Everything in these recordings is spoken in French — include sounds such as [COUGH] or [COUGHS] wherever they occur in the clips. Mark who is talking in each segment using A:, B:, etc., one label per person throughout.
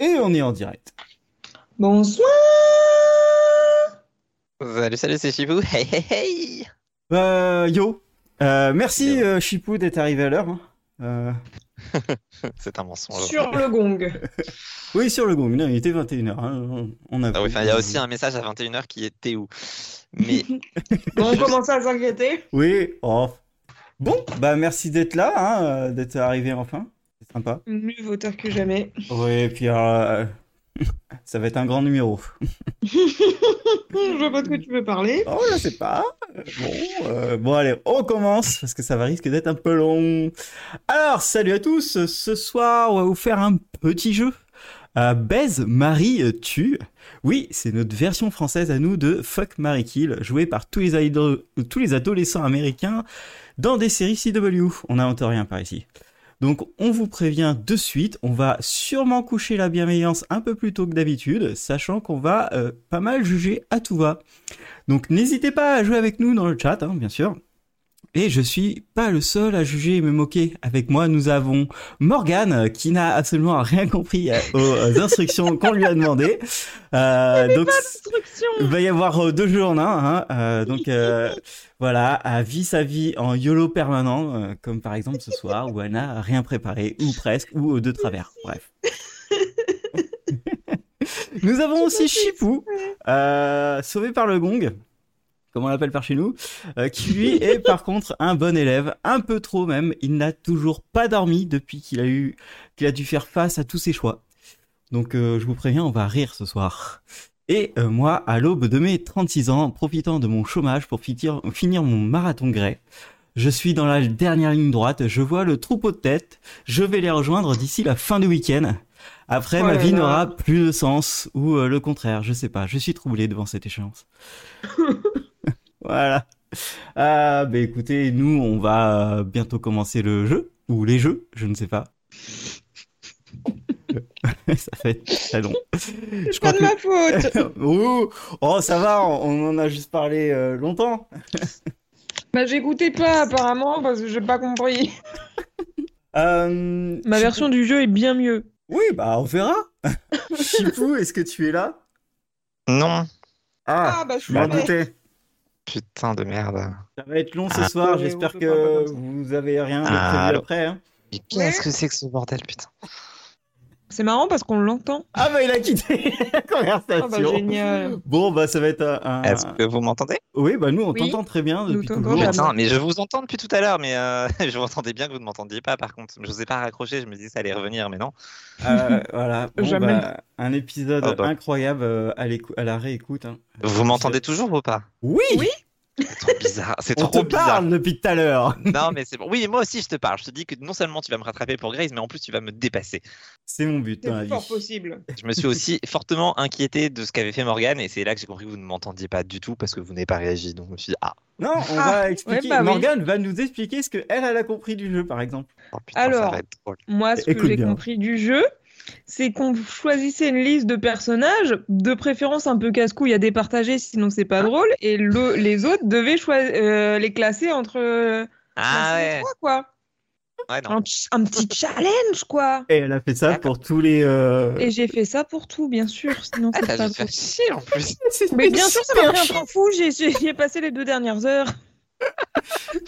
A: Et on est en direct.
B: Bonsoir
C: Salut, salut, c'est Chibou. Hey, hey, hey.
A: Euh, yo, Euh, merci
C: Yo.
A: euh, Chipou d'être arrivé à l'heure. hein. Euh,
C: C'est un mensonge.
B: Sur le gong
A: Oui, sur le gong, non, il était 21h. hein. On a
C: Ah oui, enfin, il y a aussi un message à 21h qui est Théo. [LAUGHS] Mais
B: Bon, [LAUGHS] on commence à s'inquiéter.
A: Oui, oh. Bon, bah merci d'être là, hein, euh, d'être arrivé enfin. C'est sympa.
B: Mieux vaut tard que jamais.
A: Oui, et puis euh, [LAUGHS] ça va être un grand numéro.
B: Je vois pas de quoi tu veux parler.
A: Oh, je sais pas. Euh, Bon, euh, bon, allez, on commence parce que ça va risquer d'être un peu long. Alors, salut à tous. Ce soir, on va vous faire un petit jeu. Euh, Baise, Marie, tue. Oui, c'est notre version française à nous de Fuck, Marie, Kill, jouée par tous les, ido- tous les adolescents américains dans des séries CW. On n'invente rien par ici. Donc, on vous prévient de suite. On va sûrement coucher la bienveillance un peu plus tôt que d'habitude, sachant qu'on va euh, pas mal juger à tout va. Donc n'hésitez pas à jouer avec nous dans le chat, hein, bien sûr. Et je suis pas le seul à juger et me moquer. Avec moi, nous avons Morgane, euh, qui n'a absolument rien compris euh, aux euh, instructions qu'on lui a demandées. Euh, donc,
B: Instruction
A: il va y avoir euh, deux jeux en un. hein. Euh, donc, euh, voilà, à vie sa vie en YOLO permanent, euh, comme par exemple ce soir, où Anna a rien préparé, ou presque, ou euh, de travers. Bref. Nous avons aussi Chipou, euh, sauvé par le gong, comme on l'appelle par chez nous, euh, qui lui est par contre un bon élève, un peu trop même. Il n'a toujours pas dormi depuis qu'il a eu, qu'il a dû faire face à tous ses choix. Donc euh, je vous préviens, on va rire ce soir. Et euh, moi, à l'aube de mes 36 ans, profitant de mon chômage pour finir, finir mon marathon grès, je suis dans la dernière ligne droite, je vois le troupeau de tête, je vais les rejoindre d'ici la fin du week-end. Après,
B: Oh
A: ma
B: là
A: vie
B: là.
A: n'aura plus de sens, ou euh, le contraire, je sais pas, je suis troublé devant cette
B: [LAUGHS]
A: échéance. voilà. Ah, bah écoutez, nous, on va euh, bientôt commencer le jeu, ou les jeux, je ne sais pas. [LAUGHS] Ça fait très long. Je
B: C'est pas de ma faute
A: [LAUGHS] Ouh. Oh, ça va, on- on en a juste parlé euh, longtemps.
B: Bah j'écoutais pas apparemment parce que j'ai pas compris.
A: Euh,
B: Ma
A: Chipou-
B: version du jeu est bien mieux.
A: Oui, bah on verra. [LAUGHS] Chipou, est-ce que tu es là
C: non,
B: Ah bah je
A: je
B: suis
A: m'en
B: là.
A: doutais.
C: putain de merde.
A: Ça va être long ce
C: Ah.
A: soir,
B: Oui,
A: j'espère
B: on peut pas
A: que
B: comme ça.
A: vous avez rien de
C: Ah,
A: prévu
C: allô.
A: après. hein.
C: Mais qu'est-ce que c'est que ce bordel, putain
B: C'est marrant parce qu'on l'entend.
A: Ah bah il a quitté [LAUGHS] la
B: Ah bah
A: conversation.
B: génial
A: bon, bah ça va être un... un-
C: Est-ce que vous m'entendez
A: Oui, bah nous on
B: Oui,
A: t'entend très bien
B: nous
A: depuis
B: t'entendons
A: toujours.
B: bien.
C: Putain, mais je vous entends depuis tout à l'heure, mais euh, [LAUGHS] je vous entendais bien que vous ne m'entendiez pas par contre. Je vous ai pas raccroché, je me dis ça allait revenir, mais non.
A: Euh,
B: [LAUGHS]
A: voilà, Bon,
B: Jamais.
A: bah, un épisode
C: Ah bah.
A: incroyable euh, à, l'écou- à la réécoute. hein.
C: Vous m'entendez toujours ou pas
B: Oui,
C: C'est trop bizarre. C'est
A: on
C: trop
A: te
C: bizarre.
A: parle depuis tout à l'heure.
C: Non, mais c'est bon. Oui, mais moi aussi je te parle. Je te dis que non seulement tu vas me rattraper pour Grace, mais en plus tu vas me dépasser.
A: C'est mon but dans la
B: c'est
A: vie.
B: fort possible.
C: Je me suis [LAUGHS] aussi fortement inquiété de ce qu'avait fait Morgane, et c'est là que j'ai compris que vous ne m'entendiez pas du tout parce que vous n'avez pas réagi. Donc je me suis dit, ah,
A: Non, on
B: Ah,
A: va expliquer.
B: bah oui.
A: Morgane va nous expliquer ce qu'elle, elle a compris du jeu, par exemple.
C: oh, putain, ça
B: Alors,
C: va être drôle.
B: Moi, ce que
A: Écoute
B: j'ai
A: bien.
B: compris du jeu, c'est qu'on choisissait une liste de personnages, de préférence un peu casse-couille à départager, sinon c'est
C: Ah.
B: pas drôle, et le- les autres devaient choi- euh, les classer entre euh,
C: Ah
B: entre les
C: ouais,
B: trois, quoi.
C: ouais, non.
B: Un, ch- un
C: [LAUGHS]
B: petit challenge, quoi.
A: Et elle a fait ça pour tous les. euh, [LAUGHS]
B: Et j'ai fait ça pour tout, bien sûr, sinon
C: Ah,
B: c'est
C: t'as
B: pas
C: dû te faire
B: drôle.
C: chier en plus.
B: Mais bien sûr, ça m'a
A: Super
B: pris un temps fou, j'ai- j'ai j'y ai passé les deux dernières [LAUGHS] heures.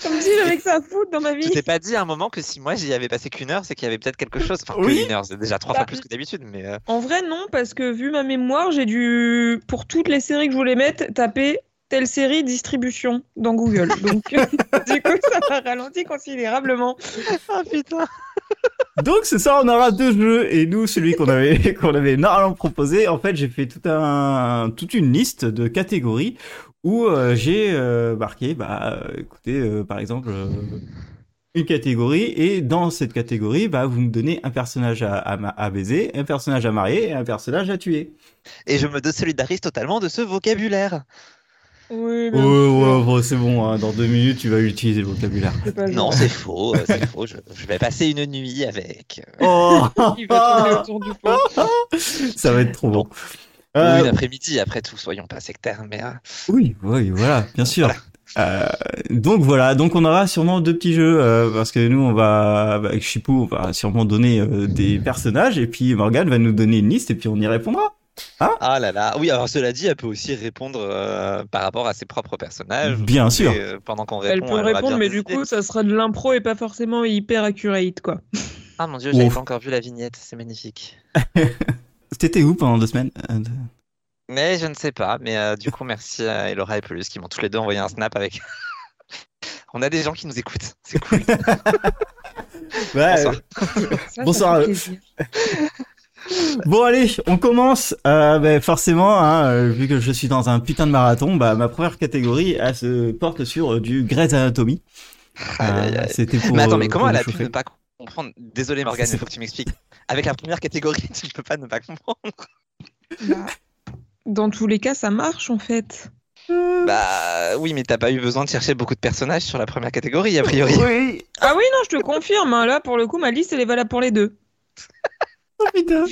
B: Comme si j'avais que ça à foutre dans ma
C: Je
B: vie.
C: t'ai pas dit à un moment que si moi j'y avais passé qu'une heure, c'est qu'il y avait peut-être quelque chose. Enfin, que
A: Oui.
C: une heure, c'est déjà trois
B: Bah.
C: fois plus que d'habitude, mais. euh, [LAUGHS]
B: En vrai, non, parce que vu ma mémoire, j'ai dû, pour toutes les séries que je voulais mettre, taper telle série distribution dans [LAUGHS] Google. Donc, euh, du coup, ça m'a ralenti considérablement.
C: Ah putain
A: Donc ce soir on aura deux jeux et nous celui qu'on avait [LAUGHS] qu'on avait normalement proposé en fait j'ai fait tout un toute une liste de catégories où euh, j'ai euh, marqué bah euh, écoutez euh, par exemple euh, une catégorie et dans cette catégorie bah vous me donnez un personnage à, à, ma- à baiser un personnage à marier et un personnage à tuer.
C: Et je me désolidarise totalement de ce vocabulaire.
A: Ouais
B: Oui, bien
A: ouais
B: sûr.
A: bon, c'est bon hein, dans deux minutes tu vas utiliser le vocabulaire.
B: C'est pas
C: Non,
B: genre.
C: c'est faux, euh, c'est faux. Je, je vais passer une nuit avec. euh,
A: Oh
B: Il va tourner autour du pot.
A: [LAUGHS] ça va être trop bon.
C: Ou
A: Euh,
C: Ah, une après-midi, après tout, soyons pas sectaires, mais. euh,
A: Oui, oui, voilà, bien sûr. Euh, donc voilà, donc on aura sûrement deux petits jeux euh, parce que nous on va avec Chipou on va sûrement donner euh, des personnages et puis Morgan va nous donner une liste et puis on y répondra.
C: Ah là là, oui, alors cela dit, elle peut aussi répondre euh, par rapport à ses propres personnages.
A: Bien sûr.
C: Et, euh, pendant qu'on
B: Elle
C: répond,
B: peut
C: aura
B: répondre,
C: bien
B: mais
C: des
B: du
C: idées.
B: coup, ça sera de l'impro et pas forcément hyper accurate, quoi.
C: Ah mon dieu, j'avais
A: Ouf.
C: pas encore vu la vignette, c'est magnifique.
A: T'étais où pendant deux semaines Euh,
C: Mais je ne sais pas, mais euh, du coup, merci à Elora et Pelus qui m'ont tous les deux envoyé un snap avec. [LAUGHS] On a des gens qui nous écoutent, c'est [LAUGHS] cool.
A: Ouais. euh,
C: Bonsoir.
B: Ça,
A: Bonsoir
B: ça
A: à
B: fait
A: eux.
B: plaisir.
A: Bon allez, on commence. Euh, ben, forcément, hein, euh, vu que je suis dans un putain de marathon, bah, ma première catégorie elle se porte sur euh, du Grey's Anatomy.
C: Aïe, aïe,
A: Euh,
C: aïe.
A: C'était pour.
C: Mais attends,
A: euh,
C: mais comment
A: pour
C: elle
A: me
C: a pu
A: chauffer.
C: ne pas comprendre Désolé Morgane, il faut que tu m'expliques. Avec la première catégorie, [LAUGHS] tu ne peux pas ne pas comprendre.
B: Bah, Dans tous les cas, ça marche en fait.
C: Bah oui, mais t'as pas eu besoin de chercher beaucoup de personnages sur la première catégorie, a priori.
A: Oui.
B: Ah oui, non, je te confirme. hein, Là, pour le coup, ma liste, elle est valable pour les deux.
A: Oh, putain.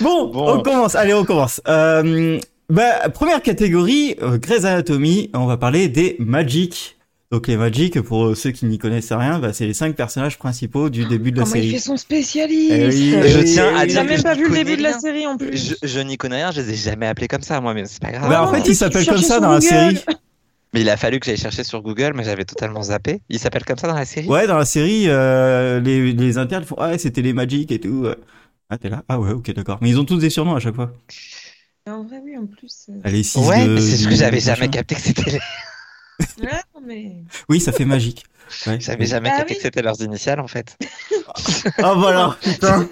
A: bon,
C: Bon.
A: on commence. Allez, on commence. Euh, bah, première catégorie, euh, Grey's Anatomy. On va parler des Magic. Donc les Magic, pour ceux qui n'y connaissent rien, bah, c'est les cinq personnages principaux du début de la
C: Oh,
B: Comment Ah, il fait
A: série.
B: son spécialiste
A: Eh oui, eh
C: Je
A: oui,
C: tiens
A: eh
C: à
A: oui.
B: Il
C: dire
B: n'a
C: que
B: même
C: je
B: pas
C: n'y
B: vu le
C: Ah, connais
B: début de la
C: rien.
B: série en plus.
C: Je, je n'y connais rien, je les ai jamais appelés comme ça, moi, mais c'est pas grave.
A: Bah, en
B: non,
A: fait,
B: mais
A: ils
B: tu
A: s'appellent
B: cherches
A: comme ça
B: sur
A: dans la
B: Google.
A: série.
C: Mais il a fallu que j'aille chercher sur Google, mais j'avais totalement zappé. Il s'appelle comme ça dans la série
A: Ouais, dans la série, euh, les, les internes font Ah, c'était les Magic et tout. Ah, t'es là Ah, ouais, ok, d'accord. Mais ils ont tous des surnoms à chaque fois.
B: En vrai, oui, en plus. euh,
A: Ah, Les six
C: Ouais,
A: de-
C: mais c'est ce que
A: du-
C: j'avais
A: machin.
C: jamais capté que c'était
A: [LAUGHS]
C: les-
B: ouais, non, mais...
A: Oui, ça fait magique. Ouais.
C: j'avais jamais
B: Ah
C: capté
B: oui.
C: que c'était leurs initiales en fait.
A: Ah
C: [LAUGHS]
A: voilà, putain.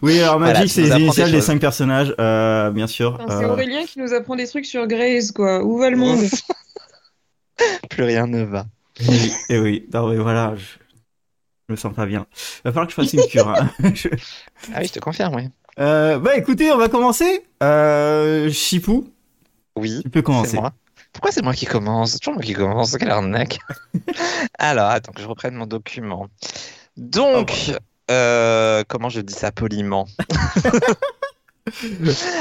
A: oui, alors Magic,
C: Voilà, tu
A: c'est
C: nous
A: les
C: apprends
A: initiales
C: des
A: des
C: choses.
A: cinq personnages, euh, bien sûr.
B: Enfin, C'est
A: Euh,
B: Aurélien qui nous apprend des trucs sur Grace, quoi. Où va le monde
C: [LAUGHS] Plus rien ne va.
A: euh, oui, et oui, non mais voilà, je... je me sens pas bien. Va falloir que je fasse une cure.
C: [LAUGHS]
A: hein. Je-
C: Ah oui, je te confirme, oui.
A: Euh, bah écoutez, on va commencer. Euh, Chipou,
C: Oui.
A: tu peux
C: C'est
A: commencer.
C: moi. Pourquoi c'est moi qui commence C'est toujours moi qui commence. Quelle arnaque. [LAUGHS] Alors, attends que je reprenne mon document. Donc, euh, comment je dis
A: [LAUGHS]
C: ça poliment [LAUGHS]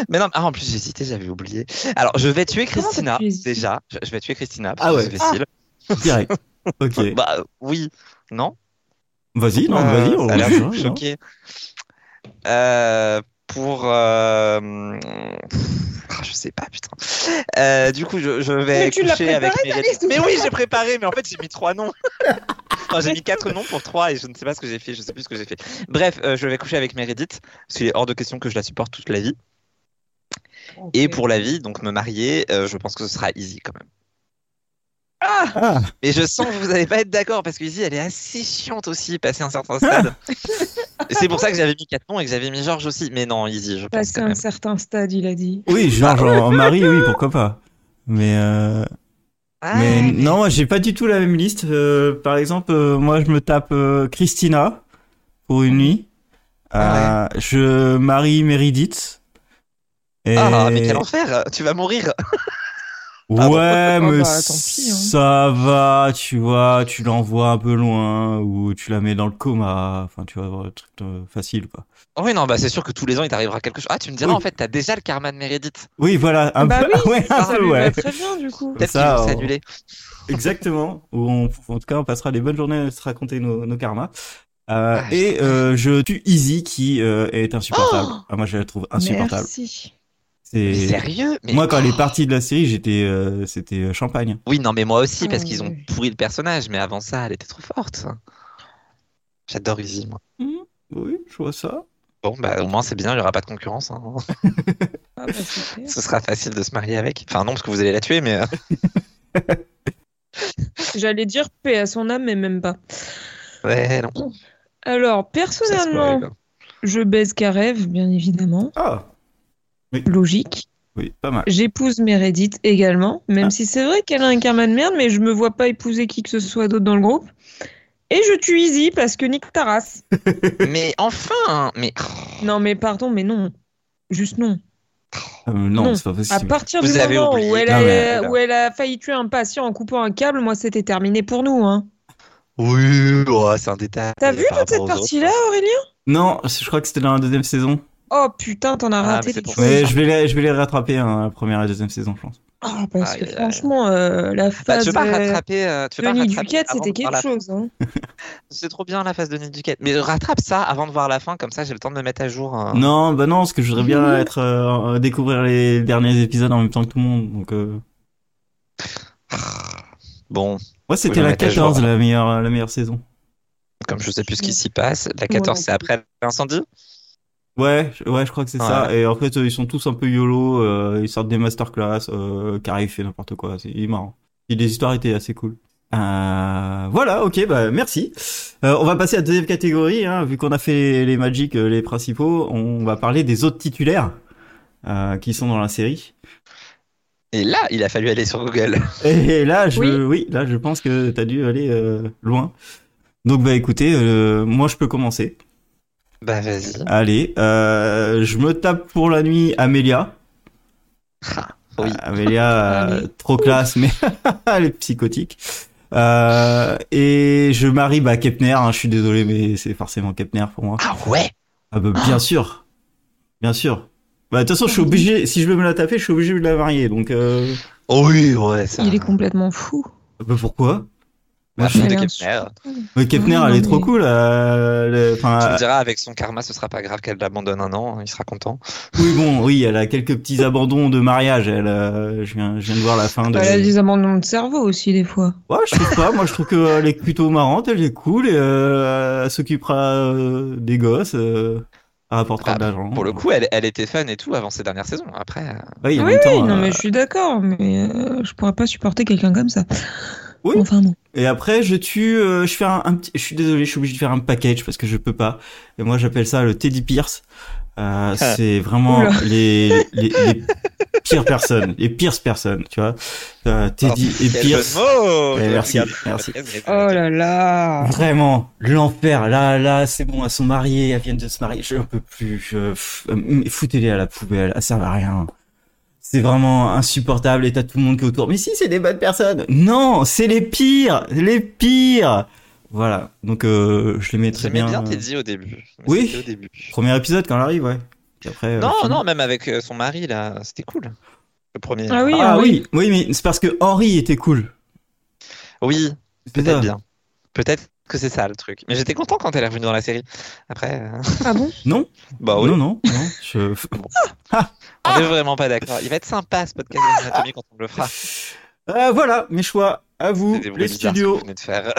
C: Mais non, ah, en plus, j'hésitais, j'avais oublié. Alors, je vais tuer
B: Comment
C: Christina,
B: t'as hésité
C: déjà. Je, je vais tuer Christina.
A: Ah
C: parce que
A: ouais.
C: c'est facile.
A: Direct. Ok.
C: [LAUGHS] Bah, oui. Non
A: Vas-y, non,
C: Euh,
A: vas-y. on- hein.
C: ça a l'air
A: non.
C: choqué. Euh, pour. euh, hum, ah, Je sais pas, putain. Euh, du coup, je, je vais
B: Mais tu l'as
C: coucher avec
B: préparé, ta
C: Mélanie.
B: liste
C: Mais oui, j'ai préparé, mais en fait, j'ai mis
B: [LAUGHS]
C: trois noms. Enfin, j'ai mis quatre noms pour trois et je ne sais pas ce que j'ai fait, je sais plus ce que j'ai fait. Bref, euh, je vais coucher avec Meredith, parce qu'il est hors de question que je la supporte toute la vie. Et pour la vie, donc me marier, euh, je pense que ce sera easy quand même.
B: Ah
A: Ah,
C: Mais je sens que vous n'allez pas être d'accord parce que Izzy, elle est assez chiante aussi, passé un certain stade. Et c'est pour ça que j'avais mis quatre noms et que j'avais mis Georges aussi. Mais non, Izzy, je pense
B: Passer
C: quand même.
B: un certain stade, il a dit.
A: oui, genre en Marie, oui, pourquoi pas. Mais euh,
C: Ah,
A: mais non, moi, j'ai pas du tout la même liste. Euh, par exemple, euh, moi je me tape euh, Christina pour une nuit. Euh,
C: Ah
A: Je marie Meredith. Et...
C: Ah, mais quel enfer Tu vas mourir
A: Ouais,
B: bon
A: mais
B: Ah bah, tant pis, hein.
A: ça va, tu vois, tu l'envoies un peu loin ou tu la mets dans le coma. Enfin, tu vois, un truc euh, facile quoi.
C: Oh Oui, non, bah c'est sûr que tous les ans, il t'arrivera quelque chose. Ah, tu me diras,
A: Oui.
C: en fait, t'as déjà le karma de Meredith.
A: Oui, voilà, un
B: Bah
A: peu, [LAUGHS] ouais,
C: Ah,
A: un
B: ça
A: peu,
B: lui va
A: ouais.
B: bah, très bien, du
C: [LAUGHS]
B: coup.
A: Comme
C: Peut-être qu'il
A: ça,
C: va
A: on-
C: s'annuler.
A: Exactement. Ou on- en tout cas, on passera des bonnes journées à se raconter nos, nos karmas. Euh,
C: Ah,
A: et euh, je tue Easy qui euh, est insupportable.
B: Oh
A: ah, moi, je la trouve insupportable.
B: Merci.
A: C'est-
C: Mais Sérieux Mais-
A: Moi, quand elle
C: Oh.
A: est partie de la série, j'étais, euh, c'était champagne.
C: Oui, non, mais moi aussi, parce
B: Ah,
C: qu'ils ont
B: oui.
C: pourri le personnage. Mais avant ça, elle était trop forte. J'adore Izzy, moi.
B: Hmm.
A: Oui, je vois ça.
C: Bon, bah au moins, c'est bien, il n'y aura pas de concurrence. hein. [LAUGHS]
B: Ah, bah, c'est clair.
C: Ce sera facile de se marier avec. Enfin, non, parce que vous allez la tuer, mais. euh,
B: J'allais dire paix à son âme, mais même pas.
C: Ouais, non.
B: Alors,
C: ça se
B: personnellement,
C: pourrait, quoi.
B: je baise Karev, bien évidemment.
A: Ah,
B: Logique.
A: oui, pas mal.
B: J'épouse Meredith également, même
A: Ah.
B: si c'est vrai qu'elle a un karma de merde, mais je me vois pas épouser qui que ce soit d'autre dans le groupe. Et je tue Izzy parce que Nick Taras.
C: [LAUGHS] Mais enfin Mais.
B: Non, mais pardon, mais non. Juste non.
A: Euh, non,
B: Non.
A: c'est pas
B: À
A: possible.
B: partir
C: Vous
B: du
C: avez
B: moment
C: oublié.
B: où elle,
A: Non,
B: a,
A: mais-
B: où elle a failli tuer un patient en coupant un câble, moi c'était terminé pour nous. Hein.
C: Oui, oh, c'est un détail.
B: T'as vu
C: par
B: toute
C: rapport
B: cette
C: aux autres. hein.
B: partie-là, Aurélien
A: Non, je crois que c'était dans la deuxième saison.
B: Oh putain, t'en as
C: Ah,
B: raté
C: mais c'est
B: des
C: pour
B: choses.
A: Mais je vais les, je vais les rattraper hein, la première et la deuxième saison, je pense.
B: Ah, parce
C: Aïe,
B: que
C: aïe, aïe.
B: franchement, euh, la
C: Bah,
B: phase
C: tu veux pas
B: euh,
C: rattraper. euh, tu veux pas
B: Denis
C: rattraper
B: Duquette,
C: avant de
B: c'était
C: voir
B: quelque
C: la-
B: chose. hein.
C: C'est trop bien la phase de Denis Duquette. Mais rattrape ça avant de voir la fin, comme ça j'ai le temps de me mettre à jour. euh.
A: Non, bah non, parce que je voudrais bien être euh, euh, découvrir les derniers épisodes en même temps que tout le monde. Donc, euh...
C: Bon,
A: ouais, c'était
C: Oui,
A: la
C: mais t'as
A: 14,
C: joué.
A: la meilleure, la meilleure saison.
C: comme je sais plus ce qui s'y passe, la 14
B: Ouais.
C: c'est après l'incendie.
A: Ouais, je- ouais, je crois que c'est
C: Ouais.
A: ça. Et en fait, euh, ils sont tous un peu yolo. euh, ils sortent des masterclass, euh, carré fait n'importe quoi. C'est il est marrant. Et les histoires étaient assez cool. Euh, voilà, ok, bah merci. Euh, on va passer à la deuxième catégorie, hein, vu qu'on a fait les Magic, euh, les principaux. On va parler des autres titulaires euh, qui sont dans la série.
C: Et là, il a fallu aller sur Google. [LAUGHS]
A: Et là, je, oui.
B: Oui.
A: là, je pense que t'as dû aller euh, loin. Donc bah écoutez, euh, moi je peux commencer.
C: bah vas-y.
A: Allez, euh, je me tape pour la nuit Amélia.
C: Ah, oui.
A: Ah, Amélia,
B: Ah,
A: euh, trop classe, mais [LAUGHS] elle est psychotique. Euh, et je marie bah, Kepner, hein, je suis désolé, mais c'est forcément Kepner pour moi.
C: Ah ouais
A: Ah bah, bien sûr, bien sûr. Bah, de toute façon, je suis obligé, si je veux me la taper, je suis obligé de la marier, donc... Euh...
C: Oh oui, ouais, ça.
B: Il est complètement fou.
A: Bah, pourquoi Bah,
C: La femme de
B: Elle a un
C: Kepler.
A: [LAUGHS] Mais Kepner,
B: Non,
A: elle est
B: mais-
A: trop cool. euh, elle- enfin,
C: Tu me diras, avec son karma, ce sera pas grave qu'elle l'abandonne un an, hein, il sera content.
A: oui, bon, oui, elle a quelques petits abandons de mariage. Elle, euh, je, viens, je viens de voir la fin de...
B: Elle a des amendements de cerveau aussi, des fois.
A: Ouais, je trouve pas. Moi, je trouve qu'elle est plutôt marrante, elle est cool, et euh, elle s'occupera euh, des gosses, euh, elle rapportera
C: Ah,
A: de l'argent.
C: Pour le coup, elle, elle était fun et tout avant ces dernières saisons. Après, euh,
A: Ouais, il y a
B: Oui,
A: longtemps,
B: oui, non,
A: euh,
B: mais je suis d'accord, mais euh, je pourrais pas supporter quelqu'un comme ça.
A: Oui.
B: Enfin bon.
A: Et après, je tue, euh, je fais un, un petit, je suis désolé, je suis obligé de faire un package parce que je peux pas. Et moi, j'appelle ça le Teddy Pierce. Euh,
C: Ah.
A: c'est vraiment
B: Oula.
A: les, les, les pires personnes, les pires personnes, tu vois. Euh, Teddy et
C: Oh, quel
A: Pierce.
C: jeu de mots
A: Eh, merci,
C: Regarde,
A: merci.
C: podcast,
B: Oh là là.
A: Vraiment, l'enfer. Là, là, c'est bon, elles sont mariées, elles viennent de se marier. Je ne peux plus. Je... pff, euh, Foutez-les à la poubelle, elles servent à rien. C'est vraiment insupportable et t'as tout le monde qui est autour. Mais si, c'est des bonnes personnes. Non, c'est les pires, les pires. Voilà. Donc, euh, je les mets très
C: J'aimais
A: bien.
C: bien
A: euh,
C: Teddy au début. Mais
A: Oui.
C: c'était Au début.
A: Premier épisode quand elle arrive, ouais. Puis après. euh,
C: Non,
A: fini.
C: non, même avec euh, son mari, là, c'était cool. Le premier.
B: Ah oui,
A: Ah oui,
B: Henri.
A: oui, mais c'est parce que Henri était cool.
C: Oui,
A: C'est ça.
C: peut-être bien. Peut-être que c'est ça le truc. Mais j'étais content quand elle est revenue dans la série. Après, euh, [LAUGHS]
B: Ah [LAUGHS] bon
A: Non,
C: bah oui,
A: non, non, non.
C: [LAUGHS]
A: Je...
C: on est vraiment pas d'accord. Il va être sympa ce podcast d'anatomie quand on le fera.
A: Euh, voilà, mes choix. À vous,
C: C'est des bruits
A: les
C: bizarres que
A: studios.
C: vous venez
A: [LAUGHS]
C: de faire.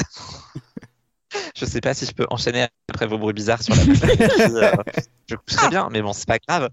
C: je sais pas si je peux enchaîner après vos bruits
A: [LAUGHS]
C: bizarres sur la Puis, euh, Je coucherai bien, mais bon, c'est pas grave.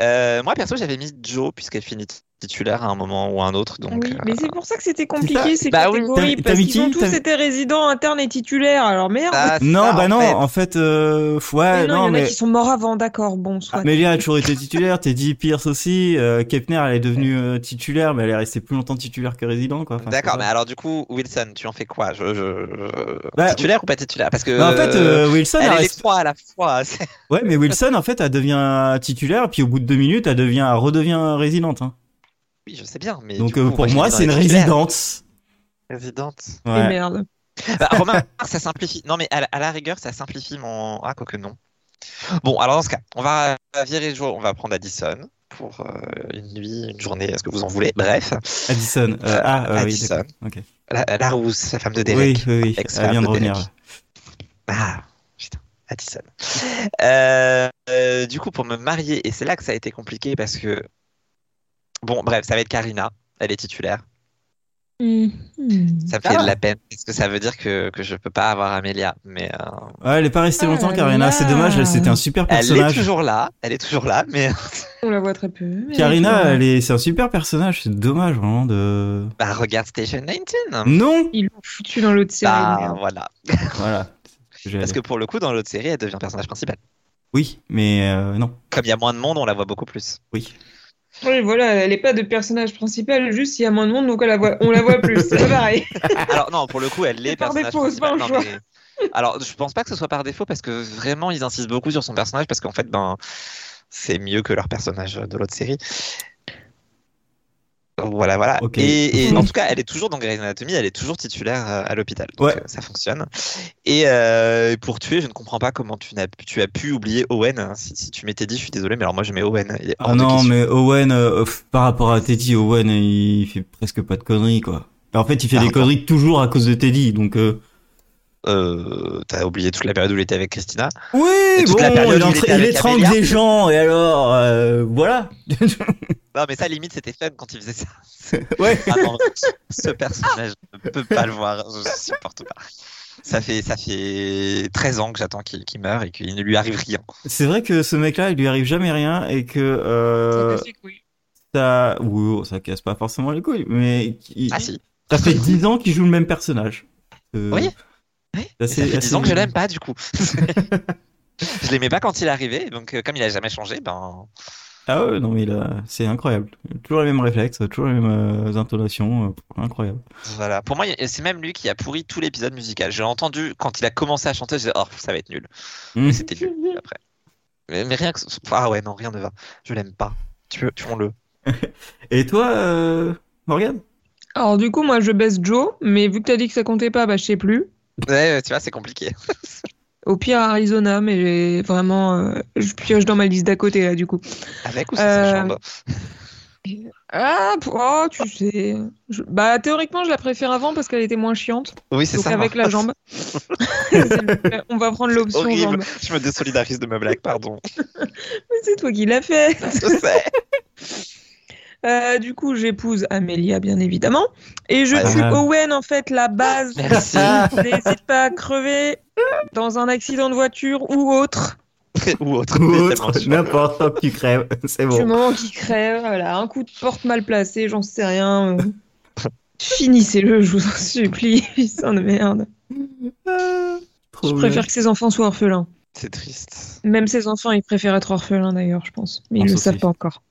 C: Euh, moi, perso, j'avais mis Joe, puisqu'elle finit titulaire à un moment ou à un autre. Donc,
B: Oui,
C: euh,
B: mais c'est pour ça que c'était
A: C'est
B: compliqué ces
C: Bah oui.
B: catégories,
A: T'as-
B: parce
A: t'as
B: qu'ils
A: mis
B: ont
A: qui T'as-
B: tous été résidents internes et titulaires, alors merde.
C: ah, c'est
A: Non,
C: ça,
A: bah
C: en
A: non,
C: fait.
A: en fait, euh, f- ouais,
B: mais non, il y
A: non,
B: en a
A: mais. Ah,
B: qui sont morts avant, d'accord, bon, soit.
A: Amélia a toujours été titulaire, Teddy Pierce aussi, euh, Kepner elle est devenue euh, titulaire, mais elle est restée plus longtemps titulaire que résident quoi. Enfin,
C: D'accord,
A: c'est
C: mais
A: ça.
C: alors du coup, Wilson, tu en fais quoi je, je- je-
A: Bah,
C: Titulaire ou pas titulaire Parce que.
A: Bah, en fait,
C: euh,
A: euh, Wilson,
C: elle
A: elle
C: est les
A: reste-
C: trois à la fois. [LAUGHS] c'est-
A: ouais, mais Wilson en fait elle devient titulaire, puis au bout de deux minutes elle devient, elle redevient résidente. hein.
C: Oui, je sais bien, mais.
A: Donc
C: du
A: euh,
C: coup,
A: pour
C: je
A: moi
C: l'ai mis dans
A: c'est une
C: les titulaires.
A: résidente.
C: Résidente.
B: Et
A: Ouais.
B: merde.
C: Bah, remarque, ça simplifie. Non, mais à, la- à la rigueur, ça simplifie mon. Ah, quoique non. Bon, alors dans ce cas, on va virer jour, on va prendre Addison pour euh, une nuit, une journée, ce que vous en voulez. Bref,
A: Addison. euh, ah euh, oui,
C: Addison.
A: d'accord. ok.
C: La, la rousse, la femme de Derek.
A: oui, oui, oui,
C: Ex-femme
A: elle vient de
C: de
A: revenir.
C: Derek. Ah, putain, Addison. Euh, euh, du coup, pour me marier, et c'est là que ça a été compliqué parce que. Bon, bref, ça va être Karina. Elle est titulaire.
B: Hmm,
C: Ça me fait
A: Ah.
C: de la peine parce que ça veut dire que, que je peux pas avoir Amélia. Mais euh,
A: Ouais, elle est pas restée
B: Ah
A: longtemps,
B: là
A: Karina. C'est dommage, elle- c'était un super
C: elle est
A: personnage.
C: toujours là. Elle est toujours là, mais. [LAUGHS]
B: On la voit très peu. mais tu
A: Karina,
B: vois.
A: elle est, c'est un super personnage. C'est dommage vraiment de.
C: Bah, regarde Station 19.
A: Non.
B: Ils l'ont foutu dans l'autre série.
C: Bah,
B: merde.
C: voilà.
A: Voilà. J'ai-
C: Parce que pour le coup, dans l'autre série, elle devient personnage principal.
A: Oui, mais euh, non.
C: Comme il y a moins de monde, on la voit beaucoup plus.
A: Oui.
B: Oui, voilà, elle est pas de personnage principal, juste il y a moins de monde, donc on la voit, on la voit
A: [LAUGHS]
B: plus. C'est pas pareil.
C: Alors, non, pour le coup, elle est
B: C'est par
C: personnage
B: défaut, c'est pas
C: principal.
B: un
C: Non, mais- Alors, je pense pas que ce soit par défaut parce que vraiment, ils insistent beaucoup sur son personnage parce qu'en fait, ben, c'est mieux que leur personnage de l'autre série. Voilà, voilà.
A: Ok.
C: Et, et en tout cas, elle est toujours dans Grey's Anatomy, elle est toujours titulaire euh, à l'hôpital. Donc,
A: Ouais.
C: euh, ça fonctionne. Et euh, pour tuer, je ne comprends pas comment tu, n'as, tu as pu oublier Owen. hein. Si, si tu m'étais dit, je suis désolé, mais alors moi je mets Owen. Il est hors
A: Ah
C: de
A: non,
C: question.
A: mais Owen, euh, pff, par rapport à Teddy, Owen, il fait presque pas de conneries, quoi. En fait, il fait
C: Par
A: des
C: rapport-
A: conneries toujours à cause de Teddy, donc... euh,
C: Euh, t'as oublié toute la période où il était avec Christina.
A: Oui,
C: Et toute
A: bon,
C: la période
A: il,
C: où il
A: entra-
C: était
A: il
C: avec
A: étrangle
C: Amelia.
A: des gens, et alors, euh, voilà. [LAUGHS]
C: Non, mais ça, limite, c'était fun quand il faisait ça.
A: ouais.
C: Ah non, ce personnage, je ne peux pas le voir, je ne supporte pas. Ça fait, ça fait 13 ans que j'attends qu'il qu'il meure et qu'il ne lui arrive rien.
A: C'est vrai que ce mec-là, il lui arrive jamais rien, et que euh, ça... Ouh, ça casse pas forcément les couilles, mais... il-
C: Ah si.
A: Ça fait 10 ans qu'il joue le même personnage. Euh,
C: Oui. Oui.
A: c'est assez-
C: ça fait 10 ans que je
A: assez-
C: l'aime pas, du [LAUGHS] coup. je l'aimais pas quand il est arrivé, donc euh, comme il a jamais changé, ben.
A: Ah ouais, non mais là, c'est incroyable. Toujours les mêmes réflexes, toujours les mêmes euh, intonations, euh, pff, incroyable.
C: Voilà. Pour moi, il- c'est même lui qui a pourri tout l'épisode musical. J'ai entendu quand il a commencé à chanter, je disais, oh, ça va être nul.
A: Mm.
C: Mais c'était nul après. Mais, mais rien que. Ah ouais, non, rien ne va. Je l'aime pas. Tu le
A: Et toi, euh, [LAUGHS] Morgane
B: Alors du coup, moi, je baisse Joe, mais vu que t'as dit que ça comptait pas, bah je sais plus.
C: Ouais, tu vois, c'est compliqué.
B: Au pire, Arizona, mais j'ai vraiment, euh, je pioche dans ma liste d'à côté là, du coup.
C: Avec ou sans sa
B: Euh,
C: chambre
B: Ah, p- oh, tu sais. Je- Bah théoriquement, je la préfère avant parce qu'elle était moins chiante.
C: Oui, c'est
B: Donc
C: ça.
B: avec la jambe. [LAUGHS] C'est le- On va prendre l'option
C: Horrible.
B: jambe.
C: [LAUGHS] Je me désolidarise de ma blague, pardon. [LAUGHS]
B: Mais c'est toi qui l'as fait.
C: Je sais.
B: Euh, du coup, j'épouse Amélia, bien évidemment. Et je
C: Ah.
B: tue Owen, en fait, la base.
C: Merci.
B: [LAUGHS] N'hésite pas à crever dans un accident de voiture ou autre.
C: Ou autre.
A: Ou
C: mais
A: autre,
C: tellement tu vois.
A: n'importe quoi que tu crèves, [LAUGHS] c'est
B: Du
A: bon.
B: moment qu'il crève, voilà, un coup de porte mal placé, j'en sais rien. [LAUGHS] euh. Finissez-le, je vous en supplie, [LAUGHS] putain de merde.
A: Ah, trop
B: Je
A: bien.
B: préfère que ses enfants soient orphelins.
C: C'est triste.
B: Même ses enfants, ils préfèrent être orphelins d'ailleurs, je pense. Mais ils
A: En
B: ne le
A: saucisse.
B: savent pas encore.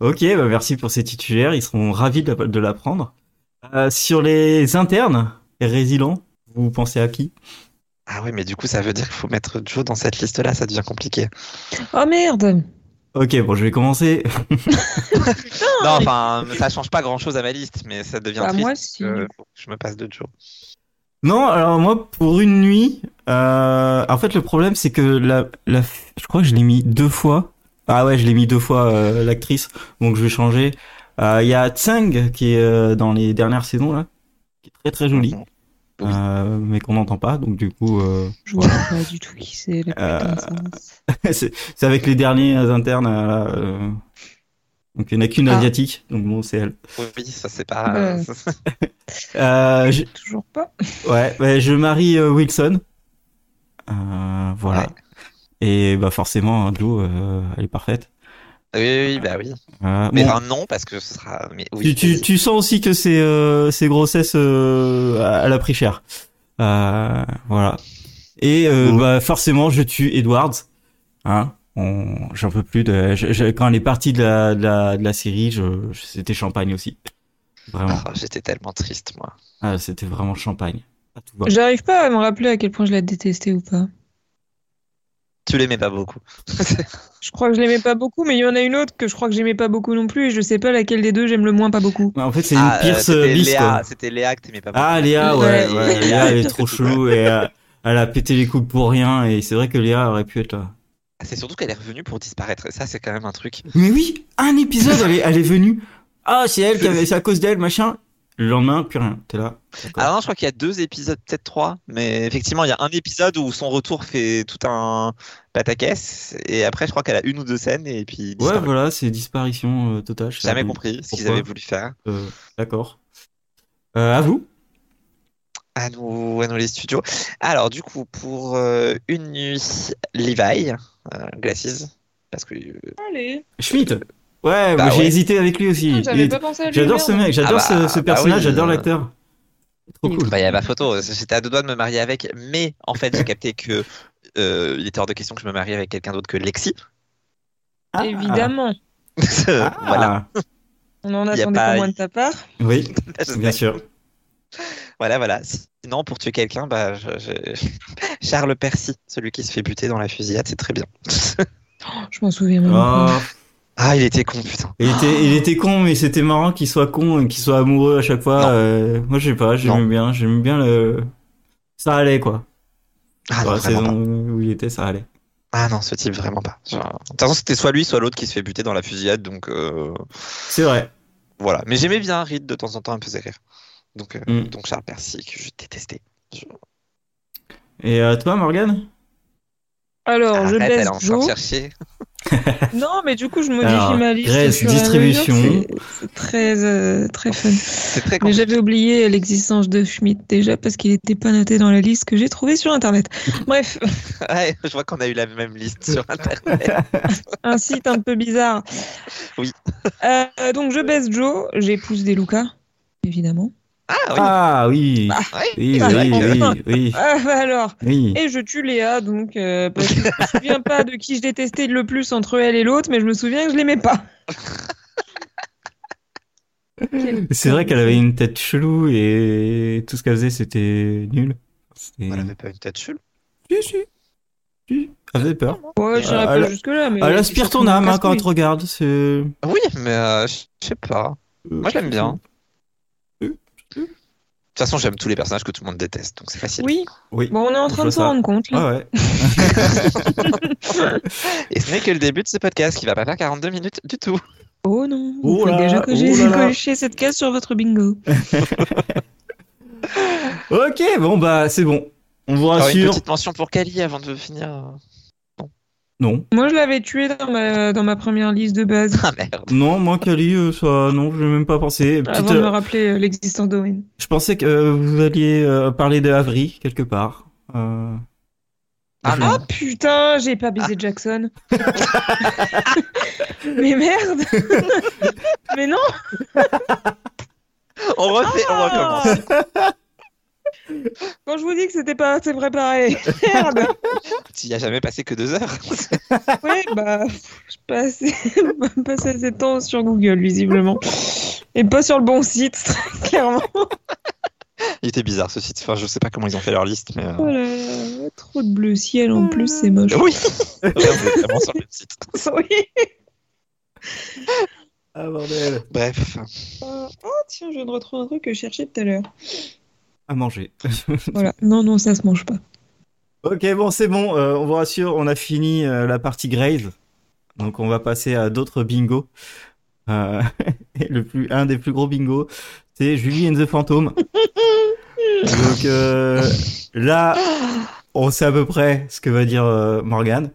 A: Ok, bah merci pour ces titulaires, ils seront ravis de, de l'apprendre. Euh, sur les internes et résidents, vous pensez à qui
C: Ah oui, mais du coup, ça veut dire qu'il faut mettre Joe dans cette liste-là, ça devient compliqué.
B: Oh merde
A: Ok, bon, je vais commencer.
C: Non, enfin, ça change pas grand-chose à ma liste, mais ça devient
B: Ah, Bah,
C: triste.
B: moi,
C: parce
B: si.
C: que faut que je me passe de Joe.
A: Non, alors moi, pour une nuit, euh, en fait, le problème, c'est que la, la, je crois que je l'ai mis deux fois. Ah ouais, je l'ai mis deux fois euh, l'actrice, donc je vais changer. Euh, Il y a Tsang qui est euh, dans les dernières saisons là, qui est très très jolie,
C: Mhm. Oui.
A: euh, mais qu'on n'entend pas, donc du coup, euh, [LAUGHS]
B: Je vois pas du tout qui c'est. la
A: Euh,
B: connaissance.
A: c'est c'est avec les derniers internes euh, là. euh, Donc il n'y en a qu'une
B: Ah.
A: asiatique, donc bon, c'est elle.
C: Oui, ça, c'est pas.
B: Euh.
A: Euh, je-
B: Toujours pas.
A: Ouais, bah, je marie euh, Wilson. Euh, voilà. Et bah forcément, hein, Joe, euh, elle est parfaite.
C: [LAUGHS] Oui, oui, bah oui.
A: Euh,
C: Mais
A: bon,
C: enfin, non, parce que ce sera. Mais oui.
A: tu, tu, tu sens aussi que c'est euh, ces grossesses, euh, à- elle a pris cher. Euh, voilà. Et euh,
C: Ouais.
A: bah forcément, je tue Edwards. Hein On, j'en peux plus. De, je- je- quand elle est partie de la, de la, de la série, je, je- c'était champagne aussi. Vraiment,
C: Oh, J'étais tellement triste, moi.
A: Ah, c'était vraiment champagne. À tout va.
B: J'arrive pas à me rappeler à quel point je la détestais ou pas.
C: Tu l'aimais pas beaucoup.
B: Je crois que je l'aimais pas beaucoup, mais il y en a une autre que je crois que j'aimais pas beaucoup non plus, et je sais pas laquelle des deux j'aime le moins pas beaucoup.
A: En fait, c'est
C: Ah, euh,
A: une Pierce
C: c'était
A: lisse, quoi.
C: Léa, c'était Léa que t'aimais pas beaucoup.
A: Ah Léa, ouais,
B: Ouais.
A: ouais, Léa, elle est
C: [LAUGHS]
A: trop chelou et euh, elle a pété les coups pour rien et c'est vrai que Léa aurait pu être là.
C: C'est surtout qu'elle est revenue pour disparaître. Et ça, c'est quand même un truc.
A: Mais oui, un épisode, elle est, elle est venue. Ah, c'est elle qui avait, c'est à cause d'elle, machin. Le lendemain, plus rien. T'es là. D'accord.
C: Ah non, je crois qu'il y a deux épisodes, peut-être trois. Mais effectivement, il y a un épisode où son retour fait tout un pataquès. Et après, je crois qu'elle a une ou deux scènes. Et puis,
A: ouais,
C: disparu.
A: voilà, c'est disparition euh, totale. je
C: J'ai jamais
A: savais
C: compris ce qu'ils
A: Pourquoi
C: avaient voulu faire.
A: plus. Euh, D'accord. Euh, à vous.
C: À nous, à nous les studios. Alors, du coup, pour euh, une nuit, Levi, euh, Glacis, parce que euh,
B: Allez,
A: Schmidt. Ouais,
C: Bah
A: j'ai
C: ouais.
A: hésité avec lui aussi. Il
B: Ah, j'avais
A: est-
B: pas pensé à lui.
A: J'adore ce
B: merde.
A: mec, j'adore
C: Ah
A: ce,
C: bah,
A: ce
C: bah
A: personnage,
C: oui.
A: j'adore l'acteur. Trop
B: Il est
A: cool.
C: Bah, il y a ma photo. J'étais à deux doigts de me marier avec, mais en
A: [LAUGHS]
C: fait, j'ai capté que euh, il était hors de question que je me marie avec quelqu'un d'autre que Lexi. [LAUGHS]
A: Ah.
B: Évidemment,
A: Ah.
C: voilà.
B: on en
C: Y a
B: attendait
C: pas-
B: pas moins de ta part.
A: Oui,
C: [LAUGHS] Je-
A: bien sûr.
C: Voilà, voilà. Sinon, pour tuer quelqu'un, bah, je- [LAUGHS] je- Charles Percy, celui qui se fait buter dans la fusillade, c'est très bien.
B: Je m'en souviens même
A: Oh,
B: pas.
C: [LAUGHS] Ah, il était con, putain.
A: Il était, il était con, mais c'était marrant qu'il soit con, et qu'il soit amoureux à chaque fois.
C: Non.
A: euh, moi, je sais pas, j'aimais
C: Non.
A: bien, j'aimais bien le. Ça allait quoi.
C: Ah,
A: Dans
C: non,
A: la
C: vraiment
A: saison
C: pas.
A: où il était, ça allait.
C: Ah non, ce type, vraiment pas. Genre, De toute façon, c'était soit lui, soit l'autre qui se fait buter dans la fusillade, donc euh,
A: C'est vrai.
C: voilà. Mais j'aimais bien Reed de temps en temps, un peu faisait rire. Donc, euh,
A: Mm.
C: donc Charles Percy, que je détestais. Je-
A: Et euh, toi, Morgane
B: Alors, je
C: Arrête,
B: laisse
C: Ah, elle est en train de
B: Joe.
C: chercher.
B: [LAUGHS] Non, mais du coup, je modifie
A: Alors,
B: ma liste.
A: Grèce,
B: sur la
A: distribution.
B: mesure, c'est- C'est très, euh, très fun.
C: C'est très
B: Mais
C: compliqué.
B: j'avais oublié l'existence de Schmidt déjà parce qu'il n'était pas noté dans la liste que j'ai trouvée sur
C: [LAUGHS]
B: Internet. Bref,
C: Ouais, je vois qu'on a eu la même liste sur
B: [LAUGHS]
C: Internet.
B: un site un peu bizarre.
C: Oui.
B: Euh, euh, donc, je baisse Joe, j'épouse des Lucas, évidemment.
C: Ah oui, Ah
A: Ah oui
C: ouais.
A: Oui,
B: bah,
A: oui,
B: bah,
A: oui,
B: enfin.
A: oui,
B: Ah, bah alors.
A: oui.
B: Et je tue Léa, donc euh, parce que je
C: [LAUGHS]
B: me souviens pas de qui je détestais le plus entre elle et l'autre, mais je me souviens que je l'aimais pas.
A: C'est vrai qu'elle avait une tête chelou et tout ce qu'elle faisait, c'était nul. C'était-
C: Elle avait pas une tête chule.
A: Si, si. Si, Elle faisait peur.
B: Ouais, j'irai
A: Euh,
B: pas
A: elle-
B: jusque-là. Mais
A: Elle aspire ton âme hein, quand elle te
B: Casse-couille.
A: regarde. C'est.
C: Oui, mais euh, je je sais pas. Moi, je l'aime bien. De toute façon, j'aime tous les personnages que tout le monde déteste, donc c'est facile.
B: Oui,
A: Oui.
B: bon, on est en
A: Je
B: train
A: vois
B: de s'en
A: ça.
B: rendre compte. Là.
A: Ah ouais.
C: Et ce n'est que le début de ce podcast qui va pas faire 42 minutes du tout.
B: Oh non,
A: Oh
B: vous
A: là,
B: pouvez déjà que
A: oh
B: j'ai
A: là là.
B: coché cette case sur votre bingo.
A: Ok, bon bah c'est bon. On vous
C: Alors, une
A: rassure.
C: Ah petite mention pour Kali avant de finir. euh.
A: Non,
B: Moi, je l'avais tué dans ma, dans ma première liste de base
C: Ah merde.
A: non, moi Kali, euh, ça, non, je n'ai même pas pensé. Petite,
B: avant de me
A: euh,
B: rappeler euh, l'existence d'Owen.
A: je pensais que euh, vous alliez euh, parler de Avery quelque part. Euh,
C: Ah
A: je-
B: Ah putain, j'ai pas
A: Ah.
B: baisé Jackson. [LAUGHS] Mais merde [LAUGHS] Mais non
C: [LAUGHS] On refait, on recommence.
B: Ah Quand je vous dis que c'était pas assez préparé, [LAUGHS] ah merde
C: Tu n'y as jamais passé que deux heures.
B: Ouais, bah, je passais, [LAUGHS] passais assez de temps sur Google, visiblement. Et pas sur le bon site, [LAUGHS] très clairement.
C: [LAUGHS] Il était bizarre ce site. Enfin, je sais pas comment ils ont fait leur liste, mais. euh,
B: Oh là là, trop de bleu ciel en plus,
A: [LAUGHS]
B: c'est moche.
C: [LAUGHS] Oui Vraiment sur le site.
B: [LAUGHS] Oui.
A: Ah bordel.
C: Bref.
B: Euh, Oh, tiens, je viens de retrouver un truc que je cherchais tout à l'heure.
A: [LAUGHS] À manger. [LAUGHS]
B: Voilà. Non, non, ça se mange pas.
A: ok, bon, c'est bon. euh, on vous rassure, on a fini euh, la partie Graze. Donc on va passer à d'autres bingos. Euh, [LAUGHS] et le plus, un des plus gros bingos, c'est Julie and the Phantom. Donc euh, là, on sait à peu près ce que va dire euh, Morgane.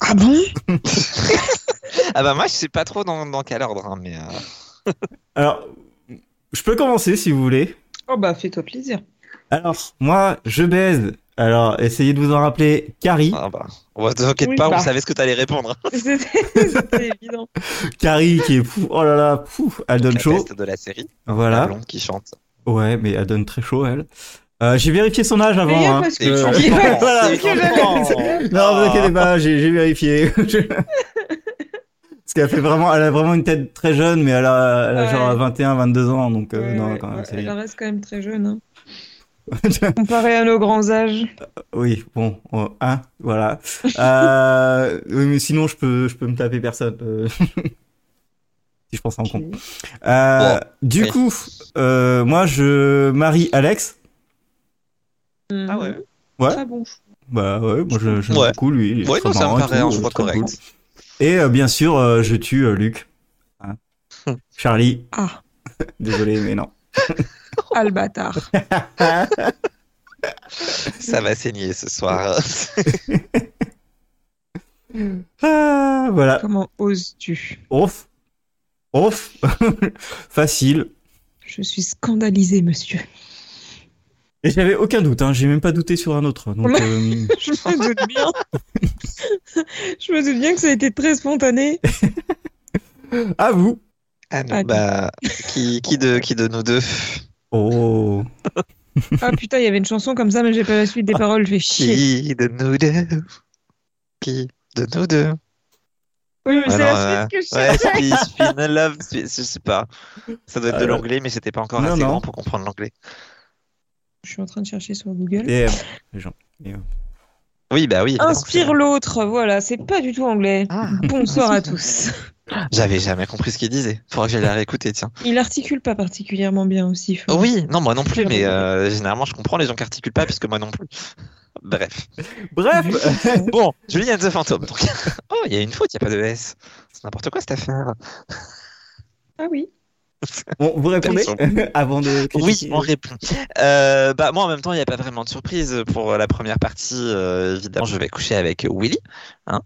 B: Ah bon
C: Ah bah, moi, je sais pas trop dans, dans quel ordre, hein, mais. euh,
A: Alors, je peux commencer si vous voulez.
B: Oh bah, fais-toi plaisir.
A: Alors, moi, je baise. Alors, essayez de vous en rappeler. Carrie.
C: Ah bah. On va t'inquiète
B: Oui,
C: pas,
B: bah.
C: on savait ce que t'allais répondre.
B: [LAUGHS]
C: hein.
B: C'était c'était évident.
A: Carrie qui est fou. Oh là là, pouf, elle donne
C: La
A: chaud.
C: peste de la série. La
A: Voilà.
C: blonde qui chante.
A: Ouais, mais elle donne très chaud, elle. Euh, j'ai vérifié son âge avant.
B: D'ailleurs,
A: hein.
B: parce que
C: C'est
A: Euh,
B: tu dis-
C: chantant,
A: voilà.
C: c'est [LAUGHS] chantant.
A: Non, vous inquiétez pas, j'ai j'ai vérifié. [LAUGHS] Je- Parce qu'elle fait vraiment, elle a vraiment une tête très jeune, mais elle a, elle a
B: Ouais.
A: genre 21, 22 ans, donc [LAUGHS] euh,
B: Ouais,
A: non,
B: ouais,
A: quand même,
B: ouais,
A: c'est
B: elle
A: bien.
B: reste quand même très jeune. hein. Comparé à nos grands âges.
A: Oui, bon, on- hein, voilà. [LAUGHS] Euh, oui, mais sinon, je peux, je peux me taper personne. euh, [LAUGHS] si je pense en compte. Euh, du
C: oui.
A: coup, euh, moi, je marie Alex.
B: Ah
C: ouais.
A: Ouais.
B: Très bon choix.
A: Bah ouais, moi, je, j'aime
C: Ouais.
A: beaucoup lui. il est
C: Ouais,
A: très
C: non, ça
A: marrant
C: me
A: et
C: paraît
A: tout,
C: un
A: euh,
C: choix
A: très cool.
C: correct.
A: Et euh, bien sûr, euh, je tue euh, Luc.
C: [LAUGHS]
A: Hein. Charlie,
B: Ah,
A: désolé, mais non. Ah,
B: ah le [LAUGHS] bâtard.
C: Ça va saigner
A: [LAUGHS]
C: ce soir.
A: Ah, voilà.
B: Comment oses-tu
A: Off. Off. [LAUGHS] Facile.
B: Je suis scandalisée, monsieur.
A: Et j'avais aucun doute, hein. j'ai même pas douté sur un autre.
C: [LAUGHS]
A: Donc, euh,
B: [LAUGHS] Je me doute bien. Je me doute bien que ça a été très spontané.
A: à vous.
C: Ah non,
B: Ah,
C: bah, qui, qui, de, qui de nous deux
A: Oh.
B: Ah putain, il y avait une chanson comme ça, mais j'ai pas la suite des paroles. Fait chier.
C: Qui de nous deux Qui de nous deux
B: Oui, euh, mais
C: Ouais,
B: c'est
C: non,
B: la
C: ouais.
B: suite que je
C: Ouais,
B: cherche.
C: Spi- Spin a Love, Spi- je sais pas. Ça doit être de
A: Alors.
C: l'anglais, mais j'étais pas encore
A: Ah Non,
C: assez
A: non.
C: grand pour comprendre l'anglais.
B: Je suis en train de chercher sur Google.
A: Et, euh,
C: Oui, bah oui. évidemment que c'est
B: Inspire l'autre, voilà, c'est pas du tout anglais.
C: Ah.
B: Bonsoir à [LAUGHS] tous.
C: J'avais jamais compris ce qu'il disait. Faudra que j'aille la réécouter, tiens. Oh
B: Il articule pas particulièrement bien aussi. faut-
C: Oui, non, moi non plus,
B: C'est
C: mais
B: vrai.
C: euh, généralement, je comprends les gens qui articulent pas, puisque moi non plus. Bref.
A: Bref,
C: Bon, Julie and the Phantom. donc. [LAUGHS] Oh, il y a une faute, il n'y a pas de S. C'est n'importe quoi cette affaire.
B: Ah oui.
A: [LAUGHS] on- vous répondez avant de.
C: Oui,
A: critiquer
C: on répond. Euh, bah, moi, en même temps, il n'y a pas vraiment de surprise pour la première partie. euh, évidemment, je vais coucher avec Willy. Hein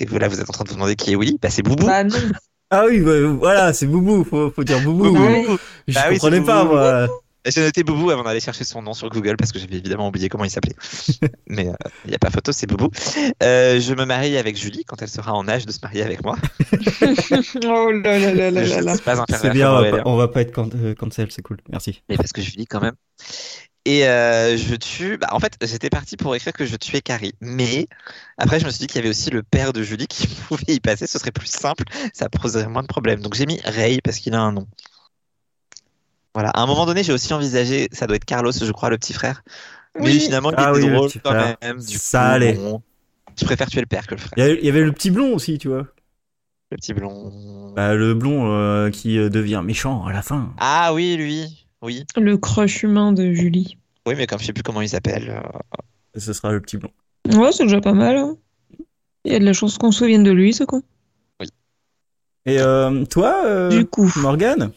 C: Et vous, là, vous êtes en train de vous demander qui est Willy Bah, c'est Boubou.
B: Bah non. [LAUGHS]
A: Ah oui, bah, voilà, c'est Boubou, faut, faut dire Boubou.
C: Boubou.
B: Ouais.
A: Je
C: Bah oui,
A: comprenais
C: c'est
A: pas,
C: Boubou.
A: moi.
C: Et J'ai noté Boubou avant d'aller chercher son nom sur Google parce que j'avais évidemment oublié comment
B: [LAUGHS]
C: il s'appelait. Mais il n'y a pas photo, c'est Boubou. Euh, je me marie avec Julie quand elle sera en âge de se marier avec moi.
B: Oh là là là là
C: je
B: là là.
C: ne suis pas un pervers
A: C'est bien, on va,
C: comme
A: pas,
C: Aurélien,
A: on va pas être can- euh, cancel, c'est cool, merci.
C: mais parce que je lis quand même. Et euh, je tue. Bah, en fait, j'étais parti pour écrire que je tuais Carrie. Mais après, je me suis dit qu'il y avait aussi le père de Julie qui [LAUGHS] pouvait y passer. Ce serait plus simple. Ça poserait moins de problèmes. Donc j'ai mis Ray parce qu'il a un nom. Voilà. À un moment donné, j'ai aussi envisagé. Ça doit être Carlos, je crois, le petit frère. Mais
B: Oui.
C: finalement, il
A: Ah
C: était
A: oui, le
C: drôle
A: petit
C: quand
A: frère.
C: même. Du
A: Ça
C: coup,
A: allait.
C: bon, je préfère tuer le père que le frère.
A: Il y, a- il y avait le petit blond aussi, tu vois.
C: Le petit blond.
A: Bah, le blond euh, qui euh, devient méchant à la fin.
C: Ah oui, lui. Oui.
B: Le crush humain de Julie.
C: Oui, mais comme je sais plus comment il s'appelle. euh,
A: Ce sera le petit blond.
B: Ouais, c'est déjà pas mal. hein. Il y a de la chance qu'on se souvienne de lui, ce con.
A: Et euh, toi, euh,
B: Du coup,
A: Morgane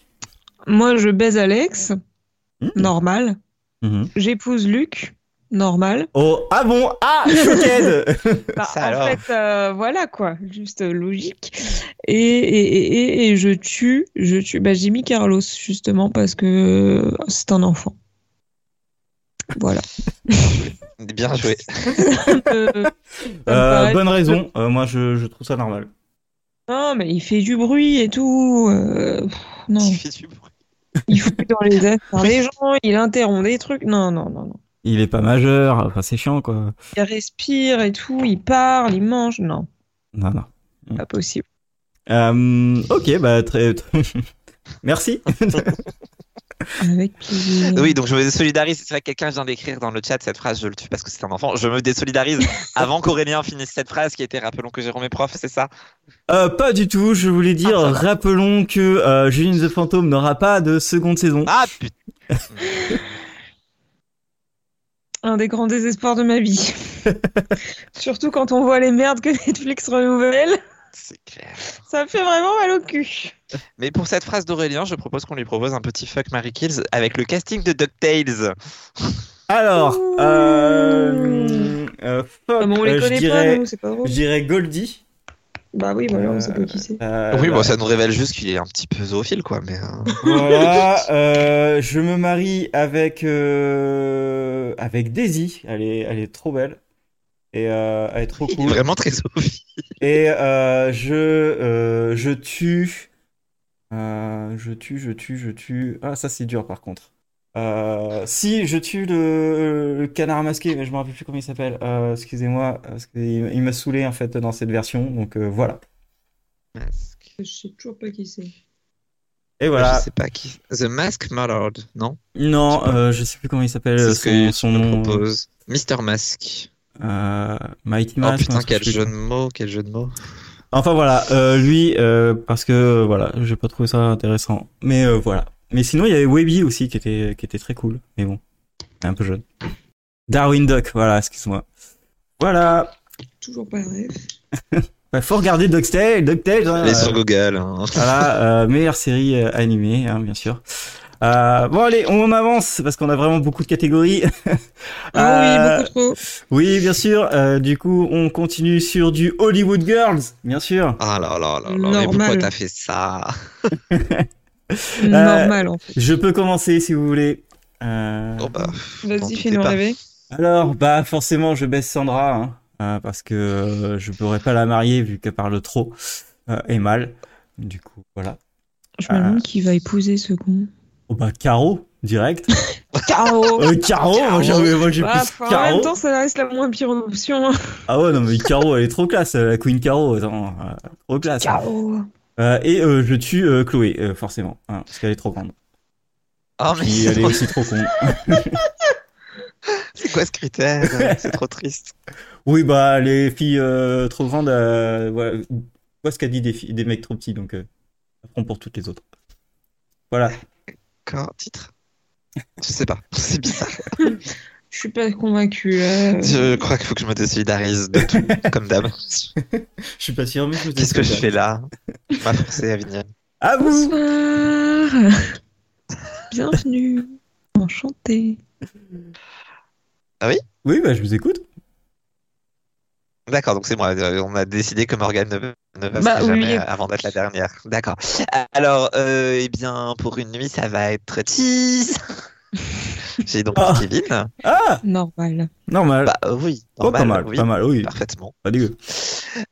B: moi je baise Alex,
A: Hmm.
B: normal.
A: Mhm.
B: J'épouse Luc, normal.
A: Oh, ah bon Ah,
B: [LAUGHS]
A: choquette
B: Bah,
C: Ça
B: en
C: alors.
B: fait, euh, voilà quoi, juste euh, logique. Et, et, et, et, et je tue, je tue. Bah, j'ai mis Carlos justement parce que euh, c'est un enfant. Voilà.
C: Bien joué.
B: Euh,
C: [LAUGHS]
B: ça me
A: Euh,
B: paraît-
A: Bonne raison, Euh, moi je, je trouve ça normal.
B: Non, mais il fait du bruit et tout. euh, pff, non,
C: Il fait du bruit.
B: il fout dans les affaires des gens, il interrompt des trucs. Non, non, non, non.
A: Il est pas majeur, enfin c'est chiant quoi.
B: Il respire et tout, il parle, il mange. Non,
A: Non, non.
B: pas possible.
A: Euh, ok, bah très. très- [LAUGHS] Merci.
B: Avec plaisir.
C: Ah
A: Mm.
C: Oui, donc je me désolidarise. C'est vrai que quelqu'un vient d'écrire dans le chat cette phrase, je le tue parce que c'est un enfant. Je
A: [LAUGHS]
C: me désolidarise avant qu'Aurélien finisse cette phrase qui était rappelons que Jérôme est prof, c'est ça
A: Euh, pas du tout, je voulais dire,
C: Ah, ça va.
A: rappelons que euh, Juline the Phantom n'aura pas de seconde saison.
C: Ah putain
B: un des grands désespoirs de ma vie. [LAUGHS] Surtout quand on voit les merdes que Netflix renouvelle,
C: C'est clair.
B: ça me fait vraiment mal au cul.
A: Euh,
C: Mais pour cette phrase d'Aurélien, je propose qu'on lui propose un petit fuck Mary Kills avec le casting de DuckTales.
A: Alors,
B: Ouh.
A: euh, euh, fuck,
B: Ah, mais on
A: euh,
B: les
A: je
B: connaît pas,
A: dirais,
B: nous, c'est pas drôle.
A: je dirais Goldie.
B: Bah oui, voilà,
A: Euh,
B: on sait pas qui c'est.
A: Euh,
C: oui, bon,
A: bah,
C: ça nous révèle juste qu'il est un petit peu zoophile, quoi.
A: [LAUGHS]
C: Mais euh,
A: Voilà, euh, je me marie avec euh, avec Daisy. Elle est, elle est trop belle et euh, elle est trop
C: il est
A: cool.
C: vraiment très zoophile.
A: Et euh, je euh, je tue, euh, je tue, je tue, je tue. Ah, ça c'est dur par contre. Euh, si je tue le, le canard masqué, mais je me rappelle plus comment il s'appelle. Euh, excusez-moi, parce qu'il il m'a saoulé en fait dans cette version. Donc euh, voilà.
C: Masque.
B: Je sais toujours pas qui c'est.
A: Et voilà.
C: Je sais pas qui. The Mask Mallard, non
A: Non, euh, je sais plus comment il s'appelle
C: C'est
A: euh,
C: ce
A: son,
C: que tu
A: son
C: me
A: nom.
C: proposes. Mister Mask.
A: Euh, Mighty
C: Oh
A: Mask,
C: putain,
A: un truc
C: quel
A: comme ça.
C: jeu de mots, quel jeu de mots.
A: Enfin voilà, euh, lui, euh, parce que euh, voilà, j'ai pas trouvé ça intéressant. Mais euh, voilà. Mais sinon, il y avait Webby aussi qui était, qui était très cool. Mais bon, un peu jeune. Darwin Duck, voilà, excuse-moi. Voilà.
B: Toujours pas rêve.
A: Euh, Bah, faut regarder DuckTales, DuckTales. hein,
C: Les
A: euh,
C: sur Google. hein.
A: voilà, euh, meilleure série euh, animée, hein, bien sûr. Euh, bon allez, on avance parce qu'on a vraiment beaucoup de catégories. [LAUGHS]
B: Ah
A: Euh,
B: oui, beaucoup trop.
A: oui, bien sûr. euh, du coup, on continue sur du Hollywood Girls, bien sûr.
C: Ah là là là là, mais
B: Normal.
C: pourquoi t'as fait ça
A: euh,
B: Normal, en fait.
A: Je peux commencer si vous voulez. Euh,
C: Oh bah, t'en
B: Vas-y,
C: doutais
B: fais-nous
C: pas.
B: rêver.
A: Alors, bah forcément, je baisse Sandra, hein, euh, parce que euh, je pourrais pas la marier vu qu'elle parle trop euh, et mal. Du coup, voilà.
B: Je me
A: Euh.
B: demande qui va épouser ce con.
A: [LAUGHS] Oh bah Caro, direct.
C: [LAUGHS]
B: Caro
A: Euh, Caro, moi j'ai moi,
C: Ah.
A: j'ai
B: Bah,
A: plus
B: enfin, En
A: Caro.
B: même temps, ça reste la moins pire option. hein.
A: Ah ouais, non mais Caro, elle est trop classe, euh, la Queen Caro, attends, euh, trop classe.
B: Caro
A: Euh, et euh, je tue euh, Chloé, euh, forcément, hein,
C: [LAUGHS]
A: parce qu'elle est trop grande.
C: Oh mais
A: Puis
C: c'est
A: elle est
C: drôle.
A: aussi trop con.
C: C'est quoi ce critère [LAUGHS] C'est trop triste.
A: Oui, bah, les filles euh, trop grandes, euh, voilà. Vois ce qu'a dit des, filles- des mecs trop petits, donc euh, ça prend pour toutes les autres. Voilà.
C: Qu'un titre Je sais pas. [LAUGHS] C'est bizarre.
B: Je suis pas convaincue. euh.
C: Je crois qu'il faut que je me désolidarise de [LAUGHS] tout, comme d'hab.
A: Je suis pas sûr, mais je me
C: Qu'est-ce que je fais là On m'a forcé à venir.
A: À vous
B: [LAUGHS] Bonsoir. Bienvenue. Enchanté.
A: Oui, bah, je vous écoute.
C: D'accord, donc c'est moi. Euh, On a décidé que Morgane ne, ne passera
B: Bah oui.
C: jamais euh, avant d'être la dernière. D'accord. Alors, euh, eh bien, pour une nuit, ça va être tease. J'ai donc
A: Ah.
C: Kevin.
A: Ah
B: Normal.
A: Normal.
C: Bah euh, oui,
A: Oh, pas
C: normal,
A: mal,
C: oui,
A: pas mal, oui.
C: parfaitement.
A: Pas dégueu.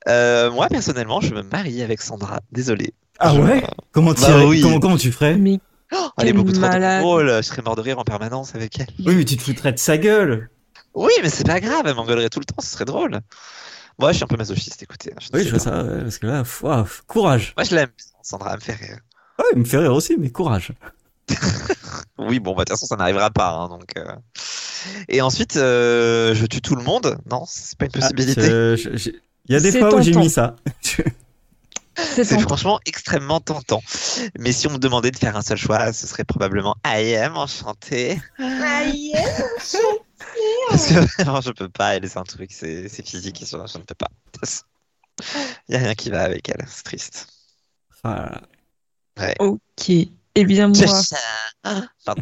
C: Euh, moi, personnellement, je me marie avec Sandra. Désolé.
A: Ah
C: Je-
A: ouais Comment tu,
C: Bah oui.
A: comment, comment tu ferais
B: Mais
C: Oh, elle est
B: Quelle
C: beaucoup trop
B: malade.
C: drôle. Je serais mort de rire en permanence avec elle.
A: Oui, mais tu te foutrais de sa gueule.
C: Oui, mais c'est pas grave. Elle m'engueulerait tout le temps. Ce serait drôle. Moi, je suis un peu masochiste. Écoutez, hein, je ne
A: Oui,
C: sais
A: je vois
C: pas.
A: ça, ouais, parce que là, fou- ah, f- courage.
C: Moi, je l'aime. Sandra elle me fait rire.
A: Ah, il me fait rire aussi, mais courage.
C: Oui, bon, bah, de toute façon, ça n'arrivera pas. hein, donc, euh. Et ensuite, euh, je tue tout le monde. Non, c'est pas une
A: Ah,
C: possibilité.
A: je- je- je- Il y a des
B: C'est
A: fois où j'ai
B: tentant.
A: mis ça.
B: c'est
C: c'est
B: tentant.
C: franchement extrêmement tentant. Mais si on me demandait de faire un seul choix, ce serait probablement I am enchanté. Parce que [LAUGHS] vraiment, je peux pas. Elle, c'est un truc, c'est c'est physique. et ça, Je ne peux pas. [LAUGHS] Il y a rien qui va avec elle. C'est triste.
A: Voilà.
B: Ok. Eh bien
C: Je-
B: moi,
C: Ah, Pardon.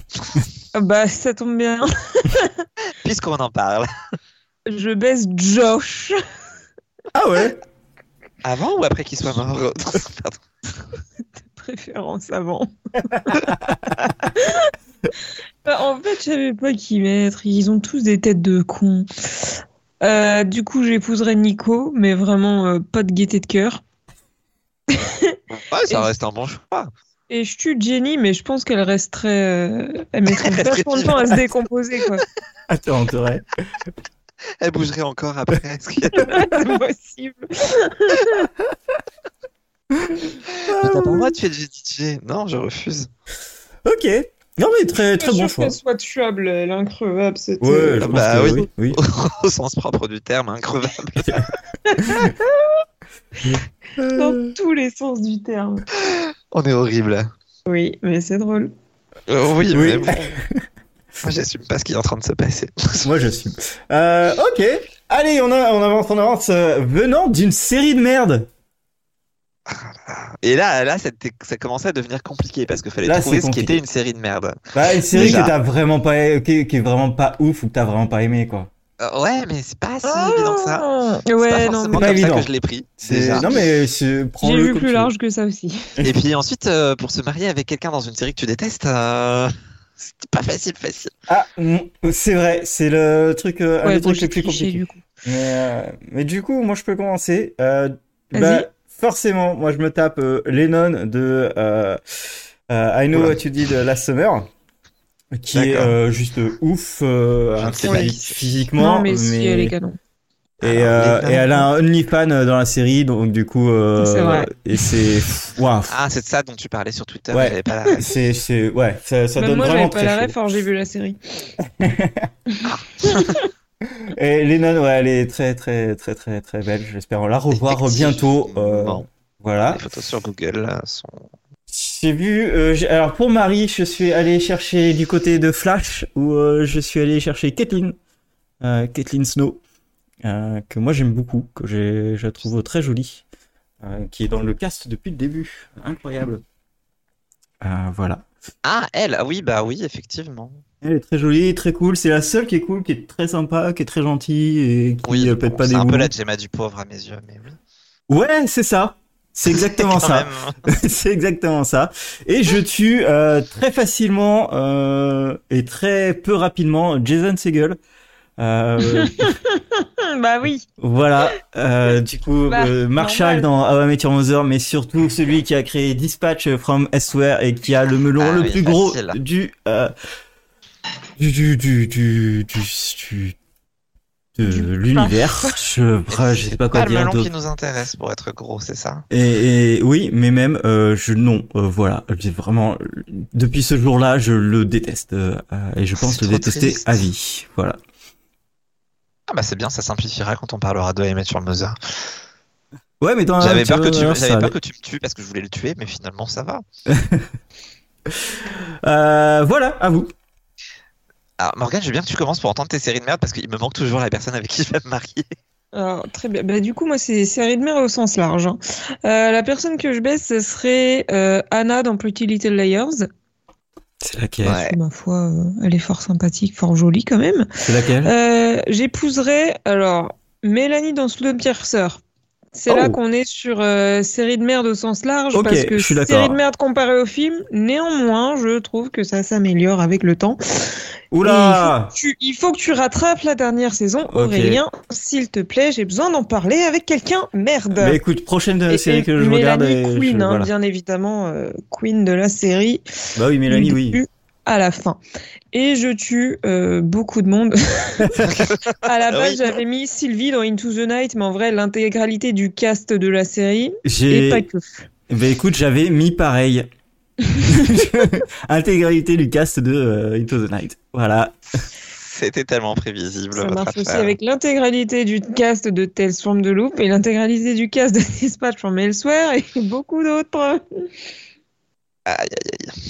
B: ah bah ça tombe bien.
C: Puisqu'on en parle.
B: Je baisse Josh. [LAUGHS]
A: Ah ouais
C: Avant ou après qu'il soit [LAUGHS] mort Pardon.
B: Préférence avant. [LAUGHS] Bah, en fait, je savais pas qui mettre. Ils ont tous des têtes de cons. Euh, du coup, j'épouserai Nico, mais vraiment euh, pas de gaieté de cœur.
C: Ouais, ça
B: Et-
C: reste un bon choix.
B: Et je tue Jenny, mais je pense qu'elle resterait. euh, Elle [LAUGHS] mettrait
C: Elle resterait
B: vachement de temps à se décomposer, quoi.
A: [LAUGHS] Attends, t'aurais.
C: Elle bougerait encore après. ce qui [LAUGHS] est-
B: [LAUGHS] C'est possible.
A: Ah,
C: Mais T'as pas le droit de tuer le DJ. Non, je refuse.
A: Ok. Non, mais très, très bon choix.
B: qu'elle soit tuable, elle est increvable, cette.
A: Ouais,
B: euh,
A: je
C: Ah
A: pense
C: bah
A: que
C: oui.
A: oui. oui.
C: Au sens propre du terme, increvable.
B: [LAUGHS] Dans tous les sens du terme.
C: On est horrible.
B: Oui, mais c'est drôle.
C: Euh, oui,
A: Oui.
C: [LAUGHS] mais bon. Moi, j'assume pas ce qui est en train de se passer. [LAUGHS]
A: Moi, je suis. Euh, ok. Allez, on, a, on avance, on avance. euh, venant d'une série de merde.
C: Et là, là ça, t'est- ça commençait à devenir compliqué parce qu'il fallait
A: Là,
C: trouver
A: c'est
C: ce qui
A: compliqué.
C: était une série de merde.
A: Bah, une série
C: Déjà.
A: que t'as vraiment pas, qui, qui est vraiment pas ouf ou que t'as vraiment pas aimé, quoi.
C: Euh, ouais, mais c'est pas si évident que ça. C'est
B: Ah
C: pas
B: Ouais, non,
A: Pas
B: mais
C: forcément comme ça
A: évident.
C: que je l'ai pris.
A: C'est-
C: Déjà.
A: Non, mais c'est-
B: j'ai
A: prends-le
B: vu
A: comme tu
B: plus
A: veux.
B: large que ça aussi.
C: Et puis ensuite, euh, pour se marier avec quelqu'un dans une série que tu détestes, euh, [LAUGHS] c'était pas facile, facile.
A: Ah, mm, c'est vrai, c'est le truc, euh, un
B: Ouais,
A: des
B: bon,
A: trucs
B: j'ai
A: les plus
B: triché,
A: compliqués.
B: du coup.
A: Mais, euh, mais du coup, moi, je peux commencer. Euh,
B: Vas-y.
A: bah, forcément, moi, je me tape euh, Lennon de euh, euh, I Know
C: Oula.
A: What You Did Last Summer, qui est
C: D'accord.
A: euh, juste euh, ouf euh,
C: Je ne sais
A: physi-
C: pas qui c'est.
A: physiquement.
B: Non, mais si, elle est canon.
A: Et,
C: Alors,
A: euh,
C: Lennon.
A: et elle a un OnlyFan euh, dans la série, donc du coup, euh,
B: C'est vrai.
A: et c'est waouh,
C: Ah, c'est de ça dont tu parlais sur Twitter.
A: Ouais. [LAUGHS]
C: j'avais Pas la...
A: c'est c'est ouais, ça, ça
B: Même
A: donne
B: moi,
A: vraiment
B: j'avais pas
A: très
B: la
A: chaud.
B: ref, alors j'ai vu la série. hein.
A: Et Lennon, ouais, elle est très très très très très belle. J'espère on la revoir bientôt. euh,
C: Effectivement.
A: voilà.
C: Les photos sur Google euh, sont.
A: J'ai vu. euh, j'ai- alors pour Marie, je suis allé chercher du côté de Flash où euh, je suis allé chercher Caitlyn, euh, Caitlyn Snow, euh, que moi j'aime beaucoup, que j'ai- je la trouve très jolie, euh, qui est dans le cast depuis le début. Incroyable. Euh, voilà.
C: Ah, elle, ah oui, bah oui, effectivement.
A: Elle est très jolie, très cool. C'est la seule qui est cool, qui est très sympa, qui est très gentille et qui
C: Oui,
A: euh, pète
C: bon,
A: pas des
C: c'est un peu
A: boulons.
C: la Gemma du pauvre à mes yeux, mais oui.
A: Ouais, c'est ça. C'est exactement
C: [LAUGHS] Quand
A: ça.
C: même. hein.
A: [LAUGHS] c'est exactement ça. Et je tue euh, très facilement euh, et très peu rapidement Jason Segel. Euh,
B: Hum, bah oui.
A: voilà, euh, du coup,
B: Bah,
A: euh, Marshall
B: normal.
A: dans How I Met Your Mother, mais surtout celui qui a créé Dispatch from Elsewhere et qui a le melon
C: Ah
A: le
C: oui,
A: plus gros
C: facile.
A: du, euh, du du du du du du- de l'univers. Je, Oh, je sais pas quoi
C: Pas le
A: dire.
C: melon
A: d'autre.
C: qui nous intéresse pour être gros, c'est ça
A: Et, et oui, mais même euh, je non, euh, voilà, j'ai vraiment depuis ce jour-là, je le déteste euh, euh, et je pense
C: C'est
A: le
C: trop
A: détester
C: triste.
A: à vie, voilà.
C: bah c'est bien, ça simplifiera quand on parlera de I sur Mother.
A: Ouais, mais dans
C: J'avais peur, que
A: veux-
C: tu,
A: alors,
C: j'avais
A: ça
C: peur que tu me tues parce que je voulais le tuer, mais finalement ça va.
A: allait. Euh, voilà, à vous.
C: Alors Morgane, je veux bien que tu commences pour entendre tes séries de merde parce qu'il me manque toujours la personne avec qui je vais me marier.
B: Alors, très bien. Bah, du coup, moi, c'est série de merde au sens large. hein. Euh, la personne que je baisse, ce serait euh, Anna dans Pretty Little Liars.
A: C'est laquelle
B: Ma foi, euh, elle est fort sympathique, fort jolie quand même.
A: C'est laquelle
B: Euh, J'épouserais, alors, Mélanie dans Snowpiercer. C'est
A: Oh.
B: là qu'on est sur euh, série de merde au sens large,
A: Ok,
B: parce que
A: je suis d'accord.
B: série de merde comparée au film, néanmoins, je trouve que ça s'améliore avec le temps.
A: Oula
B: Tu- il faut que tu rattrapes la dernière saison,
A: Ok.
B: Aurélien, s'il te plaît, j'ai besoin d'en parler avec quelqu'un, merde
A: Mais écoute, prochaine
B: Et-
A: série
B: et
A: que je regarde.
B: Mélanie
A: et je-
B: Queen, hein,
A: voilà.
B: bien évidemment, euh, Queen de la série,
A: Bah oui, Mélanie,
B: du
A: oui.
B: début à la fin. Et je tue euh, beaucoup de
C: [LAUGHS]
B: monde. à la
C: Ah
B: base,
C: oui.
B: j'avais mis Sylvie dans Into the Night, mais en vrai, l'intégralité du cast de la série, et, pas
A: J'ai.
B: que.
A: Bah écoute, j'avais mis
B: [LAUGHS]
A: pareil. [LAUGHS] Intégralité du cast de euh, Into the Night. Voilà.
C: C'était tellement prévisible.
B: Ça
C: votre
B: marche aussi
C: affaire.
B: avec l'intégralité du cast de Tales from the Loop et l'intégralité du cast de [LAUGHS] Dispatch from Elsewhere et beaucoup d'autres.
C: Aïe, aïe, aïe.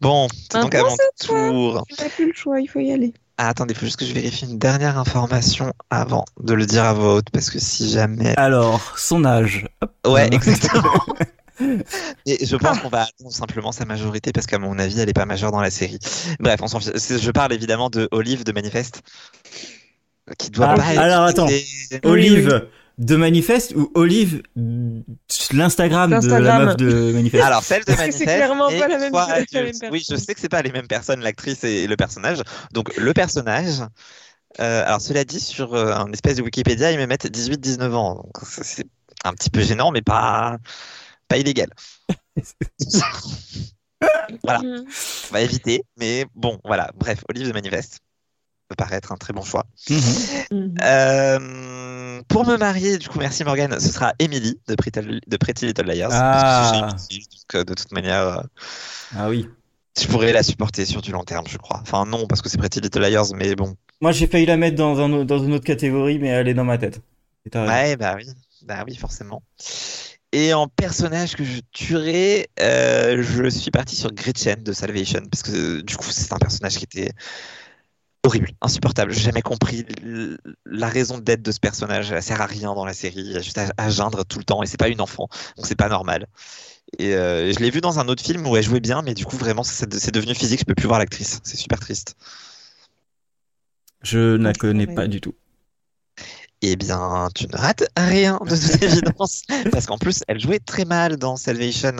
C: Bon, c'est
B: Un
C: donc
B: point,
C: avant
B: cette fois.
C: tour.
B: Tu n'as plus le choix, il faut y aller.
C: Ah, attendez, faut juste que je vérifie une dernière information avant de le dire à voix haute parce que si jamais.
A: Alors, son âge. Hop. Euh,
C: Ouais,
A: [LAUGHS]
C: exactement. Et je pense qu'on va attendre simplement sa majorité parce qu'à mon avis, elle est pas majeure dans la série. Bref, on s'en fiche. C'est- Je parle évidemment de Olive de Manifeste, qui doit
A: Ah,
C: pas être-
A: alors, attends.
B: Oui,
A: Olive de Manifeste ou Olive de- l'Instagram de la
B: L'Instagram.
A: meuf de Manifeste
C: [LAUGHS] Alors, celle de
B: Parce que
C: Manifeste.
B: c'est clairement
C: et
B: pas la même-
C: toi,
B: la même
C: adulte. Oui, je
B: personne.
C: sais que c'est pas les mêmes personnes, l'actrice et le personnage. Donc, le personnage. euh, alors, cela dit, sur euh, un espèce de Wikipédia, ils me mettent 18-19 ans. Donc, ça, c'est un petit peu gênant, mais pas, pas illégal. Voilà.
B: Mm.
C: On va éviter, mais bon, voilà. Bref, Olive de Manifeste peut paraître un très bon choix.
A: Mhm.
B: Mm.
C: Euh, pour me marier, du coup, merci Morgane, ce sera Emily de Pretty, de Pretty Little Liars.
A: Ah.
C: Parce que j'ai une fille, donc, euh, de toute manière, euh,
A: Ah oui.
C: Je pourrais la supporter sur du long terme, je crois. Enfin, non, parce que c'est Pretty Little Liars, mais bon.
A: Moi, j'ai failli la mettre dans, un, au- dans une autre catégorie, mais elle est dans ma tête. Et t'as raison.
C: Ouais, bah oui. Bah oui, forcément. Et en personnage que je tuerais, euh, je suis parti sur Gretchen de Salvation, parce que euh, du coup, c'est un personnage qui était horrible, insupportable. J'ai jamais compris l- la raison d'être de ce personnage. Elle sert à rien dans la série, elle a juste à, à geindre tout le temps, et c'est pas une enfant, donc c'est pas normal. Et euh, je l'ai vu dans un autre film où elle jouait bien, mais du coup, vraiment, c'est c'est devenu physique, je peux plus voir l'actrice. C'est super triste.
A: Je ne la connais
B: Ouais.
A: pas du tout.
C: Eh bien, tu ne rates rien de
A: [LAUGHS]
C: toute évidence, parce qu'en plus, elle jouait très mal dans Salvation.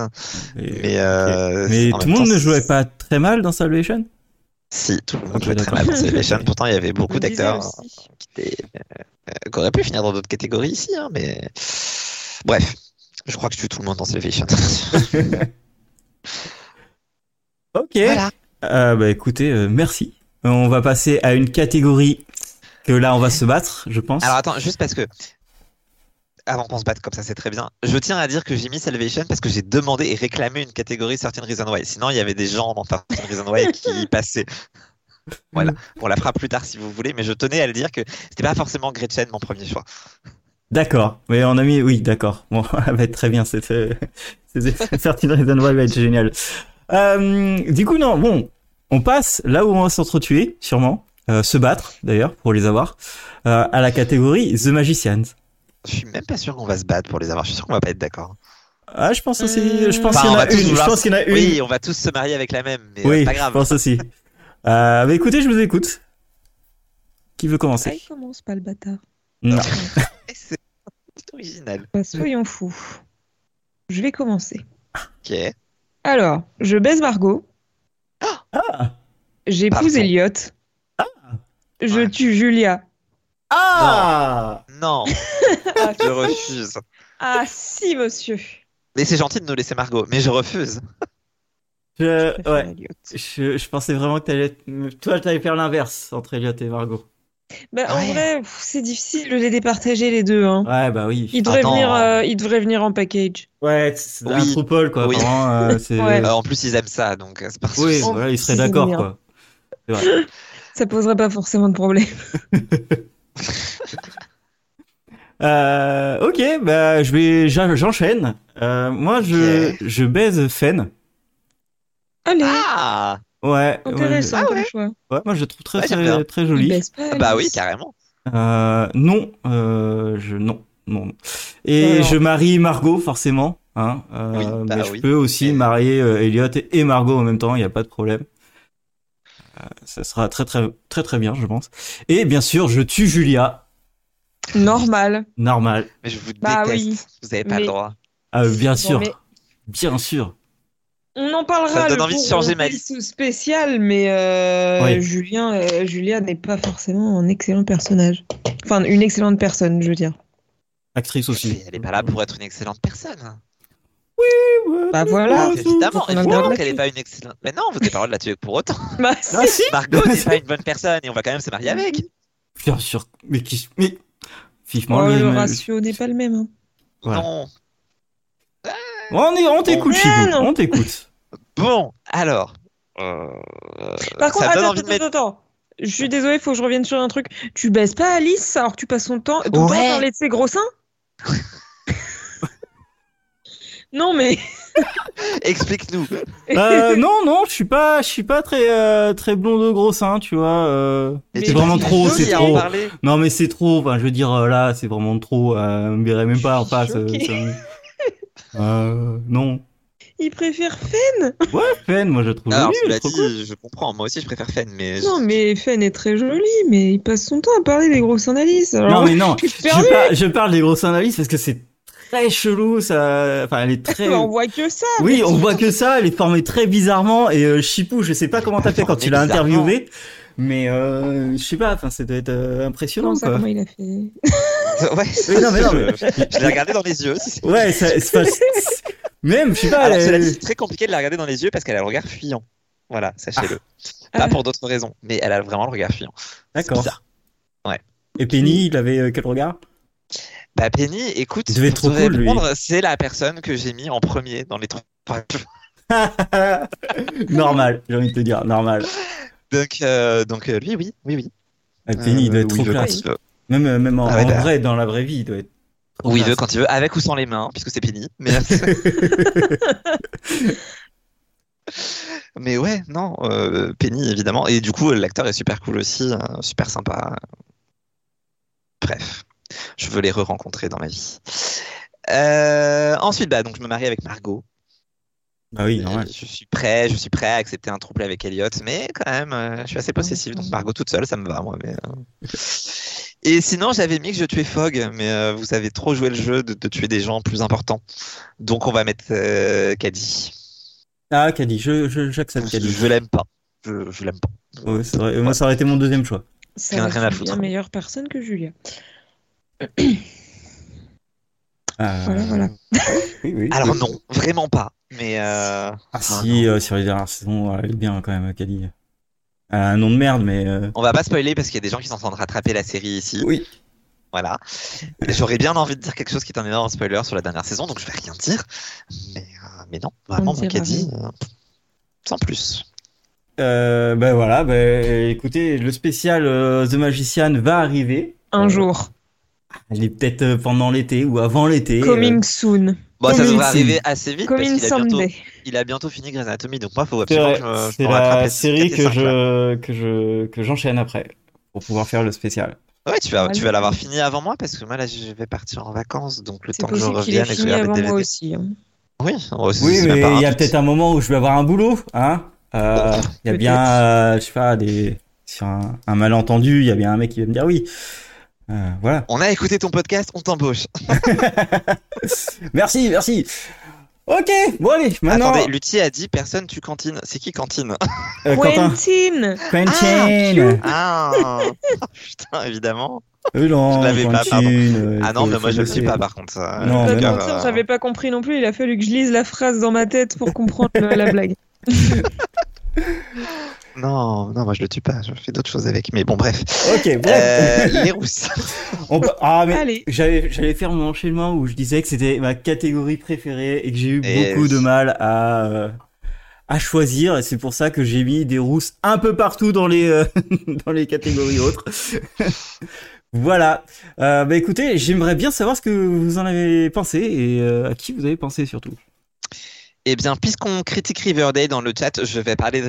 A: Et-
C: Mais, euh,
A: Mais
C: en
A: tout le
C: même
A: monde
C: temps,
A: ne jouait pas très mal dans Salvation
C: Si, tout le monde
A: Ok,
C: jouait très
A: d'accord.
C: mal dans
A: [LAUGHS]
C: Salvation. Pourtant, il y avait
B: Je
C: beaucoup
B: le disais
C: d'acteurs
B: aussi.
C: qui, étaient- euh, qui auraient pu finir dans d'autres catégories ici, hein, mais bref, je crois que je tue tout le monde dans Salvation.
A: Ok.
C: [LAUGHS] Voilà.
A: Euh, bah écoutez, euh, merci. Euh, On va passer à une catégorie que là, on va se battre, je pense.
C: Alors attends, juste parce que. Avant qu'on se batte comme ça, c'est très bien. Je tiens à dire que j'ai mis Salvation parce que j'ai demandé et réclamé une catégorie Certain Reason Why. Sinon, il y avait des gens dans Certain Reason Why qui passaient. Voilà, on la fera plus tard si vous voulez, mais je tenais à le dire que c'était pas forcément Gretchen mon premier choix.
A: D'accord. Mais on a mis, oui, d'accord. Bon, [LAUGHS] elle va être très bien. Cette, euh, [LAUGHS] cette Certain Reason Why va être génial. Euh, du coup, non, bon, on passe là où on va s'entretuer, sûrement. Euh, se battre, d'ailleurs, pour les avoir. euh, à la catégorie The Magicians.
C: Je suis même pas sûr qu'on va se battre pour les avoir. Je suis sûr qu'on va pas être d'accord.
A: Ah, je pense aussi, je pense
C: Enfin,
A: qu'il y en
C: on
A: a
C: va tous
A: une. Je
C: vouloir-
A: pense qu'il y en a une.
C: Oui, on va tous se marier avec la même, mais euh,
A: oui,
C: pas
A: je
C: grave.
A: pense aussi. Euh, bah écoutez, je vous écoute. Qui veut
B: Ah, il
A: commencer
B: commence pas le bâtard.
A: Non.
C: C'est [LAUGHS] original.
B: Bah, soyons fous. Je vais commencer.
C: Ok.
B: Alors, je baise Margot.
A: Ah
B: J'épouse
C: Parfait.
B: Elliot. Je
C: Ah. Ouais.
B: tue
C: [LAUGHS]
B: Julia.
A: Ah
C: Non,
B: Ah,
C: je refuse.
B: ah, si, monsieur.
C: Mais c'est gentil de nous laisser Margot, mais je refuse.
A: je,
B: Je préfère [LAUGHS]
A: ouais,
B: Elliot.
A: je, je pensais vraiment que t'allais. Toi, t'allais faire l'inverse entre Elliot et Margot.
B: Bah,
C: Ouais.
B: En vrai, pff, c'est difficile de les départager les deux. Hein.
A: Ouais, bah oui.
B: Ils, devraient
C: Attends.
B: venir, euh, ils devraient venir en package.
A: Ouais, c'est
C: Oui.
A: un troupole, quoi.
C: Oui.
A: Vraiment, euh, c'est.
B: Ouais.
C: Euh, en plus, ils aiment ça, donc euh, c'est pas
A: Oui,
B: On-
A: voilà, ils seraient
B: c'est
A: d'accord,
B: bien.
A: quoi. C'est vrai.
B: Ça poserait pas forcément de problème.
A: Euh, ok, bah je vais, j'en- j'enchaîne. Euh, moi, je, je baise Fen.
B: [LAUGHS] Allez,
C: Ah
A: Ouais. ouais, je-
B: intéressant
C: Ah
B: comme
C: ouais.
B: choix.
A: ouais, moi je le trouve très
C: Ouais, j'aime
A: très,
C: bien.
A: très
B: Il
A: joli.
B: baisse pas,
C: Bah
B: Ah, Alice.
C: oui, carrément.
A: Euh, non, euh, je non, non. non. Et
B: Alors.
A: je marie Margot forcément. Hein, euh,
C: Oui, bah
A: mais je
C: oui.
A: peux aussi
C: Et-
A: marier euh, Elliot et, et Margot en même temps, il n'y a pas de problème. Euh, ça sera très très très très bien, je pense. Et bien sûr, je tue Julia.
B: Normal.
A: Normal.
C: Mais je vous
B: Bah
C: déteste.
B: oui.
C: Vous avez pas
B: Mais-
C: le droit.
A: Euh, bien
B: Non,
A: sûr,
B: mais-
A: bien sûr.
B: On en parlera.
C: Ça me donne
B: le
C: envie de
B: jour
C: changer
B: où on
C: ma
B: fait ce spécial, mais euh,
A: Oui.
B: Julien, euh, Julia n'est pas forcément un excellent personnage. Enfin, une excellente personne, je veux dire. [LAUGHS]
A: Actrice aussi.
C: Elle est pas là pour être une excellente personne.
B: Bah voilà. Ah,
C: Donc, évidemment,
B: on a le droit
C: évidemment
B: de
C: qu'elle
B: la
C: est pas une excellente. Mais non, vous n'avez pas le droit de la tuer
B: [LAUGHS]
C: pour autant.
B: Bah, si.
A: Ah si.
C: Margot n'est pas une bonne personne et on va quand même se marier avec.
A: Bien sûr. Mais qui mais Fichement,
B: Oh,
A: lui,
B: le
A: mais-
B: ratio n'est pas le même. hein.
A: Voilà.
C: Non.
A: On est, on t'écoute,
B: Bon.
C: Oh,
A: Chibou.
B: Non.
A: On
C: [LAUGHS]
A: t'écoute.
C: Bon, alors. euh,
B: Par contre,
C: ça me donne
B: attends,
C: envie de
B: attends,
C: mettre.
B: attends, attends. Je suis désolée, il faut que je revienne sur un truc. Tu baisses pas Alice alors que tu passes ton temps, ton temps
C: Ouais.
B: à parler de ses gros
C: [LAUGHS]
B: seins Non, mais.
C: Explique-nous.
A: Euh, non, non, je suis pas, je suis pas très, euh, très blond de gros seins, tu vois. euh.
C: Mais
A: C'est vraiment
C: tu
A: trop,
C: peux
A: c'est
C: y en
A: trop.
C: parler.
A: Non, mais c'est trop. Enfin, je veux dire, euh, là, c'est vraiment trop. Euh, on verrait même pas.
B: Je suis
A: Enfin, ça-
B: choquée.
A: ça- Euh, non.
B: Il préfère Fen.
A: Ouais, peine, moi, je trouve.
C: Alors,
A: joli,
C: tu
A: je
C: l'as
A: trouve
C: dit,
A: cool.
C: je comprends. Moi aussi, je préfère Fen, mais.
B: Non, mais Fen est très jolie, mais il passe son temps à parler des gros seins d'Alice.
A: Non,
B: Alors,
A: mais
B: [LAUGHS]
A: non.
B: je suis
A: Je,
B: perdue.
A: par- je parle des gros seins d'Alice parce que c'est très chelou. Ça, enfin, elle est très.
B: [LAUGHS] On voit que ça.
A: Oui,
B: mais-
A: on voit que ça, elle est formée très bizarrement et euh, Chipou, je sais pas comment t'as fait quand tu l'as
C: Formée
A: interviewé, mais euh, je sais pas, enfin ça doit être euh, impressionnant
B: Non, ça,
A: quoi.
B: comment il a fait
C: [LAUGHS] Ouais,
A: Oui, non, mais non,
C: [LAUGHS]
A: mais-
C: je, je l'ai regardé dans les yeux. c'est-
A: Ouais, ça, c'est pas- c'est- même je sais pas.
C: Alors,
A: elle-
C: cela dit, c'est très compliqué de la regarder dans les yeux parce qu'elle a le regard fuyant. Voilà, sachez-le.
B: Ah.
C: Pas
B: Ah.
C: pour d'autres raisons, mais elle a vraiment le regard fuyant.
A: D'accord.
C: bizarre. Ouais.
A: Et Penny, il avait euh, quel regard
C: Bah, Penny, écoute,
A: Il devait être
C: pour te
A: trop cool, lui.
C: répondre, c'est la personne que j'ai mis en premier dans les trois. [LAUGHS]
A: Normal, j'ai envie de te dire, normal.
C: Donc, euh, donc euh, lui, oui, oui, oui.
A: Ah, Penny, il doit
C: Euh,
A: être
C: où
A: trop
C: veut quand
A: classe.
C: il veut.
A: Même, euh, même en,
C: Ah ouais,
A: en
C: bah.
A: vrai, dans la vraie vie, il doit être. trop
C: Où il
A: classe.
C: veut quand il veut, avec ou sans les mains, puisque c'est Penny. Mais, mais ouais, non, euh, Penny, évidemment. Et du coup, l'acteur est super cool aussi, hein, super sympa. Bref, je veux les re-rencontrer dans ma vie. Euh, ensuite, bah, donc, je me marie avec Margot. Euh,
A: Bah oui, normal.
C: Je suis prêt, je suis prêt à accepter un trouble avec Elliot, mais quand même, euh, je suis assez
B: Ah,
C: possessif. Donc Margot toute seule, ça me va, moi. Mais, euh. Et sinon, j'avais mis que je tuais Fogg, mais euh, vous avez trop joué le jeu de, de tuer des gens plus importants. Donc on va mettre euh, Caddy.
A: Ah, Caddy, je, je, j'accepte
C: Je,
A: Caddy.
C: je l'aime pas. Je, je l'aime pas.
A: Ouais, c'est vrai. Moi, ça aurait été mon deuxième choix.
B: Ça
C: Rien-
B: reste
C: rien à
B: une bien
C: foutre.
B: meilleure personne que Julia.
A: Euh,
B: Voilà, voilà.
A: oui, oui.
C: Alors non, vraiment pas. Mais euh,
A: Ah si, euh, sur les dernières saisons, elle est bien quand même, Kali. Elle a un nom de merde, mais... euh,
C: on va pas spoiler parce qu'il y a des gens qui sont en train de rattraper la série ici.
A: Oui.
C: Voilà. J'aurais bien envie de dire quelque chose qui est un énorme spoiler sur la dernière saison, donc je vais rien dire. Mais, euh, mais non, vraiment,
B: On ne
C: mon
B: dira
C: caddie, euh, sans plus.
A: Euh, ben voilà, ben, écoutez, le spécial euh, The Magician va arriver.
B: Un
A: Euh,
B: jour.
A: Il est peut-être euh, pendant l'été ou avant l'été.
B: Coming
A: euh,
B: soon.
C: Bon, Bah, ça
A: Coming
C: devrait
A: soon.
C: arriver assez vite
B: Coming
C: parce qu'il a bientôt,
B: someday.
C: il a bientôt fini Grey's Anatomy, donc moi, faut
A: Euh, c'est
C: absolument que je me-
A: la-
C: je
A: c'est
C: me rattrape
A: la
C: les
A: série
C: quatre et
A: que
C: cinq, là.
A: je que je que j'enchaîne après pour pouvoir faire le spécial.
C: Ouais, tu vas, tu
B: Allez.
C: vas l'avoir fini avant moi parce que moi, là, je vais partir en vacances, donc le
B: C'est
C: temps que je
B: possible qu'il
C: revienne
B: ait
C: et que je
B: fini
C: regarde les
B: avant moi
C: DVD.
B: aussi. hein.
C: Oui, oh, c'est-
A: Oui,
C: c'est
A: mais
C: même pas
A: il y
C: un
A: a
C: doute.
A: peut-être un moment où je vais avoir un boulot, hein. Euh, Il y a
B: Peut-être.
A: bien, euh, je sais pas, des sur un, un malentendu, il y a bien un mec qui va me dire oui. Euh, voilà.
C: On a écouté ton podcast, on t'embauche.
A: Merci, merci. Ok, bon allez, maintenant.
C: Attendez, Lutti a dit personne tu cantine. C'est qui
A: [LAUGHS]
C: cantine
A: Euh, Quentin.
B: Quentin
A: Quentin.
C: Ah Putain, évidemment.
A: Euh, non,
C: Je l'avais pas,
A: Quentin,
C: pardon.
A: euh,
C: Ah non,
A: faut-
C: mais moi
A: faut
C: je le
A: bosser.
C: sais pas par contre. euh,
B: Ah,
A: Non,
C: le
A: mais
C: cœur,
A: non.
C: euh,
B: J'avais pas compris non plus, il a fallu que je lise la phrase dans ma tête pour comprendre le- la blague.
C: non, non, moi je le tue pas, je fais d'autres choses avec. Mais bon, bref.
A: Ok, bon.
C: Euh, les rousses.
A: On peut- Ah, mais
B: Allez.
A: j'allais, j'allais faire mon enchaînement où je disais que c'était ma catégorie préférée et que j'ai eu
C: Et
A: beaucoup
C: Eh oui.
A: de mal à, euh, à choisir. Et c'est pour ça que [LAUGHS] j'ai mis des rousses un peu partout dans les, euh, dans les catégories autres. [LAUGHS] Voilà. Euh, bah écoutez, j'aimerais bien savoir ce que vous en avez pensé et euh, à qui vous avez pensé surtout.
C: Eh bien, puisqu'on critique Riverdale dans le chat, je vais parler de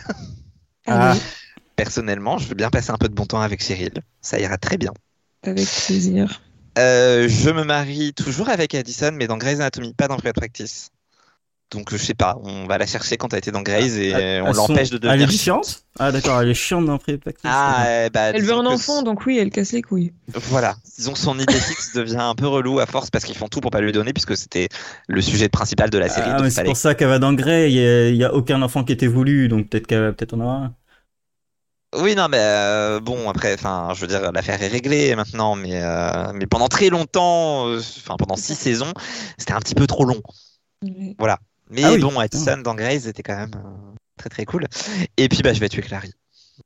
B: [LAUGHS]
C: [LAUGHS]
A: Ah.
B: Ah, oui,
C: Personnellement, je veux bien passer un peu de bon temps avec Cyril. Ça ira très bien.
B: avec plaisir.
C: Euh, je me marie toujours avec Addison, mais dans Grey's Anatomy, pas dans Private Practice. Donc, je sais pas, on va la chercher quand elle était dans Grey's et euh, on
A: Elles sont-
C: l'empêche de
A: Elle est
C: devenir.
A: chiante Ah d'accord, elle est chiante dans Pré
C: Ah, euh, bah,
B: Elle veut
C: disons
B: un
C: que
B: enfant, donc oui, elle casse les couilles.
C: Voilà, disons que son idée fixe devient un peu relou à force parce qu'ils font tout pour pas lui donner puisque c'était le sujet principal de la série.
A: Ah,
C: donc
A: mais c'est
C: fallait-
A: pour ça qu'elle va dans Grey, il y a- il y a, aucun enfant qui était voulu, donc peut-être qu'elle va peut-être en avoir un.
C: Oui, non, mais euh, bon, après, enfin, je veux dire, l'affaire est réglée maintenant, mais, euh, mais pendant très longtemps, euh, enfin, pendant six saisons, c'était un petit peu trop long.
B: Ouais.
C: Mais
A: Ah oui,
C: bon, Addison dans Grey's était quand même euh, très très cool. Et puis, bah, je vais tuer Clary.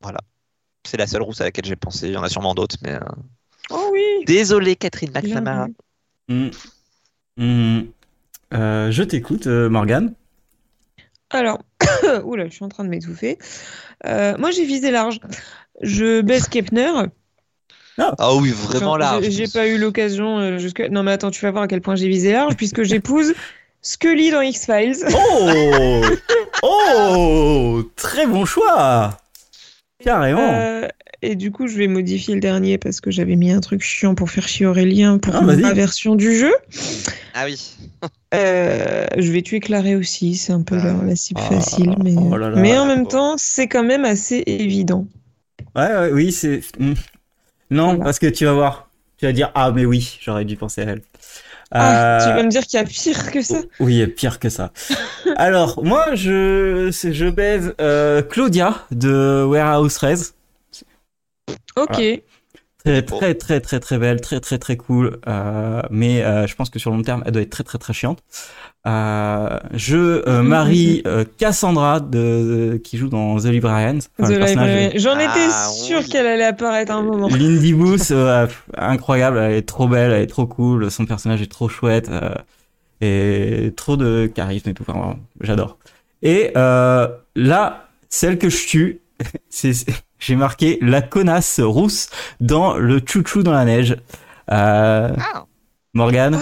C: Voilà. C'est la seule rousse à laquelle j'ai pensé. Il y en a sûrement d'autres, mais. euh,
B: Oh oui
C: Désolé, Catherine
B: bien
C: McNamara.
A: Hmm.
B: vu.
A: Hmm. Euh, je t'écoute, euh, Morgane.
B: Alors, [COUGHS] oula, je suis en train de m'étouffer. Euh, moi, j'ai visé large. Je baisse Kepner.
C: Ah oui, vraiment
B: Genre,
C: là.
B: j'ai- J'ai pas eu l'occasion euh, jusque. Non, mais attends, tu vas voir à quel point j'ai visé large, puisque j'épouse [LAUGHS] Scully dans X-Files.
A: Oh [LAUGHS] Oh Très bon choix Carrément
B: Euh, et du coup, je vais modifier le dernier parce que j'avais mis un truc chiant pour faire chier Aurélien pour
A: Ah, vas-y.
B: ma version du jeu.
C: Ah oui.
B: Euh, je vais tuer Claré aussi, c'est un peu
C: Ah,
B: la, la cible
A: ah,
B: facile, mais,
A: oh là là.
B: mais en même temps, c'est quand même assez évident.
A: Ouais, ouais, oui, c'est. hmm. Non,
B: Voilà.
A: parce que tu vas voir. Tu vas dire, ah, mais oui, j'aurais dû penser à elle.
B: Ah, tu
A: Euh, oh,
B: vas me dire qu'il y a pire que ça
A: Oui, il y a pire que ça. Alors, moi, je, c'est- je baise euh, Claudia de Warehouse Rez.
B: Ok.
A: Très, très, très, très, très belle, très, très, très cool. Euh, mais euh, je pense que sur le long terme, elle doit être très, très, très chiante. Euh, je euh, marie euh, Cassandra de, qui joue dans The Librarians. Enfin,
B: The
A: le personnage
B: Librarian. J'en
C: Ah,
B: étais sûr
C: oui.
B: qu'elle allait apparaître à un
C: [LAUGHS]
B: moment.
A: Lindy Booth, euh, pff, incroyable, elle est trop belle, elle est trop cool, son personnage est trop chouette, euh, et trop de charisme et tout, enfin, vraiment, j'adore. Et euh, là, celle que je tue, [LAUGHS] c'est, c'est- j'ai marqué la connasse rousse dans le chouchou dans la neige. Euh,
C: Ah.
A: Morgane,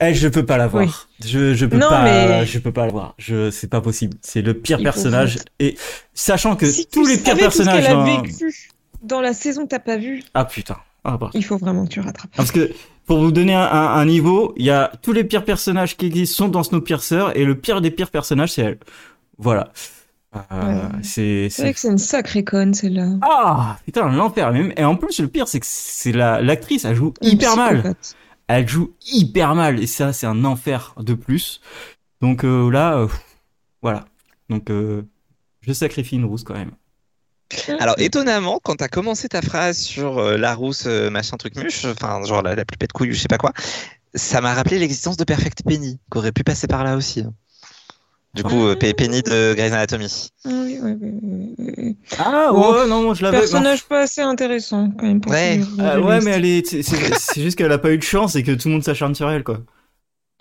B: Ah
A: eh, je peux pas la voir. Je, je peux
B: Non,
A: pas,
B: mais-
A: je peux pas la voir. Je, c'est pas possible. C'est le pire
B: Il faut
A: personnage. Et sachant que
B: Si tu
A: tous les pires
B: savais tout ce
A: personnages, hein.
B: qu'elle a
A: dans-
B: vécu dans la saison que t'as pas vue,
A: ah putain, ah bah.
B: il faut vraiment que tu rattrapes.
A: Parce que pour vous donner un, un- un niveau, il y a tous les pires personnages qui existent sont dans Snowpiercer et le pire des pires personnages c'est elle. Voilà. Euh,
B: Ouais.
A: c'est-
B: C'est vrai
A: C'est
B: que c'est une sacrée conne celle-là.
A: ah putain l'enfer même. Et en plus le pire c'est que c'est la l'actrice elle joue hyper mal.
B: Psychopathe.
A: Elle joue hyper mal et ça c'est un enfer de plus. Donc euh, là euh, voilà. Donc euh, je sacrifie une rousse quand même.
C: Alors, étonnamment, quand t'as commencé ta phrase sur euh, la rousse, euh, machin, truc muche, enfin, genre la, la plus pète couille, ou je sais pas quoi, ça m'a rappelé l'existence de Perfect Penny, qui aurait pu passer par là aussi. hein. Du coup, euh, Pe- Penny de Grey's Anatomy.
B: Ah oui, ouais, ouais, ouais, ouais, ouais.
A: Ah
B: Oh,
A: ouais non moi, je l'avais. non.
B: Personnage pas assez intéressant quand même. Pour
C: Ouais.
B: finir.
A: Euh, ouais, mais elle est. c'est- C'est c'est juste qu'elle a pas eu de chance et que tout le monde s'acharne sur elle, quoi.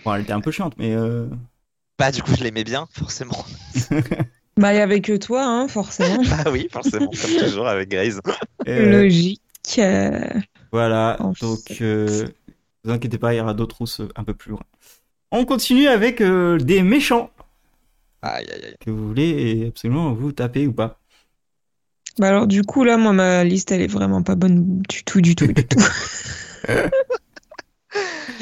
A: Bon, elle était un peu chiante, mais. Euh...
C: Bah, du coup, je l'aimais bien, forcément. [LAUGHS]
B: Bah, il y avait que toi, hein, forcément.
C: Bah oui, forcément, comme toujours avec Grey's.
A: [LAUGHS] euh,
B: Logique. euh,
A: Voilà,
B: En
A: donc.
B: fait.
A: Euh... Vous inquiétez pas, il y aura d'autres rousses un peu plus loin. On continue avec euh, des méchants
C: Aïe, aïe, aïe.
A: que vous voulez absolument vous taper ou pas.
B: Bah alors du coup là, moi ma liste elle est vraiment pas bonne du tout, du tout, du tout. [LAUGHS]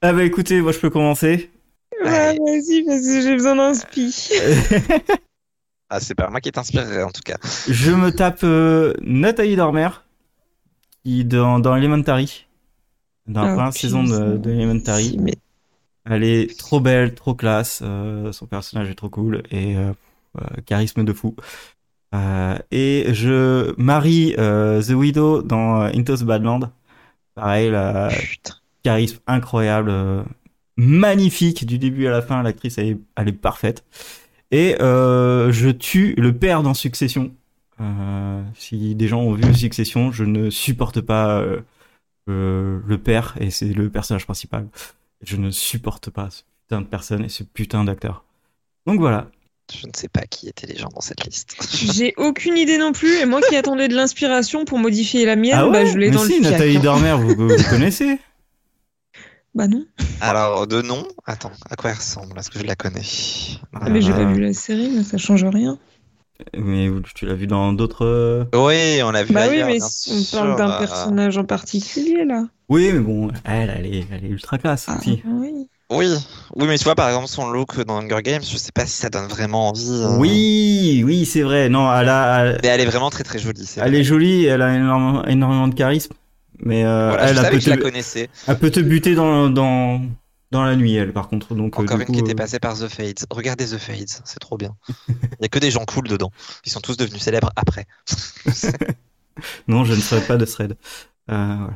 A: Ah bah écoutez, moi je peux commencer. [LAUGHS]
B: Ouais, vas-y, vas-y, j'ai besoin d'un spi.
C: Ah, c'est pas moi qui t'inspirerai, en tout cas.
A: Je me tape euh, Nathalie Dormer, qui dans, dans Elementary. Dans la
B: Ah,
A: première
B: puis,
A: saison de,
B: ça-
A: de Elementary.
B: Si, mais
A: Elle est trop belle, trop classe, euh, son personnage est trop cool et euh, euh, charisme de fou. Euh, et je marie euh, The Widow dans euh, Into the Badland. Pareil, euh, la
B: putain.
A: charisme incroyable, euh, magnifique du début à la fin, l'actrice elle, est- elle est parfaite. Et euh, je tue le père dans Succession. Euh, si des gens ont vu Succession, je ne supporte pas euh, euh, le père et c'est le personnage principal. Je ne supporte pas ce putain de personne et ce putain d'acteur. Donc voilà,
C: Je ne sais pas qui étaient les gens dans cette liste.
B: [LAUGHS] J'ai aucune idée non plus. Et moi qui attendais de l'inspiration pour modifier la mienne,
A: Ah ouais
B: bah, je l'ai
A: Mais
B: dans
A: si,
B: le fiac,
A: Nathalie
B: hein.
A: Dormer, vous, vous
B: [LAUGHS]
A: connaissez
B: Bah non.
C: Alors, de nom, attends, à quoi elle ressemble Est-ce que je la connais Euh,
B: mais j'ai
A: Ah.
B: pas vu la série, mais ça change rien.
A: Mais vous- tu l'as vu dans d'autres. euh,
C: Oui, on l'a vu.
B: Bah oui,
C: ailleurs,
B: mais
C: bien
B: on
C: hein, sûr,
B: parle d'un
C: euh,
B: personnage en particulier là.
A: Oui, mais bon, elle, elle est, elle est ultra classe
B: Ah,
A: aussi.
B: oui.
C: Oui, oui, mais tu vois, par exemple, son look dans Hunger Games, je sais pas si ça donne vraiment envie. euh,
A: Oui, oui, c'est vrai. Non, elle, a- elle-
C: Mais elle est vraiment très très jolie. c'est
A: elle
C: vrai.
A: est jolie, elle a énormément, énormément de charisme. Mais euh,
C: Voilà, je
A: elle, a
C: savais
A: peut
C: que je la
A: te,
C: connaissais.
A: elle peut te buter dans, dans, dans la nuit, elle, par contre. Donc, euh,
C: Encore
A: du
C: une qui
A: coup,
C: était
A: euh,
C: passée par The Fades. Regardez The Fades, c'est
A: [LAUGHS]
C: trop bien. Il y a que des gens cool dedans. Ils sont tous devenus célèbres après.
A: euh, Non, je ne serais pas de thread. Euh, voilà.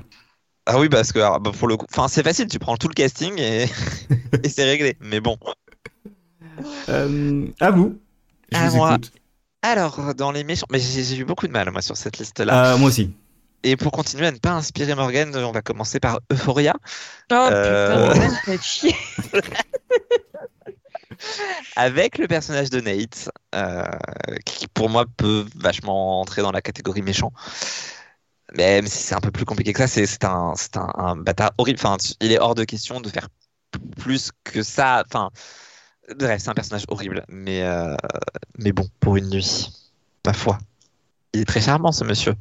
C: Ah oui, parce que alors, bah, pour le coup, enfin, c'est facile, tu prends tout le casting
A: [LAUGHS]
C: et, et c'est réglé. Mais bon.
A: Euh, à vous. Je
C: À
A: vous
C: moi.
A: écoute.
C: Alors, dans les méchants, mais j'ai j'ai eu beaucoup de mal moi sur cette liste-là.
A: Euh, moi aussi.
C: Et pour continuer à ne pas inspirer Morgan, on va commencer par Euphoria.
B: Oh
C: Euh,
B: putain, ça fait chier.
C: avec le personnage de Nate, euh, qui pour moi peut vachement entrer dans la catégorie méchant. Même si c'est un peu plus compliqué que ça, c'est c'est un, c'est un, un bâtard horrible. Enfin, tu- il est hors de question de faire p- plus que ça. Enfin, bref, c'est un personnage horrible. Mais, euh, mais bon, pour une nuit, ma foi. Il est très charmant,
B: [LAUGHS]
C: ce monsieur.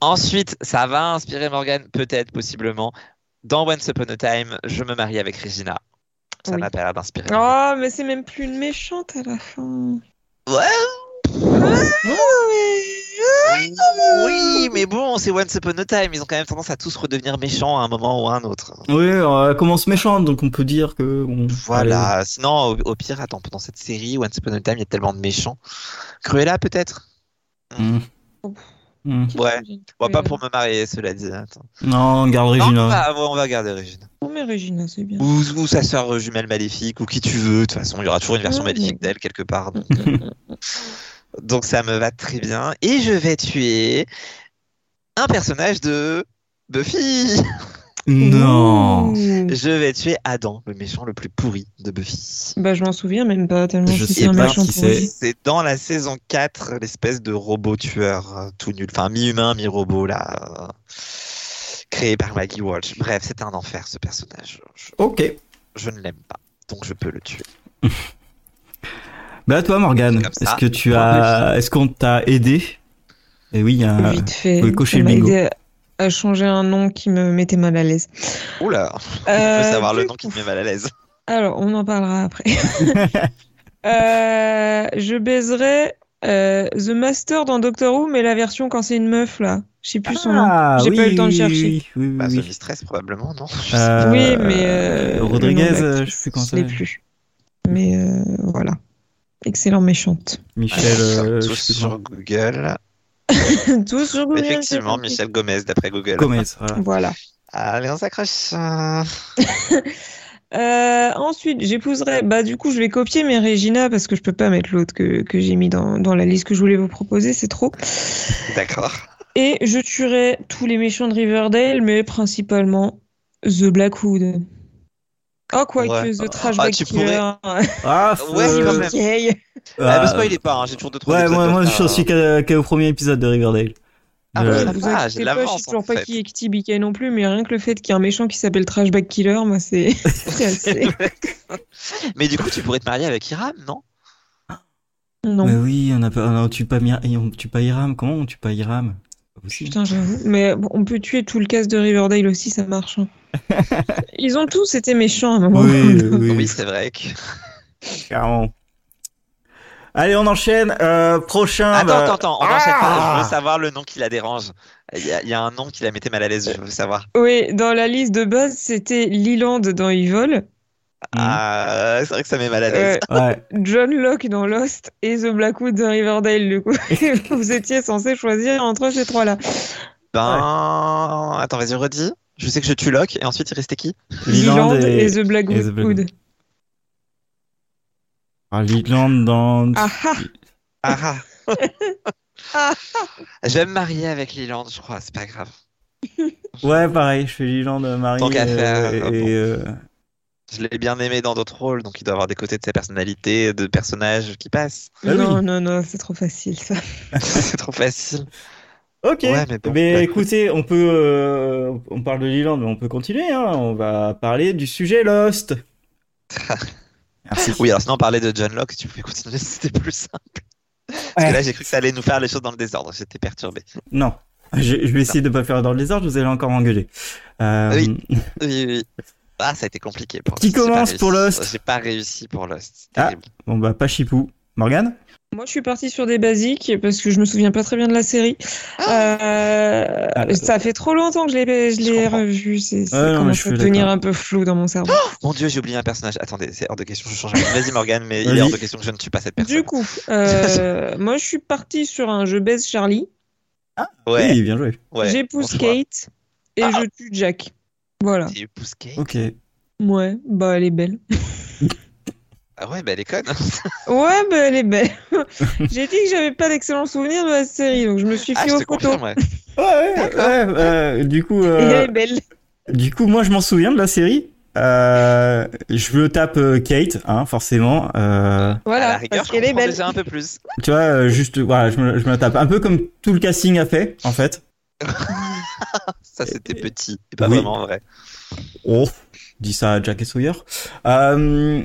C: Ensuite, ça va inspirer Morgan, peut-être, possiblement. Dans Once Upon a Time, je me marie avec Regina. Ça
B: Oui.
C: m'a pas l'air d'inspirer.
B: Oh, mais c'est même plus une méchante à la fin.
C: Ouais. Oui, mais bon, c'est Once Upon a Time. Ils ont quand même tendance à tous redevenir méchants à un moment ou à un autre.
A: Oui, alors, elle commence méchante, donc on peut dire que. bon,
C: Voilà. Sinon, au, au pire, attends, dans cette série, Once Upon a Time, il y a tellement de méchants. Cruella, peut-être
A: allez. Mm. Mm.
C: Ouais. Bon, pas
B: Ouais.
C: pour me marier, cela dit. Attends.
A: Non, garde hein.
C: Non,
A: Regina.
C: on va, on va regarder Regina.
B: Non, mais Regina, c'est bien.
C: Ou, ou sa sœur jumelle maléfique, ou qui tu veux. De toute façon, il y aura toujours une version
B: Ouais,
C: maléfique
B: mais-
C: d'elle quelque part. donc, euh, donc ça me va très bien. Et je vais tuer un personnage de Buffy.
A: Non.
B: Ouh.
C: Je vais tuer Adam, le méchant le plus pourri de Buffy.
B: Bah, je m'en souviens même pas tellement
A: Je
B: si
A: sais
B: c'est un
A: pas
B: méchant
A: qui
B: pour
A: c'est.
B: lui.
C: C'est dans la saison 4, l'espèce de robot tueur euh, tout nul, enfin mi-humain, mi-robot là, euh, créé par Maggie Walsh. Bref, c'est un enfer ce personnage. Je,
A: Ok.
C: je ne l'aime pas, donc je peux le tuer.
A: Bah, toi, Morgane,
C: Comme ça.
A: est-ce que tu
C: Pour
A: as. Est-ce qu'on t'a aidé Et oui, il y a un-
B: Vite fait.
A: Euh, faut cocher
B: ça
A: le
B: m'a
A: bingo.
B: aidé à, à changer un nom qui me mettait mal à l'aise.
C: Oula, [LAUGHS] je veux
B: Euh,
C: savoir le
B: du
C: nom qui
B: coup-
C: me met mal à l'aise.
B: Alors, on en
A: [LAUGHS]
B: parlera après. Euh, je baiserai euh, The Master dans Doctor Who, mais la version quand c'est une meuf là. Je sais plus son nom.
A: Ah,
B: J'ai
A: oui,
B: pas eu le temps de
A: oui,
B: chercher.
A: oui, oui, oui,
C: Bah,
A: oui.
C: ce stress probablement, non Je sais
A: Euh,
B: oui, mais euh, le
A: Rodriguez,
B: nom de
A: euh,
B: l'actrice,
A: je sais plus comment
B: Je l'ai
A: ça s'appelle.
B: plus. Mais euh, voilà. Excellent méchante. [LAUGHS]
A: Michel. euh, je
C: Tous
A: sais plus
C: sur Google.
B: Tous sur Google,
C: Effectivement,
B: c'est
C: Michel Gomez d'après Google.
A: comment. Gomez, Bah, voilà.
B: parti. Voilà.
C: Allez, on s'accroche. euh.
B: [LAUGHS] Euh, ensuite, j'épouserai. Bah, du coup, je vais copier mes Regina parce que je peux pas mettre l'autre que, que j'ai mis dans, dans la liste que je voulais vous proposer, c'est trop.
C: D'accord.
B: Et je tuerai tous les méchants de Riverdale, mais principalement The Blackwood. Oh, quoi
C: Ouais.
B: que The Trash
C: Ah,
B: Bag
C: tu
B: Killer.
A: Ah,
C: Ouais,
A: euh,
C: quand
B: Ok.
C: même. Ah, me spoilez pas, hein, j'ai toujours deux trois
A: Ouais,
C: épisodes
A: moi,
C: de
A: moi je
C: retard,
A: suis aussi
C: hein.
A: qu'à- qu'au premier épisode de Riverdale.
C: Ah,
A: Euh,
C: ouais, ça
B: Vous
C: va,
B: inquiétez
C: j'ai de
B: pas,
C: l'avance,
B: je sais toujours
C: en
B: pas
C: fait.
B: qui est TBK non plus, mais rien que le fait qu'il y ait un méchant qui s'appelle Trash Bag Killer, moi,
C: [LAUGHS]
B: c'est c'est assez.
C: Mais du coup, tu pourrais te marier avec Hiram, non
B: Non.
A: Mais oui, on a pas, on tue pas, Mir- et on tue pas Hiram. Comment on tue pas Hiram Pas possible.
B: Putain, j'avoue. Mais bon, on peut tuer tout le cast de Riverdale aussi, ça marche.
C: [LAUGHS]
B: hein. Ils ont tous été méchants à un moment.
A: Oui,
B: [LAUGHS] ou un autre.
A: oui,
C: Oui, c'est vrai. Que...
A: clairement. Allez, on enchaîne. Euh, prochain.
C: attends,
A: bah-
C: attends, attends, on
A: Ah
C: enchaîne pas. Je veux savoir le nom qui la dérange. Il y, a- il y a un nom qui la mettait mal à l'aise, je veux savoir.
B: Oui, dans la liste de base, c'était Leland dans Evil,
A: Hmm.
C: Ah, c'est vrai que ça met mal à l'aise.
B: euh,
A: Ouais.
B: John Locke dans Lost et The Blackwood dans Riverdale. Du coup, [LAUGHS] vous étiez censé choisir entre ces trois-là.
C: Ben. Attends, vas-y, redis. Je sais que je tue Locke, et ensuite, il restait qui
B: [LAUGHS] Leland et,
A: et-
B: The Blackwood.
A: et The Blackwood. Ah, Leland dans.
B: Ah ah
C: Ah
B: Ah.
C: ah Je vais me marier avec Leland, je crois, c'est pas grave.
A: Ouais, pareil, je fais Leland, euh, Marie
C: Tant qu'à
A: et,
C: faire,
A: et,
C: bon.
A: euh,
C: Je l'ai bien aimé dans d'autres rôles, donc il doit avoir des côtés de sa personnalité, de personnages qui passent. [LAUGHS]
A: Ah
B: non,
A: oui.
B: non, non, c'est trop facile ça.
C: c'est trop facile.
A: Ok.
C: Ouais, mais bon,
A: mais
C: bah,
A: écoutez, on peut, euh, on parle de Liland, mais on peut continuer. Hein. On va parler du sujet
C: [LAUGHS]
A: Lost. Merci.
C: Oui, alors sinon, parler de John Locke, tu pouvais continuer, [LAUGHS] c'était plus simple. Parce
A: Ouais.
C: que là, j'ai cru que ça allait nous faire les choses dans le désordre, j'étais perturbé.
A: Non, je, je vais essayer de pas faire dans le désordre. Vous allez encore m'engueuler. Euh,
C: Ah Oui. Oui, oui. Ah, ça a été compliqué pour
A: Qui
C: Lost, j'ai pas
A: commence
C: réussi.
A: pour Lost
C: J'ai pas réussi pour Lost.
A: Ah.
C: Terrible.
A: Bon bah pas chipou. Morgane
B: Moi, je suis partie sur des basiques parce que je me souviens pas très bien de la série. Euh,
A: Ah, euh.
B: ça fait trop longtemps que je l'ai, je
C: Je
B: l'ai
C: comprends.
B: revu. C'est, ça
A: Ah Ouais, non, mais
B: commence
A: je suis
B: à devenir
A: d'accord.
B: un peu flou dans mon cerveau.
C: Mon dieu, j'ai oublié un personnage. Attendez, c'est hors de question, je change. Vas-y, Morgane, mais il
A: Vas-y.
C: est hors de question que je ne tue pas cette personne.
B: Du coup, euh, moi, je suis partie sur un je baise Charlie,
C: ouais,
A: Oui, bien joué.
C: ouais.
B: j'épouse
C: bonsoir.
B: Kate et
C: Ah.
B: je tue Jack. Voilà.
C: J'ai eu Pousse Kate.
A: Ok.
B: Ouais, bah elle est belle.
C: Ah ouais, bah elle est [LAUGHS] conne.
B: Ouais, bah elle est belle. [LAUGHS] J'ai dit que j'avais pas d'excellents souvenirs de la série, donc je me suis
C: ah,
B: fait
C: je
B: aux
C: te
B: photos.
C: confirme, ouais.
A: Ouais, ouais, euh, du coup,
B: Et
A: euh,
B: elle est belle.
A: du coup, moi je m'en souviens de la série. Euh, je me tape euh, Kate, hein, forcément. Euh,
C: à la
B: Voilà,
C: rigueur,
B: parce
C: je
B: qu'elle est
C: comprends
B: belle.
C: déjà un peu plus.
A: tu vois, euh, juste, voilà, je me, je me la tape. Un peu comme tout le casting a fait, en fait.
C: Ça, c'était petit, et pas
A: Oui.
C: vraiment vrai.
A: Oh, dis ça à Jack et Sawyer. Euh,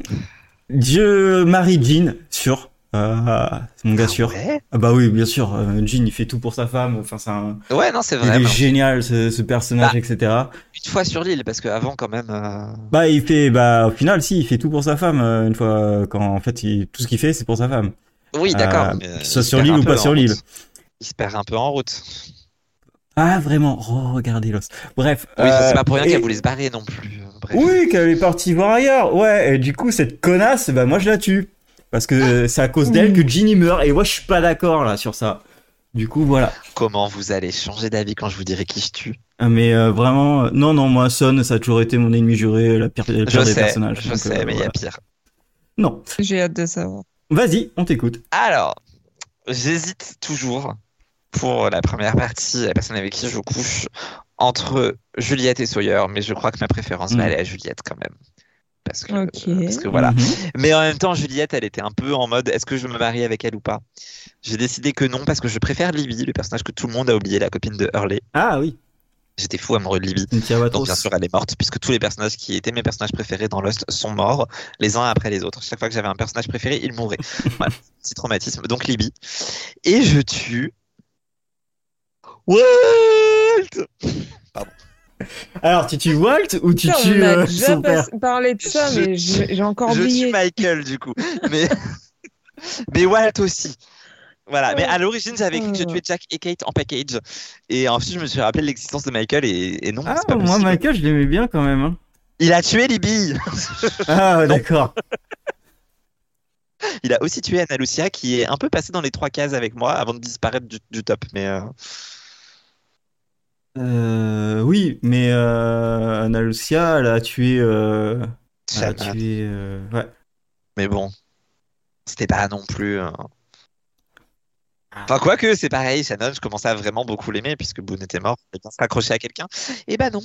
A: Dieu marie Jean, sûr. Euh, c'est mon gars sûr.
C: Ouais,
A: Ah bah oui, bien sûr. euh, Jean, il fait tout pour sa femme. Enfin, c'est un...
C: Ouais, non, c'est
A: Il
C: vrai. Bah.
A: est
C: mais
A: génial, ce, ce personnage, etc.
C: Une fois sur l'île, parce qu'avant, quand même. euh,
A: Bah, il fait, bah, au final, si, il fait tout pour sa femme, euh, une fois, euh, quand, en fait, il- tout ce qu'il fait, c'est pour sa femme.
C: Oui,
A: Euh,
C: d'accord.
A: qu'il
C: mais
A: soit
C: il se
A: sur
C: perd
A: l'île
C: un
A: ou
C: peu
A: pas
C: en
A: sur
C: route.
A: l'île.
C: Il se perd un peu en route.
A: Ah, vraiment, oh, regardez Lost. Bref.
C: Oui,
A: euh,
C: c'est pas pour rien
A: et-
C: qu'elle voulait se barrer non plus. euh, Bref.
A: Oui, qu'elle est partie voir ailleurs. Ouais, et du coup, cette connasse, bah, moi, je la tue. Parce
C: Ah.
A: que c'est à cause d'elle que Ginny meurt. Et moi, je suis pas d'accord, là, sur ça. Du coup, voilà.
C: Comment vous allez changer d'avis quand je vous dirai qui je tue
A: Ah, Mais euh, vraiment, euh, non, non, moi, Son, ça a toujours été mon ennemi juré, la pire, la
C: Je
A: pire des
C: sais,
A: personnages.
C: je
A: Donc,
C: sais,
A: euh,
C: mais il y a
A: voilà.
C: pire.
A: Non.
B: J'ai hâte de savoir.
A: Vas-y, on t'écoute.
C: Alors, j'hésite toujours pour la première partie, la personne avec qui je couche, entre Juliette et Sawyer, mais je crois que ma préférence
A: Mm.
C: va aller à Juliette quand même. Parce que,
B: Ok.
C: parce que voilà.
A: Mhm.
C: Mais en même temps, Juliette, elle était un peu en mode est-ce que je me marie avec elle ou pas J'ai décidé que non, parce que je préfère Libby, le personnage que tout le monde a oublié, la copine de Hurley.
A: Ah oui,
C: J'étais fou amoureux de Libby.
A: Cynthia
C: Donc
A: Watros.
C: bien sûr, elle est morte, puisque tous les personnages qui étaient mes personnages préférés dans Lost sont morts, les uns après les autres. Chaque fois que j'avais un personnage préféré, il mourait. voilà, petit traumatisme. Donc Libby. Et je tue... Walt
A: Alors, tu tues Walt ou tu
B: Putain,
A: tues
B: on a
A: euh,
B: déjà
A: son
B: pas-
A: père
B: parlé de ça,
C: Je-
B: mais j'ai j'ai encore
C: Je
B: oublié.
C: tue Michael, du coup. Mais, [LAUGHS] mais Walt aussi. Voilà, mais à l'origine, j'avais
A: Oh.
C: écrit que je tuais Jack et Kate en package. Et ensuite, je me suis rappelé de l'existence de Michael et, et non,
A: Ah,
C: c'est pas
A: moi,
C: possible.
A: Michael, je l'aimais bien quand même. hein.
C: Il a tué Libby [LAUGHS]
A: Ah, d'accord.
C: Il a aussi tué Anna Lucia, qui est un peu passée dans les trois cases avec moi avant de disparaître du, du top. Mais euh,
A: Ah, Euh, oui, mais euh, Anna Lucia, elle a tué. Euh, elle a
C: Shannon.
A: tué. euh, ouais.
C: Mais bon, c'était pas non plus. euh.
A: Ah.
C: Enfin, quoique, c'est pareil, Shannon, je commençais à vraiment beaucoup l'aimer puisque Boone était mort. Il bien se raccrocher à quelqu'un. Et bah non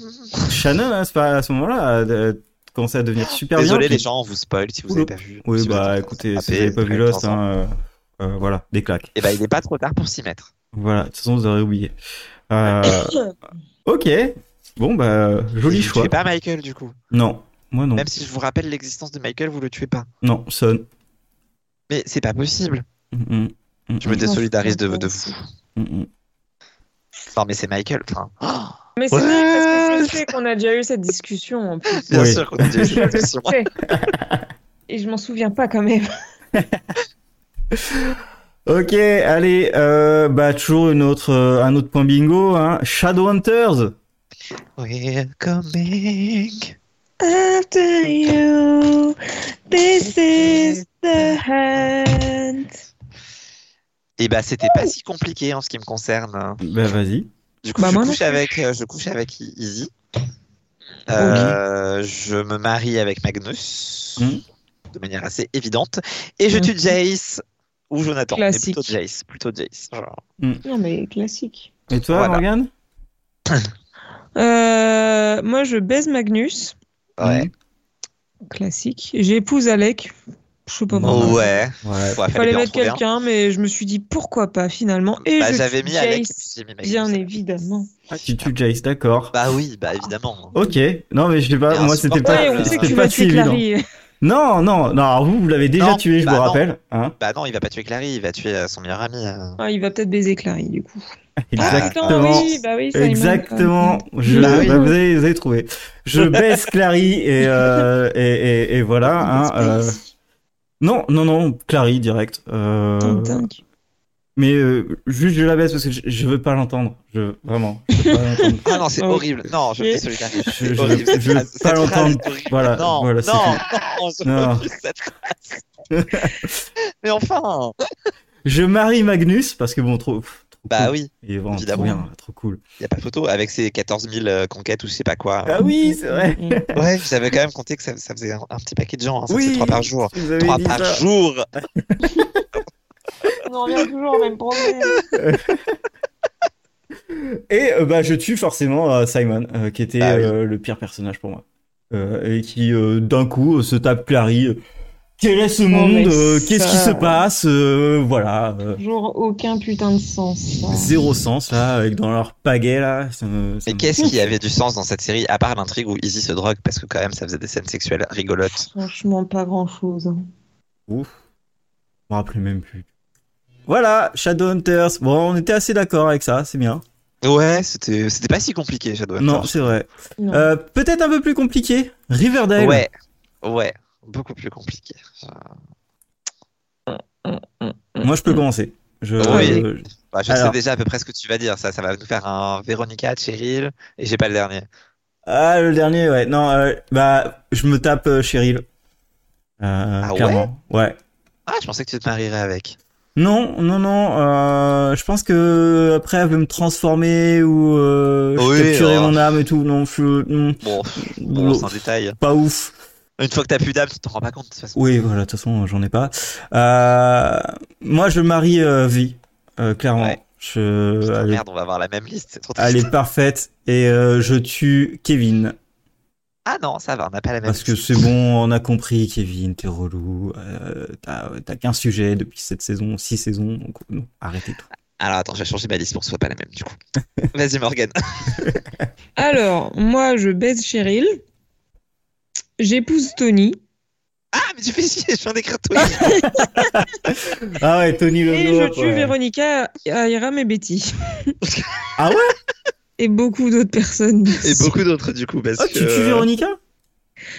A: Shannon, hein, c'est pas à ce moment-là, elle a commencé à devenir super
C: Désolé
A: bien.
C: les gens, on vous spoil si vous
A: Oulou.
C: avez pas vu.
A: Oui,
C: Si vous
A: bah
C: avez
A: écoutez, si
C: attrapé,
A: vous n'avez pas vu
C: très
A: Lost,
C: longtemps.
A: hein, euh, euh, voilà, des claques.
C: Et bah il est pas trop tard pour s'y mettre.
A: Voilà, de toute façon, vous aurez oublié. Euh, [LAUGHS] ok, bon, bah, joli
C: Et Vous
A: choix.
C: tuez pas Michael du coup.
A: Non, moi non.
C: Même si je vous rappelle l'existence de Michael, vous le tuez pas.
A: Non, Son.
C: Mais c'est pas possible.
A: Mm, mm,
C: Je me
A: mm,
C: désolidarise de, de vous.
A: mm, mm.
C: Non mais c'est Michael. [GASPS] Enfin,
B: Mais c'est
C: Ouais.
B: vrai parce que je sais qu'on a déjà eu cette discussion en plus.
C: bien
A: Oui.
C: sûr qu'on a [LAUGHS] déjà eu la discussion.
B: Je sais. Et je m'en souviens pas quand même.
A: Ok, allez, euh, bah, toujours une autre, euh, un autre point bingo. Hein. Shadowhunters.
C: We're coming.
B: After you, this is the hand.
C: Et bah c'était pas si compliqué en ce qui me concerne.
A: Bah, vas-y.
C: Du coup,
B: Bah,
C: je,
B: moi non
C: couche
B: plus. Oh
C: avec, euh, je couche avec I- Izzy. Euh, Je me marie avec Magnus
A: Mhm.
B: Mmh.
C: de manière assez évidente. Et je tue
B: Mhm.
C: Jace ou Jonathan. mais
B: Classique.
C: plutôt Jace. Plutôt Jace. genre.
B: Non mais classique.
A: Et toi,
C: Voilà.
A: Morgane
B: Euh, moi je baise Magnus.
C: Ouais.
A: Mhm.
B: Classique. J'ai épouse Alec. Je sais pas pourquoi.
A: Non.
C: ouais.
A: Mm. Ouais.
C: Ouais,
B: Mmh. Il fallait
C: bien en
B: mettre
C: trouver un.
B: quelqu'un, mais je me suis dit pourquoi pas finalement. Et
C: Bah,
B: je
C: j'avais
B: tue
C: mis Alec.
B: Jace,
C: j'ai mis Magnus.
B: Bien évidemment.
A: Tu tues Jace, d'accord.
C: Bah oui, bah évidemment.
A: Ok, non mais je sais pas,
C: C'est
A: moi c'était pas,
B: Ouais,
C: insupportable.
B: on sait que
A: c'était
B: tu
A: pas
B: vas
A: si
B: tuer
A: évident.
B: Clary. [LAUGHS]
A: Non, non, non, alors vous, vous l'avez déjà
C: Non,
A: tué, je
C: bah
A: vous
C: non.
A: rappelle. Hein
C: Bah non, il va pas tuer Clary, il va tuer euh, son meilleur ami. euh.
B: Ah, il va peut-être baiser Clary du coup.
A: Exactement.
B: Ah, oui, bah oui, ça, il m'a-
A: Exactement. Je,
B: Bah oui.
A: bah, vous, avez, vous avez trouvé.
B: [LAUGHS]
A: Je baisse Clary et, euh, et, et, et voilà. hein, euh, Non, non, non, Clary direct. Euh,
B: Tintinque.
A: Mais euh, juste je la baisse parce que je, je veux pas l'entendre. Je vraiment. Je veux pas l'entendre.
B: [LAUGHS]
C: Ah non, c'est
B: Oh.
C: horrible. Non, je
B: Et-
C: suis solidaire.
A: Je, je-
C: horrible, cette
A: je veux
C: phrase. Cette
A: pas
C: phrase
A: l'entendre.
C: est horrible.
A: Voilà.
C: Non,
A: voilà, c'est
C: non,
A: tout.
C: non, [LAUGHS] je
A: Non.
C: refuse cette phrase.
A: [LAUGHS]
C: Mais enfin
A: Je marie Magnus parce que bon, trop. pff, trop
C: Bah
A: cool.
C: oui,
A: Il est vraiment trop
C: évidemment.
A: bien, trop cool.
C: il a pas photo avec ses 14 000 euh, conquêtes ou je sais pas quoi.
A: Ah oui, c'est vrai.
B: Mm.
C: Ouais, j'avais quand même compté que ça, ça faisait un, un petit paquet de gens. Hein, ça
A: Oui.
C: faisait 3 par jour.
A: Vous avez
C: 3
A: dit
C: par
A: ça.
C: jour
B: On en revient toujours au même
A: [LAUGHS]
B: problème.
A: Et euh, bah, je tue forcément euh, Simon, euh, qui était
C: Ah oui.
A: euh, le pire personnage pour moi. Euh, et qui, euh, d'un coup, euh, se tape Clary. euh, Quel est ce monde
B: Oh, mais
A: euh, Qu'est-ce qui
B: ça-
A: se passe Euh, Voilà. euh,
B: Toujours aucun putain de sens. ça.
A: zéro sens, là, avec dans leur pagaie, là. Ça me- ça
C: Oh. Mais
A: me-
C: qu'est-ce qui avait du sens dans cette série, à part l'intrigue où Izzy se drogue, parce que quand même ça faisait des scènes sexuelles rigolotes.
B: Franchement, pas hein. grand chose.
A: Je me rappelais même plus. Voilà, Shadowhunters. Bon, on était assez d'accord avec ça, c'est bien.
C: Ouais, c'était c'était pas si compliqué, Shadow
A: Non, c'est vrai.
B: Non.
A: Euh, Peut-être un peu plus compliqué. Riverdale.
C: Ouais, ouais, beaucoup plus compliqué. Euh,
A: Moi, je peux commencer. Je,
C: Oui. Bah, je
A: Alors.
C: sais déjà à peu près ce que tu vas dire, ça, ça va nous faire un Véronica, Cheryl, et j'ai pas le dernier.
A: Ah, le dernier, ouais. Non, euh, bah, je me tape euh, Cheryl. Euh,
C: ouais
A: clairement. Ouais.
C: Ah, je pensais que tu te marierais avec.
A: Non, non, non. euh, je pense que après, elle veut me transformer ou euh, je
C: Oui,
A: capturer
C: oh.
A: mon âme et tout. Non, je, non,
C: Bon, pff, bon,
A: non,
C: sans détail.
A: pas ouf.
C: Une fois que t'as plus d'âme, tu t'en rends pas compte, de toute façon.
A: Oui, voilà. De toute façon, j'en ai pas. Euh, moi, je marie euh, Vi, euh, clairement.
C: Ouais.
A: Je,
C: Putain,
A: elle, est,
C: merde, on va avoir la même liste, c'est trop triste.
A: elle est parfaite et euh, je tue Kevin.
C: Ah non, ça va, on n'a pas la même
A: Parce que
C: liste.
A: c'est bon, on a compris, Kevin, t'es relou, euh, t'as t'as qu'un sujet depuis cette saison, six saisons, donc non, arrêtez tout.
B: Ah,
C: Alors attends, j'ai changé ma liste pour que ce soit pas la même,
A: [LAUGHS]
C: du coup. Vas-y, Morgan.
B: Alors, moi, je baise Cheryl. J'épouse Tony.
C: Ah, mais tu fais chier, je viens d'écrire Tony.
A: Ah ouais, Tony le
B: Et je
A: blow-up,
B: tue
A: ouais.
B: Véronica, Ayram et Betty.
A: Ah ouais
B: Et beaucoup d'autres personnes. bien
C: Et
B: sûr.
C: beaucoup d'autres, du coup, parce
A: Ah,
C: que...
A: tu
C: euh,
A: tues Véronica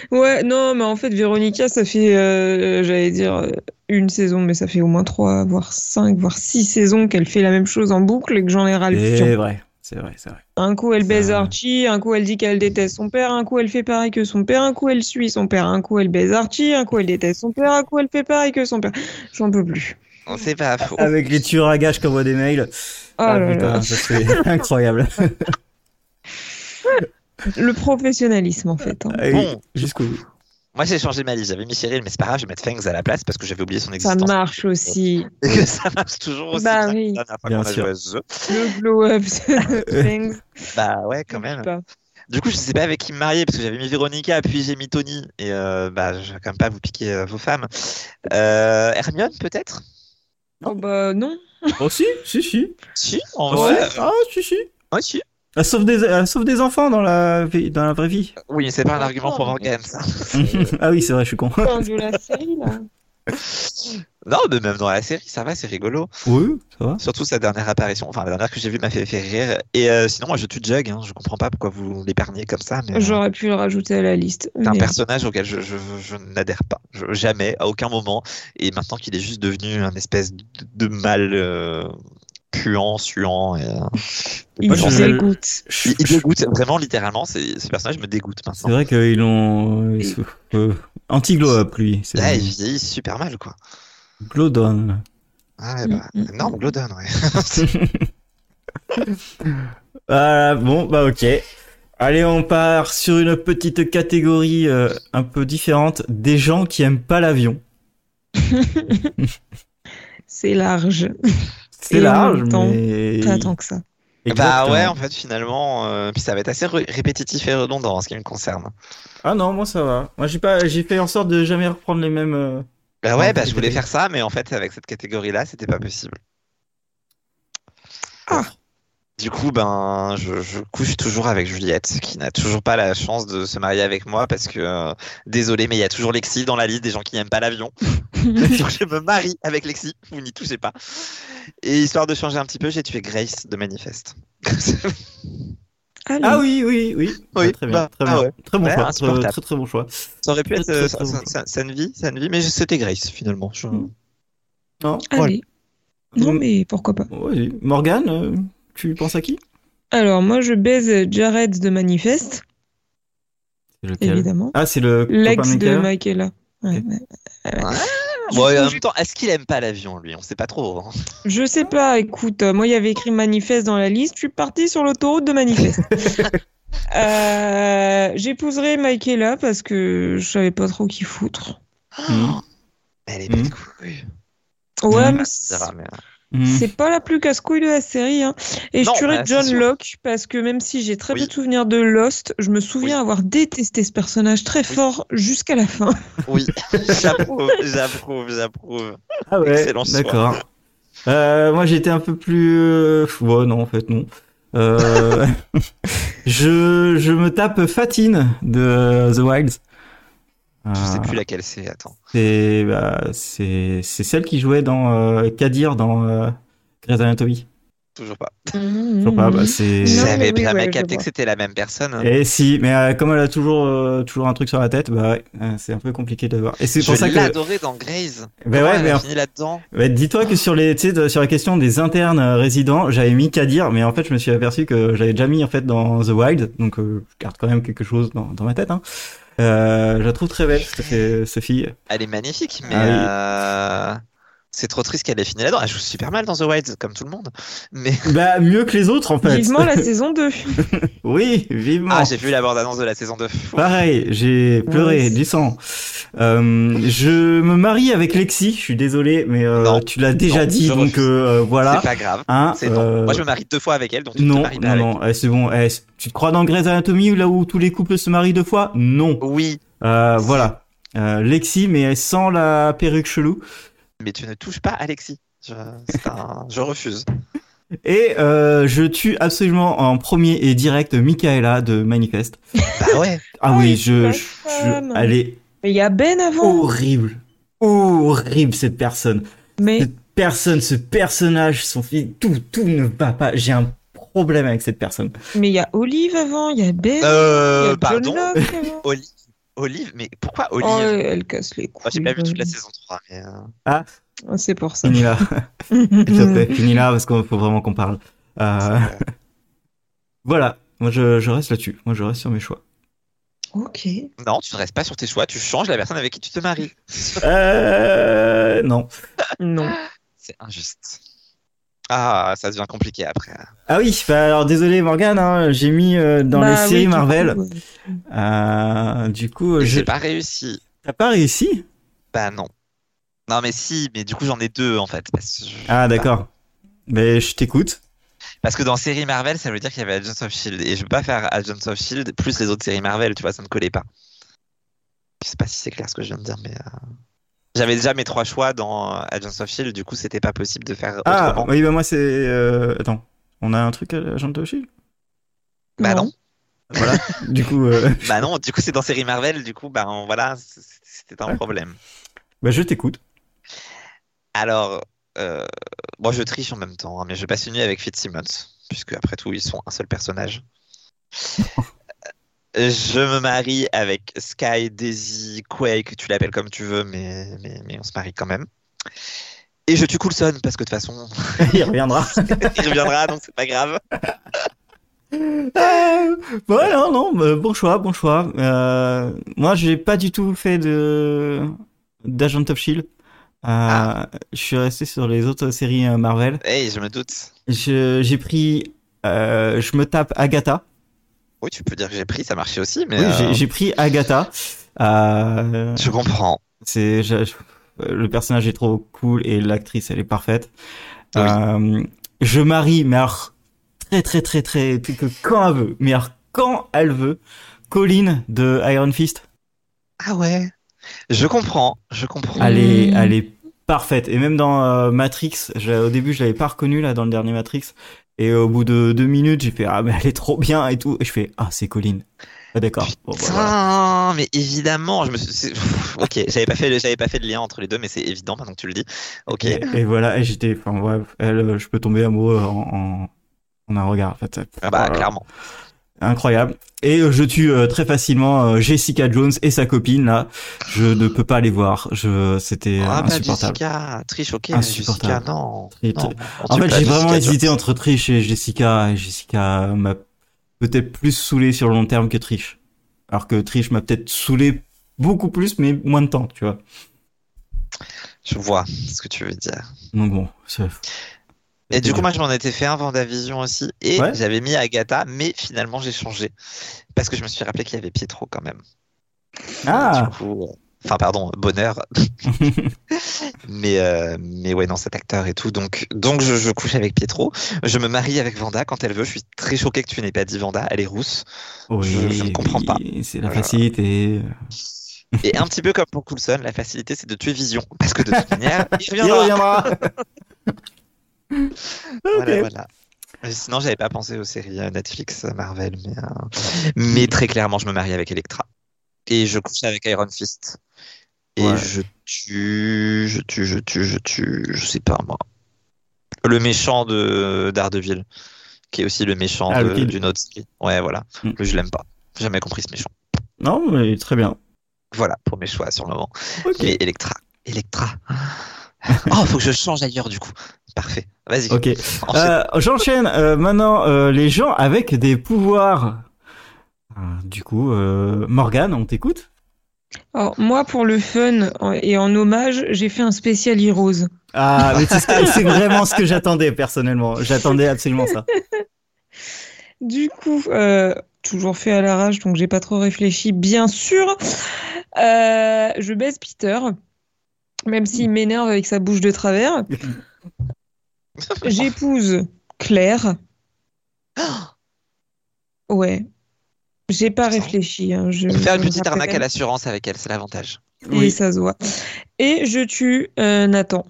B: Ouais, non, mais en fait, Véronica, ça fait, euh, j'allais dire, euh, une saison, mais ça fait au moins trois, voire cinq, voire six saisons qu'elle fait la même chose en boucle et que j'en ai ras le fion.
A: C'est vrai, c'est vrai, c'est vrai.
B: Un coup, elle baise
A: Ça-
B: Archie, un coup, elle dit qu'elle déteste son père, un coup, elle fait pareil que son père, un coup, elle suit son père, un coup, elle baise Archie, un coup, elle déteste son père, un coup, elle fait pareil que son père. J'en peux plus.
C: On sait pas faux.
A: Avec les tueurs à gages qui envoient des mails.
B: Oh
A: ah
B: là
A: putain,
B: là.
A: ça c'est [LAUGHS] incroyable.
B: Le professionnalisme, en fait. hein.
A: Allez,
C: Bon.
A: Jusqu'au bout.
C: Moi, j'ai changé ma liste. J'avais mis Cheryl, mais c'est pas grave, je vais mettre Fangs à la place parce que j'avais oublié son
B: Ça
C: existence.
B: marche aussi.
C: [LAUGHS] Et que ça marche toujours aussi
B: Bah
C: bien que
B: oui.
C: la dernière fois
A: Bien
C: qu'on a
A: sûr.
C: joué à ce jeu.
B: Le [LAUGHS] glow-up,
A: [LAUGHS]
B: thanks.
C: Bah ouais, quand même.
B: Pas.
C: Du coup, je sais pas avec qui me marier parce que j'avais mis Véronica, puis j'ai mis Tony. Et euh, bah, je vais quand même pas vous piquer euh, vos femmes. Euh, Hermione, peut-être
B: Oh bah non.
A: Oh si, si, si.
C: Si, en
A: Ah,
C: vrai.
A: si, ah, si, si.
C: Ouais, si.
A: Elle sauve Ah, des, elle sauve des enfants dans la, vie- dans la vraie vie.
C: Oui, mais c'est pas un
B: Encore.
C: argument pour Morgan, ça.
A: [LAUGHS] ah oui, c'est vrai, je
B: [LAUGHS]
A: suis con.
B: Fin de la série, là.
C: Non, mais même dans la série, ça va, c'est rigolo.
A: Oui, ça va.
C: Surtout sa dernière apparition, enfin la dernière que j'ai vue m'a fait, fait rire. Et euh, sinon, moi je tue Jug, hein. je comprends pas pourquoi vous l'épargnez comme ça. Mais, euh,
B: J'aurais pu le rajouter à la liste.
C: C'est un
B: mais-
C: personnage auquel je, je, je n'adhère pas, Je- jamais, à aucun moment. Et maintenant qu'il est juste devenu un espèce de, de mal euh, puant, suant. et, euh,
B: Il
A: Moi, je-
B: se dégoûte.
A: Je-
C: il, il
A: je-
C: dégoûte, vraiment, littéralement, c'est- ce personnage me dégoûte
A: C'est
C: maintenant.
A: vrai qu'ils l'ont. ils se- euh, Anti-glow up, lui. C'est
C: Là,
A: vrai.
C: Ah, il vieillit super mal, quoi.
A: Glow down.
C: Ouais, bah,
B: Mm, mm,
C: énorme Glodon, ouais. [LAUGHS]
A: Voilà, bon, bah ok. Allez, on part sur une petite catégorie euh, un peu différente des gens qui aiment pas l'avion.
B: C'est large.
A: C'est
B: Et en
A: large,
B: même temps,
A: mais
B: Pas tant que ça.
C: Bah
A: Exactement.
C: ouais, en fait, finalement, euh, puis ça va être assez ré- répétitif et redondant en ce qui me concerne.
A: Ah non, moi ça va. Moi j'ai pas, j'ai fait en sorte de jamais reprendre les mêmes. euh,
C: Bah
A: Ouais,
C: ouais, bah je
A: c'est
C: voulais
A: vrai.
C: faire ça, mais en fait, avec cette catégorie-là, c'était pas possible.
A: Ah.
C: Du coup, ben, je, je couche toujours avec Juliette, qui n'a toujours pas la chance de se marier avec moi, parce que, euh, désolé, mais il y a toujours Lexi dans la liste des gens qui n'aiment
A: [LAUGHS]
C: pas l'avion. [LAUGHS] Donc, je me marie avec Lexi, vous n'y touchez pas. Et histoire de changer un petit peu, j'ai tué Grace de [LAUGHS] Manifeste.
A: Ah oui, oui, oui.
C: Oui,
A: Ah, très bien,
C: bah,
A: très bien.
C: ah ouais.
A: Très bon
C: Ouais,
A: choix. Très,
C: insupportable.
A: très très bon choix.
C: ça aurait pu être euh,
A: Très, très bon.
C: Sa- Sa- Sanvi, Sanvi, mais c'était Grace finalement. Je-
B: Mm.
A: Non.
B: Allez. Non, mais pourquoi pas.
A: Vas-y. Morgane, euh, tu penses à qui
B: Alors, moi, je baise Jared de Manifeste,
A: C'est lequel
B: évidemment.
A: Ah, c'est le copain
B: L'ex de
A: Michael
B: Michaela. Ouais, ouais. Du
C: Bon, et
B: coup,
C: en
B: je-
C: même temps, est-ce qu'il aime pas l'avion, lui On sait pas
A: [GASPS]
C: trop. hein.
B: Je sais pas, écoute, euh, moi il y avait écrit manifeste dans la liste, je suis partie sur l'autoroute de
C: [LAUGHS]
B: manifeste. Euh, J'épouserai Michaela parce que je savais pas trop qui foutre.
A: Mhm.
C: Elle est
A: Mhm.
C: bête couille.
B: Ouais,
A: Mhm.
B: mais
C: Ça
B: c'est
C: va, mais- euh,
A: Mhm.
B: c'est pas la plus casse-couille de la série. hein. Et
C: Hmm. Non,
B: je tuerai
C: bah, c'est
B: John
C: sûr.
B: Locke parce que même si j'ai très
C: Oui.
B: peu de souvenirs de Lost, je me souviens
C: Oui.
B: avoir détesté ce personnage très
C: Oui.
B: fort jusqu'à
A: [LAUGHS]
B: la fin. [LAUGHS]
C: Oui, j'approuve, [LAUGHS] j'approuve, j'approuve.
A: Ah ouais,
C: Excellent choix.
A: d'accord. Euh, moi j'étais un peu plus... euh, Ouais, non, en fait, non.
C: [LAUGHS]
A: Euh, je, je me tape Fatine de The Wilds.
C: Je
A: Euh,
C: sais plus laquelle c'est, attends.
A: c'est bah, c'est c'est celle qui jouait dans euh, Kadir dans euh, Grey's Anatomy.
C: Toujours pas.
A: Je
B: Hmm.
A: sais pas, bah, c'est
B: Mhm. Non,
C: J'avais
B: oui,
C: jamais
B: ouais, je
C: capté
B: vois.
C: que c'était la même personne. hein.
A: et si mais euh, comme elle a toujours euh, toujours un truc sur la tête, bah ouais, euh, c'est un peu compliqué de voir. Et c'est
C: Je
A: pour ça que
C: l'adorais dans Graze.
A: bah ouais, mais en-
C: fini là-dedans.
A: Bah, dis-toi que sur les, tu sais, de- sur la question des internes euh, résidents, j'avais mis Kadir, mais en fait, je me suis aperçu que j'avais déjà mis en fait dans The Wild, donc euh, je garde quand même quelque chose dans, dans ma tête. Hein. Euh, je la trouve très belle cette, cette fille.
C: Elle est magnifique,
A: Ah
C: mais euh, c'est trop triste qu'elle ait fini là-dedans. Elle joue super mal dans The Wilds, comme tout le monde. Mais
A: Bah mieux que les autres en fait. [LAUGHS]
B: Vivement la saison 2.
A: Oui, vivement.
C: ah, j'ai vu la bande-annonce de la saison 2.
A: Bah,
C: Fou.
A: Pareil, j'ai pleuré
B: Ouais.
A: du sang. Euh, je me marie avec Lexi. Je suis désolé, mais euh,
C: Non.
A: tu l'as déjà
C: Non,
A: dit,
C: je
A: donc
C: refuse.
A: euh, voilà.
C: C'est pas grave.
A: Hein,
C: C'est non.
A: euh,
C: Moi, je me marie deux fois avec elle, donc tu te
A: Non,
C: maries pas
A: non,
C: avec.
A: non, eh, c'est bon. Eh, tu te crois dans Grey's Anatomy, là où tous les couples se marient deux fois Non.
C: Oui,
A: Euh, voilà. Euh, Lexi, mais sans la perruque chelou.
C: mais tu ne touches pas Alexis. Je, c'est un- je refuse.
A: Et euh, je tue absolument en premier et direct Michaela de Manifest.
C: Bah ouais.
A: Ah
B: Oh,
A: oui,
B: il
A: je,
B: la
A: je- je-
B: femme.
A: Elle est
B: Mais il y a Ben avant.
A: horrible. Horrible cette personne.
B: Mais
A: Cette personne, ce personnage, son fils, tout, tout ne va pas. J'ai un problème avec cette personne.
B: mais il y a Olive avant, il y a Ben. il y a
C: [LAUGHS] Euh,
B: John
C: pardon.
B: Locke
C: [LAUGHS]
B: avant.
C: Olive. Olive, mais pourquoi Olive
B: Oh, elle casse les
C: Moi,
B: couilles.
C: j'ai pas vu toute la saison 3. mais, euh,
B: Ah, C'est pour ça. [LAUGHS]
A: Fini là, Mm. s'il te plaît, fini là parce qu'il faut vraiment qu'on parle. Euh, voilà, moi je, je reste là-dessus. Moi je reste sur mes choix.
B: ok.
C: Non, tu ne restes pas sur tes choix, tu changes la personne avec qui tu te maries.
A: Euh, non.
B: Non.
C: C'est injuste. Ah, ça devient compliqué après.
A: Ah oui, bah alors désolé Morgane, hein, j'ai mis euh, dans
B: Bah
A: les
B: oui,
A: séries
B: du
A: Marvel.
B: coup, ouais.
A: Euh, du coup,
C: Et
A: je-
C: J'ai pas réussi.
A: t'as pas réussi
C: Bah non. Non mais si, mais du coup j'en ai deux en fait. Parce que,
A: Ah d'accord. Mais je t'écoute.
C: parce que dans série Marvel, ça veut dire qu'il y avait Agents of Shield E et je peux pas faire Agents of Shield E plus les autres séries Marvel, tu vois, ça ne collait pas. Je sais pas si c'est clair ce que je viens de dire, mais euh, j'avais déjà mes trois choix dans euh, Agents of Shield, du coup c'était pas possible de faire
A: Ah
C: autrement.
A: oui, bah moi c'est. euh, Attends, on a un truc à l'agent de Shield
C: Bah non.
A: Voilà. du coup, euh, [LAUGHS]
C: Bah non, du coup c'est dans série Marvel, du coup bah on- voilà, c- c'était un
A: Ouais.
C: problème.
A: bah je t'écoute. [LAUGHS]
C: Alors, euh, moi je triche en même temps, hein, mais je passe une nuit avec Fitzsimmons, puisque après tout ils sont un
A: [LAUGHS]
C: seul personnage. Euh, Je me marie avec Sky, Daisy, Quake, tu l'appelles comme tu veux, mais, mais, mais on se marie quand même. Et je tue Coulson, parce que de toute façon, [LAUGHS]
A: Il reviendra.
C: il
A: [LAUGHS]
C: reviendra, donc c'est pas grave.
A: Euh, ouais, non, non, bah, bon choix, bon choix. Euh, moi, j'ai pas du tout fait de d'agent of Shield. Euh,
C: Ah.
A: Je suis resté sur les autres séries euh, Marvel.
C: Hey, je me doute.
A: Je- J'ai pris, euh, je me tape Agatha.
C: Oui, tu peux dire que j'ai pris, ça marchait aussi, mais
A: Oui,
C: euh,
A: j'ai- j'ai pris Agatha. Euh,
C: je comprends.
A: c'est je- je- le personnage est trop cool et l'actrice elle est parfaite.
C: Ah Oui.
A: Euh, je marie, mais alors très très très très que quand elle veut, mais alors quand elle veut, Colin de Iron Fist,
C: Ah ouais. Je comprends, je comprends.
A: elle est,
B: Mmh.
A: elle est parfaite. Et même dans euh, Matrix, je- au début je l'avais pas reconnue là dans le dernier Matrix, et au bout de deux minutes j'ai fait ah mais elle est trop bien et tout, et je fais ah c'est Colin. Ah, D'accord. Bon, bah,
C: Putain,
A: voilà.
C: mais évidemment, je me suis. c'est- Pff, Ok, j'avais pas fait, le- j'avais pas fait de lien entre les deux, mais c'est évident maintenant que tu le dis. Ok.
A: Et, et voilà, et j'étais, enfin ouais, elle, euh, je peux tomber amoureux en, en, en un regard. En fait,
C: Ah bah
A: Voilà.
C: clairement.
A: incroyable. Et euh, je tue euh, très facilement euh, Jessica Jones et sa copine là. Je ne peux pas les voir. Je, c'était euh,
C: Ah bah
A: insupportable.
C: Jessica, triche, ok. bah,
A: Insupportable.
C: Jessica, non.
A: Tri-
C: non, on
A: En
C: tue
A: fait,
C: pas
A: j'ai
C: Jessica
A: vraiment
C: Jones.
A: hésité entre Trish et Jessica. Et Jessica m'a peut-être plus saoulé sur le long terme que Trish. Alors que Trish m'a peut-être saoulé beaucoup plus, mais moins de temps, tu vois.
C: Je vois ce que tu veux dire.
A: Donc bon. c'est-
C: Et du coup, moi, je m'en étais fait un Vendavision aussi, et
A: Ouais.
C: j'avais mis Agatha, mais finalement, j'ai changé parce que je me suis rappelé qu'il y avait Pietro quand même.
A: ah,
C: Du coup, euh, enfin, pardon, bonheur. mais, euh, mais ouais, non, cet acteur et tout. Donc, donc je, je couche avec Pietro. Je me marie avec Vanda quand elle veut. Je suis très choqué que tu n'aies pas dit Vanda. Elle est rousse.
A: oh, oui,
C: je- je ne comprends pas. Oh
A: C'est la
C: Voilà.
A: facilité.
C: Et un petit peu comme pour Coulson, la facilité, c'est de tuer Vision. Parce que de toute manière, il
A: Il
C: reviendra.
A: reviendra.
C: [LAUGHS]
A: [LAUGHS]
C: Voilà,
A: Ok.
C: voilà. Euh, Sinon, j'avais pas pensé aux séries euh, Netflix, euh, Marvel, mais, euh, mais très clairement, je me marie avec Electra. Et je couche avec Iron Fist. Et
A: Ouais.
C: je tue, je tue, je tue, je tue, je sais pas moi. Le méchant de d'Ardeville, qui est aussi le méchant
A: Ah, le
C: de-
A: Kid.
C: d'une autre série. Ouais, voilà.
A: Mm.
C: Lui, je l'aime pas. J'ai Jamais compris ce méchant.
A: Non, mais très bien.
C: Voilà pour mes choix sur le moment.
A: Ok.
C: Mais Electra, Electra. [LAUGHS] Oh, faut que je change d'ailleurs du coup. Parfait. Vas-y.
A: Ok.
C: enchaîne.
A: Euh, J'enchaîne euh, maintenant euh, les gens avec des pouvoirs. Ah, Du coup, euh, Morgane, on t'écoute
B: Alors, moi, pour le fun en- et en hommage, j'ai fait un spécial Heroes.
A: Ah, mais c'est ce que- c'est vraiment ce que j'attendais personnellement. J'attendais absolument ça.
B: Du coup, euh, toujours fait à l'arrache, donc j'ai pas trop réfléchi, bien sûr. Euh, je baise Peter, même
C: Mm.
B: s'il m'énerve avec sa bouche de
C: [LAUGHS]
B: travers. J'épouse Claire.
C: Oh.
B: Ouais. J'ai pas
C: Putain.
B: réfléchi. hein, je-
C: Faire une
B: je me
C: petite
B: rappelle.
C: arnaque à l'assurance avec elle, c'est l'avantage.
B: Et
A: Oui.
B: ça se voit. Et je tue euh, Nathan.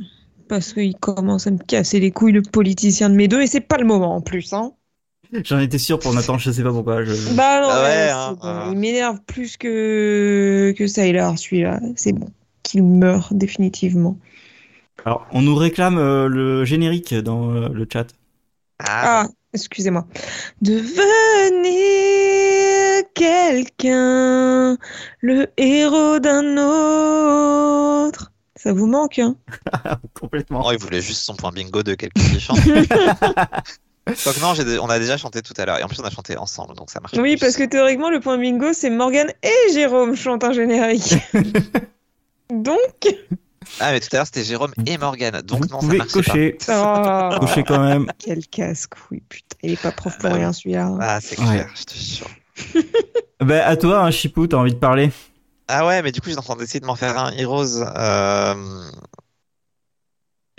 B: Parce qu'il commence à me casser les couilles, le politicien de mes deux, et c'est pas le moment en plus. Hein.
A: J'en étais sûr pour Nathan, je sais pas pourquoi. Je...
B: Bah non,
C: Ah ouais,
B: ouais, c'est
C: hein,
B: bon.
C: hein.
B: il m'énerve plus que, que Sailor, celui-là. C'est bon, qu'il meure définitivement.
A: Alors, on nous réclame euh, le générique dans euh, le chat.
B: Ah, excusez-moi. Devenir quelqu'un, le héros d'un autre. Ça vous manque, hein
A: Complètement.
C: Oh, il voulait juste son point bingo de quelqu'un qui chante. Donc non, j'ai- on a déjà chanté tout à l'heure. Et en plus, on a chanté ensemble, donc ça marche.
B: Oui,
C: plus.
B: parce que théoriquement, le point bingo, c'est Morgan et Jérôme chantent un générique.
C: [LAUGHS]
B: Donc,
C: Ah, mais tout à l'heure, c'était Jérôme et Morgane. Donc
A: Vous
C: non, ça
A: pouvez
C: marche pas.
A: cocher.
B: ça
A: Cocher quand
C: [LAUGHS]
A: même.
B: oh, Quel casse-couille, putain. Il est pas prof pour
C: Bah
B: rien, celui-là.
C: Ah, c'est
A: Ouais.
C: clair, je te jure.
A: Bah, à toi, hein, Chipou, t'as envie de parler
C: Ah ouais, mais du coup, j'étais en train d'essayer de m'en faire un Heroes. Euh...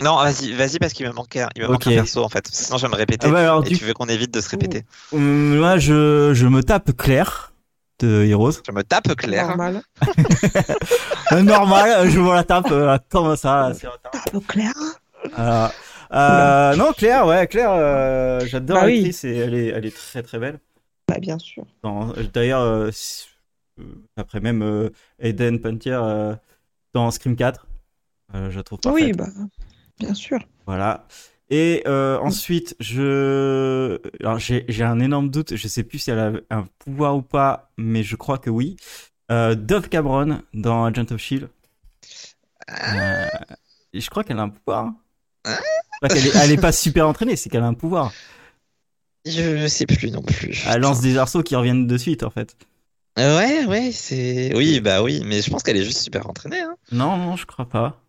C: Non, vas-y, vas-y, parce qu'il me manquait un, il me manque
A: Ok.
C: un perso, en fait. Sinon, je vais me répéter.
A: Ah bah, alors,
C: et
A: du
C: tu veux qu'on évite de se répéter.
A: coup, hum, moi, je, je me tape Claire de Heroes.
C: Je me tape Claire.
B: Normal.
A: Euh, Normal, je me la tape euh, comme ça, sur la table.
B: Oh, Claire
A: Alors, euh, non, Claire, ouais, Claire, euh, j'adore
B: Bah oui.
A: l'actrice et elle est, elle est très très belle.
B: Bah, bien sûr.
A: Dans- D'ailleurs, euh, si- euh, après même euh, Eden Pantier euh, dans Scream 4, euh, je la trouve parfaite.
B: Oui, bah, bien sûr.
A: Voilà. Et euh, ensuite, je, alors j'ai j'ai un énorme doute, je sais plus si elle a un pouvoir ou pas, mais je crois que oui. Euh, Dove Cabron dans Agent of Shield. E Euh, et je crois qu'elle a un pouvoir. hein.
C: Ah.
A: Pas qu'elle est, elle est pas super entraînée, c'est qu'elle a un pouvoir.
C: Je, je sais plus non plus.
A: Elle lance des arceaux qui reviennent de suite en fait.
C: Ouais, ouais, c'est. Oui, bah oui, mais je pense qu'elle est juste super entraînée. Hein.
A: Non, non, je crois pas.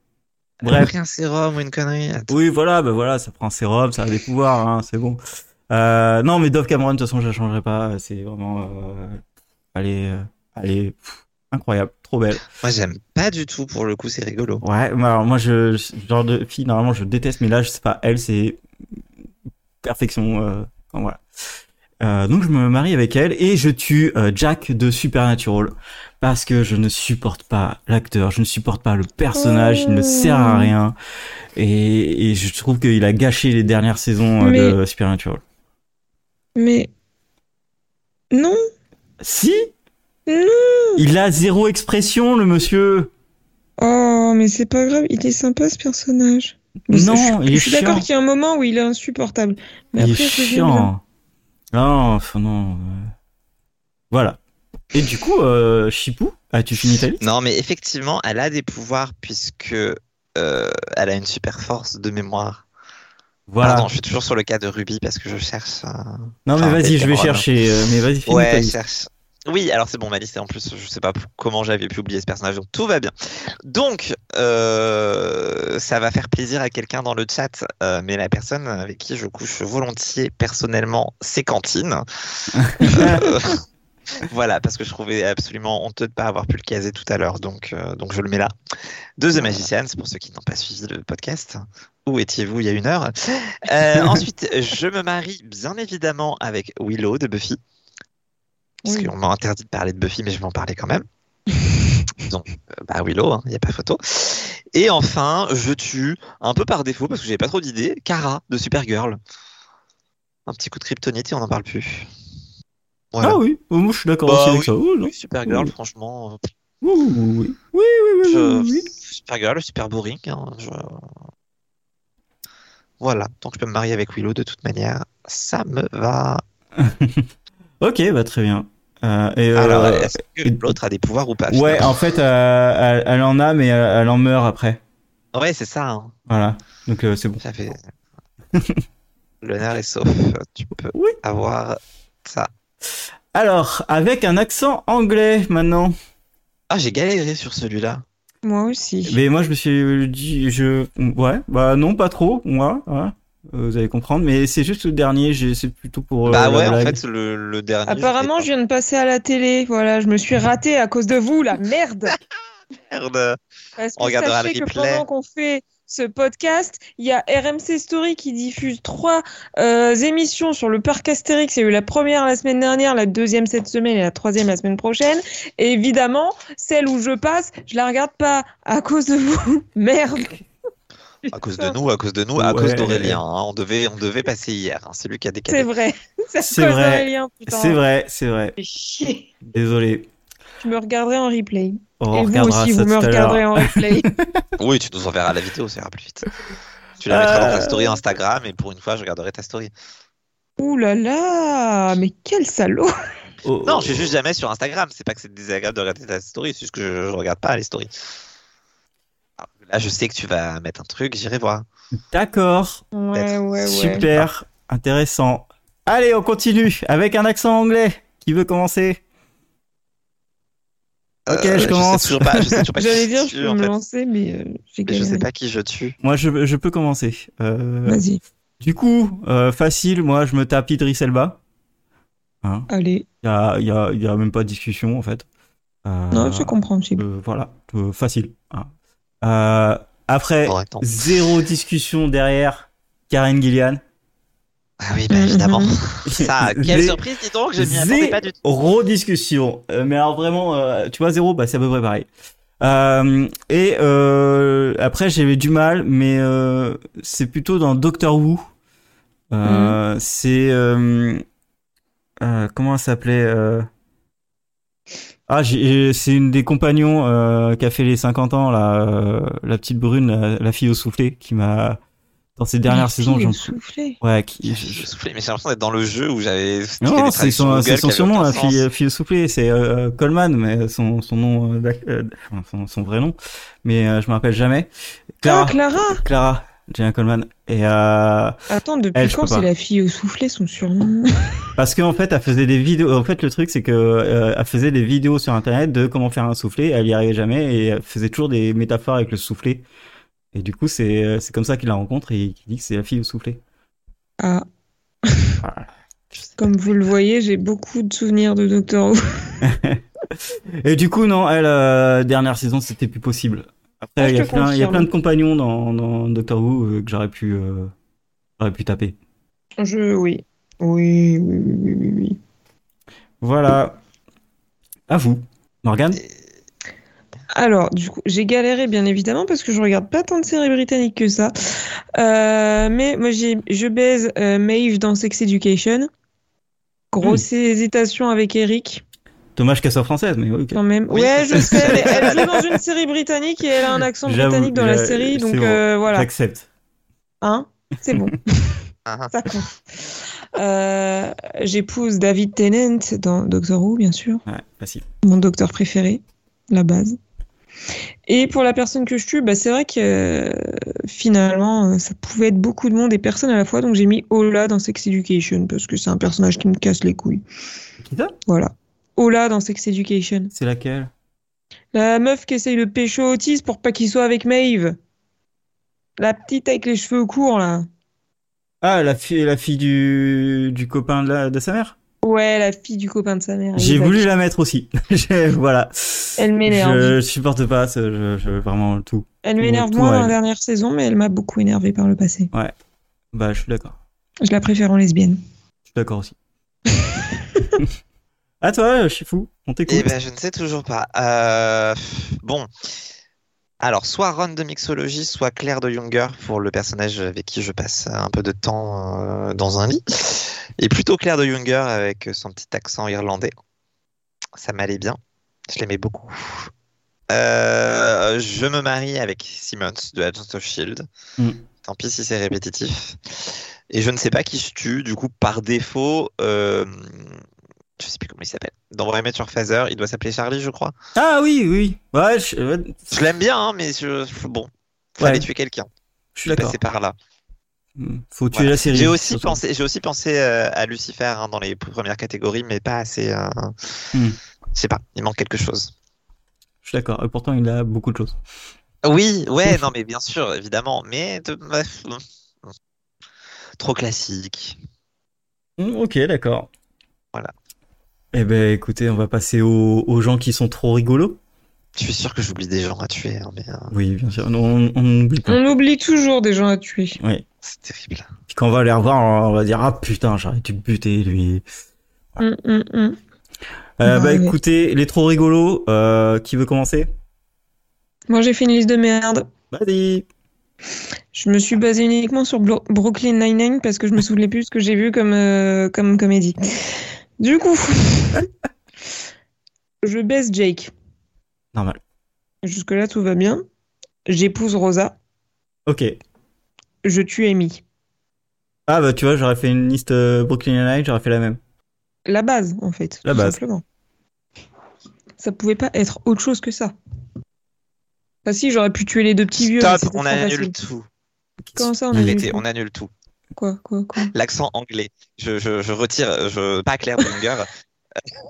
C: Elle a
A: Bref.
C: pris un sérum ou une connerie. Attends.
A: Oui, voilà, bah voilà, ça prend un sérum, ça a des pouvoirs, hein, c'est bon. Euh, non, mais Dove Cameron, de toute façon, je la changerai pas. C'est vraiment, euh, elle est, euh, elle est pff, incroyable, trop belle.
C: Moi, j'aime pas du tout pour le coup, c'est rigolo.
A: Ouais, mais alors moi, je, ce genre de fille, normalement, je déteste, mais là, je sais pas, elle, c'est perfection, euh, Enfin, voilà. Euh, donc je me marie avec elle et je tue euh, Jack de Supernatural parce que je ne supporte pas l'acteur, je ne supporte pas le personnage, il ne sert à rien et, et je trouve qu'il a gâché les dernières saisons euh, de Supernatural.
B: Mais. Non,
A: Si
B: non.
A: Il a zéro expression le monsieur
B: Oh, mais c'est pas grave, il est sympa ce personnage. Mais
A: Non,
B: je,
A: il est
B: je suis d'accord
A: chiant.
B: qu'il y a un moment où il est insupportable. Mais
A: Il est
B: après, je reviens bien.
A: chiant Non, enfin non... euh. Voilà. Et du coup, euh, Chipou, as-tu fini ta liste
C: Non, mais effectivement, elle a des pouvoirs puisque euh, elle a une super force de mémoire.
A: Voilà.
C: Pardon, Ah, je suis toujours sur le cas de Ruby parce que je cherche. un-
A: non mais
C: Enfin,
A: vas-y, je vais
C: voilà.
A: chercher, euh, mais vas-y, finis ta
C: hein. Ouais, je [LAUGHS]
A: liste.
C: cherche. Oui, alors c'est bon, ma liste. En plus, je sais pas p- comment j'avais pu oublier ce personnage, donc tout va bien. Donc, euh, ça va faire plaisir à quelqu'un dans le chat, euh, mais la personne avec qui je couche volontiers personnellement, c'est Cantine. Euh, voilà, parce que je trouvais absolument honteux de ne pas avoir pu le caser tout à l'heure, donc, euh, donc je le mets là. De The Magicians, pour ceux qui n'ont pas suivi le podcast. Où étiez-vous il y a une heure Euh, Ensuite, je me marie bien évidemment avec Willow de Buffy. Parce
B: Oui.
C: qu'on m'a interdit de parler de Buffy, mais je vais en parler
A: [LAUGHS]
C: quand même. Donc, euh, bah Willow, il n'y a pas photo. Et enfin, je tue, un peu par défaut, parce que j'avais pas trop d'idées, Kara de Supergirl. Un petit coup de kryptonite et on n'en parle plus. Voilà.
A: Ah oui, oh, moi je suis d'accord
C: Bah
A: aussi avec
C: oui.
A: ça. Oh, non.
C: Supergirl,
A: Oui.
C: franchement,
A: Oui, oui, oui, oui, oui,
C: Je-
A: oui, oui.
C: Supergirl, super boring. hein, je- Voilà, donc je peux me marier avec Willow de toute manière, ça me va.
A: Ok, bah très bien. Euh, et, euh,
C: Alors, est-ce que
A: et-
C: l'autre a des pouvoirs ou pas
A: ouais,
C: finalement
A: en fait, euh, elle, elle en a, mais euh, elle en meurt après.
C: Ouais, c'est ça. hein.
A: Voilà, donc euh, c'est bon.
C: Ça fait- [LAUGHS] L'honneur est sauf. Tu peux
A: Oui.
C: avoir ça.
A: Alors, avec un accent anglais maintenant.
C: Ah, j'ai galéré sur celui-là.
B: Moi aussi.
A: Mais moi, je me suis dit, je, ouais, bah non, pas trop, moi. ouais. Euh, Vous allez comprendre, mais c'est juste le dernier. j'ai- C'est plutôt pour. euh,
C: bah
A: la
C: ouais, en
A: blague.
C: fait, le, le dernier.
B: Apparemment, je
C: je
B: viens de passer à la télé. Voilà, je me suis ratée à cause de vous, la merde.
C: merde.
B: Parce que
C: On regardera
B: sachez
C: le
B: que
C: replay.
B: pendant qu'on fait ce podcast, il y a RMC Story qui diffuse trois euh, émissions sur le parc Astérix. Il y a eu la première la semaine dernière, la deuxième cette semaine et la troisième la semaine prochaine. Et évidemment, celle où je passe, je la regarde pas à cause de vous. [LAUGHS] Merde.
C: À cause de nous, à cause de nous, à
A: Ouais.
C: cause d'Aurélien. hein. On, devait, on devait passer hier. hein. C'est lui qui a
B: C'est
C: décalé.
B: vrai. [LAUGHS] C'est à
A: C'est
B: cause
A: vrai.
B: d'Aurélien, putain.
A: C'est vrai, c'est vrai.
B: Fais chier.
A: Désolé.
B: Je me regarderai en replay.
A: On
B: et vous
A: regardera
B: aussi,
A: ça
B: vous me
A: tout à l'heure. [LAUGHS]
B: regarderez en replay.
C: Oui, tu nous enverras la vidéo, ça ira plus vite. Tu la mettras dans
A: Euh.
C: ta story Instagram et pour une fois, je regarderai ta story.
B: Ouh là là, mais quel salaud.
A: Oh,
C: Non,
A: oh,
C: je suis juste jamais sur Instagram. C'est pas que c'est désagréable de regarder ta story, c'est juste que je, je regarde pas les stories. Alors, Là, je sais que tu vas mettre un truc, j'irai voir.
A: D'accord.
B: Ouais, ouais, ouais.
A: Super, intéressant. Allez, on continue avec un accent anglais. Qui veut commencer Ok, je commence.
C: Euh, Je sais toujours pas, je sais
B: [LAUGHS]
C: toujours pas
B: J'allais
C: qui
B: dire, je
C: je tue,
B: peux
C: en
B: me
C: fait.
B: lancer, mais euh, j'ai
C: Mais je sais
B: galéré.
C: pas qui je tue.
A: Moi, je, je peux commencer. Euh,
B: Vas-y,
A: du coup, euh, facile, moi, je me tape Idris Elba. Hein
B: allez.
A: Il y a, y a- y a même pas de discussion, en fait. Euh,
B: Non, je comprends, Chib.
A: euh, voilà, euh, facile. hein. Euh, après,
C: Bon, attends.
A: zéro discussion derrière Karen Gillian.
C: Ah oui,
B: [LAUGHS]
C: bah évidemment.
B: Mhm.
A: [LAUGHS]
C: Ça, quelle
A: Zé-
C: surprise, dis donc, je m'y attendais pas du tout.
A: Zéro discussion. Euh, mais alors vraiment, euh, tu vois, zéro, bah, c'est à peu près pareil. Euh, et euh, après, j'avais du mal, mais euh, c'est plutôt dans Doctor Who. Euh, C'est... euh, euh, comment elle s'appelait euh, Ah, j'ai- c'est une des compagnons euh, qui a fait les 50 ans, là, euh, la petite brune, la, la fille au soufflé, qui m'a... Dans ces dernières saisons, j'en...
B: soufflé.
A: Ouais, qui,
C: Je je soufflais, mais j'ai l'impression d'être dans le jeu où j'avais.
A: non,
C: des
A: non, c'est
C: traductions
A: son,
C: Google
A: c'est
C: qui
A: son
C: avaient
A: surnom,
C: aucun
A: la
C: sens.
A: fille, fille soufflée, c'est euh, Coleman, mais son, son nom, euh, d'ac- euh, enfin, son, son vrai nom, mais euh, je me rappelle jamais. Clara,
B: Ah, Clara
A: Clara, Gina Coleman. Et euh,
B: Attends, depuis
A: Elle, je
B: quand
A: peux pas.
B: c'est la fille au soufflé, son surnom
A: parce qu'en fait, elle faisait des vidéos. En fait, le truc, c'est que euh, elle faisait des vidéos sur Internet de comment faire un soufflé. Elle y arrivait jamais et elle faisait toujours des métaphores avec le soufflé. Et du coup, c'est euh, c'est comme ça qu'il la rencontre et qu'il dit que c'est la fille au soufflé.
B: Ah.
C: Ah,
B: Comme vous le voyez, j'ai beaucoup de souvenirs de Doctor Who.
A: Et du coup, non, elle, euh, dernière saison, c'était plus possible. Après,
B: Ah, je
A: il y, a
B: te
A: plein, il y a
B: confirme.
A: plein de compagnons dans, dans Doctor Who euh, que j'aurais pu, euh, j'aurais pu taper.
B: Je, oui. Oui, oui, oui, oui, oui, oui.
A: Voilà. À vous, Morgane.
B: Alors, du coup, j'ai galéré bien évidemment parce que je regarde pas tant de séries britanniques que ça. Euh, mais moi, j'ai, je baise euh, Maeve dans Sex Education.
A: Hmm.
B: Grosse hésitation avec Eric,
A: Dommage qu'elle soit française, mais ouais, ok.
B: quand même.
C: Oui.
B: Ouais, je
C: [LAUGHS]
B: sais, mais elle joue dans une série britannique et elle a un accent
A: J'avoue,
B: britannique dans la
A: j'a-
B: série,
A: c'est
B: donc
A: bon.
B: euh, voilà.
A: J'accepte.
B: Hein
A: [LAUGHS]
B: C'est bon.
C: Ah,
B: Ça compte. Euh, J'épouse David Tennant dans Doctor Who, bien sûr,
A: Ouais, facile.
B: mon docteur préféré, la base. Et pour la personne que je tue, bah, c'est vrai que euh, finalement, euh, ça pouvait être beaucoup de monde et personne à la fois, donc j'ai mis Ola dans Sex Education parce que c'est un personnage qui me casse les couilles.
A: Qui ça
B: Voilà. Ola dans Sex Education.
A: C'est laquelle
B: La meuf qui essaye de pécho Otis pour pas qu'il soit avec Maeve. La petite avec les cheveux courts, là.
A: Ah, la fille, la fille du, du copain de, la- de sa mère
B: Ouais, la fille du copain de sa mère.
A: J'ai
B: Ah, exact.
A: voulu la mettre aussi. [LAUGHS] J'ai- voilà.
B: Elle m'énerve.
A: Je supporte pas ce je, je- vraiment tout.
B: Elle m'énerve
A: Tout
B: moins dans
A: elle.
B: la dernière saison, mais elle m'a beaucoup énervée par le passé.
A: Bah, je suis d'accord.
B: Je la préfère en lesbienne.
A: Je suis d'accord aussi. [LAUGHS] à toi, je suis fou. On
C: Eh
A: t'écoute.
C: ben, je ne sais toujours pas. Euh, pff, Bon. Alors, soit Ron de Mixologie, soit Claire de Younger pour le personnage avec qui je passe un peu de temps euh, dans un lit. Et plutôt Claire de Younger avec son petit accent irlandais. Ça m'allait bien. Je l'aimais beaucoup. Euh, je me marie avec Simmons de Agents of Shield.
A: Mm.
C: E Tant pis si c'est répétitif. Et je ne sais pas qui je tue. Du coup, par défaut, euh, je sais plus comment il s'appelle. Dans Why I Met Your Father, il doit s'appeler Charlie, je crois.
A: Ah oui, oui. Ouais, je, ouais,
C: Je l'aime bien, hein, mais je... bon, fallait
A: Ouais.
C: tuer quelqu'un.
A: je suis
C: Je suis
A: d'accord.
C: passé par là.
A: Hmm, Faut tuer
C: Bah, Voilà.
A: la série.
C: J'ai aussi
A: Surtout.
C: pensé, j'ai aussi pensé euh, à Lucifer hein, dans les premières catégories, mais pas assez. euh,
A: Hmm.
C: Je sais pas, il manque quelque chose.
A: Je suis d'accord. Et pourtant, il a beaucoup de choses.
C: Oui, ouais, non, mais bien sûr, évidemment, mais de- bref, hmm. trop classique.
A: Hmm, Ok, d'accord.
C: Voilà.
A: Eh ben, écoutez, on va passer aux, aux gens qui sont trop rigolos.
C: Je suis sûr que j'oublie des gens à tuer, hein, mais euh,
A: Oui, bien sûr. Non, on- on n'oublie pas.
B: On oublie toujours des gens à tuer.
A: Oui.
C: c'est terrible.
A: Puis quand on va les revoir, on va dire Ah putain, j'aurais dû le buter lui.
B: Hum, hum, hum.
A: Euh, bah
B: Ouais.
A: écoutez, les trop rigolos, euh, qui veut commencer
B: Moi, j'ai fait une liste de merde.
A: Vas-y
B: Je me suis basée uniquement sur Blo- Brooklyn Nine-Nine parce que je me souvenais plus ce que j'ai vu comme, euh, comme comédie. Du coup, [LAUGHS] je baisse Jake.
A: Normal.
B: Jusque-là, tout va bien. J'épouse Rosa.
A: Ok.
B: Je tue Amy.
A: Ah bah tu vois, j'aurais fait une liste euh, Brooklyn Nine-Nine, j'aurais fait la même.
B: La base, en fait.
A: La
B: tout
A: base.
B: Simplement. Ça pouvait pas être autre chose que ça. Enfin, si, j'aurais pu tuer les deux petits vieux. mais
C: Stop,
B: c'était trop
C: on
B: facile.
C: annule tout.
B: Comment ça, on
A: Il
B: annule
C: Arrêtez,
B: tout
C: on annule tout.
B: Quoi, quoi, quoi
C: L'accent anglais, je, je, je retire, je pas Claire Bunger. [LAUGHS]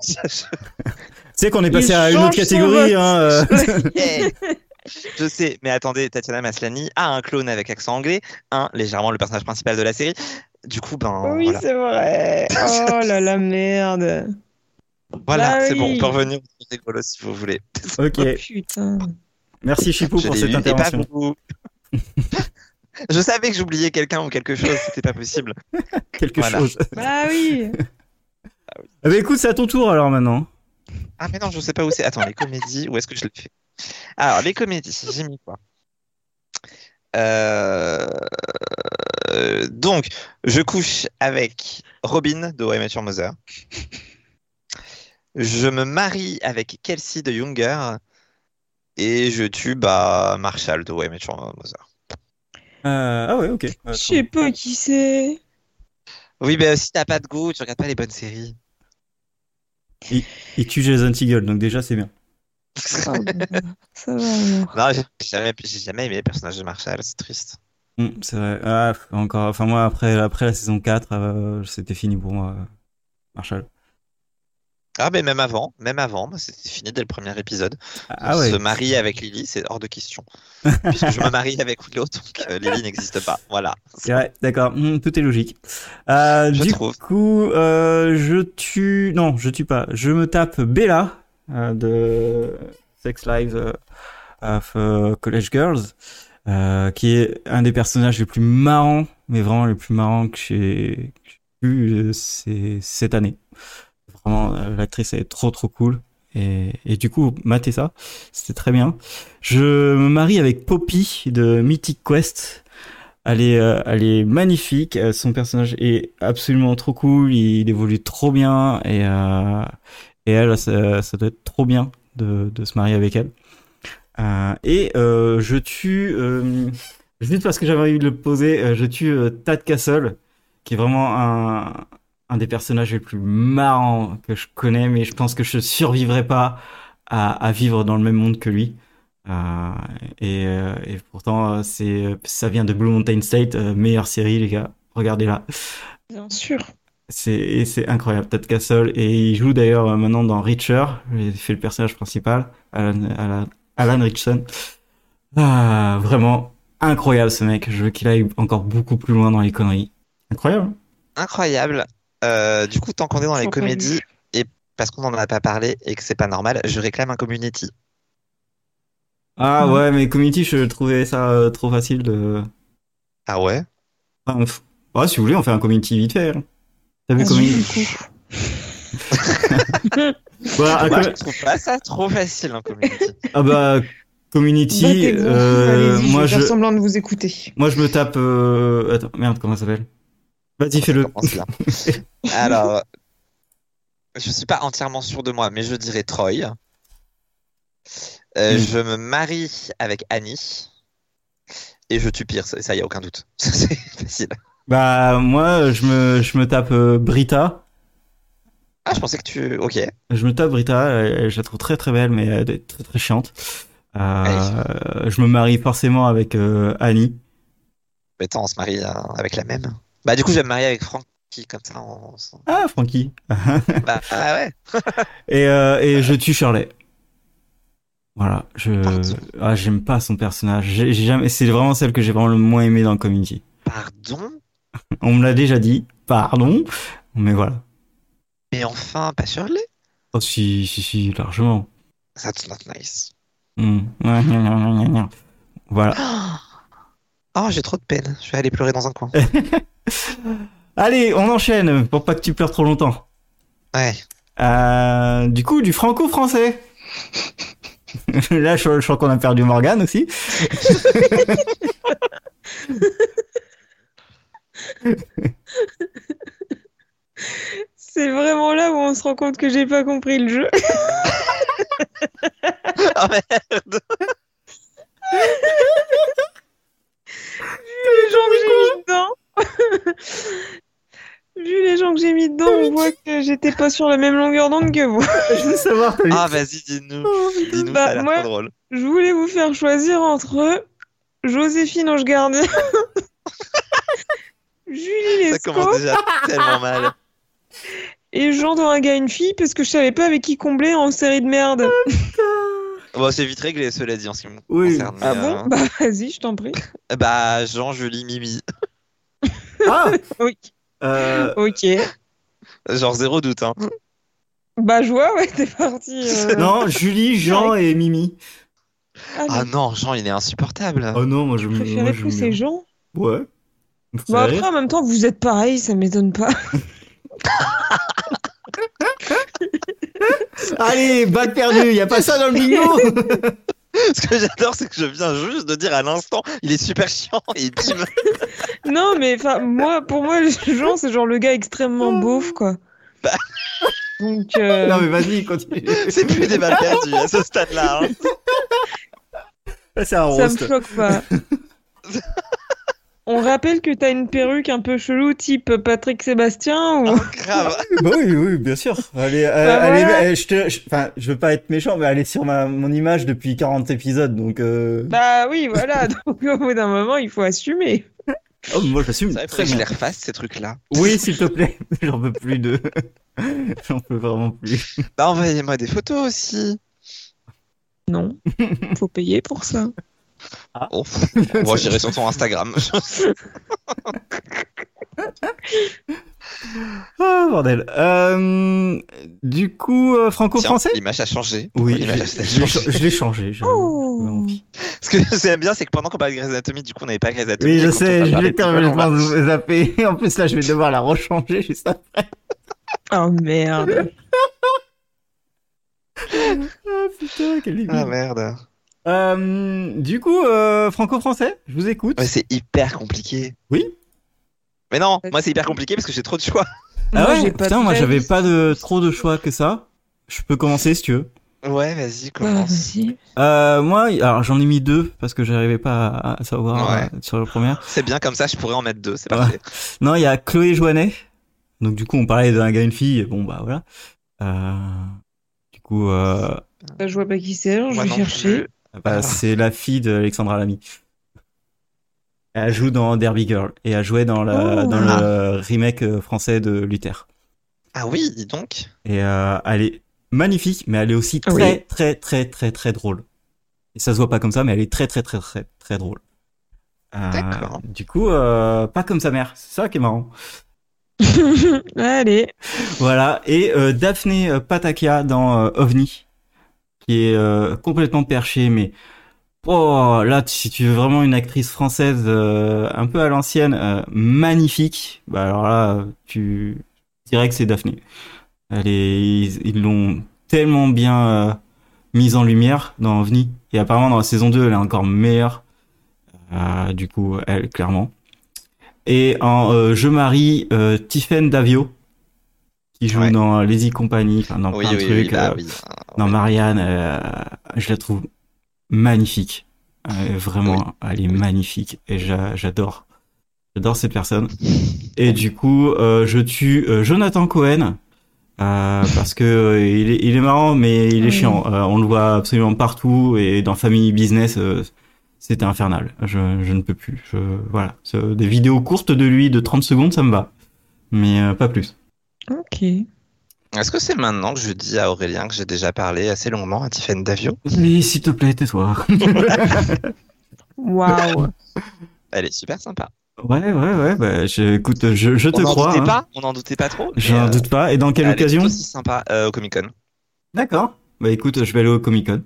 C: Je-
A: Tu sais qu'on est passé
B: Il
A: à une autre
B: change son
A: catégorie.
B: vote.
A: Hein,
B: [LAUGHS]
A: euh. [LAUGHS]
C: Yeah. Je sais, mais attendez, Tatiana Maslany a un clone avec accent anglais, un légèrement le personnage principal de la série. Du coup, ben
B: Oui,
C: voilà,
B: c'est vrai. Oh là la merde.
C: Voilà,
B: bah
C: c'est bon,
B: oui.
C: on peut revenir au rigolo si vous voulez.
A: Ok.
B: Oh, Putain.
A: Merci Chipou
C: Je
A: pour
C: l'ai
A: cette
C: eu, et pas
A: intervention. [LAUGHS]
C: vous. Je savais que j'oubliais quelqu'un ou quelque chose, c'était pas possible.
A: Quelque
C: Voilà.
A: chose.
C: Ah,
B: Bah oui.
A: Bah écoute, c'est à ton tour alors maintenant.
C: Ah mais non, je sais pas où c'est. Attends, les comédies, où est-ce que je l'ai fait Alors, les comédies, j'ai mis quoi Euh, euh, Donc, je couche avec Robin de How I Met Your Mother. Je me marie avec Kelsey de Younger. Et je tue bah, Marshall de How I Met Your Mother.
A: Euh, ah ouais, ok.
B: Je sais pas qui
C: [LAUGHS]
B: c'est.
C: Oui, mais si t'as pas de goût, tu regardes pas les bonnes séries.
A: Il tue Jason Segel, donc déjà c'est bien.
B: Oh, bah, ça va alors.
C: Non, j'ai jamais, j'ai jamais aimé les personnages de Marshall, c'est triste.
A: Hmm, c'est vrai. Ah, f- encore. Enfin moi après après la saison 4, euh, c'était fini pour moi. euh, Marshall.
C: Ah, mais même avant, même avant, moi, c'était fini dès le premier épisode.
A: Ah ouais.
C: Se marier avec Lily, c'est hors de question. Puisque je me marie [LAUGHS] avec Willow, donc euh, Lily n'existe pas. Voilà.
A: C'est vrai, d'accord, Hmm, tout est logique. Euh,
C: Je
A: du
C: trouve.
A: coup, euh, je tue... Non, je tue pas. Je me tape Bella euh, de Sex Lives euh, of euh, College Girls, euh, qui est un des personnages les plus marrants, mais vraiment les plus marrants que j'ai que vu euh, ces- cette année. Vraiment, euh, l'actrice elle est trop trop cool. Et, et du coup, matez ça, c'était très bien. Je me marie avec Poppy de Mythic Quest. Elle est, euh, elle est magnifique. euh, Son personnage est absolument trop cool. Il, évolue trop bien. Et, euh, et elle, ça, ça doit être trop bien de, de se marier avec elle. Euh, et euh, je tue, euh, juste parce que j'avais envie de le poser, euh, je tue euh, Tad Castle, qui est vraiment un, un des personnages les plus marrants que je connais, mais je pense que je survivrai pas à, à vivre dans le même monde que lui. Euh, et, euh, et pourtant, euh, c'est, euh, ça vient de Blue Mountain State, euh, meilleure série, les gars. Regardez-la.
B: Bien sûr.
A: C'est et c'est incroyable, Ted Castle. Et il joue d'ailleurs euh, maintenant dans Reacher. Il fait le personnage principal, Alan, Alan, Alan Richson. Ah, vraiment incroyable ce mec. Je veux qu'il aille encore beaucoup plus loin dans les conneries. Incroyable.
C: Incroyable. Euh, du coup, tant qu'on est dans les
B: Toujours pas vu.
C: comédies, et parce qu'on n'en a pas parlé et que c'est pas normal, je réclame un community.
A: Ah
B: Mhm.
A: ouais, mais Community, je trouvais ça euh, trop facile de.
C: Ah ouais?
A: Enfin, on f- ouais, si vous voulez, on fait un Community vite fait. hein. T'as vu
B: Vas-y,
A: Community
B: du coup.
A: Voilà, Ah, un
C: Moi, je
A: com-
C: trouve pas ça trop facile,
A: [LAUGHS]
C: un community.
A: Ah bah, Community,
B: Battez-vous.
A: euh,
B: Allez-y,
A: moi
B: je vais
A: je.
B: faire semblant de vous écouter.
A: Moi, je me tape. euh, Attends, merde, comment ça s'appelle Vas-y, fais-le.
C: Ça commence bien. Alors, je suis pas entièrement sûr de moi, mais je dirais Troy. Euh,
A: Mm.
C: Je me marie avec Annie. Et je tue Pierce, ça y a aucun doute. [LAUGHS] C'est facile.
A: Bah, moi, je me, je me tape euh, Brita.
C: Ah, je pensais que tu. Ok.
A: Je me tape Brita, euh, je la trouve très très belle, mais elle est très très chiante. Euh, je me marie forcément avec euh, Annie.
C: Mais attends, on se marie euh, avec la même. Bah, du coup, je vais me marier avec Francky, comme ça. On... s'en-
A: Ah, Francky.
B: [LAUGHS]
C: bah, ah ouais.
A: Et, euh, et je tue Shirley. Voilà, je ah, j'aime pas son personnage. J'ai j'ai jamais, c'est vraiment celle que j'ai vraiment le moins aimé dans le community.
C: Pardon?
A: On me l'a déjà dit, pardon, mais voilà.
C: Mais enfin, pas Shirley?
A: Oh si si si largement.
C: That's not
B: [GASPS]
C: nice.
A: Hmm. [LAUGHS] Voilà.
C: Oh, j'ai trop de peine. Je vais aller pleurer dans
B: [LAUGHS]
C: un coin.
A: Allez, on enchaîne pour pas que tu pleures trop longtemps.
C: Ouais.
A: Euh, du coup, du franco-français. [LAUGHS] Là, je, je crois qu'on a perdu Morgane aussi.
B: C'est vraiment là où on se rend compte que j'ai pas compris le jeu.
C: Oh
B: Ah,
C: merde!
B: Vu les gens que j'ai mis dedans. [LAUGHS] Vu les gens que j'ai mis dedans, on voit que j'étais pas sur la même longueur d'onde que vous. [LAUGHS]
A: je veux savoir. t'as vu- Oh,
C: Ah, vas-y, dis-nous. Dis-nous, ça
B: Bah,
C: a l'air
B: moi-
C: trop drôle.
B: Je voulais vous faire choisir entre Joséphine Ange Gardien, [LAUGHS] Julie
C: Ça commence
B: Lescaut
C: déjà tellement mal.
B: et Jean dans un gars une fille parce que je savais pas avec qui combler en série de merde.
C: Bon, c'est vite réglé, cela dit, en ce qui me
A: Oui.
C: concerne. mais,
B: Ah bon Bah vas-y, je t'en prie.
C: euh, Bah, Jean, Julie, Mimi.
A: Ah,
B: Oui.
A: euh,
B: Ok.
C: Genre, zéro doute, hein.
B: Bah je vois, ouais, t'es parti. euh.
A: [LAUGHS] non, Julie, Jean et Mimi.
B: Ah,
C: Ah
B: mais
C: non, Jean, il est insupportable.
A: Oh non, moi je
B: je
A: me. moi,
B: préférais
A: je
B: pousser
A: me-
B: Jean.
A: Ouais.
B: Bon
A: Bah,
B: après, en même temps, vous êtes pareil, ça m'étonne pas.
A: Allez, balle perdue, y a pas ça dans le bingo.
C: [LAUGHS] Ce que j'adore, c'est que je viens juste de dire à l'instant, il est super chiant et bim.
B: [LAUGHS] Non, mais enfin, moi, pour moi, le Jean, c'est genre le gars extrêmement beauf, quoi.
C: Bah.
B: Donc, [LAUGHS] euh,
A: non mais vas-y, continue.
C: [LAUGHS] C'est
A: [LAUGHS]
C: plus des balles perdues à ce stade-là. hein.
A: C'est un
B: ça me
A: roast.
B: choque pas. On rappelle que t'as une perruque un peu chelou, type Patrick Sébastien,
C: Ah.
A: Oh,
B: ou...
C: Grave.
A: Bah oui, oui, bien sûr. Allez, euh,
B: Bah
A: allez,
B: voilà.
A: euh, je te, je- enfin, je veux pas être méchant, mais elle est sur ma, mon image depuis 40 épisodes, donc. Euh...
B: [LAUGHS] Bah oui, voilà, donc au bout d'un moment, il faut assumer.
A: Oh, moi, j'assume
C: C'est vrai,
A: très
C: faudrait que je
A: bien.
C: les refasse, ces trucs-là.
A: Oui, s'il te plaît. [LAUGHS] J'en peux plus de. [LAUGHS] J'en peux vraiment plus.
C: Bah, envoyez-moi des photos aussi.
B: Non, faut payer pour ça.
C: Oh, pff. Moi, j'irai sur ton Instagram.
A: [LAUGHS] Ah, bordel. Euh, du coup, euh,
C: Tiens,
A: franco-français
C: L'image a changé.
A: Oui,
C: Pourquoi l'image
A: je,
C: a
A: je l'ai cha-
C: changé.
A: je l'ai changé. je-
B: Oh.
A: j'avais envie.
C: Ce que j'aime bien, c'est que pendant qu'on parlait de Grey's Anatomy, du coup, on n'avait pas Grey's Anatomy.
A: Oui,
C: et
A: je
C: quand on
A: sais,
C: va
A: je
C: parler
A: l'ai
C: de Pearl
A: complètement
C: Harbor,
A: zappé. [LAUGHS] En plus, là, je vais devoir la rechanger juste après.
B: Oh merde.
A: Ah, putain, quel débile.
C: Ah merde.
A: Euh, du coup, euh, franco-français, je vous écoute.
C: Ouais, c'est hyper compliqué.
A: Oui.
C: Mais non, moi c'est hyper compliqué parce que j'ai trop de choix.
A: Ah ouais,
B: j'ai pas
A: putain,
B: de
A: moi
B: rêve.
A: j'avais pas de trop de choix que ça. Je peux commencer si tu veux.
C: Ouais, vas-y,
B: Ah,
C: commence.
B: vas-y.
A: Euh, moi, alors j'en ai mis deux parce que j'arrivais pas à, à savoir
C: Ouais.
A: euh, sur le premier.
C: C'est bien comme ça, je pourrais en mettre deux, c'est
A: Ouais.
C: parfait.
A: Non, il y a Chloé Joannet. Donc du coup, on parlait d'un gars et une fille. Bon bah voilà. Euh, du coup, euh,
B: Bah, je vois pas qui c'est, alors je
C: Moi
B: vais
C: non plus.
B: chercher.
A: bah,
C: Ah.
A: c'est la fille de Alexandra Lamy. Elle joue dans Derby Girl et elle jouait dans, la,
B: Oh.
A: dans le remake euh, français de Luther.
C: Ah oui, dis donc.
A: Et euh, elle est magnifique, mais elle est aussi très,
B: Oui.
A: très, très, très, très drôle. Et ça se voit pas comme ça, mais elle est très, très, très, très, très drôle. Euh,
C: D'accord.
A: Du coup, euh, pas comme sa mère. C'est ça qui est marrant.
B: [LAUGHS] Allez.
A: Voilà. Et euh, Daphné euh, Patakia dans euh, OVNI, qui est euh, complètement perchée, mais oh là, si tu veux vraiment une actrice française euh, un peu à l'ancienne, euh, magnifique, bah alors là, tu dirais que c'est Daphné. Elle est, ils ils l'ont tellement bien euh, mise en lumière dans OVNI, et apparemment dans la saison 2, elle est encore meilleure. Euh, du coup, elle clairement. Et en euh, Je marie euh, Tiffaine Davio, qui joue
C: Ouais.
A: dans Lazy Company, enfin, dans
C: Oui,
A: plein de
C: oui,
A: trucs.
C: oui, bah
A: euh,
C: oui.
A: non,
C: Oui.
A: Marianne, euh, je la trouve magnifique. Euh, vraiment, elle est magnifique. Et j'a- j'adore. J'adore cette personne. [LAUGHS] Et du coup, euh, je tue euh, Jonathan Cohen. euh, parce que euh, il, est, il est marrant, mais il est
B: Oui.
A: chiant. Euh, on le voit absolument partout et dans Family Business, euh, c'était infernal. Je, je ne peux plus. Je, voilà, Ce- des vidéos courtes de lui de 30 secondes, ça me va, mais euh, pas plus.
B: Ok.
C: Est-ce que c'est maintenant que je dis à Aurélien que j'ai déjà parlé assez longuement à Tiffany Davio
A: Oui, s'il te plaît, tais-toi.
B: Waouh.
C: Elle est super sympa.
A: Ouais, ouais, ouais, bah, je, écoute, je, je te
C: on n'en
A: crois.
C: doutait
A: hein.
C: pas, on n'en doutait pas trop. mais,
A: J'en
C: euh,
A: doute pas. Et dans quelle
C: elle est
A: occasion
C: aussi sympa euh, au Comic Con.
A: D'accord. Bah écoute, je vais aller au Comic
C: [LAUGHS]
A: Con.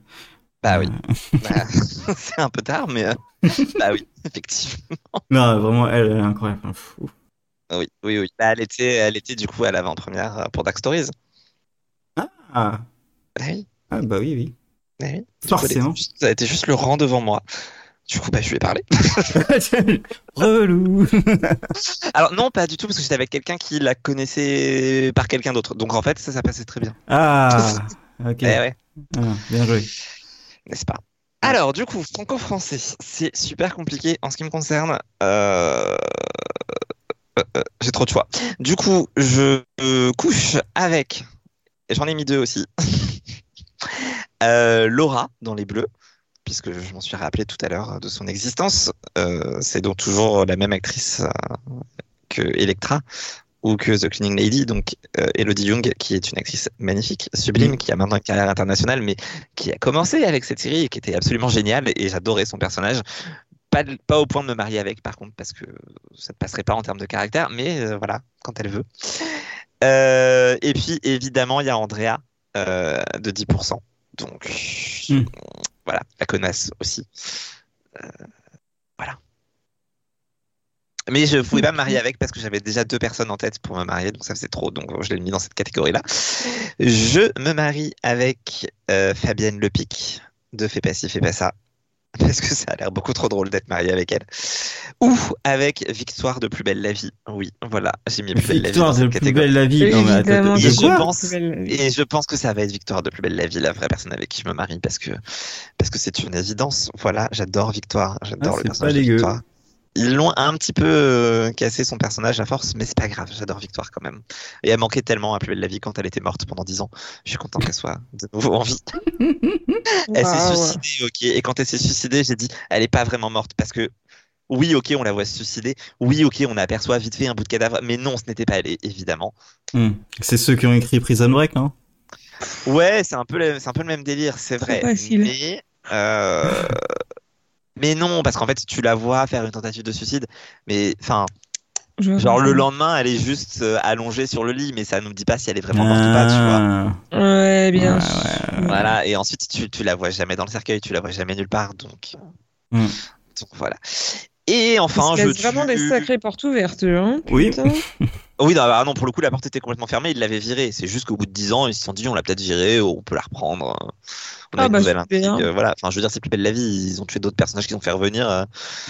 C: Bah oui.
A: Euh.
C: [LAUGHS] Bah, c'est un peu tard,
A: [LAUGHS]
C: mais euh, bah oui, effectivement.
A: Non, vraiment, elle, elle est incroyable. Enfin, pff, ouf.
C: Oui, oui, oui. Bah, elle était, elle était du coup à l'avant-première euh, pour Dark Stories.
A: Ah,
C: Bah oui,
A: ah, bah oui, oui.
C: bah oui.
A: Forcément.
C: Ça a été juste le rang devant moi. Du coup, bah, je lui
A: [LAUGHS]
C: ai parlé.
A: Relou.
C: Alors, non, pas du tout, parce que j'étais avec quelqu'un qui la connaissait par quelqu'un d'autre. Donc, en fait, ça, ça passait très bien. [LAUGHS]
A: Ah, ok.
C: Eh ouais,
A: Ah, bien joué.
C: n'est-ce pas? Alors, du coup, franco-français, c'est super compliqué en ce qui me concerne. Euh, euh, euh, j'ai trop de choix. Du coup, je euh, couche avec, et j'en ai mis deux aussi, [LAUGHS] Euh, Laura dans Les Bleus, puisque je m'en suis rappelé tout à l'heure de son existence. Euh, c'est donc toujours la même actrice euh, que Electra ou que The Cleaning Lady, donc euh, Elodie Young, qui est une actrice magnifique, sublime, qui a maintenant une carrière internationale, mais qui a commencé avec cette série et qui était absolument géniale, et j'adorais son personnage. Pas, de- pas au point de me marier avec, par contre, parce que ça ne passerait pas en termes de caractère, mais euh, voilà, quand elle veut. Euh, et puis, évidemment, il y a Andrea euh, de 10%. Donc,
A: Hmm.
C: voilà, la connasse aussi. Euh, voilà. Mais je pouvais pas me marier avec parce que j'avais déjà deux personnes en tête pour me marier, donc ça faisait trop, donc je l'ai mis dans cette catégorie-là. Je me marie avec euh, Fabienne Lepic de Fais pas ci, fais pas ça, [LAUGHS] parce que ça a l'air beaucoup trop drôle d'être marié avec elle. Ou avec Victoire de Plus belle la vie. Oui, voilà, j'ai mis Plus belle la vie. dans
A: Victoire de
C: cette
A: plus
C: catégorie.
A: belle la vie. Non, mais attends,
B: Évidemment,
A: de
C: Et
B: je
A: quoi
C: je pense
B: Belle-
C: et je pense que ça va être Victoire de Plus Belle la Vie, la vraie personne avec qui je me marie, parce que parce que c'est une évidence. Voilà, j'adore Victoire, j'adore
A: Ah,
C: le
A: c'est pas
C: personnage de
A: dégueu.
C: Victoire. Ils l'ont un petit peu euh, cassé son personnage à force, mais c'est pas grave, j'adore Victoire quand même. Et elle manquait tellement à Plus Belle la Vie quand elle était morte pendant 10 ans. Je suis content qu'elle soit de nouveau en vie. Elle s'est
B: Waouh.
C: suicidée, ok. Et quand elle s'est suicidée, j'ai dit, elle est pas vraiment morte parce que, oui, ok, on la voit se suicider. Oui, ok, on aperçoit vite fait un bout de cadavre. Mais non, ce n'était pas elle, évidemment.
A: Hmm. C'est ceux qui ont écrit Prison Break, non
C: Ouais, c'est un peu le, c'est un peu le même délire, c'est vrai.
B: facile.
C: Mais, euh, mais non, parce qu'en fait, tu la vois faire une tentative de suicide. Mais, enfin,
B: Je vois
C: Genre
B: pas.
C: le lendemain, elle est juste euh, allongée sur le lit, mais ça nous dit pas si elle est vraiment morte ou pas,
A: Ah.
C: tu vois.
B: Ouais, bien
A: Ouais,
B: sûr.
C: Voilà, et ensuite tu, tu la vois jamais dans le cercueil, tu la vois jamais nulle part, donc.
A: Mm.
C: Donc voilà. Et enfin,
B: Il se
C: je.
B: laisse vraiment des
C: tue-
B: sacrées portes ouvertes. Hein,
A: Oui.
B: putain.
C: Oui, non, ah non, pour le coup, la porte était complètement fermée, ils l'avaient virée. C'est juste qu'au bout de 10 ans, ils se sont dit, on l'a peut-être virée, on peut la reprendre. euh, On a
B: Ah,
C: une
B: bah,
C: nouvelle
B: super.
C: intrigue. euh, Voilà, enfin, je veux dire, c'est plus belle la vie. Ils ont tué d'autres personnages qu'ils ont fait revenir. euh,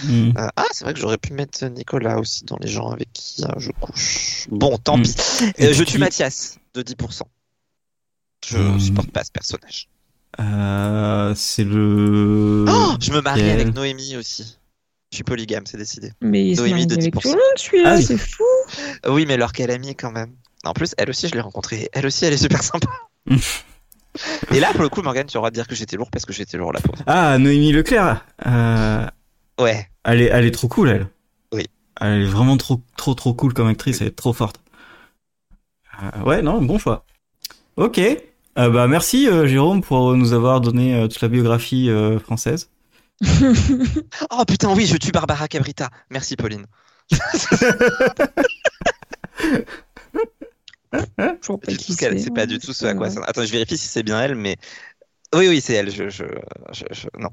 A: Mm.
C: Euh, ah, c'est vrai que j'aurais pu mettre Nicolas aussi dans les gens avec qui euh, je couche. Bon, tant
A: Mm.
C: pis.
A: Et
C: Euh, je
A: tu
C: tue
A: dis-
C: Mathias de 10%. Je
A: Mm.
C: supporte pas ce personnage.
A: Euh, c'est le.
C: Oh, je me marie
A: quel-
C: avec Noémie aussi. Je suis polygame, c'est décidé.
B: Mais il se
C: Oui,
B: marie
C: mais de
B: avec
C: 10%.
B: tout le monde, celui-là,
A: Ah oui.
B: c'est fou.
C: [LAUGHS] Euh, Oui, mais leur quelle amie quand même. En plus, elle aussi, je l'ai rencontrée. Elle aussi, elle est super
B: [LAUGHS]
C: sympa. Et là, pour le coup, Morgane, tu auras de dire que j'étais lourd parce que j'étais lourd, la pauvre.
A: Ah, Noémie Leclerc. Euh,
C: Ouais.
A: elle, est, elle est trop cool, elle.
C: Oui.
A: Elle est vraiment trop, trop, trop cool comme actrice. Elle est trop forte. Euh, ouais, non, bon choix. Ok. Euh, bah, merci, euh, Jérôme, pour nous avoir donné euh, toute la biographie euh, française.
C: Oh putain, oui, je tue Barbara Cabrita. Merci, Pauline.
B: Je vois pas
C: Pas du
B: qui
C: tout ce qu'elle-
B: c'est,
C: c'est
B: hein,
C: pas du tout ce à quoi
B: c'est
C: ça. Attends, je vérifie si c'est bien elle, mais. Oui, oui, c'est elle. Je, je, je- je- Non,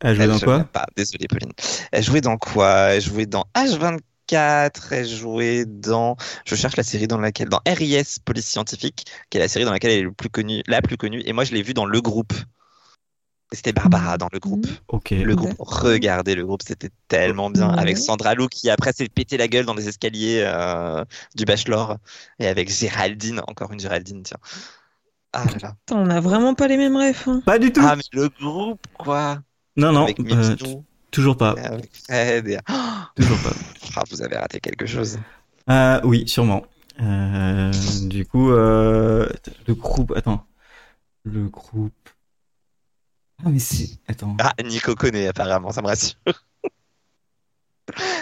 A: Elle joue
C: elle,
A: dans
C: je
A: quoi
C: l'aime pas. Désolé, Pauline. Elle jouait dans quoi Elle jouait dans H24. Elle jouait dans. Je cherche la série dans laquelle. Dans RIS, Police Scientifique, qui est la série dans laquelle elle est le plus connue, la plus connue. Et moi, je l'ai vue dans Le Groupe. Et C'était Barbara dans Le Groupe.
A: Ok.
C: Le groupe,
B: D'accord.
C: regardez le groupe, c'était tellement bien.
B: Ouais.
C: Avec Sandra Lou qui après s'est pété la gueule dans les escaliers euh, du Bachelor. Et avec Géraldine, encore une Géraldine, tiens. Ah là là.
B: Putain, on a vraiment pas les mêmes refs. hein.
A: Pas du tout.
C: Ah mais le groupe quoi
A: non, non.
C: Avec
A: euh, t-
C: Mimidou,
A: toujours pas.
C: et avec Fred. et- Ah,
A: Toujours pas.
C: vous avez raté quelque chose. [LAUGHS]
A: Euh, oui, sûrement. Euh, du coup, euh, le groupe. Attends. Le groupe. Ah, mais c'est. Attends.
C: Ah, Nico connaît apparemment, ça me rassure. [LAUGHS]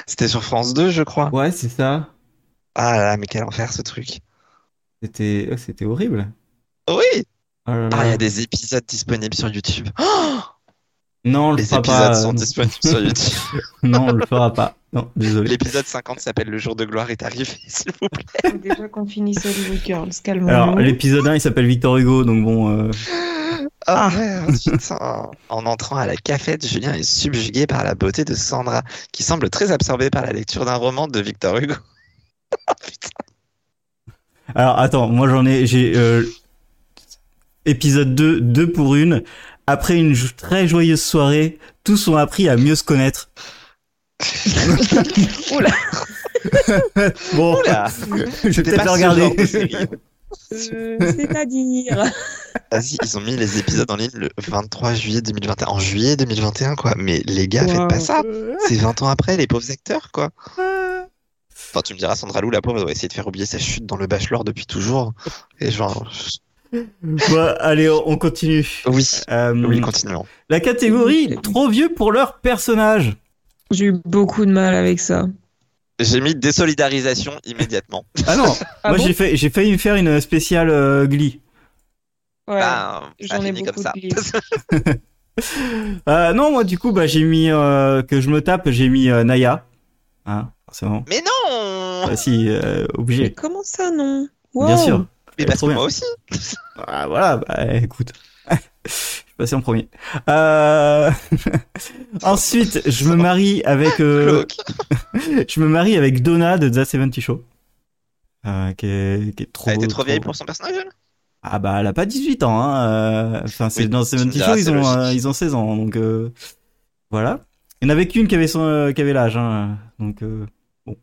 C: C'était sur France 2, je crois.
A: Ouais, c'est ça.
C: Ah là là, mais quel enfer ce truc.
A: C'était oh, c'était horrible.
C: Oui!
A: Oh là là.
C: Ah, il y a des épisodes disponibles sur YouTube. Oh
A: Non, on le
C: Les
A: fera
C: épisodes
A: pas.
C: sont
A: non.
C: disponibles
A: [LAUGHS]
C: sur YouTube.
A: non, on le fera pas. Non, désolé.
C: L'épisode 50 s'appelle Le jour de gloire est arrivé, [LAUGHS] s'il vous plaît.
B: Faut déjà qu'on finisse Hollywood Girls, calmons
A: Alors,
B: [LAUGHS]
A: l'épisode 1, il s'appelle Victor Hugo, donc bon. euh,
C: Ah, merde, putain. En entrant à la cafette, Julien est subjugué par la beauté de Sandra, qui semble très absorbée par la lecture d'un roman de Victor Hugo. Ah, putain.
A: Alors, attends, moi j'en ai. J'ai. euh, Épisode 2, 2 pour une. Après une jo- très joyeuse soirée, tous ont appris à mieux se connaître. [LAUGHS]
B: [LAUGHS]
C: Oula.
A: Bon,
C: Oula.
A: [LAUGHS] je vais
C: C'était
A: peut-être
C: pas
A: le
C: ce genre de
A: regarder.
C: série.
B: C'est-à-dire.
C: Vas-y, ils ont mis les épisodes en ligne le 23 juillet 2021. En juillet 2021, quoi. Mais les gars, faites pas
B: Wow.
C: ça. C'est 20 ans après, les pauvres acteurs, quoi. Enfin, tu me diras, Sandra Lou, la pauvre, elle doit essayer de faire oublier sa chute dans le bachelor depuis toujours. Et genre,
A: [LAUGHS] Bon, allez, on on continue.
C: oui,
A: Euh,
C: oui, continuons.
A: la catégorie trop vieux pour leur personnage.
B: J'ai eu beaucoup de mal avec ça.
C: J'ai mis désolidarisation immédiatement.
A: Ah non,
B: Ah
A: moi
B: bon
A: j'ai fait j'ai failli me faire une spéciale euh, Glee.
B: Ouais.
C: Bah,
B: j'en
C: ça
B: ai
C: finit
B: beaucoup
C: comme ça.
B: de livres.
A: Euh, non, moi du coup bah j'ai mis euh, que je me tape, j'ai mis euh, Naya. Hein, forcément.
C: [LAUGHS] Mais non
A: Bah, si euh,
B: Mais
A: obligé.
B: comment ça, non
A: Bien
B: Wow.
A: sûr. Eh,
C: Mais parce
A: trop
C: que
A: bien.
C: moi aussi.
A: Ah, voilà, bah écoute. [LAUGHS] je suis passé en premier. Euh... [LAUGHS] Ensuite, je me marie avec euh,
C: Glauque.
A: je me marie avec Donna de The 70 Show. Euh, qui, est, qui est trop
C: Elle était trop vieille pour son personnage, elle
A: Ah bah elle a pas 18 ans hein. euh, Enfin c'est
C: Oui,
A: dans
C: tu
A: 70
C: me diras,
A: Show ils
C: c'est
A: ont
C: logique.
A: euh, ils ont 16 ans donc euh, voilà. Il n'y en avait qu'une qui avait son euh, qui avait l'âge hein. Donc euh, bon.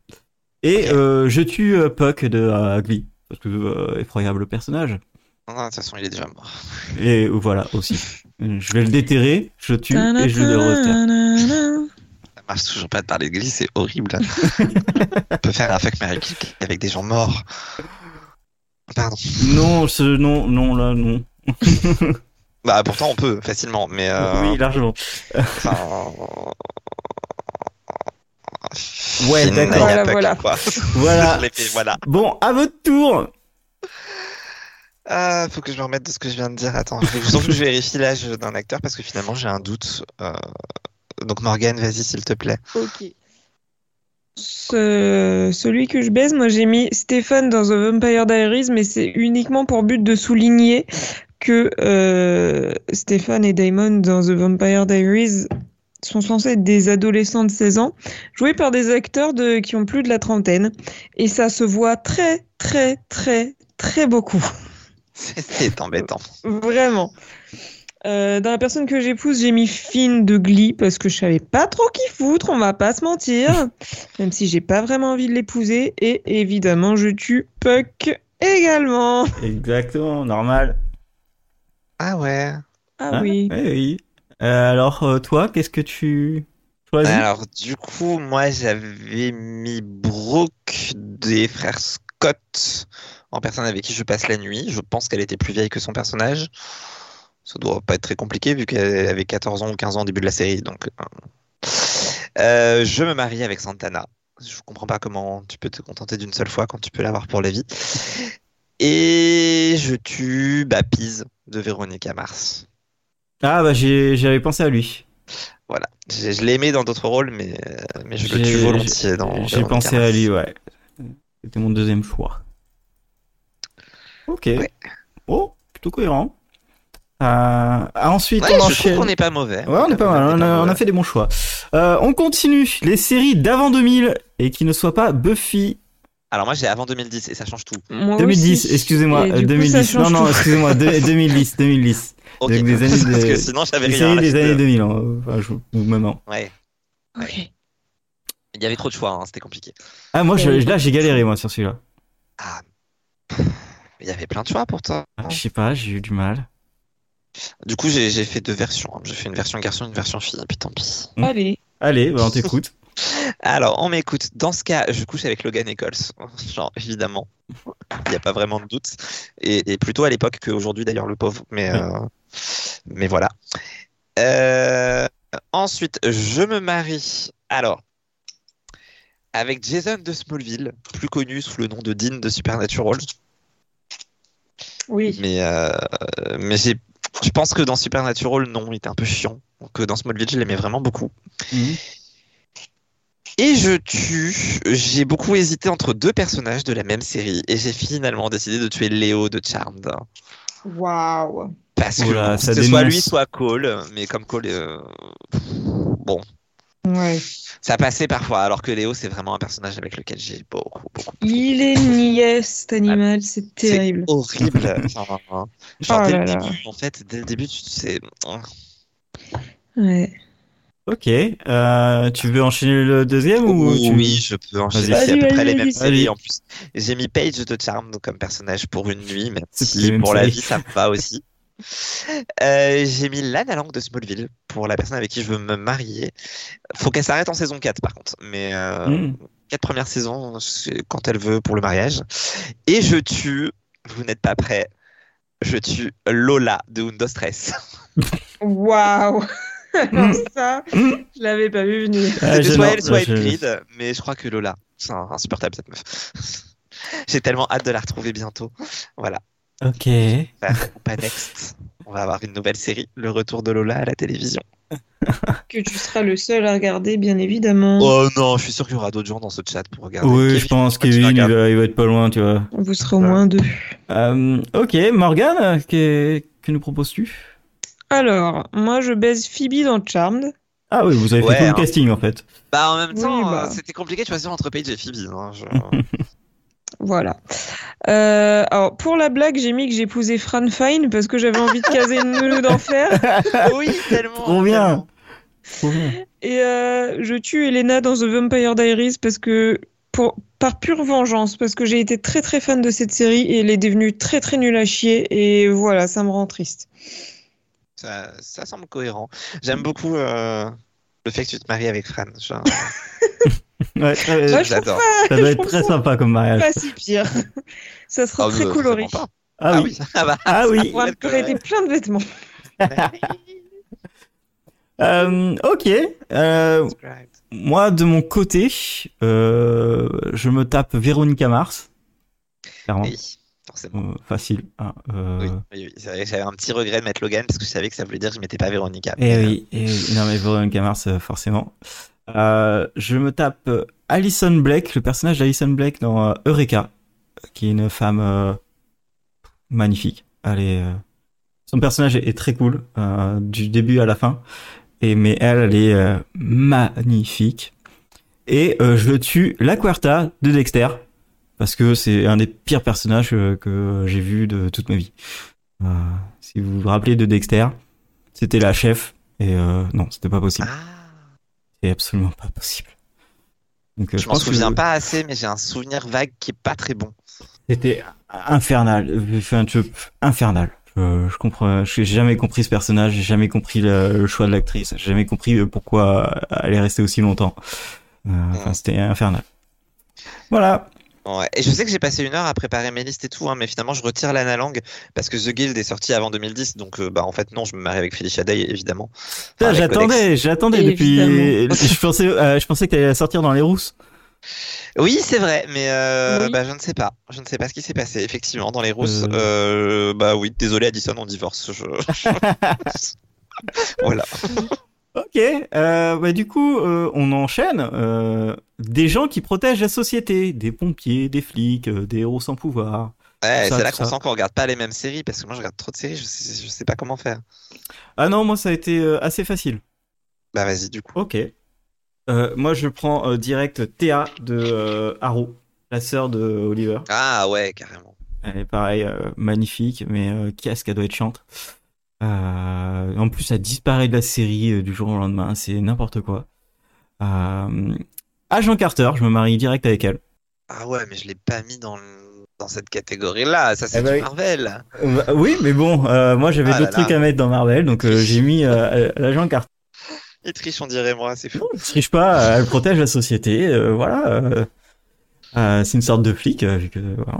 A: Et
C: Ok.
A: euh, je tue euh, Puck de euh, Glee parce que euh, effroyable personnage.
C: Non, non, de toute façon, il est déjà mort.
A: Et voilà aussi. Euh, je vais le déterrer, je le tue et je le reterre.
B: Ta-na-ta-na-na.
C: Ça marche toujours pas de parler de Glee, c'est
A: [LAUGHS]
C: horrible. On peut faire un fuck Mary Kill avec des gens morts. Pardon.
A: Non, ce non non là non.
C: Bah, pourtant, on peut facilement, mais. euh,
A: Oui, largement.
C: enfin, euh,
A: Ouais,
C: Finn,
A: d'accord.
C: Naya
B: Voilà,
C: Puck,
B: voilà.
C: quoi.
A: Voilà.
C: Les filles, voilà.
A: Bon, à votre tour.
C: Ah, faut que je me remette de ce que je viens de dire. Attends, je faut que je vérifie l'âge d'un acteur parce que finalement j'ai un doute. Euh, Donc Morgane, vas-y s'il te plaît.
B: Ok. ce- celui que je baise, moi j'ai mis Stéphane dans The Vampire Diaries, mais c'est uniquement pour but de souligner que euh, Stéphane et Damon dans The Vampire Diaries sont censés être des adolescents de 16 ans, joués par des acteurs de, qui ont plus de la trentaine. Et ça se voit très, très, très, très beaucoup.
C: [LAUGHS] C'est embêtant.
B: Vraiment. Euh, dans la personne que j'épouse, j'ai mis Finn de Glee parce que je savais pas trop qui foutre, on va pas se mentir. Même si j'ai pas vraiment envie de l'épouser. Et évidemment, je tue Puck également.
A: Exactement, normal.
C: Ah ouais.
B: Ah
A: Hein
B: oui.
A: Oui, oui. Euh, alors, euh, toi, qu'est-ce que tu choisis
C: Alors, du coup, moi, j'avais mis Brooke des frères Scott en personne avec qui je passe la nuit. Je pense qu'elle était plus vieille que son personnage. Ça doit pas être très compliqué vu qu'elle avait 14 ans ou 15 ans au début de la série. Donc, euh, euh, je me marie avec Santana. Je comprends pas comment tu peux te contenter d'une seule fois quand tu peux l'avoir pour la vie. Et je tue Bapise de Véronica Mars.
A: Ah, bah, j'ai- j'avais pensé à lui.
C: Voilà. Je, je l'aimais dans d'autres rôles, mais, euh, mais je le
A: J'ai-
C: tue volontiers dans
A: J'ai
C: Véronica
A: pensé à
C: Mars.
A: lui, ouais. C'était mon deuxième choix. Ok.
C: Ouais.
A: Oh, plutôt cohérent. Euh, ensuite,
C: Ouais,
A: on
C: je trouve
A: enchaîne.
C: qu'on n'est pas mauvais.
A: Ouais, on est pas mal, on a, on a fait des bons choix. Euh, on continue, les séries d'avant 2000 et qui ne soient pas Buffy
C: Alors moi j'ai avant 2010 et ça change tout.
B: Moi
A: 2010,
B: aussi.
A: excusez-moi,
B: Et
A: euh,
B: du coup, ça
A: 2010, non,
B: change
A: non,
B: tout.
A: excusez-moi, de- 2010, 2010,
C: Ok.
A: Donc, des années
C: Parce
A: de-
C: que sinon j'avais
A: les
C: rien.
A: séries
C: à
A: des
C: rajouter.
A: années 2000, hein, enfin, je- ou même avant.
C: Ouais.
B: [LAUGHS] Ok.
C: Il y avait trop de choix, hein, c'était compliqué.
A: Ah, moi, je- là, j'ai galéré, moi, sur celui-là.
C: Ah. Il y avait plein de choix pourtant.
A: Ah, Je sais pas, j'ai eu du mal.
C: Du coup j'ai j'ai fait deux versions. hein. J'ai fait une version garçon, une version fille. Et puis tant pis.
A: Hmm.
B: Allez.
A: Allez, bah, on
C: [LAUGHS]
A: t'écoute.
C: Alors on m'écoute. Dans ce cas je couche avec Logan Eccles. [LAUGHS] Genre évidemment. Il n'y a pas vraiment de doute. Et, et plutôt à l'époque qu'aujourd'hui d'ailleurs le pauvre. Mais euh, mais voilà. Euh, ensuite je me marie. Alors. avec Jason de Smallville, plus connu sous le nom de Dean de Supernatural.
B: Oui.
C: Mais, euh, mais j'ai, je pense que dans Supernatural, non, il était un peu chiant. Que dans Smallville, je l'aimais vraiment beaucoup.
A: Mhm.
C: Et je tue. J'ai beaucoup hésité entre deux personnages de la même série. Et j'ai finalement décidé de tuer Léo de Charmed.
B: Waouh.
C: Parce que
A: Oula,
C: bon,
A: Oh ça
C: que ce soit
A: dénonce.
C: lui, soit Cole. Mais comme Cole, euh, bon,
B: Ouais.
C: ça passait parfois. Alors que Léo, c'est vraiment un personnage avec lequel j'ai beaucoup, beaucoup.
B: Il est niais
A: Ah.
B: cet animal, c'est terrible.
C: C'est
A: [LAUGHS]
C: horrible. Genre, hein. Genre,
B: Oh
C: dès
B: là
C: le
B: là.
C: début, en fait, dès le début, tu sais.
B: Ouais.
A: Ok, euh, tu veux enchaîner le deuxième ou tu...
C: Oh, oui, je peux enchaîner.
A: Vas-y.
C: C'est à peu
B: Allez,
C: près les
B: allez,
C: mêmes
B: allez.
C: séries en plus. J'ai mis Paige de Charm donc, comme personnage pour une nuit, même
A: C'est
C: si
A: les mêmes
C: pour la
A: séries.
C: vie, ça me
A: [LAUGHS]
C: va aussi. Euh, J'ai mis Lana Lang de Smallville pour la personne avec qui je veux me marier. Faut qu'elle s'arrête en saison 4 par contre, mais euh,
A: Hmm.
C: quatre premières saisons c'est quand elle veut pour le mariage. Et je tue, vous n'êtes pas prêts, je tue Lola de Windows Stress.
B: Waouh. [LAUGHS] Alors
A: Mm.
B: ça,
A: Mm.
B: je l'avais pas vu venir.
A: Ah,
C: C'était
A: je-
C: soit
A: non,
C: elle, soit
A: je-
C: Ingrid, mais Euh, je crois que Lola. C'est un- insupportable cette meuf. [LAUGHS] J'ai tellement hâte de la retrouver bientôt. Voilà.
A: Ok.
C: Bah, ou pas next. On va avoir une nouvelle série, le retour de Lola à la télévision.
B: Que tu seras le seul à regarder, bien évidemment.
C: Oh non, je suis sûr qu'il y aura d'autres gens dans ce chat pour regarder.
A: Oui,
C: Kevin,
A: je pense
C: crois que tu
A: Kevin, il
C: regardes.
A: va, il va être pas loin, tu vois.
B: Vous serez au moins deux.
A: Euh, ok, Morgane, que, que nous proposes-tu
B: Alors, moi, je baise Phoebe dans Charmed.
A: Ah oui, vous avez
C: Ouais,
A: fait tout
C: hein.
A: le casting, en fait.
C: Bah en même
B: Oui,
C: temps,
B: bah.
C: euh, c'était compliqué de choisir entre Paige et Phoebe. hein, je- [LAUGHS]
B: Voilà. Euh, alors, pour la blague, j'ai mis que j'épousais Fran Fine parce que j'avais envie de caser une nounou [LAUGHS] d'enfer.
C: oui, tellement.
A: Oh, Trop bien.
C: tellement.
A: Trop bien.
B: Et euh, je tue Elena dans The Vampire Diaries parce que, pour, par pure vengeance, parce que j'ai été très très fan de cette série et elle est devenue très très nulle à chier. Et voilà, ça me rend triste.
C: Ça, ça semble cohérent. J'aime beaucoup euh, le fait que tu te maries avec Fran. Genre, [LAUGHS]
A: Ouais, très-
B: Moi, je
C: J'adore.
A: ça doit
B: je
A: être
B: trouve
A: très
B: ça
A: sympa comme mariage.
B: Pas si pire. [LAUGHS] ça sera
C: Ah,
B: très
C: euh,
B: coloré.
C: forcément pas.
A: Ah,
C: Ah
A: oui.
C: oui, ah [LAUGHS] bah.
A: Ah oui.
B: On va me prêter plein de vêtements.
A: Euh, ok. Euh, moi, de mon côté, euh, je me tape Véronica Mars. Clairement.
C: Oui, forcément.
A: Euh, facile. hein, euh,
C: Oui, oui, oui, c'est vrai que j'avais un petit regret de mettre Logan parce que je savais que ça voulait dire que je mettais pas Véronica.
A: Eh oui, eh oui. Non mais Veronica Mars, euh, forcément. Euh, je me tape euh, Alison Blake, le personnage d'Alison Blake dans euh, Eureka, qui est une femme euh, magnifique. Elle est, euh, son personnage est, est très cool, euh, du début à la fin. Et, mais elle, elle est euh, magnifique. Et euh, je tue la Quarta de Dexter, parce que c'est un des pires personnages euh, que j'ai vu de toute ma vie. Euh, si vous vous rappelez de Dexter, c'était la chef. Et euh, non, c'était pas possible.
C: Ah,
A: C'est absolument pas possible. Donc, euh,
C: je m'en
A: pense que
C: souviens pas assez, mais j'ai un souvenir vague qui est pas très bon.
A: C'était infernal. euh, Enfin, tu- infernal. Euh, Je, je comprends. J'ai jamais compris ce personnage. J'ai jamais compris le, le choix de l'actrice. J'ai jamais compris euh, pourquoi elle est restée aussi longtemps. Euh,
C: Mm.
A: enfin, c'était infernal. Voilà.
C: Ouais. Et je sais que j'ai passé une heure à préparer mes listes et tout, hein, mais finalement je retire l'analangue parce que The Guild est sorti avant 2010, donc euh, bah en fait non, je me marie avec Felicia Day évidemment.
A: Putain,
C: Enfin, avec Codex.
A: j'attendais, j'attendais depuis.
B: Évidemment.
A: Je pensais, euh, je pensais que t'allais la sortir dans les rousses.
C: Oui, c'est vrai, mais euh,
B: Oui.
C: bah, je ne sais pas, je ne sais pas ce qui s'est passé effectivement dans les rousses.
A: Euh.
C: euh, bah oui, désolé Addison, on divorce. Je...
A: [LAUGHS]
C: voilà.
A: Ok. Euh, bah, du coup, euh, on enchaîne. euh, des gens qui protègent la société, des pompiers, des flics, euh, des héros sans pouvoir.
C: Ouais,
A: Ça,
C: c'est là
A: tout
C: qu'on
A: ça.
C: sent qu'on regarde pas les mêmes séries parce que moi je regarde trop de séries, je sais, je sais pas comment faire.
A: Ah non, moi ça a été euh, assez facile.
C: Bah vas-y du coup.
A: Ok. Euh, moi, je prends euh, direct Théa de euh, Arrow, la sœur de Oliver.
C: Ah ouais, carrément.
A: Elle est pareil, euh, magnifique, mais euh, qu'est-ce qu'elle doit être chante. Euh, en plus, elle disparaît de la série euh, du jour au lendemain, c'est n'importe quoi. Euh, Agent Carter, je me marie direct avec elle.
C: Ah ouais, mais je l'ai pas mis dans, le- dans cette catégorie là, ça c'est
A: bah
C: du
A: oui.
C: Marvel.
A: bah, oui, mais bon, euh, moi j'avais
C: Ah
A: d'autres
C: là là.
A: trucs à mettre dans Marvel, donc euh, j'ai mis euh, l'Agent Carter.
C: Il triche, on dirait moi, c'est fou.
A: Non, elle triche pas, euh, elle protège la société, euh, voilà. euh, euh, c'est une sorte de flic, euh, vu que voilà.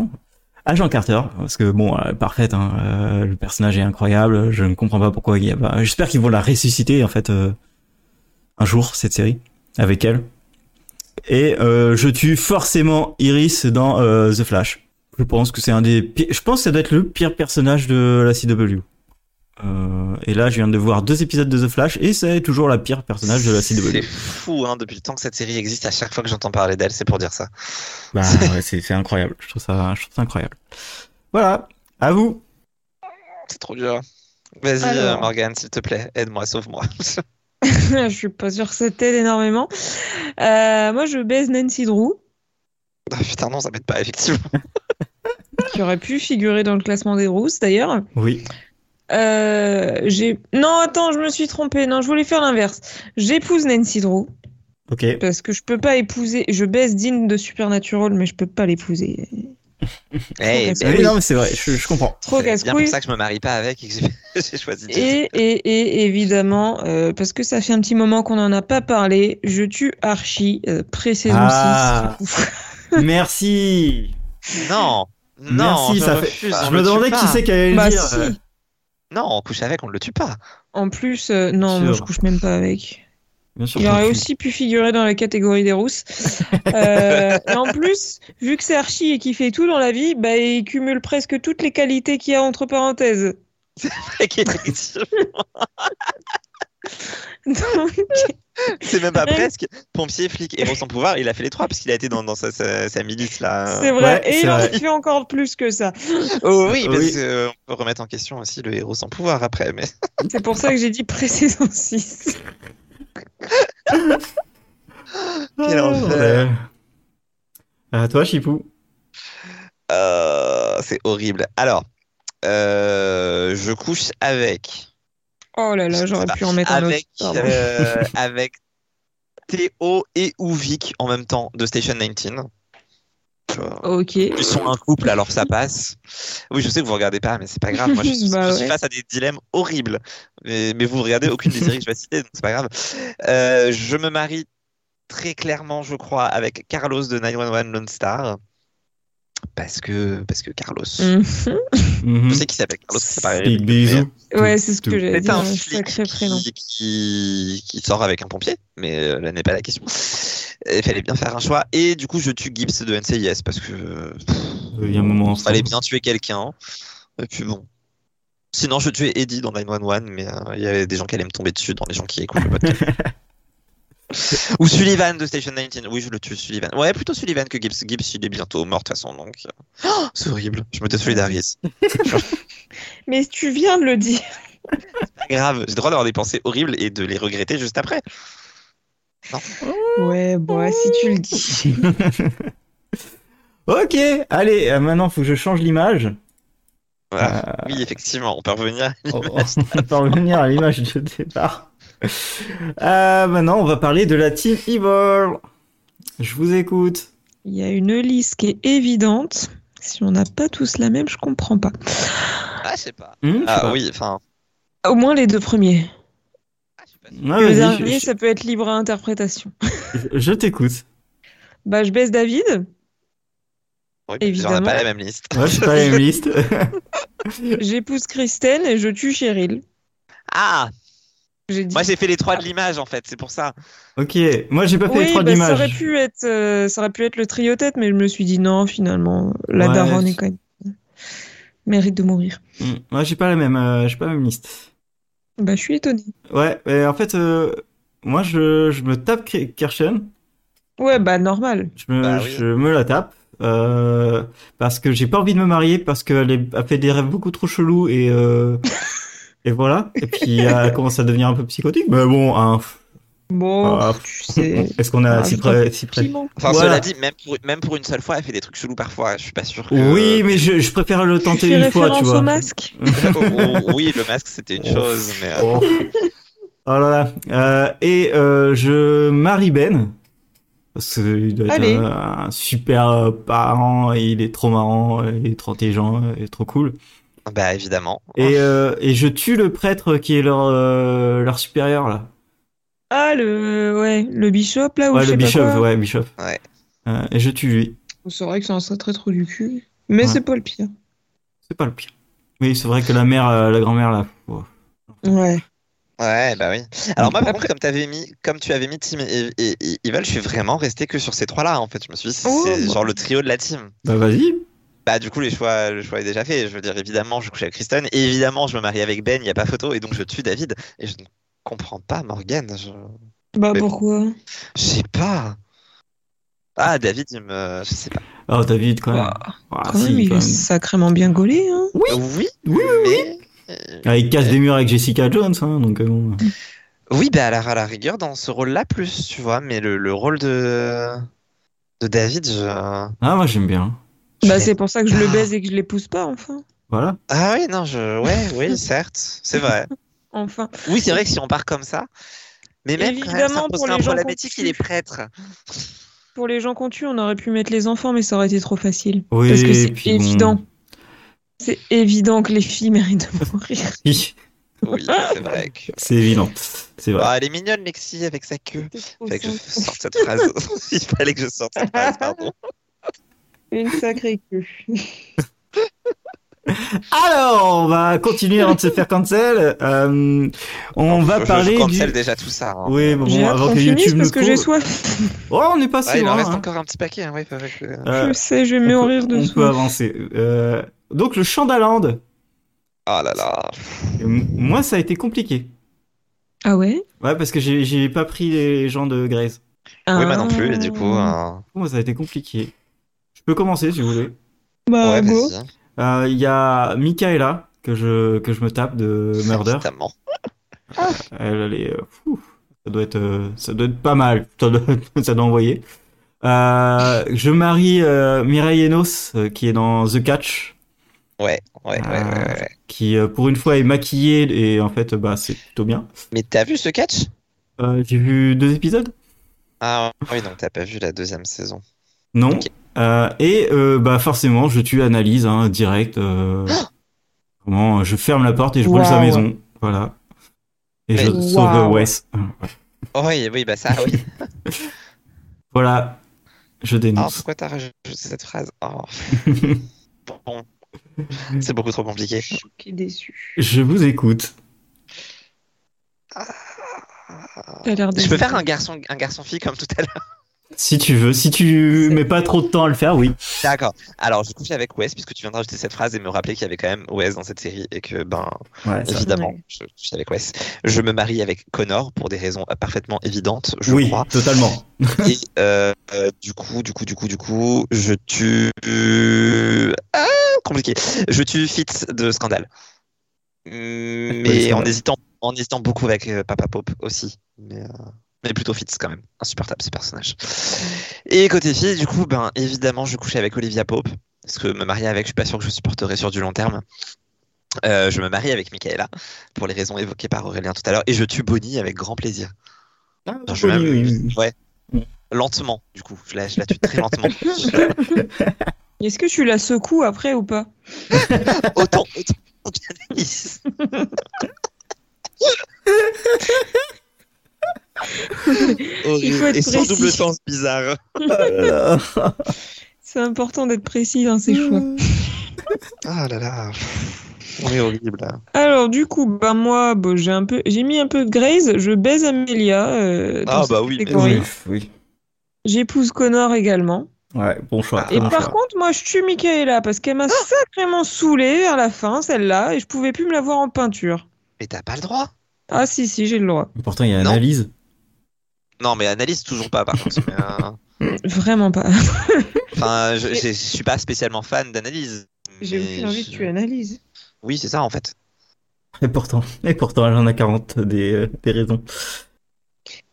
A: Agent Carter, parce que bon, euh, parfaite, hein, euh, le personnage est incroyable. Je ne comprends pas pourquoi il y a pas. J'espère qu'ils vont la ressusciter en fait euh, un jour cette série avec elle. Et euh, je tue forcément Iris dans euh, The Flash. Je pense que c'est un des. pi- Je pense que ça doit être le pire personnage de la CW. Euh, et là, je viens de voir deux épisodes de The Flash et c'est toujours la pire personnage de la CW.
C: C'est fou, hein, depuis le temps que cette série existe, à chaque fois que j'entends parler d'elle, c'est pour dire ça.
A: Bah [LAUGHS] ouais, c'est c'est incroyable. Je trouve ça, je trouve ça incroyable. Voilà. À vous.
C: C'est trop dur. Vas-y,
B: Alors.
C: euh, Morgane, s'il te plaît, aide-moi, sauve-moi. [LAUGHS]
B: [LAUGHS] je suis pas sûre que ça t'aide énormément. Euh, moi, je baise Nancy Drew,
C: Ah, putain, non, ça m'aide pas, effectivement.
B: qui aurait pu figurer dans le classement des rousses d'ailleurs.
A: Oui.
B: Euh, j'ai... Non, attends, je me suis trompée. Non, je voulais faire l'inverse. J'épouse Nancy Drew
A: Ok.
B: parce que je peux pas épouser. Je baise Dean de Supernatural, mais je peux pas l'épouser.
C: Eh,
B: casse-couille.
C: ben
A: Ah Oui,
B: oui.
A: non, mais c'est vrai. Je, je
B: [LAUGHS]
A: comprends.
B: Trop
C: c'est bien pour
B: casse-couille.
C: ça que je me marie pas avec et que j'ai- [LAUGHS] j'ai choisi Jessica.
B: Et, et, et évidemment, euh, parce que ça fait un petit moment qu'on n'en a pas parlé, je tue Archie, euh, pré-saison
A: Ah.
B: 6.
A: Merci.
C: Non, non,
A: Merci.
C: je
A: ça
C: refuse,
A: fait.
C: on
A: Je
C: le
A: me
C: tue
A: demandais
C: pas.
A: qui c'est qui allait le
B: Bah
A: dire.
B: si,
A: Euh,
C: Non, on couche avec, on le tue pas. [LAUGHS]
B: en plus, euh, non,
A: Sûr.
B: moi je couche même pas avec.
A: Bien sûr.
B: Il aurait
A: qu'on-
B: aussi pu figurer dans la catégorie des rousses. Euh, et en plus, vu que c'est Archie et qu'il fait tout dans la vie, bah, il cumule presque toutes les qualités qu'il y a entre parenthèses. [LAUGHS]
C: c'est
B: Donc,
C: même
B: [LAUGHS]
C: pas
B: Rien que-
C: presque. Pompier, flic, héros sans pouvoir, il a fait les trois parce qu'il a été dans, dans sa, sa- sa milice là.
B: c'est vrai.
A: ouais,
B: et
A: c'est
B: il en
A: vrai.
B: fait encore plus que ça.
C: Oh oui, parce
A: Oui.
C: que, euh, on peut remettre en question aussi le héros sans pouvoir après. Mais
B: C'est pour ça que j'ai dit [LAUGHS] pré-saison 6.
C: Quel
A: Ah,
C: enfer.
A: bordel. À toi, Chipou.
C: Euh, c'est horrible. Alors, euh, je couche avec.
B: Oh là là, j'aurais pu en mettre un autre.
C: avec,
B: Pardon.
C: euh, avec Théo et Ouvik en même temps de Station
B: [LAUGHS]
C: 19. Euh, [LAUGHS]
B: Ok.
C: Ils sont un couple, alors ça passe. Oui, je sais que vous regardez pas, mais c'est pas
B: [LAUGHS]
C: grave. Moi, je, suis-
B: Bah
C: je suis
B: ouais.
C: face à des dilemmes horribles. Mais, mais vous regardez aucune des séries que je vais citer, donc c'est pas grave. Euh, je me marie très clairement, je crois, avec Carlos de 911 Lone Star. Parce que, parce que Carlos.
B: Mhm.
A: Mhm.
C: Je sais qu'il s'appelle Carlos, ça paraît
A: Big bisous.
B: Ouais, c'est ce que j'allais
C: c'est
B: dire.
C: un
B: Un
C: flic
B: sacré
C: qui,
B: prénom.
C: qui- qui sort avec un pompier, mais euh, là n'est pas la question. Il fallait bien faire un choix. Et du coup, je tue Gibbs de NCIS parce que euh,
A: Il y a un moment.
C: il fallait bien tuer quelqu'un. Et puis bon. Sinon, je
A: [LAUGHS]
C: tuais Eddie dans 911, mais euh, il y avait des gens qui allaient me tomber dessus dans les gens qui écoutent le podcast. Ou Sullivan de Station 19. Oui, je le tue, Sullivan. Ouais, plutôt Sullivan que Gibbs. Gibbs, il est bientôt mort de toute façon, donc. Oh, c'est horrible. Je me désolidarise.
B: Mais tu viens de le
C: [LAUGHS]
B: dire.
C: Pas grave, j'ai le droit d'avoir des pensées horribles et de les regretter juste après.
B: Ouais, bon, ouais, si tu le dis.
C: [LAUGHS]
A: Ok, allez, euh, maintenant faut que je change
C: [LAUGHS]
A: l'image.
C: Voilà.
A: Euh.
C: Oui, effectivement, on peut revenir. à
A: On
C: l'image.
A: on Oh, va revenir à l'image de départ. Euh, maintenant, on va parler de la Team Evil. Je vous écoute.
B: Il y a une liste qui est évidente. Si on n'a pas tous la même, je comprends pas.
C: Ah, je sais pas.
A: Hmm, je sais
C: Ah
A: pas.
C: oui, enfin. Ah,
B: Au moins les deux premiers.
A: Ouais,
B: le
A: vas-y,
B: dernier,
A: Ah, je,
B: ça peut être libre à interprétation.
A: je- je t'écoute.
B: Bah, je baisse David.
C: Oui, mais déjà, on n'a
B: Évidemment.
C: pas la même liste.
A: Ouais,
C: [LAUGHS]
A: c'est pas la même liste.
B: J'épouse Kristen et je tue Cheryl.
C: Ah,
B: J'ai dit.
C: moi j'ai fait les trois de l'image en fait, c'est pour ça.
A: [LAUGHS] ok, moi j'ai pas fait les
B: oui,
A: trois
B: bah, ça aurait
A: d'images.
B: pu être, euh, ça aurait pu être le trio tête, mais je me suis dit non, finalement, la
A: Ouais.
B: daronne est quand même mérite de mourir.
A: Hmm, Moi j'ai pas la même, euh, j'ai pas la même liste.
B: Bah, je suis étonnée.
A: Ouais, mais en fait, euh, moi je, je me tape Ke- Kirchen,
B: Ouais, bah normal.
A: je me,
C: Bah oui.
A: je me la tape, euh, parce que j'ai pas envie de me marier, parce qu'elle est- a fait des rêves beaucoup trop chelous et,
C: [LAUGHS]
A: euh, et voilà. Et puis elle commence à devenir un peu psychotique, mais bon, hein,
B: Bon,
A: Ah, [LAUGHS]
B: tu sais.
A: est-ce qu'on a
B: Ah,
A: si
B: je
A: près, si près
B: piment.
C: Enfin,
A: Voilà.
C: cela dit, même pour, même pour une seule fois, elle fait des trucs chelous parfois, je suis pas sûr. que-
A: Oui, mais je, je préfère le
B: Tu
A: tenter
B: fais
A: une fois,
B: référence
A: tu
B: au
A: vois.
B: masque.
C: [LAUGHS] Oh, oh, oui, le masque c'était une
A: Oh.
C: chose, mais. euh,
A: Oh. Oh là là. Euh, et euh, je marie Ben. Parce qu'il doit être
B: Allez.
A: euh, un super euh, parent, et il est trop marrant, il est trop intelligent, il est trop cool.
C: Bah évidemment.
B: Oh.
A: Et, euh, et je tue le prêtre qui est leur, euh, leur supérieur là.
B: Ah, le, ouais, le bishop, là, ou
A: Ouais,
B: Oh, je
A: le
B: sais
A: bishop,
B: pas quoi.
A: ouais, bishop.
C: Ouais.
A: Euh, et je tue lui.
B: Vous saurez que c'est un très trop du cul. Mais
A: Ouais.
B: c'est pas le pire.
A: C'est pas le pire. Oui, c'est vrai que la mère, euh, la grand-mère là. ouah.
B: Ouais.
C: Ouais, bah oui. Alors moi, par
B: Après-
C: contre, comme, t'avais mis, comme tu avais mis Tim et, et, et Evil, je suis vraiment resté que sur ces trois-là, en fait. Je me suis dit, c'est
B: Oh,
C: c'est
B: bon.
C: genre le trio de la team.
A: Bah vas-y.
C: Bah du coup, les choix, le choix est déjà fait. Je veux dire, évidemment, je couche avec Kristen. Et évidemment, je me marie avec Ben, il n'y a pas photo. Et donc, je tue David. Et je ne comprends pas Morgan. Je,
B: Bah,
C: Mais-
B: pourquoi
C: je sais pas. Ah, David, il me... Je sais pas.
A: Oh, David, quand même.
B: Bah,
A: Ah,
B: Quand
A: si,
B: même, il
A: quand
B: est
A: même.
B: sacrément bien gaulé, hein.
A: Oui.
C: Oui,
A: Oui,
C: mais... euh,
A: Ah, il casse des murs avec Jessica Jones, hein, donc euh, bon.
C: Oui, bah à la, à la rigueur, dans ce rôle-là, plus, tu vois. Mais le, le rôle de... De David, je...
A: Ah, moi j'aime bien.
C: je
B: Bah,
C: l'ai
B: c'est pour ça que je le
C: Ah.
B: baise et que je l'épouse pas, enfin.
A: Voilà.
C: Ah oui, non, je...
B: [LAUGHS]
C: Ouais, oui, certes, c'est vrai.
B: Enfin.
C: Oui, c'est vrai que si on part comme ça... Mais même, quand même,
B: Évidemment,
C: ça pose
B: pour les
C: un
B: gens
C: problème
B: qu'on
C: éthique,
B: tue.
C: il est prêtre.
B: Pour les gens qu'on tue, on aurait pu mettre les enfants, mais ça aurait été trop facile.
A: Oui,
B: Parce que
A: et
B: c'est
A: puis bon.
B: évident. C'est évident que les filles méritent de mourir.
A: [LAUGHS] Oui,
C: [LAUGHS]
B: [LAUGHS]
C: Oui, c'est vrai que...
A: c'est évident. C'est vrai.
C: Ah, elle est mignonne, Lexi, avec sa queue. Fait que je sorte cette phrase. [LAUGHS] Il fallait que je sorte cette phrase, pardon.
B: Une sacrée queue.
A: Alors, on va continuer avant de se faire cancel. Euh, [LAUGHS] on va
C: Je- je,
A: parler
C: je cancel
A: du.
C: déjà tout ça. hein.
A: Oui, bon,
B: J'ai
A: bon,
B: hâte
A: avant
B: qu'on
A: que
B: finisse
A: YouTube nous
B: parce que j'ai
A: coupe.
B: soif.
A: Oh, on est passé
C: Ouais, il en
A: loin.
C: reste
A: hein.
C: encore un petit paquet. hein, ouais, faut- faut- faut-
A: Euh,
B: Je sais, je vais
A: on peut-
B: mourir de
A: On
B: soif.
A: peut avancer. Euh, donc le Chandaland.
C: Oh là là.
A: Et m- Moi, ça a été compliqué.
B: Ah ouais
A: Ouais, parce que j'ai j'ai pas pris les gens de Grace.
B: Ah.
C: Oui, moi non plus, et du coup. euh,
A: Moi, ça a été compliqué. Je peux commencer si vous voulez.
B: Bah,
C: Ouais,
B: go.
C: vas-y.
A: Euh, Il y a Michaela que je que je me tape de Euh, Murder.
C: Évidemment.
A: Elle, elle est. euh, fou. ça doit être, euh, ça doit être pas mal. Ça doit, [LAUGHS] ça doit envoyer. Euh, je marie euh, Mireille Enos euh, qui est dans The Catch,
C: Ouais, ouais, ouais, ouais, ouais, ouais.
A: qui euh, pour une fois est maquillée et en fait bah c'est plutôt bien.
C: Mais t'as vu ce catch
A: Euh, J'ai vu deux épisodes.
C: Ah oui, donc t'as pas vu la deuxième saison.
A: Non.
C: Ok.
A: Euh, et euh, bah forcément je tue Analyse hein, direct. euh, comment euh, je ferme la porte et je brûle sa
B: Waouh.
A: maison. Voilà. Et je
C: Mais-
A: sauve euh,
B: Waouh.
A: Wes.
C: Oh oui, oui, bah ça, oui.
A: Voilà. Je
C: Oh,
A: dénonce.
C: pourquoi t'as rajouté cette phrase Oh. Bon. C'est beaucoup trop compliqué.
B: Je suis choquée, déçue.
A: [LAUGHS] Je vous écoute.
B: T'as l'air
C: Je peux
B: déçue.
C: faire un garçon, un garçon fille comme tout à l'heure.
A: Si tu veux, si tu
B: C'est-
A: mets pas trop de temps à le faire, oui.
C: D'accord. Alors, j'ai couché avec Wes, puisque tu viens de rajouter cette phrase et me rappeler qu'il y avait quand même Wes dans cette série et que, ben,
A: Ouais, ça-
C: évidemment,
B: Ah, Ouais.
C: je couche avec Wes. Je me marie avec Connor pour des raisons euh, parfaitement évidentes, je
A: oui,
C: crois.
A: totalement.
C: Et euh, euh, du coup, du coup, du coup, du coup, je tue. Ah, compliqué. Je tue Fitz de Scandale. Mais en
A: Scandale.
C: hésitant, en hésitant beaucoup avec euh, Papa Pope aussi. Mais, euh, mais plutôt Fitz quand même. Insupportable ce personnage. Et côté fille, du coup, ben évidemment, je couchais avec Olivia Pope. Parce que me marier avec, je suis pas sûr que je supporterais sur du long terme. Euh, je me marie avec Michaela pour les raisons évoquées par Aurélien tout à l'heure et je tue Bonnie avec grand plaisir. Enfin, je
A: Oui,
C: l'aime.
A: oui, oui.
C: Ouais. Lentement, du coup. Je la, je la tue très lentement.
B: Est-ce que tu la secoues après ou pas
C: autant, autant qu'un ami.
B: Il faut
C: Horrible.
B: être
C: Et sans double
B: précis.
C: sens bizarre.
A: Ah là là.
B: C'est important d'être précis dans ses choix.
C: Ah là là. On est horrible là.
B: Alors du coup, ben moi, bon, j'ai un peu, j'ai mis un peu de Graze. Je baise Amelia. euh, dans
C: Ah
B: cette
C: bah oui, mais-
B: catégorie.
A: Oui, oui.
B: J'épouse Connor également.
A: Ouais, bon choix.
C: Ah,
B: Et
A: bon
B: par
A: choix.
B: contre, moi, je tue Michaela parce qu'elle m'a sacrément saoulée vers la fin, celle-là, et je pouvais plus me la voir en peinture.
C: Mais t'as pas le droit.
B: Ah si, si, j'ai le droit.
A: Pourtant, il y a
C: Non.
A: analyse.
C: Non, mais analyse toujours pas par contre. Mais, euh,
B: Vraiment pas.
C: Enfin, je, je- je suis pas spécialement fan d'analyse.
B: [LAUGHS] J'ai
C: mais
B: aucune envie que
C: je-
B: tu analyses.
C: Oui, c'est ça en fait.
A: Et pourtant, et pourtant, elle en a 40 des, euh, des raisons.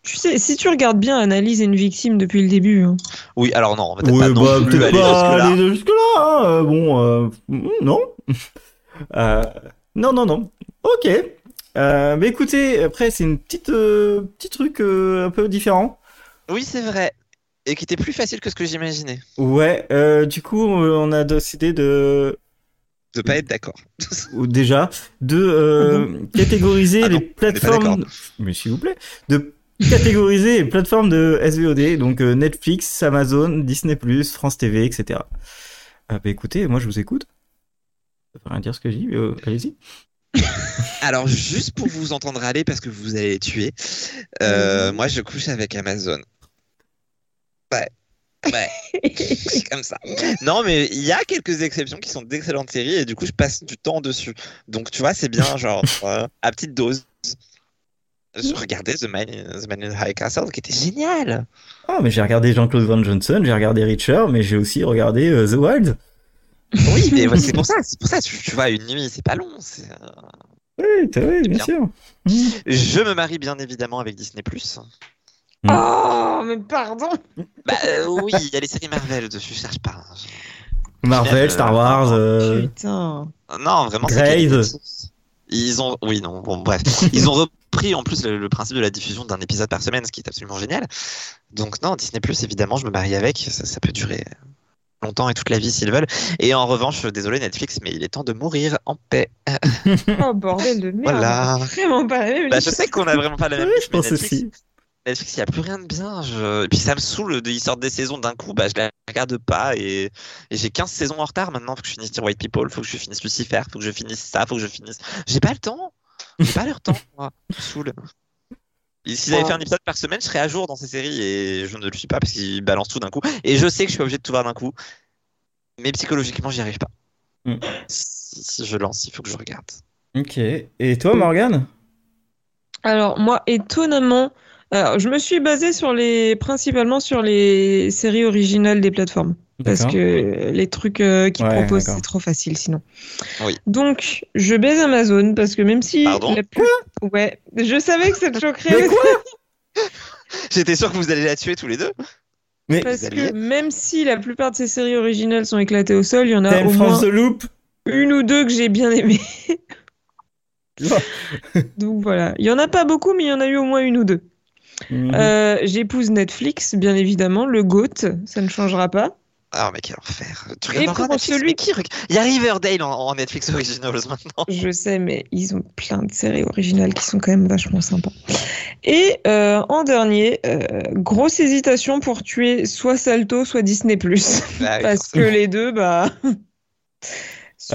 B: Tu sais, si tu regardes bien, Analyse est une victime depuis le début. hein.
C: Oui, alors non, on va peut-être
A: Ouais,
C: pas non
A: bah,
C: plus
A: peut-être
C: aller
A: pas
C: jusque-là.
A: aller jusque-là. hein, euh, Bon, euh, mm, non. [LAUGHS] Euh, non, non, non. Ok. Euh, mais écoutez, après, c'est une petite, euh, petit truc euh, un peu différent.
C: Oui, c'est vrai. Et qui était plus facile que ce que j'imaginais.
A: Ouais, euh, du coup, on a décidé de,
C: De pas être d'accord.
A: ou déjà, de euh, catégoriser
C: Ah
A: les
C: non, on est pas
A: plateformes.
C: d'accord.
A: Mais s'il vous plaît, de catégoriser les plateformes de SVOD, donc euh, Netflix, Amazon, Disney+, France TV, etc. Ah bah écoutez, moi je vous écoute. Ça veut rien dire ce que je dis, mais euh, allez-y.
C: Alors, juste pour vous entendre aller, parce que vous allez les tuer, euh, moi je couche avec Amazon. Ouais. Ouais. C'est comme ça. Non, mais il y a quelques exceptions qui sont d'excellentes séries et du coup, je passe du temps dessus. Donc, tu vois, c'est bien, genre, euh, à petite dose. Je regardais The Man, The Man in the High Castle, qui était génial.
A: Ah mais j'ai regardé Jean-Claude Van Johnson, j'ai regardé Richard, mais j'ai aussi regardé euh, The Wild.
C: Oui, mais ouais, c'est pour ça, c'est pour ça, tu, tu vois, une nuit, c'est pas long. c'est, euh,
A: Oui, t'as- oui, bien
C: Bien.
A: sûr. Mmh.
C: Je me marie bien évidemment avec Disney.
B: Oh, mais pardon
C: Bah euh, oui, il y a les séries Marvel dessus, je cherche pas. hein.
A: Marvel, Star Wars, euh,
B: Putain.
C: Non, vraiment. c'est
A: Grave.
C: qualitatif. Ils ont, oui, non, bon, bref, ils ont repris en plus le, le principe de la diffusion d'un épisode par semaine, ce qui est absolument génial. Donc non, Disney évidemment, je me marie avec. Ça, ça peut durer longtemps et toute la vie s'ils veulent. Et en revanche, désolé Netflix, mais il est temps de mourir en paix.
B: Oh, bordel de merde.
C: Voilà.
B: C'est Vraiment pas la même
C: Bah,
B: liste.
C: je sais qu'on a vraiment pas la même.
A: oui,
C: vie,
A: je
C: mais
A: pense
C: Netflix,
A: aussi.
C: Netflix, il n'y a plus rien de bien. Je... Et puis ça me saoule, de- ils sortent des saisons d'un coup, bah, je la regarde pas. Et, et j'ai 15 saisons en retard maintenant. Faut que je finisse Dear White People, faut que je finisse Lucifer, faut que je finisse ça, faut que je finisse. J'ai pas le temps. J'ai pas leur temps, moi. Ça me saoule. Et S'ils avaient fait un épisode par semaine, je serais à jour dans ces séries et je ne le suis pas parce qu'ils balancent tout d'un coup. Et je sais que je suis obligé de tout voir d'un coup, mais psychologiquement, j'y arrive pas.
A: Mm.
C: Si, si je lance, il faut que je regarde.
A: Ok. Et toi, Morgane
B: Alors, moi, étonnamment, alors, je me suis basée sur les, principalement sur les séries originales des plateformes. Parce
A: D'accord.
B: que les trucs euh, qu'ils
A: Ouais,
B: proposent,
A: d'accord.
B: c'est trop facile sinon.
C: Oui.
B: Donc, je baise Amazon parce que même si.
C: Pardon
B: la pub- Ouais, je savais que ça te choquerait.
A: [LAUGHS] Mais quoi
C: J'étais sûr que vous allez la tuer tous les deux.
A: Mais
B: Parce
C: Vous alliez
B: que même si la plupart de ces séries originales sont éclatées au sol, il y en a
A: t'aimes
B: au
A: France
B: moins
A: the Loop
B: une ou deux que j'ai
A: [LAUGHS]
B: bien aimées. Donc voilà. Il y en a pas beaucoup, mais il y en a eu au moins une ou deux.
A: Mhm.
B: Euh, J'épouse Netflix, bien évidemment, le GOAT, ça ne changera pas.
C: Ah, mais quel enfer. Tu
B: Et
C: regardes encore
B: pour
C: Netflix,
B: celui
C: mais qui. reg- Il y a Riverdale en, en Netflix Originals [LAUGHS]
A: Oh.
C: maintenant.
B: Je sais, mais ils ont plein de séries originales qui sont quand même vachement sympas. Et euh, en dernier, euh, grosse hésitation pour tuer soit Salto, soit Disney+.
C: Bah
A: Ah,
C: oui,
B: [LAUGHS] Parce que
C: forcément.
B: les deux, bah... sont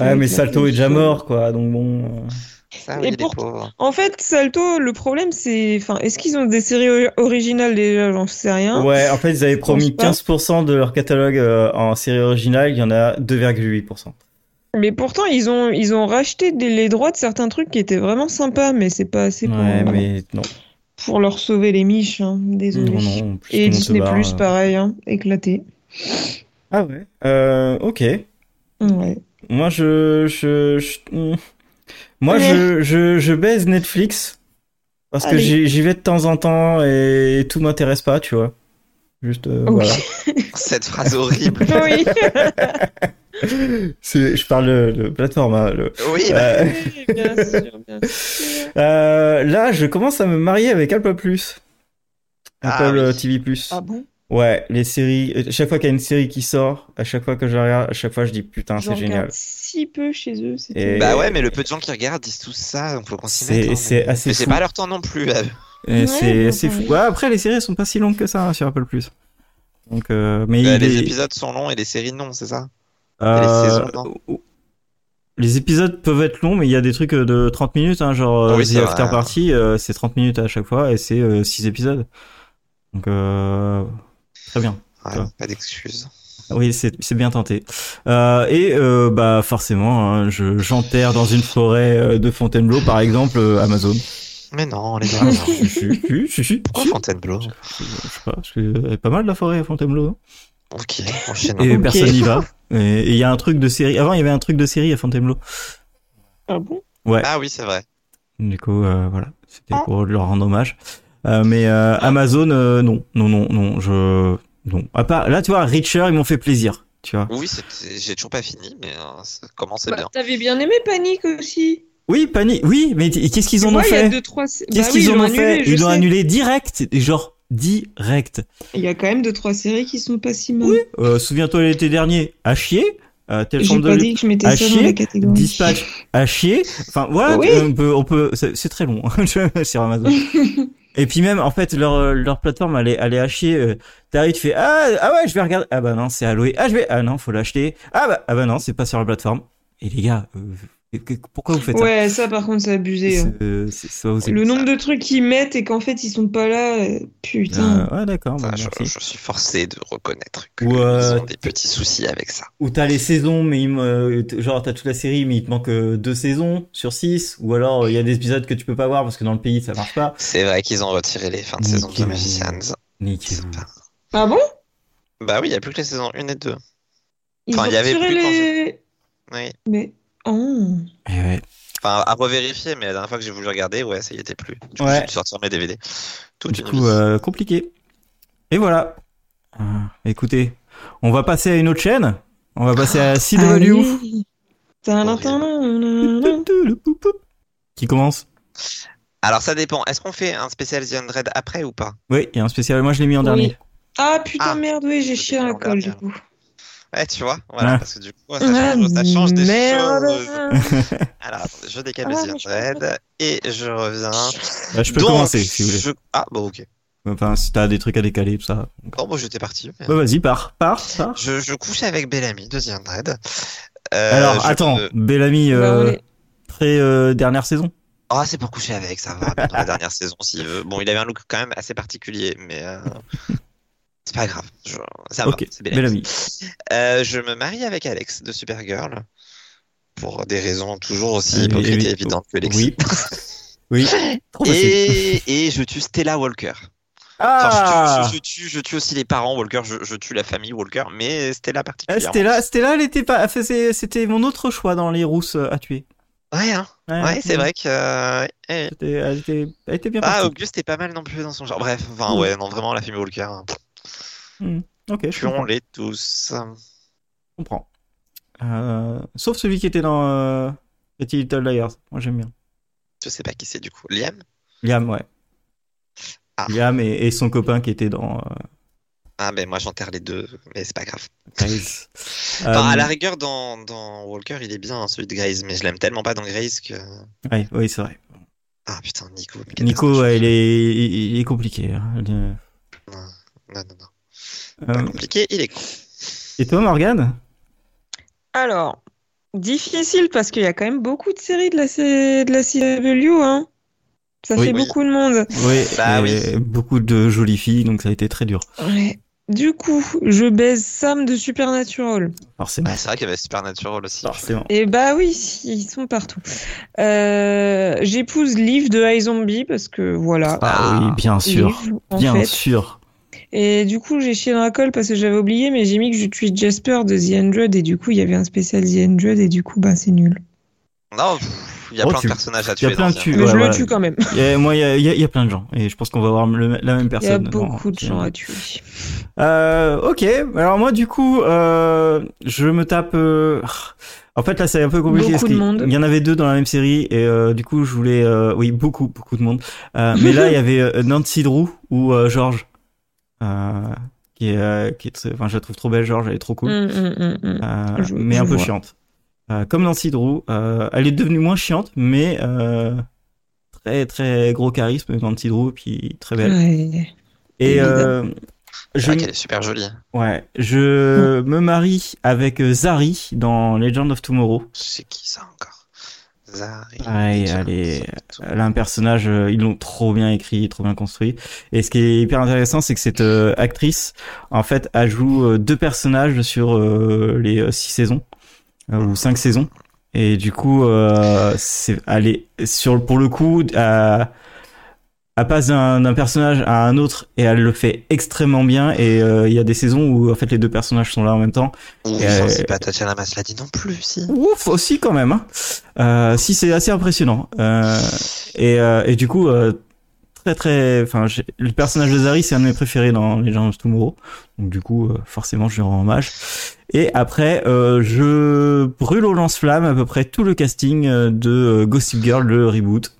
A: [LAUGHS] Ouais, Ah, mais
B: éclatés
A: Salto
B: au
A: est déjà
B: sol.
A: mort, quoi. Donc bon. euh.
C: Ça,
B: Et
C: oui, les
B: pour-
C: pauvres.
B: En fait, Salto, le problème, c'est. Enfin, est-ce qu'ils ont des séries ori- originales déjà J'en sais rien.
A: Ouais, en fait, ils avaient
B: Hein pense
A: promis
B: pas.
A: 15% de leur catalogue euh, en série originale, il y en a 2,8%.
B: Mais pourtant, ils ont, ils ont racheté des- les droits de certains trucs qui étaient vraiment sympas, mais c'est pas assez pour,
A: Ouais, mais non.
B: pour leur sauver les miches. hein. Désolé.
A: Non, non, plus
B: Et
A: tout le monde se
B: Disney,
A: barre,
B: Plus,
A: euh.
B: pareil, hein, éclaté.
A: Ah ouais. Euh, ok.
B: Ouais. [LAUGHS]
A: Moi, je, je, je- hmm. moi,
B: Ouais.
A: je, je, je baise Netflix parce que
B: Allez.
A: j'y j'y vais de temps en temps et tout m'intéresse pas, tu vois. Juste, euh,
B: Ok. [LAUGHS]
A: voilà.
C: Cette phrase horrible.
B: Ah Oui,
A: C'est- Je parle de, de plateforme. hein, le-
C: Oui, bah,
A: Euh,
B: bien sûr, bien sûr.
A: euh, là, je commence à me marier avec Apple Plus,
C: Ah
A: Apple
C: oui.
A: euh, TV Plus.
B: Ah bon
A: Ouais, les séries. euh, Chaque fois qu'il y a une série qui sort, à chaque fois que je la regarde, à chaque fois je dis putain,
B: Je
A: Ah, c'est génial.
B: regarde si peu chez eux. c'est
A: Et-
B: tout.
C: bah ouais, mais le peu de gens qui regardent disent tout ça, donc faut qu'on s'y
A: C'est-
C: mette. hein,
A: c'est
C: mais-
A: assez
C: mais c'est
A: fou.
C: pas leur temps non plus. euh.
A: Et
B: Ouais,
A: c'est
B: bah,
A: c'est fou.
B: pareil.
A: Ouais, après, les séries elles sont pas si longues que ça hein, sur Apple Plus. Donc, euh, mais
C: Bah,
A: il
C: les
A: est-
C: épisodes sont longs et les séries non, c'est ça
A: euh,
C: les saisons,
A: les épisodes peuvent être longs, mais il y a des trucs euh, de 30 minutes, hein, genre
C: Ah oui,
A: euh, The
C: c'est vrai,
A: After
C: hein.
A: Party, euh, c'est 30 minutes à chaque fois et c'est 6 épisodes. Donc, euh, très bien.
C: Ouais,
A: Ah.
C: Pas d'excuses.
A: Oui, c'est c'est bien tenté. Euh, et euh, bah forcément, hein, je j'enterre dans une forêt euh, de Fontainebleau, par exemple, euh, Amazon.
C: Mais non, les
B: [LAUGHS]
A: Ah,
C: gars.
A: si, si, si, si, si.
B: Oh,
C: Pourquoi Fontainebleau
A: Je sais pas, parce que euh, elle est pas mal la forêt à Fontainebleau. hein.
C: Ok, enchaînons.
A: Et
B: Ah, Ok.
A: personne n'y va. Et- Et il y a un truc de série. Avant, il y avait un truc de série à Fontainebleau.
B: Ah bon
C: Ah oui, c'est vrai.
A: Du coup, euh, voilà, c'était pour leur rendre hommage. Euh, mais euh, Amazon, euh, non, non, non, non, je, non. À part, là, tu vois, Richer, ils m'ont fait plaisir, tu vois.
C: Oui, c'est- c'est- j'ai toujours pas fini, mais euh, ça commençait
B: Bah,
C: bien.
B: T'avais bien aimé Panique aussi.
A: Oui, Pani, oui, mais t- qu'est-ce qu'ils en ont
B: Moi, il y a
A: fait
B: deux, trois... sé-
A: Qu'est-ce
B: Bah oui,
A: qu'ils en ont
B: annulé,
A: fait
B: je
A: Ils l'ont
B: sais.
A: annulé direct, et genre direct.
B: Il y a quand même deux, trois séries qui sont pas si mal.
A: Oui. Euh, Souviens-toi l'été dernier, à chier. Euh, telle
B: J'ai
A: chambre
B: pas
A: de
B: dit que je mettais
A: à
B: ça dans
A: chier,
B: la catégorie.
A: dispatch à chier. Enfin voilà,
B: Oui.
A: on peut, on peut, c'est c'est très long hein, [LAUGHS] je- sur
B: [LAUGHS]
A: Amazon. Et puis même en fait leur leur plateforme elle est, elle est à chier. Euh, T'arrives, tu fais ah ah ouais je vais regarder. Ah bah non c'est à louer. Ah je vais ah non faut l'acheter. Ah bah ah bah non c'est pas sur la plateforme. Et les gars, euh, que- que- pourquoi vous faites
B: Ouais, ça par contre, c'est
A: ça
B: abusé. hein.
A: C'est- euh, c'est- c'est pas possible.
B: Le nombre de trucs qu'ils mettent et qu'en fait, ils sont pas là, euh, putain.
A: Euh, ouais d'accord. bah,
C: Ça, je,
A: merci.
C: je suis forcé de reconnaître qu'ils
A: What
C: ont des petits soucis avec ça.
A: Ou t'as les saisons, mais il me... euh, genre t'as toute la série, mais il te manque euh, deux saisons sur six. Ou alors euh, il y a des épisodes que tu peux pas voir parce que dans le pays ça marche pas.
C: C'est vrai qu'ils ont retiré les fins de saison de The
A: Nickel.
C: Magicians.
A: Nickel.
B: Ah bon
C: Bah oui, il n'y a plus que les saisons 1 et 2.
B: Ils
C: Enfin,
B: ont
C: il y avait
B: retiré
C: plus quand
B: les...
C: Oui.
B: Mais... Oh.
A: Eh ouais.
C: Enfin, à revérifier, mais la dernière fois que j'ai voulu regarder, ouais, ça y était plus. Du coup,
A: Ouais.
C: j'ai dû sortir mes DVD. Tout
A: Du coup, euh, compliqué. Et voilà. Ah, écoutez, on va passer à une autre chaîne. On va passer
B: Ah,
A: à CW.
B: Allez. Tadam, tadam, tadam.
A: [LAUGHS] Qui commence
C: Alors, ça dépend. Est-ce qu'on fait un spécial The 100 après ou pas
A: Oui, il y a un spécial. Moi, je l'ai mis en
B: Oui.
A: dernier.
B: Ah putain,
C: Ah.
B: merde, oui, j'ai
C: Je
B: chié à
C: vais
B: la colle du
C: regarder.
B: coup. Ah,
C: Ouais, tu vois Voilà,
A: Ah.
C: parce que du coup, ça change, ça change des choses. Hein Alors, attendez, je décale
B: Ah,
C: le
B: mais je
C: The 100 et je reviens.
A: Bah, je peux
C: Donc,
A: commencer, si vous voulez.
C: je- Ah, bon, ok.
A: Enfin, si t'as des trucs à décaler, tout ça.
C: Bon, bon, j'étais parti. mais-
A: Bah, vas-y, pars, pars, pars.
C: Je, je couche avec Bellamy de The 100. Euh,
A: Alors, attends, Bellamy,
B: Bah,
A: euh,
B: ouais.
A: très euh, dernière saison.
C: Ah, c'est pour coucher avec, ça va. mais Dans
A: [LAUGHS]
C: la dernière saison, s'il veut. Bon, il avait un look quand même assez particulier, mais euh, c'est pas grave. Je- Ça
A: Ok,
C: va, c'est
A: Bellamy.
C: Bellamy. Euh, je me marie avec Alex de Supergirl pour des raisons toujours aussi
A: Euh,
C: hypocrites
A: évi-
C: et évidentes que Lexi.
A: Oui.
C: [LAUGHS]
A: Oh, bah, oui. Trop facile.
C: Et, et je tue Stella Walker. Enfin, je tue-
A: Ah
C: je, je tue, je tue aussi les parents Walker, je, je tue la famille Walker, mais Stella
A: Ah,
C: particulièrement.
A: Stella, Stella, elle était pas. enfin, c'est- C'était mon autre choix dans les rousses euh, à tuer.
C: Ouais, hein.
A: Ah,
C: ouais, c'est vrai que. euh, eh.
A: C'était- Elle était, elle était bien
C: Ah,
A: partie.
C: Auguste est pas mal non plus dans son genre. Bref, enfin,
A: Mm.
C: ouais, non, vraiment, la famille Walker. hein. oh,
A: Ok, je comprends.
C: Tuons-les tous.
A: je comprends. Euh, sauf celui qui était dans euh, Pretty Little Liars. Moi, j'aime bien.
C: Je sais pas qui c'est du coup. Liam
A: Liam, ouais.
C: Ah.
A: Liam et, et son copain qui était dans euh,
C: Ah, ben moi j'enterre les deux, mais c'est pas grave. [LAUGHS]
A: Grace.
C: Enfin,
A: Euh,
C: à la rigueur, dans, dans Walker, il est bien hein, celui de Grace, mais je l'aime tellement pas dans Grace que.
A: ouais, oui, c'est vrai.
C: Ah putain, Nico. mais quelle
A: Nico,
C: catastrophe.
A: ouais, il est, il, il est compliqué. hein. Euh,
C: Non, non, non. Pas compliqué, il est con.
A: et toi, Morgane
B: Alors, Difficile parce qu'il y a quand même beaucoup de séries de la, C- de la CW, hein. Ça
A: Oui.
B: fait
C: Oui.
B: beaucoup de monde.
A: Oui,
C: Bah
A: et beaucoup de jolies filles, donc ça a été très dur.
B: Ouais. Du coup, je baise Sam de Supernatural.
A: Forcément.
C: Ah, c'est vrai qu'il y avait Supernatural aussi.
A: Forcément.
B: Et bah oui, ils sont partout. Euh, J'épouse Liv de iZombie parce que voilà.
A: Ah oui, bien sûr.
B: Liv, en
A: Bien
B: fait.
A: sûr.
B: Et du coup, j'ai chié dans la colle parce que j'avais oublié, mais j'ai mis que je tuais Jasper de The 100 et du coup, il y avait un spécial The 100 et du coup, bah c'est nul.
C: Non, pff, il y a
A: Oh,
C: plein
A: tu-
C: de personnages à
A: il y a
C: tuer.
A: plein
C: dans
A: de
C: ce
A: tu-
C: film.
B: Mais
A: Ouais,
B: je le
A: bah, voilà.
B: tue quand même.
A: Et moi, il y, a- il y a- il y a plein de gens. Et je pense qu'on va avoir le- la même
B: Il y a
A: personne.
B: beaucoup
A: dans-
B: de gens à tuer.
A: Euh, ok. Alors moi, du coup, euh, je me tape. euh, En fait, là, c'est un peu compliqué.
B: Beaucoup
A: parce
B: de
A: qu'il-
B: monde.
A: Il y en avait deux dans la même série, et euh, du coup, je voulais, euh, oui, beaucoup, beaucoup de monde. Euh, mais là, il y avait euh, Nancy Drew ou euh, George, euh, qui est, euh, qui est, enfin, je la trouve trop belle, George, elle est trop cool,
B: Hum, hum, hum, hum.
A: Euh,
B: je-
A: mais
B: je
A: un peu
B: vois.
A: chiante. Euh, comme Nancy Drew, euh, elle est devenue moins chiante, mais euh, très, très gros charisme, Nancy Drew, puis très belle.
B: Ouais.
A: Et
B: Mm, évidemment. Ah,
A: euh,
C: C'est
A: je,
C: vrai qu'elle est super jolie. hein.
A: Ouais,
B: Mm.
A: je me marie avec euh, Zari dans Legend of Tomorrow.
C: C'est qui ça encore Zari.
A: Ouais,
C: Jackson,
A: elle est-
C: tout.
A: Elle a un personnage, euh, ils l'ont trop bien écrit, trop bien construit. Et ce qui est hyper intéressant, c'est que cette euh, actrice, en fait, elle joue euh, deux personnages sur euh, les euh, six saisons euh, ou cinq saisons. Et du coup, euh, c'est, elle est sur le- pour le coup, elle, elle passe d'un, d'un personnage à un autre et elle le fait extrêmement bien. Et euh, il y a des saisons où en fait les deux personnages sont là en même temps.
C: Ouf,
A: Euh,
C: c'est pas Tatiana Maslany non plus, si.
A: Ouf, aussi quand même. hein. Euh, si c'est assez impressionnant. Euh, et, euh, et du coup, euh, très très. Enfin, j'ai- le personnage de Zari, c'est un de mes préférés dans les gens of Tomorrow. Donc du coup, euh, forcément, je lui rends hommage. Et après, euh, je brûle au lance-flamme à peu près tout le casting euh, de euh, Gossip Girl, le reboot.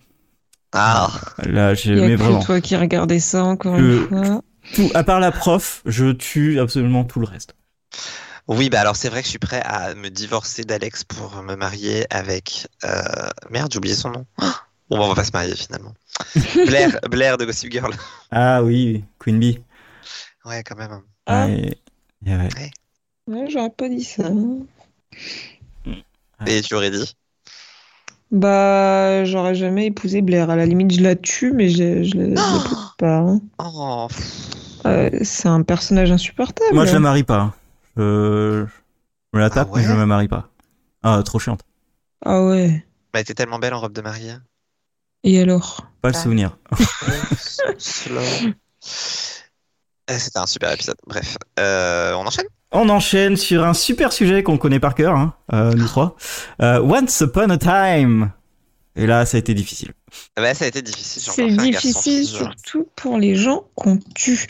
C: Ah,
A: Là, j'ai
B: Il y a
A: mais
B: que
A: vraiment
B: toi qui regardais ça encore
A: Euh,
B: une fois.
A: tout. À part la prof, je tue absolument tout le reste.
C: oui, bah alors c'est vrai que je suis prêt à me divorcer d'Alex pour me marier avec. euh, Merde, j'ai oublié son nom. [GASPS] Bon, bah, on va pas se
B: [LAUGHS]
C: marier finalement. Blair, Blair de Gossip Girl. [LAUGHS]
A: Ah oui, Queen Bee.
C: Ouais, quand même.
B: Ah,
A: Ouais. Et ouais.
B: ouais, j'aurais pas dit ça.
C: Et tu
B: [GASPS]
C: aurais dit
B: Bah, j'aurais jamais épousé Blair. À la limite, je la tue, mais je, je la- je
C: Oh
B: l'épouse pas. hein.
C: Oh, pff,
B: Euh, c'est un personnage insupportable.
A: Moi, je la marie pas. hein. Euh, je me la tape,
C: Ah ouais
A: mais je me marie pas. Ah, trop chiante.
B: Ah ouais.
C: bah, elle était tellement belle en robe de mariée.
B: [LAUGHS] Et alors?
A: Pas le
C: Ah.
A: souvenir.
C: Slow. Euh, C'était un super épisode. Bref, Euh, on enchaîne
A: On enchaîne sur un super sujet qu'on connaît par cœur, hein, euh, nous trois. Euh, Once Upon a Time. Et là, ça a été difficile.
C: Ouais, Bah, ça a été difficile. j'ai
B: C'est
C: encore fait un garçon
B: difficile,
C: fille, genre.
B: surtout pour les gens qu'on tue.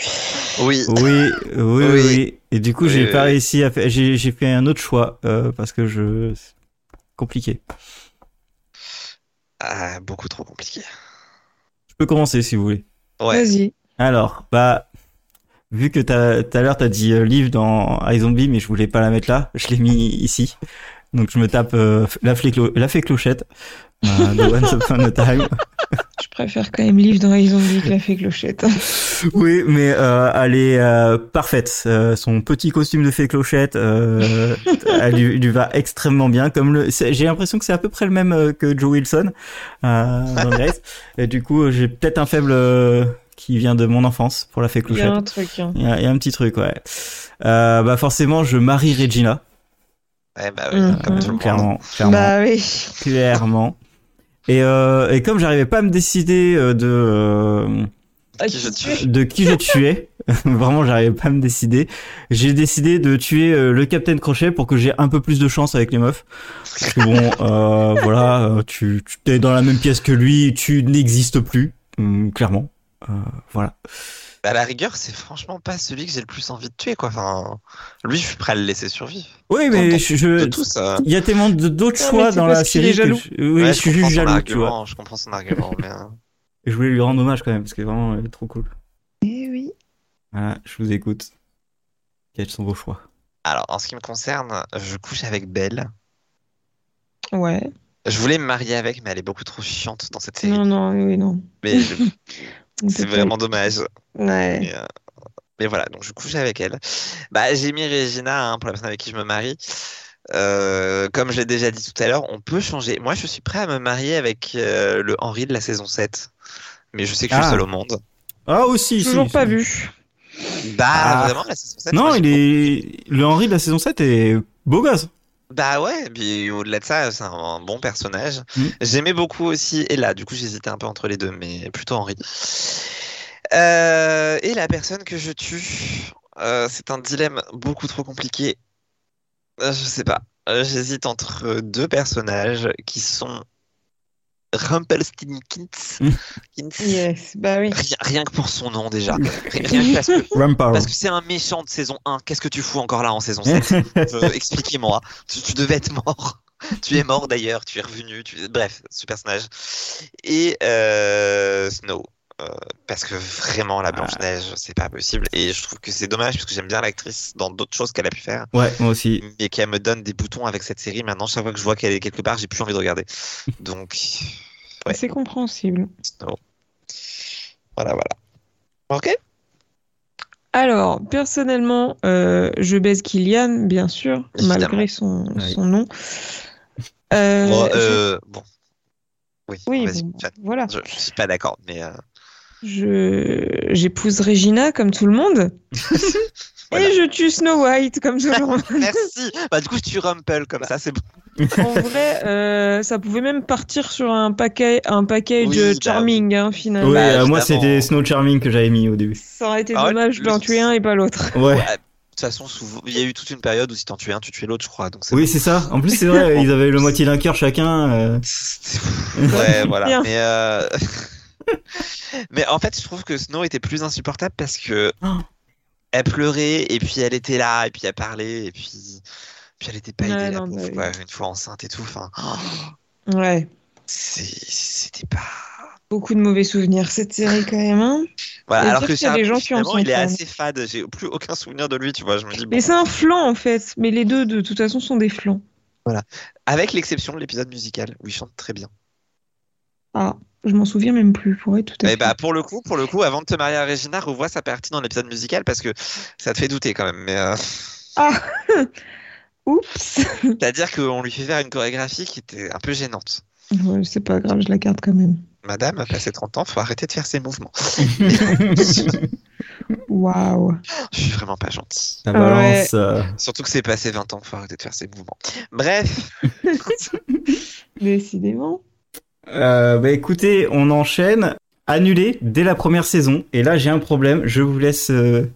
C: Oui.
A: Oui, oui, oui.
C: Oui.
A: oui. Et du coup,
C: Oui,
A: j'ai
C: oui,
A: pas
C: oui.
A: réussi à faire. J'ai j'ai fait un autre choix euh, parce que je. c'est Compliqué.
C: Ah, beaucoup trop compliqué.
A: Je peux commencer si vous voulez.
C: Ouais.
B: Vas-y.
A: Alors, bah, vu que t'as- tout à l'heure t'as dit euh, Liv dans iZombie, mais je voulais pas la mettre là, je l'ai mis ici. Donc je me tape euh, la, flé- clo- la fée clochette euh, de Once Upon a Time.
B: Je préfère quand même Liv dans Les Zombies que la fée Clochette.
A: Oui, mais euh, elle est euh, parfaite. Euh, son petit costume de fée clochette, euh, elle lui, lui va extrêmement bien. Comme le, c'est- j'ai l'impression que c'est à peu près le même euh, que Joe Wilson euh, dans Grace. Et du coup, euh, j'ai peut-être un faible euh, qui vient de mon enfance pour la fée
B: Il y
A: clochette.
B: a un truc, hein.
A: Il y, a, il y a un petit truc, ouais. Euh, bah forcément, je marie Regina,
C: Ouais, bah oui,
B: Mhm.
C: comme tout le monde.
A: clairement, clairement,
B: Bah oui.
A: clairement. Et, euh, et comme j'arrivais pas à me décider euh, de euh,
B: Ah,
C: Qui je
B: tu-
C: tue
A: de qui je tuais, [LAUGHS] vraiment j'arrivais pas à me décider, j'ai décidé de tuer euh, le Capitaine Crochet pour que j'ai un peu plus de chance avec les meufs. Parce que
C: [LAUGHS]
A: bon, euh, voilà, euh, tu, tu es dans la même pièce que lui, tu n'existes plus, hum, clairement. Euh, voilà.
C: À la rigueur, c'est franchement pas celui que j'ai le plus envie de tuer, quoi. Enfin, lui, je suis prêt à le laisser survivre.
A: Oui, mais
C: mais T'entends
A: je,
C: De tous, euh,
A: Il y a tellement de- d'autres
B: Non, Ah, mais
A: choix
B: c'est
A: dans
B: parce
A: la
B: qu'il
A: série.
B: est
A: que
B: jaloux.
A: je- oui,
C: ouais,
A: je suis
C: comprends
A: juste
C: son
A: jaloux, tu vois.
C: argument, Je comprends son argument, mais. euh,
A: Et Je voulais lui rendre hommage quand même, parce que vraiment, elle est trop cool.
B: Eh oui.
A: Voilà, je vous écoute. Quels sont vos choix
C: Alors, en ce qui me concerne, je couche avec Belle.
B: Ouais.
C: Je voulais me marier avec, mais elle est beaucoup trop chiante dans cette série.
B: Non, non, oui, oui, non.
A: [LAUGHS]
C: Mais je-
B: On
C: c'est
B: peut pas-
C: vraiment dommage.
B: Ouais.
C: Mais, euh, mais voilà, donc je couche avec elle. Bah, j'ai mis Regina hein, pour la personne avec qui je me marie. Euh, comme je l'ai déjà dit tout à l'heure, on peut changer. Moi, je suis prêt à me marier avec euh, le Henry de la saison 7. Mais je sais que je
A: Ah.
C: suis seul au monde.
A: Ah aussi,
B: Toujours
A: si,
B: pas
A: si.
B: vu.
C: Bah,
A: Ah.
C: vraiment, la saison 7.
A: Non,
C: moi,
A: il
C: j'ai
A: est le Henry de la saison 7 est beau gosse.
C: beaucoup- Bah ouais, puis au-delà de ça, c'est un, un bon personnage.
A: Mm.
C: J'aimais beaucoup aussi Ella. Du coup, j'hésitais un peu entre les deux, mais plutôt Henry. Euh, et la personne que je tue, euh, c'est un dilemme beaucoup trop compliqué. Euh, Je sais pas. Euh, J'hésite entre deux personnages qui sont Rumpelstiltskin.
A: Mm.
B: Yes, bah oui.
C: Rien, rien que pour son nom
A: [LAUGHS]
C: déjà. Rien- rien que parce que
A: Rampart.
C: parce que c'est un méchant de saison 1. Qu'est-ce que tu fous encore là en saison 7 Euh, Expliquez-moi. Tu, tu devais être mort. Tu es mort d'ailleurs, tu es revenu. tu- Bref, ce personnage. Et euh, Snow. Euh, parce que vraiment, la Blanche-Neige, c'est pas possible. Et je trouve que c'est dommage parce que j'aime bien l'actrice dans d'autres choses qu'elle a pu faire.
A: [LAUGHS] Ouais, moi aussi.
C: Mais qu'elle me donne des boutons avec cette série. Maintenant, chaque fois que je vois qu'elle est quelque part, j'ai plus envie de regarder. Donc, Ouais.
B: C'est compréhensible.
C: Snow. Voilà, voilà. Ok
B: Alors, personnellement, euh, je baise Kylian, bien sûr,
C: Évidemment.
B: malgré son,
A: Oui.
B: son nom. Euh,
C: Bon,
B: je-
C: euh, bon. Oui,
B: Oui,
C: vas-y,
B: bon,
C: chat.
B: voilà.
C: Je, je suis pas d'accord, mais euh,
B: Je j'épouse Regina comme tout le
C: [LAUGHS]
B: monde
C: Voilà.
B: et je tue Snow White comme tout le monde.
C: [LAUGHS] merci. Bah du coup, tu rumples
A: Bah.
C: comme ça, c'est bon.
B: en vrai, euh, ça pouvait même partir sur un paquet un package
C: Oui, bah oui.
B: charming hein, finalement.
A: Oui,
C: bah,
A: euh, moi
C: évidemment.
A: c'était Snow Charming que j'avais mis au début.
B: Ça aurait été
C: Ah ouais,
B: dommage
C: le-
B: d'en tuer un et pas l'autre.
A: Ouais.
C: Ouais, de toute façon, souvent- il y a eu toute une période où si t'en tuais un, tu tuais l'autre, je crois. Donc c'est [LAUGHS]
A: Oui, c'est ça. En plus, c'est [LAUGHS] vrai, ils avaient le moitié d'un cœur chacun. euh.
C: ouais,
B: [LAUGHS]
C: voilà.
B: Bien.
C: Mais euh, [LAUGHS] mais en fait, je trouve que Snow était plus insupportable parce que
A: Oh.
C: elle pleurait et puis elle était là et puis elle parlait et puis puis elle était pas
B: Ouais,
C: aidée la
B: non,
C: pauvre,
B: bah
C: quoi, une fois enceinte et tout. Enfin, oh,
B: Ouais,
C: c'est- c'était pas.
B: beaucoup de mauvais souvenirs cette série quand même. hein.
C: Voilà,
B: Et
C: alors
B: dire
C: que
B: qu'il y a
C: Charlie,
B: des gens qui en
C: finalement,
B: sont
C: il est
B: fans.
C: assez fade. J'ai plus aucun souvenir de lui, tu vois. Je me dis, bon.
B: Mais c'est un flanc en fait. Mais les deux de toute façon sont des flancs.
C: Avec l'exception de l'épisode musical, où il chante très bien.
B: Ah, je m'en souviens même plus pour être tout à
C: Et
B: fait.
C: bah, pour le coup, pour le coup, avant de te marier à Regina, revois sa partie dans l'épisode musical parce que ça te fait douter quand même.
A: [LAUGHS]
C: Mais, euh,
B: Oups. [LAUGHS]
C: c'est-à-dire qu'on lui fait faire une chorégraphie qui était un peu gênante.
B: Ouais, c'est pas grave, je la garde quand même.
C: Madame a passé 30 ans, faut arrêter de faire ses mouvements.
B: Waouh.
C: Je suis vraiment pas gentil.
A: La balance. euh,
C: Surtout que c'est passé 20 ans, faut arrêter de faire ses mouvements. Bref,
B: Décidément.
A: Euh, bah écoutez, on enchaîne. Annulé dès la première saison. Et là, j'ai un problème. Je vous laisse euh,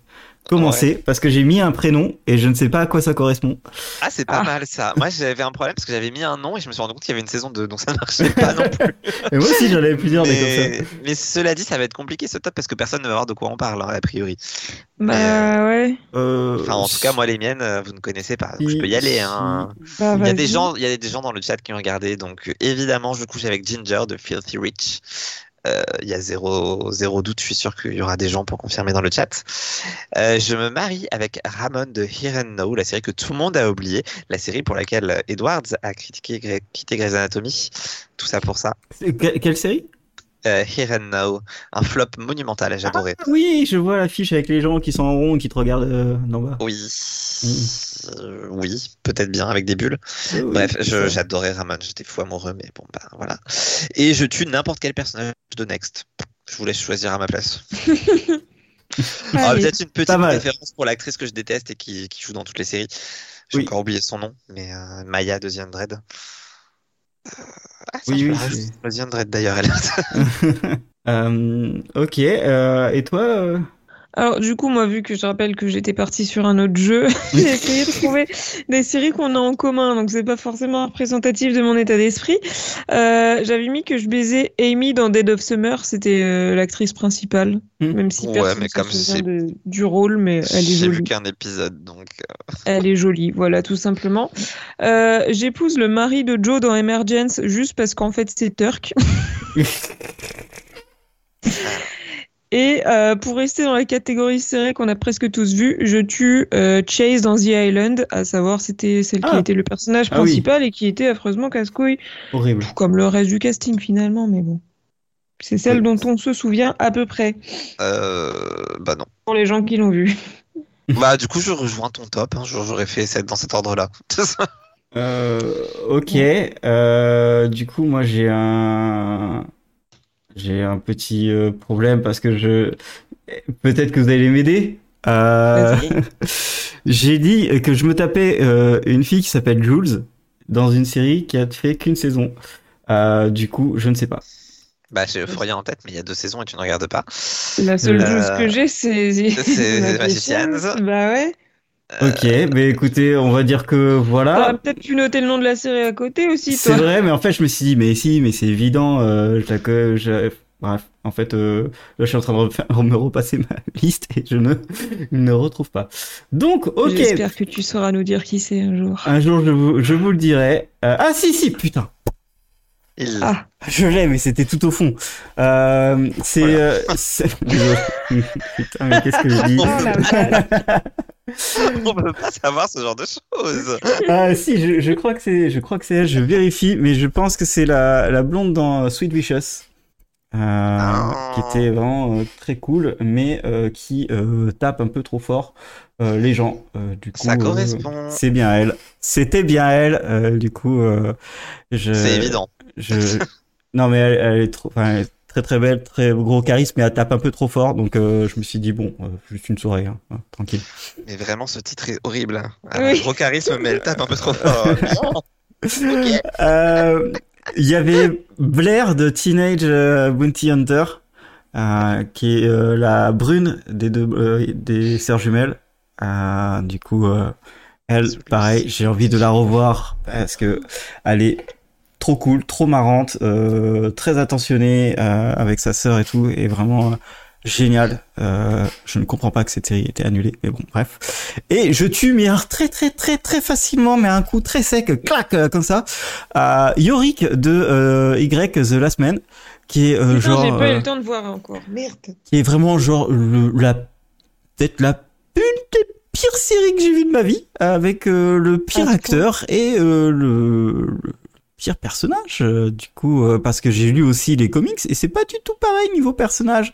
A: commencer parce que j'ai mis un prénom et je ne sais pas à quoi ça correspond.
C: ah, c'est pas
B: Ah.
C: mal ça. Moi, j'avais un problème parce que j'avais mis un nom et je me suis rendu compte qu'il y avait une saison 2, donc ça
A: [LAUGHS]
C: marchait pas non plus.
A: Et moi aussi, j'en avais plusieurs des comme ça.
C: Mais, mais cela dit, ça va être compliqué ce top parce que personne ne va voir de quoi on parle, hein, a priori.
B: Bah ouais.
A: Euh,
C: Enfin, en tout cas, moi, les miennes, euh, vous ne connaissez pas. Donc, je peux y aller. hein.
B: Bah,
C: Il, y a des
B: vas-y.
C: gens, il y a des gens dans le chat qui ont regardé. Donc, euh, évidemment, je couche avec Ginger de Filthy Rich. Euh, il y a zéro, zéro doute. Je suis sûr qu'il y aura des gens pour confirmer dans le chat. Euh, je me marie avec Ramon de Here and Now, la série que tout le monde a oubliée. La série pour laquelle Edwards a critiqué, Grey- quitté Grey's Anatomy. Tout ça pour ça.
A: c'est- que- Quelle série
C: Euh, Here and Now, un flop monumental. J'ai adoré.
A: Oui, je vois l'affiche avec les gens qui sont en rond, qui te regardent euh, d'en bas.
C: Oui.
A: Mm.
C: Euh, oui, peut-être bien avec des bulles.
A: Euh, oui,
C: Bref, je-
A: ça.
C: j'adorais Ramon, j'étais fou amoureux, mais bon, bah voilà. Et je tue n'importe quel personnage de Next. Je vous laisse choisir à ma place. Ah,
B: Allez.
C: Peut-être une petite
A: Pas mal.
C: référence pour l'actrice que je déteste et qui, qui joue dans toutes les séries. J'ai
A: Oui.
C: encore oublié son nom, mais euh, Maya de The Undread. Euh, ah, ça,
A: Oui,
C: je
A: oui,
C: la rajoute. The Undread d'ailleurs, elle.
A: Euh, ok, euh, et toi euh [LAUGHS]
B: Alors du coup, moi, vu que je rappelle que j'étais partie sur un autre jeu, [LAUGHS] j'ai essayé de trouver des séries qu'on a en commun, donc c'est pas forcément représentatif de mon état d'esprit. Euh, J'avais mis que je baisais Amy dans Dead of Summer, c'était euh, l'actrice principale,
A: Hmm.
B: même si
C: Ouais,
B: personne
C: mais
B: se
C: comme
B: souvient
C: c'est-
B: de- du rôle, mais elle est
C: J'ai
B: jolie.
C: vu qu'un épisode, donc. euh,
B: Elle est jolie, voilà, tout simplement. Euh, J'épouse le mari de Joe dans Emergence juste parce qu'en fait, c'est turc. Et euh, pour rester dans la catégorie série qu'on a presque tous vue, je tue euh, Chase dans The Island, à savoir c'était celle qui
A: Ah.
B: était le personnage
A: Ah oui.
B: principal et qui était affreusement casse-couille,
A: Horrible.
B: tout comme le reste du casting finalement, mais bon. C'est celle dont on se souvient à peu près,
C: euh, bah non.
B: pour les gens qui [LAUGHS] l'ont vue.
C: bah, du coup, je rejoins ton top. hein, J'aurais fait cette- dans cet ordre-là. [LAUGHS]
A: Euh, ok. Euh, du coup, moi, j'ai un, j'ai un petit euh, problème parce que je, peut-être que vous allez m'aider. Euh, [LAUGHS] j'ai dit que je me tapais euh, une fille qui s'appelle Jules dans une série qui a fait qu'une saison. Euh, du coup, je ne sais pas.
C: Bah, j'ai Euphoria en tête, mais il y a deux saisons et tu ne regardes pas.
B: La seule
C: Euh,
B: chose que j'ai, c'est.
C: c'est
B: la
C: Magicians.
B: Magicians. Bah ouais.
A: Ok, mais écoutez, on va dire que
B: T'aurais
A: voilà.
B: peut-être pu noter le nom de la série à côté aussi,
A: C'est
B: toi.
A: vrai, mais en fait, je me suis dit, mais si, mais c'est évident. Euh, je la co- je- Bref, en fait, euh, là, je suis en train de refaire- [LAUGHS] me repasser ma liste et je ne, ne retrouve pas. Donc, ok,
B: J'espère que tu sauras nous dire qui c'est un jour.
A: un jour, je vous, je vous le dirai. Euh, ah, si, si, putain,
C: Il...
B: Ah.
A: je l'ai, mais c'était tout au fond. Euh, c'est.
C: Voilà.
A: euh,
B: [LAUGHS]
A: c'est- [LAUGHS] putain, mais qu'est-ce que je dis
B: Oh la vache.
C: [LAUGHS] On ne peut pas savoir ce genre de choses.
A: Ah, si, je, je crois que c'est, je crois que c'est elle. Je vérifie, mais je pense que c'est la, la blonde dans euh, Sweet Vicious, euh,
C: Ah.
A: qui était vraiment euh, très cool, mais euh, qui euh, tape un peu trop fort euh, les gens. Euh, du coup,
C: Ça
A: euh,
C: correspond.
A: c'est bien elle. C'était bien elle. euh, du coup, euh, je.
C: C'est évident.
A: Je... [LAUGHS] Non, mais elle, elle est trop, enfin, elle est très très belle, très gros charisme, mais elle tape un peu trop fort. Donc, euh, je me suis dit bon, euh, juste une soirée, hein, hein, tranquille.
C: Mais vraiment, ce titre est horrible. Un
B: Oui.
C: Gros charisme, mais elle tape un peu trop fort. Oh Non. Ok.
A: Euh, Il y avait Blair de Teenage euh, Bounty Hunter, euh, qui est euh, la brune des deux euh, des sœurs jumelles. Euh, du coup, euh, elle, pareil, j'ai envie de la revoir parce que elle est trop cool, trop marrante, euh, très attentionnée euh, avec sa sœur et tout, et vraiment euh, géniale. Euh, je ne comprends pas que cette série ait été annulée, mais bon, bref. Et je tue mais alors très très très très facilement, mais un coup très sec, clac euh, comme ça. à Yorick de euh, Y The Last Man, qui est euh,
B: Putain,
A: genre
B: j'ai pas eu
A: euh,
B: le temps de voir encore. Merde.
A: qui est vraiment genre le- la peut-être la une des pires séries que j'ai vues de ma vie avec euh, le pire
B: Ah,
A: acteur et euh, le, le pire personnage euh, du coup euh, parce que j'ai lu aussi les comics et c'est pas du tout pareil niveau personnage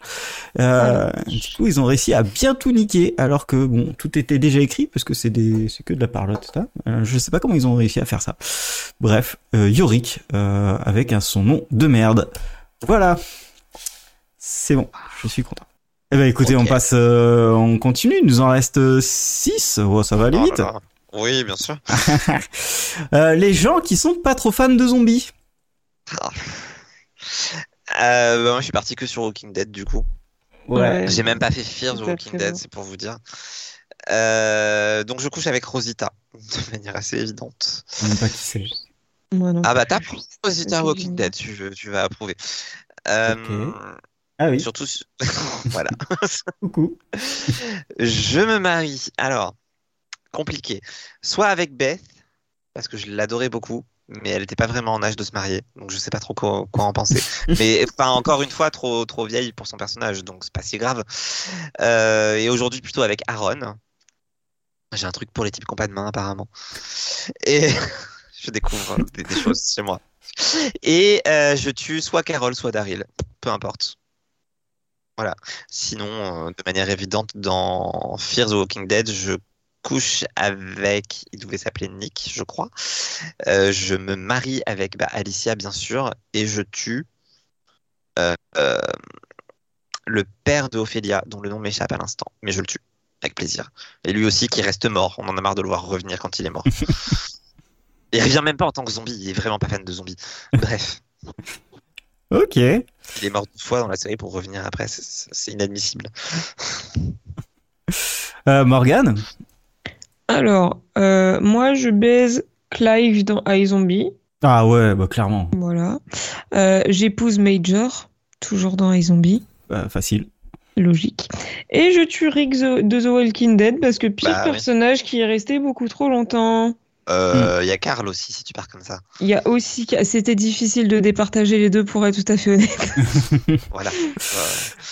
A: euh, du coup ils ont réussi à bien tout niquer alors que bon tout était déjà écrit parce que c'est des c'est que de la parlotte ça. Euh, je sais pas comment ils ont réussi à faire ça bref euh, Yorick euh, avec un son nom de merde voilà c'est bon je suis content eh ben écoutez,
C: Ok.
A: on passe, euh, on continue. Il nous en reste 6. ça va aller
C: Oh
A: vite.
C: là là. Oui, bien sûr.
A: [LAUGHS] Euh, les gens qui sont pas trop fans de zombies.
C: Euh, bah, moi, je suis parti que sur Walking Dead, du coup.
B: Ouais.
C: J'ai même pas fait Fear
B: Tout
C: The
B: à
C: Walking
B: fait,
C: Dead,
B: ouais.
C: c'est pour vous dire. Euh, donc je couche avec Rosita, de manière assez évidente.
A: Je sais même pas qui c'est.
B: Moi non.
C: Ah bah tape
B: plus.
C: Rosita Walking Dead, tu, tu vas approuver. Euh,
A: Ah oui. [LAUGHS]
C: Surtout, su- [LAUGHS] voilà.
A: Coucou.
C: Je me marie. Alors, compliqué. Soit avec Beth, parce que je l'adorais beaucoup, mais elle n'était pas vraiment en âge de se marier, donc je sais pas trop quoi, quoi en penser. mais enfin, encore une fois, trop, trop vieille pour son personnage, donc c'est pas si grave. Euh, et aujourd'hui, plutôt avec Aaron. J'ai un truc pour les types qui ont pas de main, apparemment. Et [LAUGHS] je découvre des, des choses chez moi. Et euh, je tue soit Carole, soit Daryl. Peu importe. Sinon, euh, de manière évidente, dans Fear the Walking Dead, je couche avec, il devait s'appeler Nick, je crois. Euh, je me marie avec bah, Alicia, bien sûr, et je tue euh, euh, le père de Ophélia, dont le nom m'échappe à l'instant, mais je le tue, avec plaisir. Et lui aussi qui reste mort, on en a marre de le voir revenir quand il est mort. il revient même pas en tant que zombie, il est vraiment pas fan de zombies. Bref,
A: Ok. Euh,
C: il est mort deux fois dans la série pour revenir après, c'est- c'est c'est inadmissible.
A: Euh, Morgan.
B: Alors, euh, moi, je baise Clive dans iZombie.
A: Ah ouais, bah clairement,
B: Voilà. Euh, J'épouse Major, toujours dans iZombie.
A: Euh, facile.
B: Logique. Et je tue Rick the- de The Walking Dead parce que pire
C: Bah, oui.
B: personnage qui est resté beaucoup trop longtemps.
C: Il Euh, y a Karl aussi, si tu pars comme ça.
B: Il y a aussi. C'était difficile de départager les deux pour être tout à fait honnête.
C: Voilà. Euh,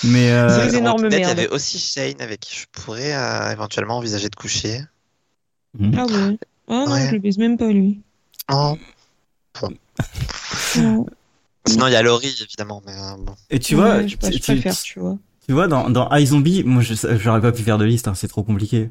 A: Mais euh,
B: C'est une énorme
C: Walking Dead, Il y
B: merde.
C: avait aussi Shane avec qui je pourrais euh, éventuellement envisager de coucher.
B: Ah ouais. Ah non,
C: Ouais.
B: je le baise même pas lui.
C: Oh.
B: Non.
C: Sinon, il y a Laurie, évidemment. Mais, euh, bon.
A: et tu vois,
B: Ouais, je,
A: tu,
B: je
A: tu-
B: préfère, tu vois.
A: tu vois dans dans iZombie, moi je- j'aurais pas pu faire de liste, hein, c'est trop compliqué.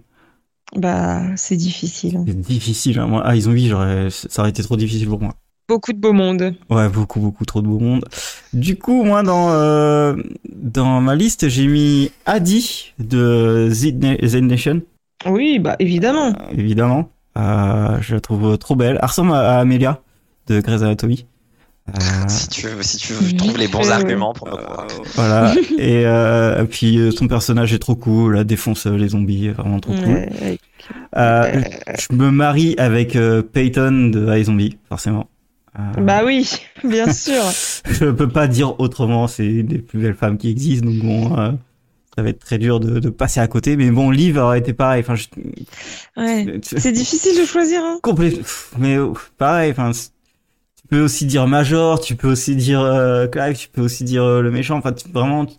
B: Bah, c'est difficile.
A: C'est difficile. hein, moi. Ah, ils ont dit, j'aurais- ça aurait été trop difficile pour moi.
B: Beaucoup de beau monde.
A: Ouais, beaucoup, beaucoup trop de beau monde. Du coup, moi, dans, euh, dans ma liste, j'ai mis Adi de Z Na- Z Nation,
B: Oui, bah évidemment.
A: euh, évidemment. Euh, je la trouve trop belle. Elle ressemble à, à Amelia de Grey's Anatomy. Euh,
C: Si tu, si tu
B: Oui,
C: trouves les bons
B: euh,
C: arguments pour me convaincre.
B: [LAUGHS]
A: Voilà. et, euh, et puis euh, son personnage est trop cool, elle défonce euh, les zombies, vraiment trop cool.
B: Ouais.
A: Euh, je me marie avec euh, Peyton de iZombie, forcément. Euh,
B: Bah oui, [LAUGHS] bien sûr.
A: Je peux pas dire autrement, c'est une des plus belles femmes qui existent, donc bon, euh, ça va être très dur de, de passer à côté. Mais bon, Liv aurait été pareil. Enfin, je-
B: Ouais.
A: je-
B: C'est difficile de choisir. Hein.
A: complé- pff, mais euh, pareil. Enfin, c'est- tu peux aussi dire Major, tu peux aussi dire euh, Clive, tu peux aussi dire euh, le méchant. Enfin, tu- vraiment tu-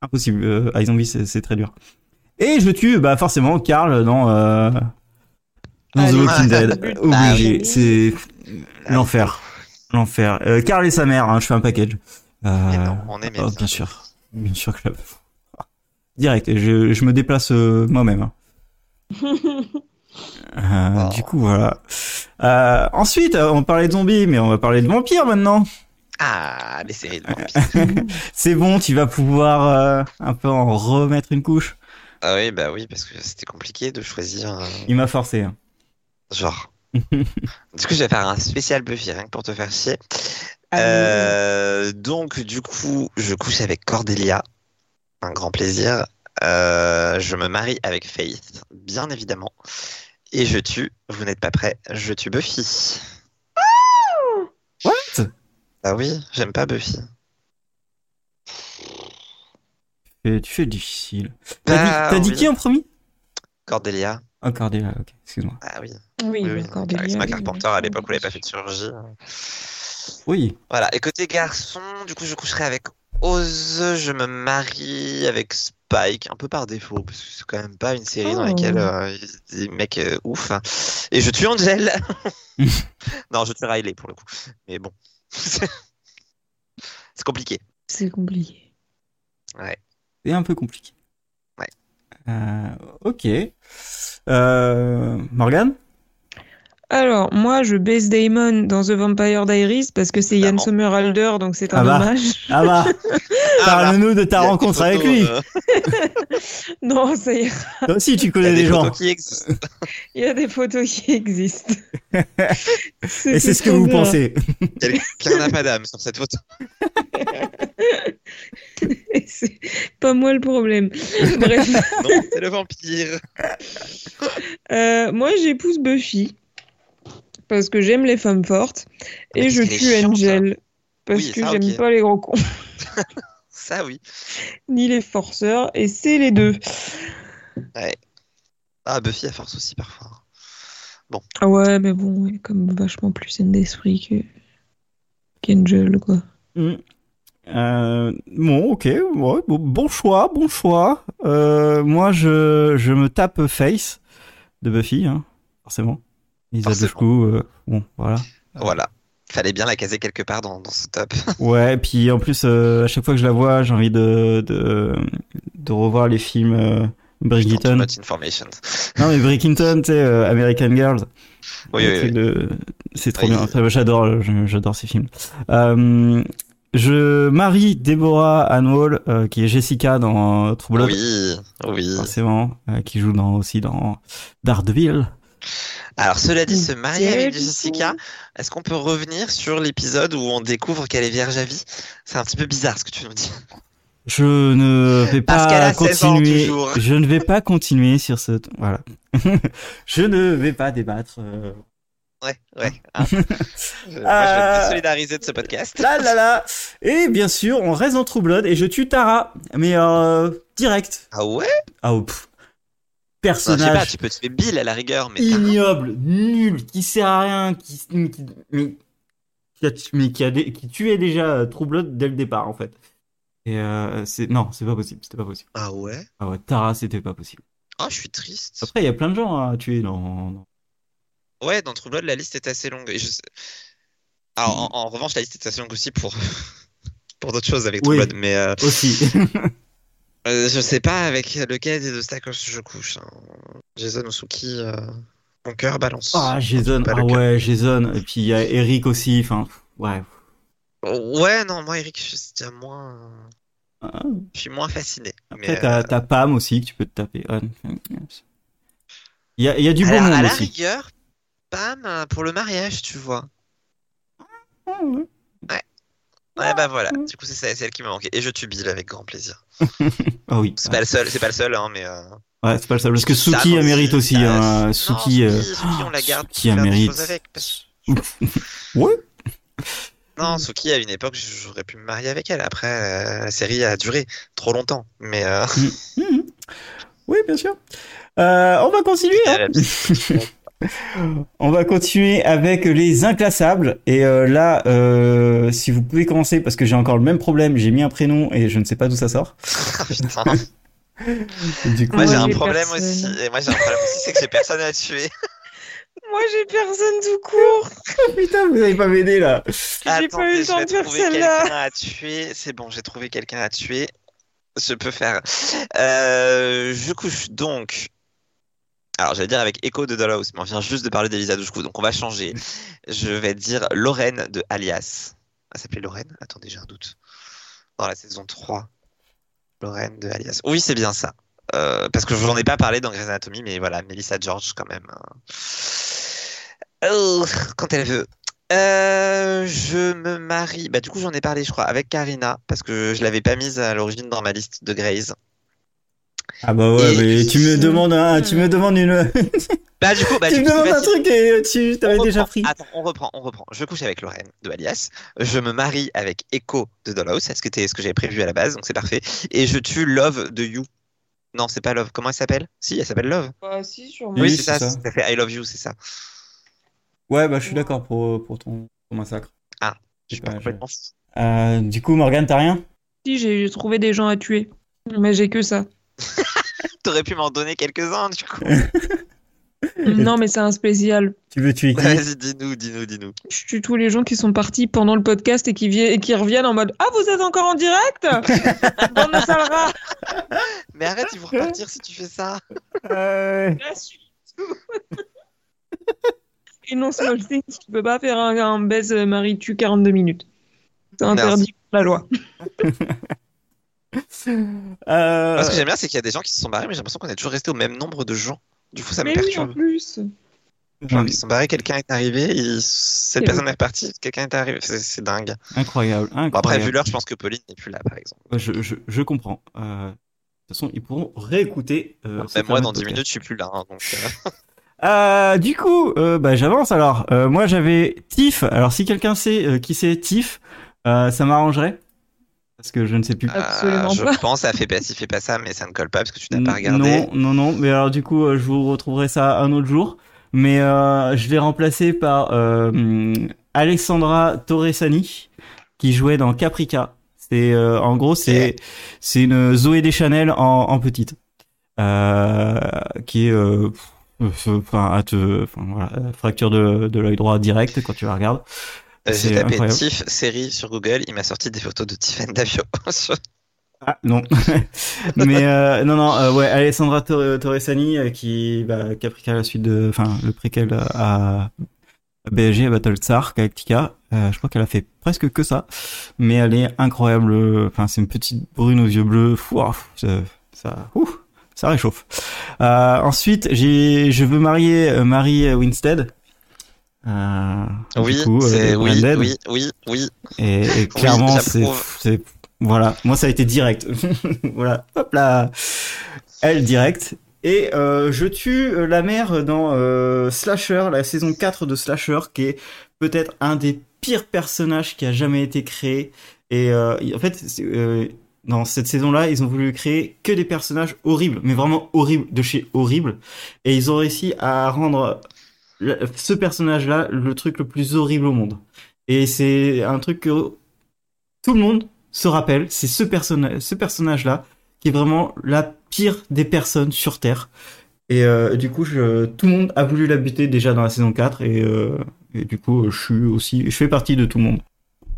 A: impossible. Euh, iZombie, c'est c'est très dur. Et je tue, bah forcément, Carl dans euh, dans
C: Ah,
A: The
B: Allez.
A: Walking Dead.
B: Bah oui.
A: Obligé, c'est l'enfer, l'enfer. Euh, Carl et sa mère, hein, je fais un package. Euh,
C: Mais non, on aimait
A: oh,
C: bien.
A: bien sûr. Bien sûr que je la peux. Direct, et je, je me déplace euh, moi-même.
C: [LAUGHS]
A: hein. Euh,
C: Oh.
A: Du coup, voilà. Euh, ensuite, euh, on parlait de zombies, mais on va parler de vampires maintenant.
C: Ah, les séries de vampires.
A: C'est bon, tu vas pouvoir euh, un peu en remettre une couche.
C: Ah oui, bah oui, parce que c'était compliqué de choisir un
A: Il m'a forcé. hein.
C: genre. du coup, je vais faire un spécial Buffy, rien que pour te faire chier.
B: Ah
C: Euh, donc, du coup, je couche avec Cordelia. Un grand plaisir. Euh, je me marie avec Faith, bien évidemment. Et je tue, vous n'êtes pas prêts, je tue Buffy.
A: What
C: Ah oui, j'aime pas Buffy.
A: Et Euh, Tu fais le difficile. T'as dit,
C: Bah
A: t'as dit
C: oui.
A: qui en premier
C: Cordelia.
A: Encore des ok, excuse-moi.
C: Ah oui.
B: oui,
C: Oui, oui.
B: encore des
C: Charisma
B: liens, oui,
C: Carpenter,
B: oui.
C: à l'époque où il n'avait pas fait de chirurgie.
A: Oui.
C: Voilà, et côté garçon, du coup, je coucherai avec Oz, je me marie avec Spike, un peu par défaut, parce que c'est quand même pas une série dans
B: Oh.
C: laquelle euh, il y a des mecs euh, ouf. hein. Et je
A: [LAUGHS]
C: tue Angel Non, je tue Riley pour le coup, mais bon. [LAUGHS] c'est compliqué.
B: C'est compliqué.
A: C'est un peu compliqué.
C: Ouais.
A: Euh, ok. Euh, Morgane
B: Alors, moi, je baise Damon dans The Vampire Diaries parce que c'est Yann
C: Évidemment.
B: Somerhalder, donc c'est un
A: Ah bah.
B: dommage.
A: Ah
C: [LAUGHS]
A: bah,
C: bah,
A: parle-nous de ta
C: il y a
A: rencontre
C: des
A: avec
C: photos,
A: lui.
C: euh,
B: [LAUGHS] Non, ça y est,
A: Toi aussi, tu
C: il y a
A: connais
C: des
A: les gens.
C: photos qui existent.
B: il y a des photos qui [LAUGHS] existent.
A: Et c'est ce que vous pensez. [LAUGHS]
C: Quelqu'un n'a pas d'âme sur cette photo.
B: C'est pas moi le [LAUGHS] problème. Bref.
C: Non, c'est le vampire.
B: Euh, moi, j'épouse Buffy parce que j'aime les femmes fortes
C: Mais
B: et je
C: qu'est-ce qu'elle
B: tue
C: est chiante,
B: Angel parce
C: Oui,
B: que
C: ça,
B: j'aime
C: ok.
B: pas les gros cons
C: Ça, oui.
B: ni les forceurs et c'est les deux.
C: Ah, Buffy, à force aussi, parfois.
B: Ah ouais, mais bon, elle est comme vachement plus saine d'esprit que qu'Angel quoi.
A: Mm. Euh, bon, ok, ouais, bon, bon choix, bon choix. Euh, moi, je, je me tape Face de Buffy, hein, forcément. Ils adorent
C: Forcément.
A: le coup, euh, bon, voilà.
C: Voilà. Fallait bien la caser quelque part dans, dans ce top.
A: Ouais, puis en plus, euh, à chaque fois que je la vois, j'ai envie de, de, de revoir les films euh,
C: Too
A: Bridgerton.
C: much information.
A: Non, mais Brickington, tu sais, euh, American Girls.
C: Oui,
A: Le
C: oui,
A: truc
C: oui.
A: de- C'est trop
C: Oui.
A: bien. Enfin, J'adore, je- j'adore ces films. Euh, je marie Deborah Ann Wall, euh, qui est Jessica dans euh, True Blood,
C: Oui, oui.
A: forcément, euh, qui joue dans, aussi dans Daredevil.
C: Alors, cela dit, se marier avec
B: Quel
C: Jessica, est-ce qu'on peut revenir sur l'épisode où on découvre qu'elle est vierge à vie C'est un petit peu bizarre ce que tu nous dis. [LAUGHS]
A: Je ne vais
C: Parce qu'elle
A: pas
C: a 16 ans
A: continuer.
C: toujours.
A: [LAUGHS] Je ne vais pas continuer sur ce. Voilà. [LAUGHS] je ne vais pas débattre. euh,
C: Ouais, ouais. [LAUGHS] hein. Euh, Moi, je vais me désolidariser de ce podcast.
A: Là, là, là. Et bien sûr, on reste dans True Blood et je tue Tara, mais euh, direct.
C: Ah ouais
A: Ah, oh, pff.
C: Non, Bah, Je sais
A: personnage.
C: pas, tu peux tuer Bill à la rigueur, mais t'as-
A: ignoble, nul, qui sert à rien, qui, qui, mais, qui, a, mais qui, a dé- qui tuait déjà euh, True Blood dès le départ en fait. Et euh, c'est non, c'est pas possible, c'était pas possible.
C: Ah ouais
A: Ah ouais, Tara, c'était pas possible.
C: Ah, je suis triste.
A: Après, il y a plein de gens hein, à tuer dans. dans-
C: Ouais, dans True Blood, la liste est assez longue. Et je sais- Alors, en, en [LAUGHS] revanche, la liste est assez longue aussi pour, pour d'autres choses avec True
A: Oui.
C: [LAUGHS] Blood, mais euh,
A: Aussi.
C: Euh, je sais pas avec lequel des obstacles je couche. hein. Jason ou Suki, euh, mon cœur balance.
A: Ah, Jason,
C: Pas le
A: ah
C: cas.
A: ouais, Jason. Et puis il y a Eric aussi, enfin, ouais.
C: Ouais, non, moi, Eric, je suis déjà moins.
A: Ah.
C: Je suis moins fasciné. Mais,
A: Après, t'as
C: euh,
A: t'as Pam aussi que tu peux te taper. Ah, Il y a, il y a du bon
C: alors, à
A: monde
C: la
A: aussi.
C: rigueur, Pam, euh, pour le mariage, tu vois. Ouais, bah voilà.
A: Mm.
C: Du coup, c'est ça- c'est celle qui m'a manqué. Et je tue Bill avec grand plaisir.
A: Ah oui.
C: C'est pas le seul, c'est pas le seul, hein, mais. euh,
A: Ouais, c'est pas le seul. Parce que
C: Sam
A: Suki a mérite aussi.
C: Ah,
A: hein.
C: non,
A: Suki, euh,
C: Suki, Suki, on la garde.
A: Suki a
C: pour faire des
A: mérite.
C: choses avec, parce
A: Ouais.
C: que-
A: Mm.
C: Non, Suki, à une époque, j'aurais pu me marier avec elle. Après, euh, la série a duré trop longtemps. Mais. euh,
A: Mhm. Oui, bien sûr. Euh, on va continuer.
C: [LAUGHS]
A: hein. [LAUGHS] On va continuer avec les inclassables. Et euh, là, euh, si vous pouvez commencer, parce que j'ai encore le même problème, j'ai mis un prénom et je ne sais pas d'où ça sort.
C: ah, putain.
A: Du coup, euh,
C: Moi, j'ai
B: Moi,
C: un
B: euh, j'ai
C: problème
B: personne.
C: aussi. Et moi, j'ai un problème aussi, c'est que j'ai personne à tuer.
B: Moi, j'ai personne tout court.
A: [LAUGHS] putain, vous n'allez pas m'aider là.
B: J'ai pas eu
C: Attendez,
B: le temps
C: je
B: de
C: vais
B: faire
C: trouver
B: celle-là.
C: quelqu'un à tuer. C'est bon, j'ai trouvé quelqu'un à tuer. Je peux faire. Euh, je couche donc. Alors, j'allais dire avec Echo de Dollhouse, mais on vient juste de parler d'Elisa Douchkou, donc on va changer. Je vais dire Lorraine de Alias. Elle s'appelait Lorraine Attendez, j'ai un doute. Dans la saison 3. Lorraine de Alias. Oui, c'est bien ça. Euh, parce que je n'en ai pas parlé dans Grey's Anatomy, mais voilà, Melissa George quand même. hein. Oh, quand elle veut. Euh, je me marie. Bah, du coup, j'en ai parlé, je crois, avec Karina, parce que je l'avais pas mise à l'origine dans ma liste de Grey's.
A: Ah bah ouais,
C: Et-
A: mais tu me demandes, un- tu me demandes une,
C: Bah, du coup,
A: [LAUGHS]
C: bah,
A: tu
C: du
A: me
C: coup, c'est
A: demandes un
C: facile.
A: truc et tu t'avais
C: On
A: déjà
C: reprend.
A: pris.
C: Attends, on reprend, on reprend. Je couche avec Lorraine de Alias. Je me marie avec Echo de Dollhouse. C'est ce que, t'es- ce que j'avais prévu à la base, donc c'est parfait. Et je tue Love de You. Non, c'est pas Love. Comment elle s'appelle? Si, elle s'appelle Love.
B: Bah, si, sûrement.
A: Oui,
C: Oui,
A: c'est
C: c'est ça.
A: ça.
C: Ça fait I Love You, c'est ça.
A: Ouais, bah je suis d'accord pour, pour ton, pour massacre.
C: Ah,
A: je sais
C: Je suis
A: pas. je-
C: pas complètement fou.
A: Euh, du coup, Morgane, t'as rien
B: Si, j'ai trouvé des gens à tuer. Mais j'ai que ça.
C: T'aurais pu m'en donner quelques-uns, du coup.
B: Non, mais c'est un spécial.
A: Tu veux tuer qui
C: Vas-y, dis-nous, dis-nous, dis-nous.
B: Je tue tous les gens qui sont partis pendant le podcast et qui, vie- et qui reviennent en mode Ah, vous êtes encore en direct Bande de sales rats
C: Mais arrête, ils vont repartir si tu fais ça.
A: Euh,
B: Et non, Small Thing, tu peux pas faire un, un baise euh, Marie tue 42 minutes. C'est interdit par la loi.
A: euh,
C: Moi,
B: Euh,
C: Ce que j'aime bien, c'est qu'il y a des gens qui se sont barrés, mais j'ai l'impression qu'on est toujours resté au même nombre de gens. Du coup, ça me
B: Mais oui, en
C: perturbe.
B: plus.
C: Genre, ils se sont barrés, quelqu'un est arrivé, ils- cette
B: Et
C: personne est repartie, quelqu'un est arrivé. C'est- C'est dingue.
A: Incroyable,
C: Bon, après,
A: incroyable.
C: vu l'heure, je pense que Pauline n'est plus là, par exemple.
A: je, je, je comprends. Euh, de toute façon, ils pourront réécouter. euh, ce
C: Même moi,
A: fameux
C: dans 10
A: podcast.
C: minutes, je suis plus là. hein, donc, euh,
A: Euh, du coup, euh, bah, j'avance alors. Euh, moi, j'avais Tiff. Alors, si quelqu'un sait euh, qui c'est Tiff, euh, ça m'arrangerait. Parce que je ne sais plus.
B: [LAUGHS] Absolument
C: je
B: pas.
C: pense à Fais pas ci, fais pas ça, mais ça ne colle pas parce que tu n'as
A: N-
C: pas regardé.
A: Non, non, non. Mais alors, du coup, euh, je vous retrouverai ça un autre jour. Mais euh, je l'ai remplacé par euh, hum, Alexandra Torresani, qui jouait dans Caprica. C'est euh, en gros, c'est c'est une Zoé Deschanel en, en petite, Euh, qui est euh, pff, euh, enfin à te, enfin, voilà, euh, fracture de, de l'œil droit direct quand tu la regardes.
C: Euh,
A: c'est
C: J'ai tapé
A: incroyable.
C: Tiff série sur Google, il m'a sorti des photos de Tiffany Davio. [LAUGHS]
A: Ah, non. Mais euh, non, non, euh, ouais, Alessandra Tor- Torresani euh, qui, bah, qui a pris qu'à la suite de. Enfin, le préquel à, à BSG, à Battlestar, Galactica. Euh, je crois qu'elle a fait presque que ça. Mais elle est incroyable. Enfin, c'est une petite brune aux yeux bleus. Fou, ah, fou, ça, ça, ouh, ça réchauffe. Euh, ensuite, j'ai, je veux marier euh, Marie Winstead. Euh, du
C: Oui,
A: coup, euh,
C: c'est
A: de
C: oui,
A: Branded.
C: oui, oui, oui.
A: Et, et clairement, c'est,
C: j'approuve.
A: c'est- Voilà, moi ça a été direct. [LAUGHS] voilà, hop là. Elle direct. Et euh, je tue euh, la mère dans euh, Slasher, la saison 4 de Slasher, qui est peut-être un des pires personnages qui a jamais été créé. Et euh, en fait, c'est, euh, dans cette saison-là, ils ont voulu créer que des personnages horribles, mais vraiment horribles, de chez horribles. Et ils ont réussi à rendre le- ce personnage-là le truc le plus horrible au monde. Et c'est un truc que tout le monde se rappelle, c'est ce, personna- ce personnage-là qui est vraiment la pire des personnes sur Terre. Et euh, du coup, je- tout le monde a voulu la buter déjà dans la saison 4 et, euh, et du coup, je suis aussi, je fais partie de tout le monde.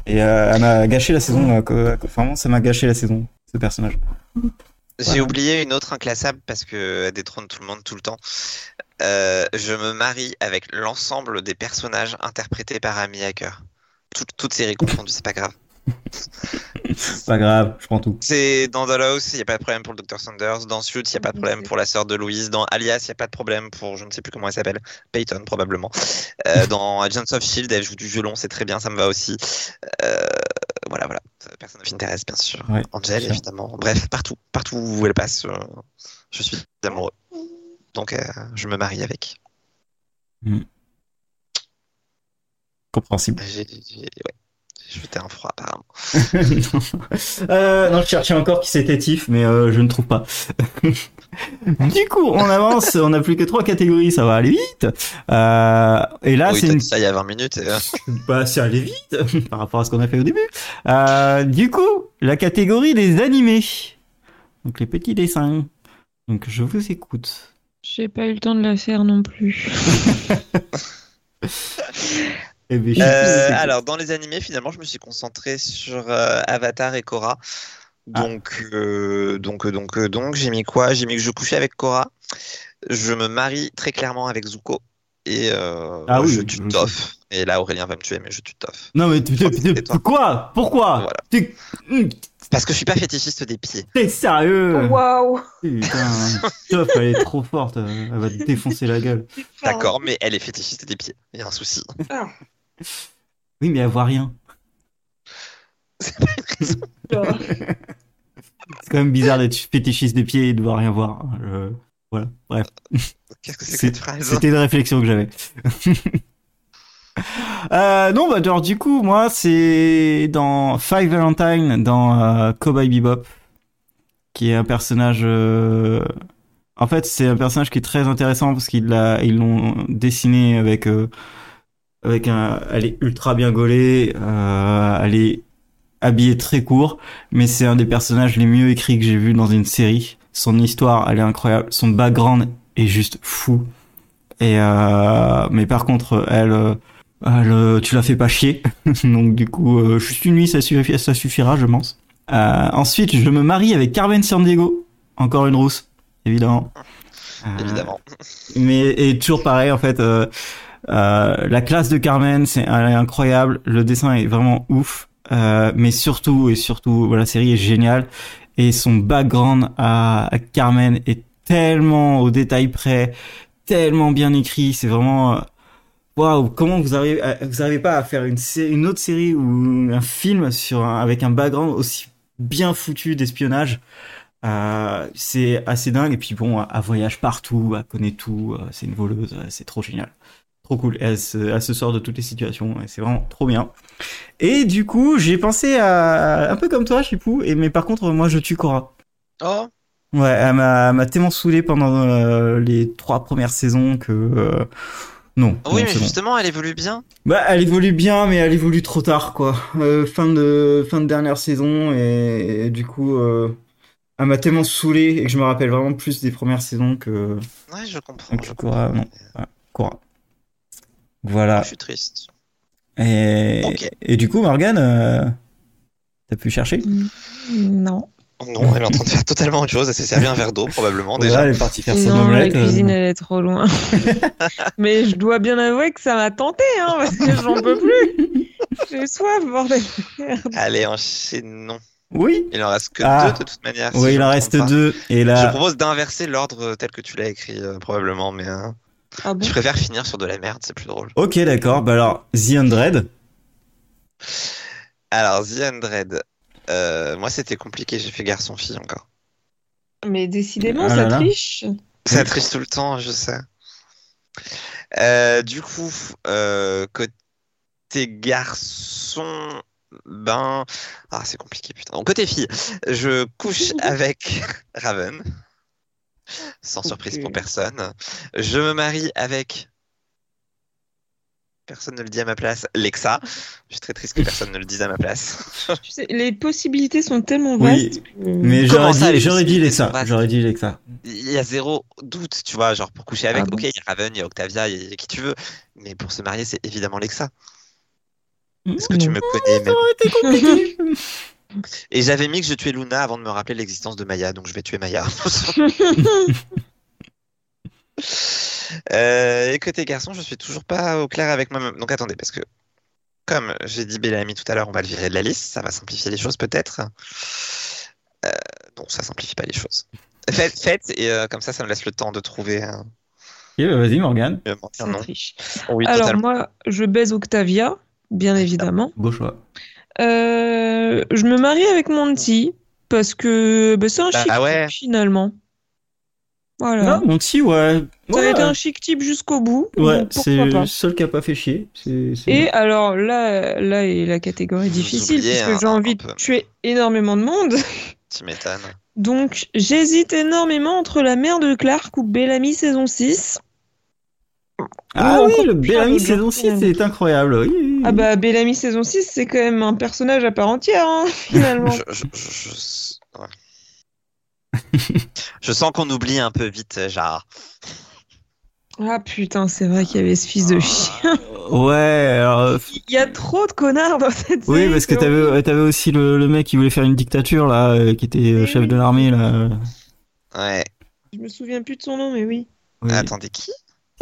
A: Et euh, elle m'a gâché la saison, euh, que- que- enfin, vraiment, ça m'a gâché la saison, ce personnage.
C: J'ai oublié une autre inclassable parce qu'elle détrône tout le monde tout le temps. Euh, je me marie avec l'ensemble des personnages interprétés par Amy Hacker. Tout- toutes séries confondues, c'est pas grave.
A: C'est pas grave, je prends tout.
C: C'est dans Dollhouse, il n'y a pas de problème pour le Dr. Saunders. Dans Suits, il n'y a pas de problème pour la sœur de Louise. Dans Alias, il n'y a pas de problème pour je ne sais plus comment elle s'appelle. Peyton, probablement. Euh, dans Agents of Shield, elle joue du violon, c'est très bien, ça me va aussi. Euh, voilà, voilà. Personne of Interest, bien sûr.
A: Ouais, bien
C: Angel,
A: sûr.
C: évidemment. Bref, partout, partout où elle passe, euh, je suis amoureux. Donc, euh, je me marie avec.
A: Compréhensible.
C: J'ai, j'ai- ouais. J'ai jeté un froid, apparemment.
A: non. Euh, non, je cherchais encore qui c'était Tiff, mais euh, je ne trouve pas. [LAUGHS] du coup, on avance, on n'a plus que trois catégories, ça va aller vite. Euh, et là,
C: oui,
A: c'est
C: t'as
A: une
C: dit ça il y a 20 minutes. et, euh,
A: Bah, c'est allé vite [LAUGHS] par rapport à ce qu'on a fait au début. Euh, du coup, la catégorie des animés. Donc les petits dessins. Donc je vous écoute.
B: J'ai pas eu le temps de la faire
A: [LAUGHS]
B: non plus.
A: Eh ben, je [LAUGHS] vous
C: Euh,
A: écoute.
C: alors, dans les animés, finalement, je me suis concentré sur euh, Avatar et Korra.
A: Ah.
C: Donc, euh, donc, donc, euh, donc, j'ai mis quoi? J'ai mis que je couchais avec Korra. Je me marie très clairement avec Zuko. Et euh,
A: Ah oui,
C: je
A: oui,
C: tue
A: oui.
C: Toph. Et là, Aurélien va me tuer, mais je tue Toph.
A: Non mais tu, tu- tu-
C: Et toi
A: quoi Pourquoi
C: Voilà.
A: Tu- Hum,
C: Parce que je suis pas fétichiste des pieds.
A: T'es sérieux
B: Waouh!
A: Putain, Top, elle est trop forte. euh, Elle va te défoncer la gueule.
B: Ah.
C: D'accord, mais elle est fétichiste des pieds. Il y a
A: [LAUGHS]
C: un souci.
A: Oui, mais elle voit rien. C'est quand même bizarre d'être fétichiste des pieds et de voir rien voir. Je- Voilà. Bref.
C: Qu'est-ce que c'est que
A: C'est-
C: cette phrase?
A: C'était une réflexion que j'avais. Euh, non, bah alors du coup, moi, c'est dans Five Valentine, dans euh, Cowboy Bebop, qui est un personnage. euh, En fait, c'est un personnage qui est très intéressant parce qu'ils l'a- ils l'ont dessiné avec euh, avec un. Elle est ultra bien gaulée, euh, elle est habillée très court, mais c'est un des personnages les mieux écrits que j'ai vu dans une série. Son histoire, elle est incroyable. Son background est juste fou. Et euh, mais par contre, elle, euh, elle, euh, tu la fais pas chier. [LAUGHS] Donc du coup, euh, juste une nuit, ça, suffi- ça suffira, je pense. Euh, ensuite, je me marie avec Carmen San Diego. Encore une rousse, évidemment. Euh,
C: Évidemment.
A: mais et toujours pareil en fait. euh, euh, la classe de Carmen, c'est elle est incroyable. Le dessin est vraiment ouf. Euh, mais surtout et surtout, voilà, la série est géniale et son background à, à Carmen est tellement au détail près, tellement bien écrit. C'est vraiment euh, waouh. comment vous arrivez, à- vous arrivez pas à faire une, sé- une autre série ou un film sur un- avec un background aussi bien foutu d'espionnage euh, c'est assez dingue. Et puis bon, elle voyage partout, elle connaît tout, euh, c'est une voleuse, euh, c'est trop génial. Trop cool. Et Elle se, elle se sort de toutes les situations et c'est vraiment trop bien. Et du coup, j'ai pensé à. Un peu comme toi, Chipou, et, mais par contre, moi je tue Cora.
C: Oh,
A: Ouais, elle m'a elle m'a tellement saoulé pendant euh, les trois premières saisons que. euh, non.
C: Ah oui,
A: non,
C: mais
A: c'est bon.
C: justement, elle évolue bien.
A: Bah, elle évolue bien, mais elle évolue trop tard, quoi. Euh, fin de fin de dernière saison et, et du coup, euh, elle m'a tellement saoulé et que je me rappelle vraiment plus des premières saisons que
C: Ouais, je comprends.
A: Donc,
C: je
A: Korra,
C: comprends. Euh,
A: non. Ah. Cora. Voilà.
C: Je suis triste.
A: Et
C: Ok.
A: et du coup, Morgane, euh, t'as pu chercher?
B: [LAUGHS] Non.
C: Non, elle est en train de faire totalement autre chose. Elle s'est servi un verre d'eau, probablement, déjà.
A: Voilà, elle est partie faire son
B: Non, la
A: omelette. euh.
B: cuisine, elle est trop loin. [LAUGHS] Mais je dois bien avouer que ça m'a tenté, hein, parce que j'en peux plus. J'ai soif, bordel.
C: Allez, enchaînons.
A: Oui.
C: Il en reste que
A: Ah.
C: deux de toute manière. si
A: Oui,
C: je
A: il en
C: me
A: reste
C: trompe pas.
A: deux. Et
C: Je
A: là,
C: propose d'inverser l'ordre tel que tu l'as écrit, euh, probablement, mais euh,
B: Ah bon?
C: je préfère finir sur de la merde, c'est plus drôle.
A: ok, d'accord. Bah alors, The Undread.
C: Alors, The Undread. Euh, moi, c'était compliqué, j'ai fait garçon-fille encore.
B: Mais décidément,
A: Ah
B: ça
A: là là.
B: triche.
C: Ça triste tout le temps, je sais. Euh, du coup, euh, côté garçon, ben. Ah, c'est compliqué, putain. Bon, côté fille, je couche avec Raven. Sans surprise pour
B: Ok.
C: personne. Je me marie avec. Personne ne le dit à ma place, Lexa. Je suis très triste que personne ne le dise à ma place.
B: Tu sais, les possibilités sont tellement
A: Oui,
B: vastes. que-
A: Mais
C: Comment
A: j'aurais
C: ça,
A: dit,
C: les
A: j'aurais dit
C: possibilités
A: Lexa.
C: sont vastes
A: J'aurais dit Lexa.
C: Il y a zéro doute, tu vois, genre pour coucher avec,
B: Ah bon
C: ok, il y a Raven, il y a Octavia, il y a qui tu veux, mais pour se
B: Mmh.
C: marier, c'est évidemment Lexa. Est-ce que tu me connais même
A: [LAUGHS] T'es Ah, compliqué.
C: Et j'avais mis que je tuais Luna avant de me rappeler l'existence de Maya, donc je vais
B: [LAUGHS]
C: tuer Maya. Euh, et côté garçon, je suis toujours pas au clair avec moi-même. Donc attendez, parce que comme j'ai dit Bellamy tout à l'heure, on va le virer de la liste, ça va simplifier les choses peut-être. Euh, non, ça simplifie pas les choses. Faites, faites et euh, comme ça, ça me laisse le temps de trouver un,
A: Ok, bah vas-y, Morgane.
C: mieux
B: Ça
C: mentir, non.
B: triche.
C: Euh, Oui,
B: Alors
C: totalement.
B: moi, je baise Octavia, bien évidemment.
A: Beau choix.
B: Euh, je me marie avec Monty parce que bah, c'est un
C: Bah
B: chic
C: ouais.
B: type, finalement. Voilà.
A: Non, donc si, ouais.
B: Ça a
A: Ouais,
B: été un chic type jusqu'au bout.
A: ouais,
B: donc
A: c'est
B: pourquoi pas.
A: le seul qui a pas fait chier. C'est, c'est-
B: Et alors là, là est la catégorie
C: Vous
B: difficile
C: oubliez,
B: parce
C: hein,
B: que j'ai
C: un
B: envie
C: peu.
B: de tuer énormément de monde. [LAUGHS]
C: Tu m'étonnes.
B: Donc j'hésite énormément entre la mère de Clark ou Bellamy saison 6.
A: Ah
B: Oh,
A: oui,
B: encore
A: le
B: plus
A: Bellamy
B: un
A: saison
B: autre
A: 6,
B: film.
A: c'est incroyable. oui, oui, oui.
B: Ah bah Bellamy saison 6 c'est quand même un personnage à part entière hein, [LAUGHS] finalement.
C: [LAUGHS] Je, je- je- je- ouais. Je sens qu'on oublie un peu vite, euh, genre.
B: ah putain c'est vrai qu'il y avait ce fils
C: Oh.
B: de chien.
A: Ouais, alors, euh,
B: Il y a trop de connards dans cette série.
A: Oui, parce que
B: c'est
A: t'avais euh, t'avais aussi le, le mec qui voulait faire une dictature là, euh, qui était euh,
B: Oui,
A: chef
B: Eh oui.
A: de l'armée là.
C: Ouais.
B: Je me souviens plus de son nom, mais oui.
A: Oui.
C: Attendez, qui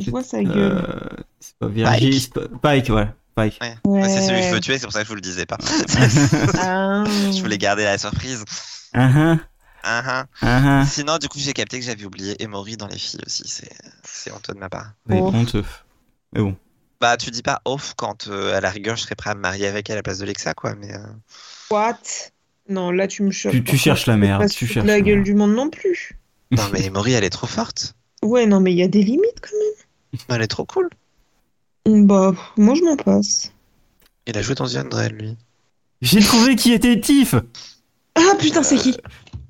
B: Je vois sa
A: Euh,
B: gueule.
A: c'est pas Virgil,
C: Pike.
A: c'est pas- Pike, voilà, Pike.
C: Ouais, Ah, C'est celui que je veux tuer, c'est pour ça que je vous le disais pas. [LAUGHS] je
B: Ah.
C: voulais garder la surprise.
A: Ah ah,
C: Ah, ah.
A: ah ah.
C: Sinon, du coup, j'ai capté que j'avais oublié Emory dans les filles aussi. C'est c'est honteux de ma part.
A: C'est
B: Oh.
A: honteux. Mais bon.
C: Bah, tu dis pas off quand, euh, à la rigueur, je serais prêt à me marier avec elle à la place de Lexa, quoi. Mais euh,
B: Ah, What Non, là tu me choques.
A: Tu, tu cherches la
B: Pas
A: merde,
B: se
A: tu
B: foutre
A: cherches.
B: la
A: la
B: gueule
A: merde.
B: du monde non plus.
C: non, mais Emory, elle est trop forte.
B: Ouais, non, mais il y a des limites quand
C: Elle est trop cool.
B: même. Bah, pff, moi je m'en passe.
C: Il a joué dans The Undead, lui.
A: [LAUGHS] J'ai trouvé qui était Tiff.
B: Ah putain,
C: Euh,
B: c'est qui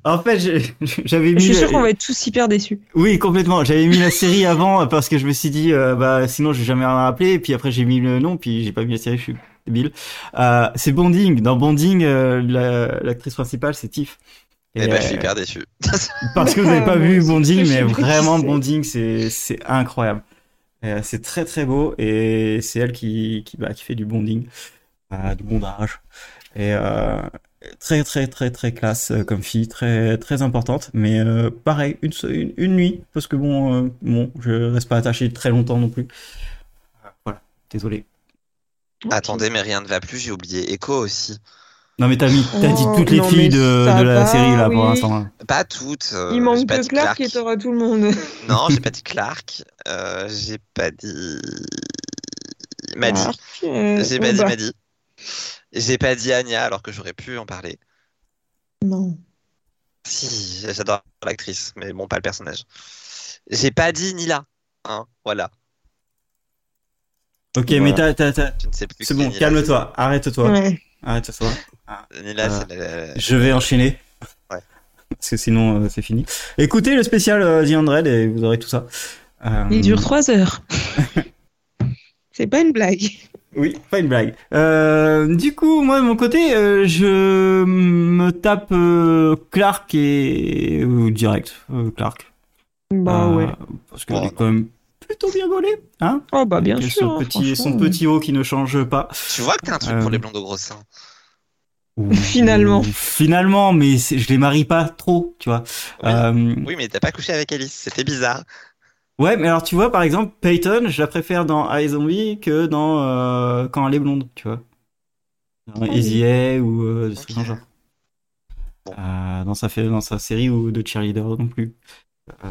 A: En fait, j'ai- j'avais
B: Je
A: mis.
B: suis
A: le-
B: sûre qu'on va être tous hyper déçus.
A: Oui, complètement. J'avais mis la série avant parce que je me suis dit, euh, bah sinon je vais jamais rien rappeler. Et puis après j'ai mis le nom, puis j'ai pas mis la série. Je suis débile. Euh, c'est Bonding. Dans Bonding, euh, la- l'actrice principale c'est Tiff.
C: Et,
A: Et,
C: bah, je
A: euh,
C: suis hyper déçu.
A: Parce que vous n'avez pas
B: Ah, Moi
A: vu
B: aussi,
A: Bonding,
B: je
A: mais
B: sais qui
A: vraiment
B: c'est.
A: Bonding, c'est c'est incroyable. Euh, c'est très très beau et c'est elle qui qui, bah, qui fait du bonding, euh, du bondage. Et euh, très très très très classe euh, comme fille, très très importante. Mais euh, pareil, une, se- une une nuit parce que bon euh, bon, je reste pas attaché très longtemps non plus. Euh, Voilà, désolé.
C: Attendez, mais rien ne va plus. J'ai oublié Echo aussi.
A: Non mais t'as mis t'as dit
B: Oh,
A: toutes les
B: non,
A: filles
B: mais
A: de,
B: ça
A: de la
B: va,
A: série là pour
B: oui.
A: l'instant. hein. là.
C: Pas toutes. euh,
B: Il
C: j'ai
B: manque
C: pas
B: que
C: dit
B: Clark qui t'aura tout le
C: [LAUGHS]
B: monde.
C: Non,
B: [LAUGHS]
C: j'ai pas dit Clark. Euh, j'ai pas dit. Maddy.
B: Clark, euh,
C: J'ai
B: oh
C: pas dit
B: bah,
C: Maddy. J'ai pas dit Anya alors que j'aurais pu en parler.
B: Non.
C: Si, j'adore l'actrice, mais bon, pas le personnage. J'ai pas dit Nila. Hein, voilà.
A: Ok,
C: Voilà.
A: mais t'as t'as t'as-
C: Je ne sais plus.
A: c'est
C: qui est
A: bon,
C: Nila.
A: calme-toi, arrête-toi,
B: Ouais.
A: arrête-toi.
C: Nila,
A: Euh,
C: c'est la-
A: Je vais enchaîner.
C: Ouais.
A: Parce que sinon, euh, c'est fini. Écoutez le spécial euh, The 100 et vous aurez tout ça. Euh,
B: Il dure 3 heures. [LAUGHS] c'est pas une blague.
A: Oui, pas une blague. Euh, du coup, moi, de mon côté, euh, je me tape euh, Clark et... ou direct, euh, Clark.
B: Bah
A: Euh,
B: ouais.
A: Parce qu'elle
C: Bon,
A: est quand même plutôt bien gaulée, hein
B: Oh bah bien
A: Avec
B: sûr.
A: Son
B: hein,
A: petit, son
B: franchement,
A: petit haut qui ne change pas.
C: Tu vois que t'as un truc
A: Euh,
C: pour les blondes au gros seins.
B: [LAUGHS] Finalement.
A: Ouh, Finalement, mais c'est- je les marie pas trop, tu vois.
C: Oui.
A: Euh,
C: Oui, mais t'as pas couché avec Alice, c'était bizarre.
A: Ouais, mais alors tu vois, par exemple, Peyton, je la préfère dans iZombie que dans euh, Quand elle est blonde, tu vois. Dans
B: Ah oui.
A: Easy A ou euh, des trucs dans
C: Ok.
A: le genre.
C: Bon.
A: Euh, dans, sa, dans sa série ou de cheerleader non plus. Euh,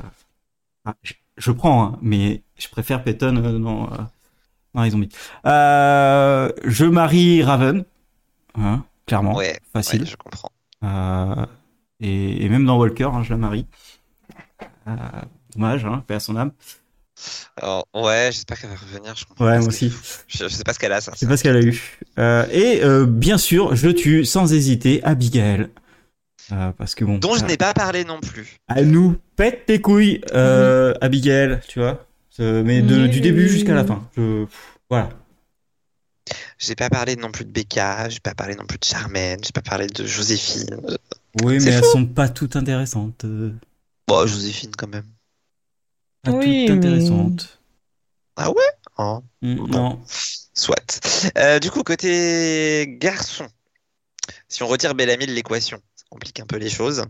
A: ah, je, je prends, hein, mais je préfère Peyton euh, dans, euh, dans iZombie. Euh, je marie Raven, hein, clairement,
C: Ouais,
A: facile.
C: ouais, je comprends.
A: Euh, et, et même dans Walker, hein, je la marie. Euh, dommage, hein, paix à son âme.
C: Alors, ouais, j'espère qu'elle va revenir, je comprends.
A: Ouais,
C: pas
A: moi
C: ce qu'elle
A: aussi.
C: fout. Je, je sais pas ce qu'elle a, ça.
A: Je sais pas ce qu'elle a eu. Euh, et euh, bien sûr, je tue sans hésiter Abigail. Euh, parce que bon.
C: Dont je
A: euh,
C: n'ai pas parlé non plus.
A: à nous, pète tes couilles, euh, Abigail, tu vois. Euh, mais de-
B: Mhm. Oui,
A: du
B: oui,
A: début
B: oui,
A: jusqu'à la
B: oui.
A: fin. Je- pff, voilà.
C: J'ai pas parlé non plus de Becca, j'ai pas parlé non plus de Charmaine, j'ai pas parlé de Joséphine. Euh,
A: Oui,
C: C'est
A: mais elles
C: fou.
A: sont pas toutes intéressantes. euh,
C: Bon, Joséphine quand même.
A: Pas
B: Oui,
A: toutes
B: mais-
A: intéressantes.
C: Ah ouais? Hein,
A: Mm,
C: [LAUGHS] Bon.
A: Non.
C: soit. Euh, du coup, côté garçon, Si on retire Bellamy de l'équation, ça complique un peu les choses.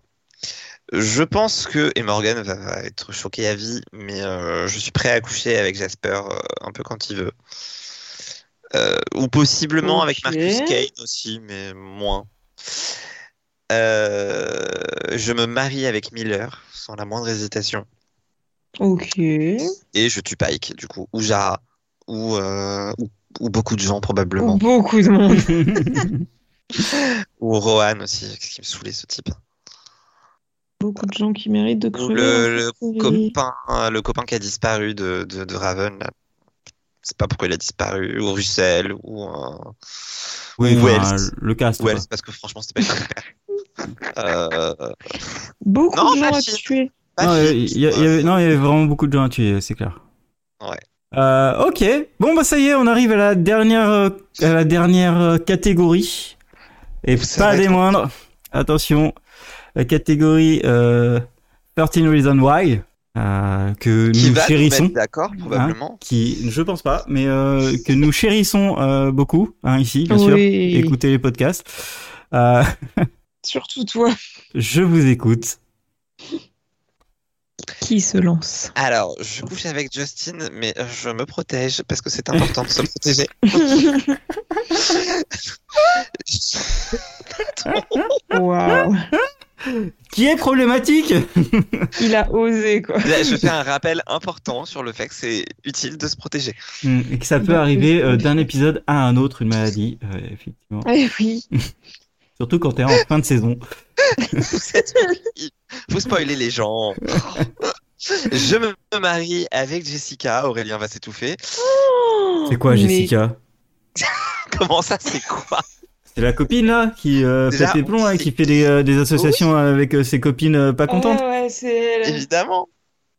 C: Je pense que, et Morgan va- va être choqué à vie, mais euh, je suis prêt à coucher avec Jasper euh, un peu quand il veut. Euh, ou possiblement avec
B: Ok.
C: Marcus Kane aussi, mais moins. Euh, je me marie avec Miller, sans la moindre hésitation.
B: Ok.
C: Et je tue Pike, du coup, ou Jara, ou, euh, ou, ou beaucoup de gens probablement.
B: Beaucoup de monde.
C: Ou Rohan aussi, qu'est-ce qui me saoulait ce type.
B: Beaucoup de gens qui méritent de
C: Ou
B: crever. hein,
C: le, le
B: Oui.
C: copain, euh, le copain qui a disparu de, de, de Raven, là. Je sais pas pourquoi il a disparu, ou Russell, ou, euh,
A: Oui,
C: ou
A: enfin,
C: Wells.
A: le cast.
C: Ou Wells, parce que franchement, c'était pas super. euh,
B: Beaucoup
C: Non,
B: de gens
C: pas
B: à
C: si-
B: tuer.
A: quoi. Non,
C: pas
A: il
C: Philippe,
A: y, a- il y avait- non, il y avait vraiment beaucoup de gens à tuer, c'est clair.
C: Ouais.
A: Euh, ok. Bon, bah ça y est, on arrive à la dernière, euh, à la dernière euh, catégorie. Et
C: Ça
A: pas
C: va
A: des
C: être-
A: moindres. Attention, la catégorie euh, 13 Reasons Why, euh, que
C: qui
A: nous
C: va nous
A: chérissons. Hein
C: mettre d'accord, probablement.
A: qui je pense pas mais euh, que nous chérissons euh, beaucoup hein, ici bien sûr
B: Oui.
A: écoutez les podcasts Euh,
B: Surtout toi
A: je vous écoute
B: qui se lance.
C: Alors, je couche avec Justin, mais euh, je me protège, parce
A: [LAUGHS]
C: que c'est important de se protéger.
B: Waouh.
A: qui est problématique
B: Il a osé quoi.
C: Là, je fais un rappel important sur le fait que c'est utile de se protéger.
A: Mm, et que ça peut
B: Bah,
A: arriver
B: oui.
A: euh, d'un épisode à un autre une maladie euh, effectivement
B: Eh [LAUGHS] oui.
A: surtout quand t'es en fin de saison
C: Vous êtes horrible. Vous spoilez
A: [LAUGHS]
C: les gens. Je me marie avec Jessica. Aurélien va s'étouffer.
A: c'est quoi
B: Mais-
A: Jessica
C: Comment ça, c'est
B: [LAUGHS]
C: quoi
A: c'est la copine là qui euh,
C: Déjà,
A: pète les plombs là,
C: c'est-
A: qui fait des, euh, des associations avec euh, ses copines euh, pas contentes
B: Ouais, ouais, c'est elle.
C: Évidemment.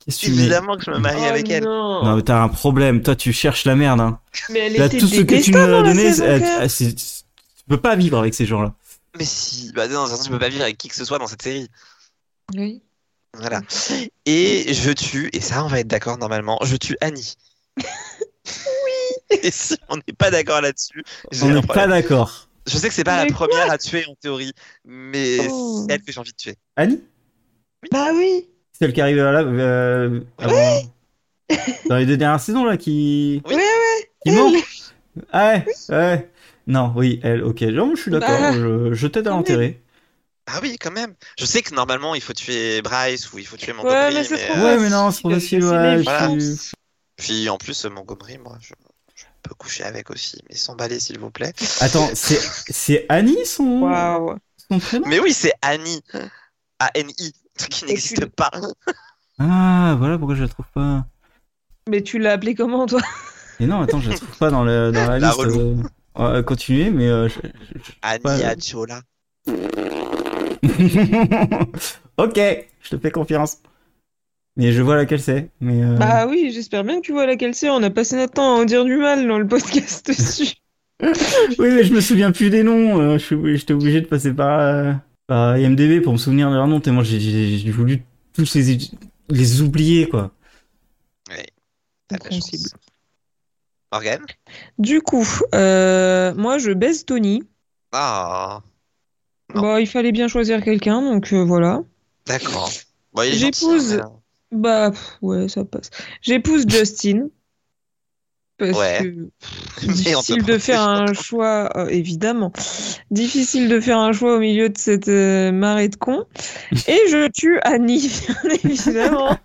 A: Qu'est-ce que tu mets
C: Évidemment que je me marie
B: Oh
C: avec elle.
B: non.
A: non mais t'as un problème toi tu cherches la merde hein.
B: Mais elle
A: là
B: était
A: tout ce que tu nous
B: détestable hein,
A: as
B: dans la
A: donné
B: saison
A: euh,
B: quatre.
A: ah, c'est- tu peux pas vivre avec ces gens là
C: Mais si. Bah non, de toute façon, je peux pas vivre avec qui que ce soit dans cette série.
B: Oui.
C: Voilà. Et je tue, et ça, on va être d'accord normalement, je tue Annie. oui [LAUGHS] Et si on n'est pas d'accord là-dessus, j'ai
A: on
C: un
A: n'est pas
C: problème.
A: d'accord
C: Je sais que c'est pas
B: Mais
C: la première à tuer en théorie, mais
B: Oh.
C: c'est elle que j'ai envie de tuer.
A: Annie
B: Bah oui.
A: Celle qui arrive là. Euh, avant- Dans les deux dernières saisons, là, qui.
C: Oui.
B: Ouais,
A: Qui
B: Elle.
A: meurt Ah Ouais, ouais. Non, oui, elle, ok. Non, je suis d'accord,
B: Bah,
A: je, je t'aide à
B: quand
A: l'enterrer.
C: Ah oui, quand même. Je sais que normalement, il faut tuer Bryce ou il faut tuer
B: Ouais,
C: Montgomery,
B: mais ah, c'est trop
C: euh,
A: Ouais, mais non, c'est trop facile,
B: C'est
A: ouais,
B: les
A: je suis-
B: chances.
C: Puis en plus, euh, Montgomery, moi, je, je peux coucher avec aussi, mais sans balai, s'il vous plaît.
A: Attends, c'est c'est Annie son,
B: Waouh.
A: son prénom
C: Mais oui, c'est Annie. A-N-I, [LAUGHS] qui n'existe
B: tu-
C: pas.
A: Ah, voilà pourquoi je la trouve pas.
B: Mais tu l'as appelé comment
A: Ah.
B: toi
A: Et non, attends, je la trouve pas dans, le, dans la,
C: La
A: liste.
C: relou.
A: euh, euh, continuez, mais. euh, je- [LAUGHS]
C: Annie
A: Ouais.
C: Adjola.
A: je- ok, je te fais confiance. Mais je vois laquelle c'est. Mais euh,
B: Bah oui, j'espère bien que tu vois laquelle c'est. On a passé notre temps à en dire du mal dans le podcast [LAUGHS] dessus.
A: Oui, mais je me souviens plus des noms. euh, je suis- J'étais obligé de passer par, euh, par IMDB pour me souvenir de leurs noms. Tellement j'ai- j'ai j'ai voulu tous les, les oublier, quoi.
C: T'as de la chance.
B: Incompréhensible.
C: Morgane
B: Du coup, euh, moi je baise Tony.
C: Ah, Non.
B: Bah, il fallait bien choisir quelqu'un, donc euh, voilà.
C: d'accord. Bon, il est
B: J'épouse-
C: gentil, hein,
B: Bah pff, ouais, ça passe. J'épouse Justin. Parce
C: Ouais.
B: que
C: [LAUGHS] mais- mais on
B: difficile
C: peut
B: de faire
C: prendre-
B: un choix, euh, évidemment. Difficile de faire un choix au milieu de cette euh, marée de
C: [LAUGHS]
B: cons. Et je tue Annie, bien [LAUGHS] évidemment.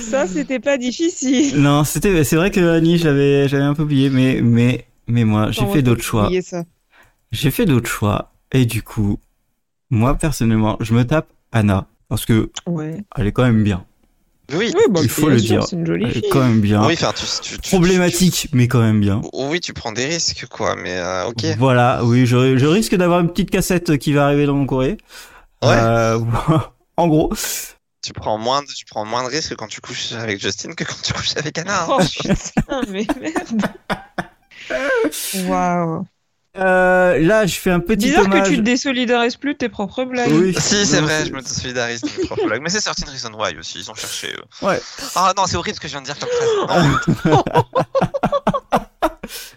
B: Ça, c'était pas difficile.
A: Non, c'était, c'est vrai que Annie, je l'avais, j'avais un peu oublié, mais, mais, mais moi, j'ai
B: Comment
A: fait
B: je peux
A: d'autres choix.
B: oublier ça
A: J'ai fait d'autres choix. Et du coup, moi, personnellement, je me tape Anna. Parce que
B: Ouais.
A: elle est quand même bien.
C: euh, Oui,
B: Oui, bah,
A: Il faut
B: bien
A: le
B: sûr,
A: dire. Euh,
B: C'est une jolie
A: Elle est
B: fille.
A: quand même bien.
C: oui, enfin, tu, tu- tu-
A: Problématique, mais quand même bien.
C: tu- Oui, tu prends des risques, quoi, mais euh, ok.
A: Voilà, oui, je, je risque d'avoir une petite cassette qui va arriver dans mon courrier.
C: Ouais.
A: Euh, [LAUGHS] en gros.
C: Tu prends moins de, tu prends moins de risques quand tu couches avec Justin que quand tu couches avec Anna. hein.
B: Oh putain, mais
A: [LAUGHS]
B: merde. Waouh.
A: Euh, là, je fais un petit
B: Bizarre
A: hommage.
B: que tu te désolidarises plus de tes propres blagues.
A: Oui.
C: Si, c'est
A: Non,
C: vrai,
A: c'est-
C: je me solidarise de mes propres blagues. Mais c'est sorti de Reason Why aussi, ils ont cherché. euh.
A: Ouais. [LAUGHS]
C: Ah non, c'est horrible ce que je viens de dire comme phrase. Non.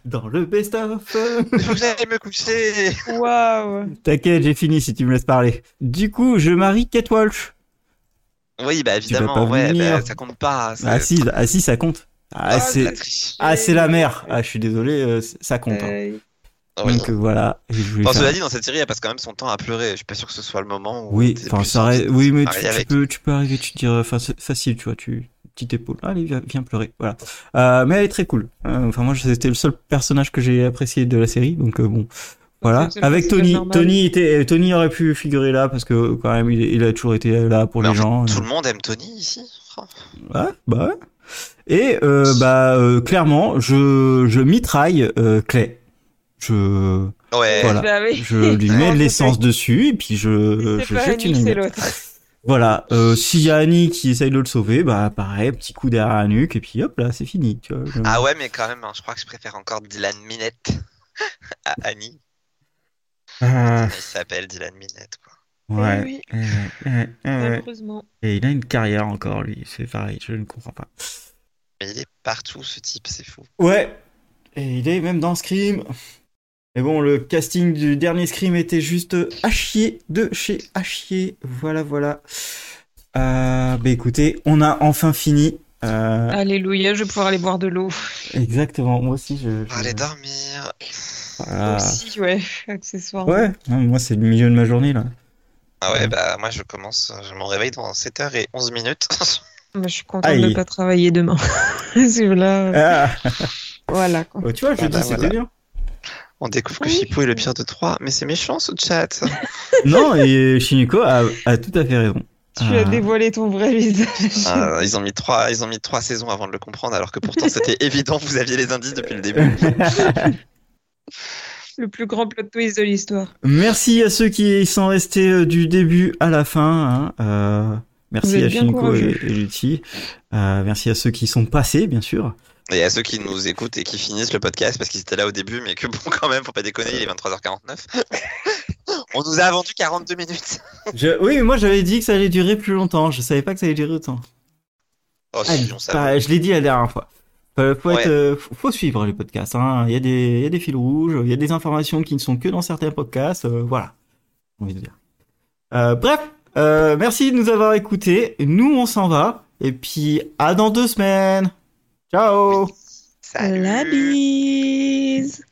A: dans le best-of.
C: Il faut que j'aille me coucher.
B: Waouh.
A: [LAUGHS] T'inquiète, j'ai fini si tu me laisses parler. Du coup, je marie Kate Walsh.
C: Oui, bah
A: pas
C: évidemment, ouais,
A: venir.
C: bah, ça compte pas. c'est-
A: Ah si, ah si, ça compte. Ah,
B: Ah,
A: c'est...
C: la triche.
A: Ah, c'est la mère. Ah, je suis désolé, euh, c- ça compte. hein.
B: Euh,
C: Oui.
A: Donc euh, voilà. Et je voulais
C: Enfin,
A: faire-
C: cela dit, dans cette série, elle passe quand même son temps à pleurer. Je suis pas sûr que ce soit le moment où.
A: Oui,
C: t'es
A: enfin,
C: plus
A: ça reste- oui, mais tu,
C: marié
A: tu
C: avec.
A: peux, tu peux arriver, tu te dire, enfin, c'est facile, tu vois, tu, petite épaule. Allez, viens, viens pleurer, voilà. Euh, mais elle est très cool. Euh, Enfin, moi, c'était le seul personnage que j'ai apprécié de la série, donc euh, bon. Voilà.
B: C'est le seul
A: Avec
B: personnage
A: Tony,
B: normal.
A: Tony était, euh, Tony aurait pu figurer là parce que quand même, il, il a toujours été là pour
C: Mais
A: les gens. euh,
C: en fait, Tout le monde aime Tony ici. Oh.
A: Ouais, bah ouais. Et euh, bah euh, clairement, je, je mitraille euh, Clay. Je,
C: Ouais.
A: Voilà.
B: bah oui. [LAUGHS]
A: je lui mets de l'essence dessus et puis je,
B: C'est
A: je
B: pas
A: jette une
B: Annie, c'est
A: allumette.
B: l'autre.
A: Voilà, euh, s'il y a Annie qui essaye de le sauver, bah pareil, petit coup derrière la nuque et puis hop là, c'est fini. Tu vois, Je-
C: Ah ouais, mais quand même, hein, je crois que je préfère encore Dylan Minette [LAUGHS] à Annie.
A: Ah, eh
C: Il s'appelle Dylan Minette. Quoi.
A: ouais.
B: Oui,
A: ouais, ouais, ouais, ouais.
B: Malheureusement.
A: eh, Et il a une carrière encore, lui, c'est pareil, je ne comprends pas.
C: Mais il est partout, ce type, c'est fou.
A: Ouais, et il est même dans Scream. Mais bon, le casting du dernier Scream était juste à chier de chez à chier. Voilà, voilà. Euh, bah écoutez, on a enfin fini. Euh,
B: Alléluia, je vais pouvoir aller boire de l'eau.
A: Exactement, moi aussi je. je-
C: Allez dormir.
A: Voilà.
B: Aussi, ouais, accessoire.
A: Ah. Ouais, non, moi c'est le milieu de ma journée là.
C: Ah ouais,
A: Ouais.
C: bah moi je commence, je m'en réveille dans 7h11 minutes. [LAUGHS]
B: Moi, Bah, je suis contente
A: Aïe.
B: de ne pas travailler demain. [LAUGHS] Parce que là,
A: Ah,
B: voilà. Quoi.
A: bah, tu vois, je
C: Ah
A: dis
C: bah,
A: c'était
C: voilà.
A: bien.
C: On découvre que
B: Oui.
C: Chipou est le pire de trois, mais c'est méchant ce chat.
A: [LAUGHS] Non, et Shiniko a, a tout à fait raison.
B: Tu as
A: Ah.
B: dévoilé ton vrai visage.
C: Ah, ils ont mis trois, ils ont mis trois saisons avant de le comprendre, alors que pourtant c'était évident, vous aviez les indices depuis le
A: [LAUGHS]
C: début.
B: [LAUGHS] Le plus grand plot twist de l'histoire.
A: Merci à ceux qui sont restés euh, du début à la fin. hein. Euh, merci
B: Vous êtes
A: à
B: bien
A: Shiniko et,
B: courageux.
A: et Lucie. Euh, merci à ceux qui sont passés, bien sûr.
C: Et à ceux qui nous écoutent et qui finissent le podcast parce qu'ils étaient là au début, mais que bon [LAUGHS] quand même, faut pas déconner, il est 23h49. [LAUGHS] On nous a vendu 42 minutes.
A: Je- oui, mais moi j'avais dit que ça allait durer plus longtemps. Je savais pas que ça allait durer autant.
C: Oh,
A: Ah,
C: si, on savait.
A: pareil, je l'ai dit la dernière fois. Euh, faut, être,
C: Ouais.
A: euh, faut- faut suivre les podcasts. hein. Il y, a des- il y a des fils rouges, il y a des informations qui ne sont que dans certains podcasts. euh, voilà. J'ai envie de dire. Euh, bref, euh, merci de nous avoir écoutés. Nous, on s'en va. Et puis, à dans deux semaines. Ciao
C: Salut.
B: La bise.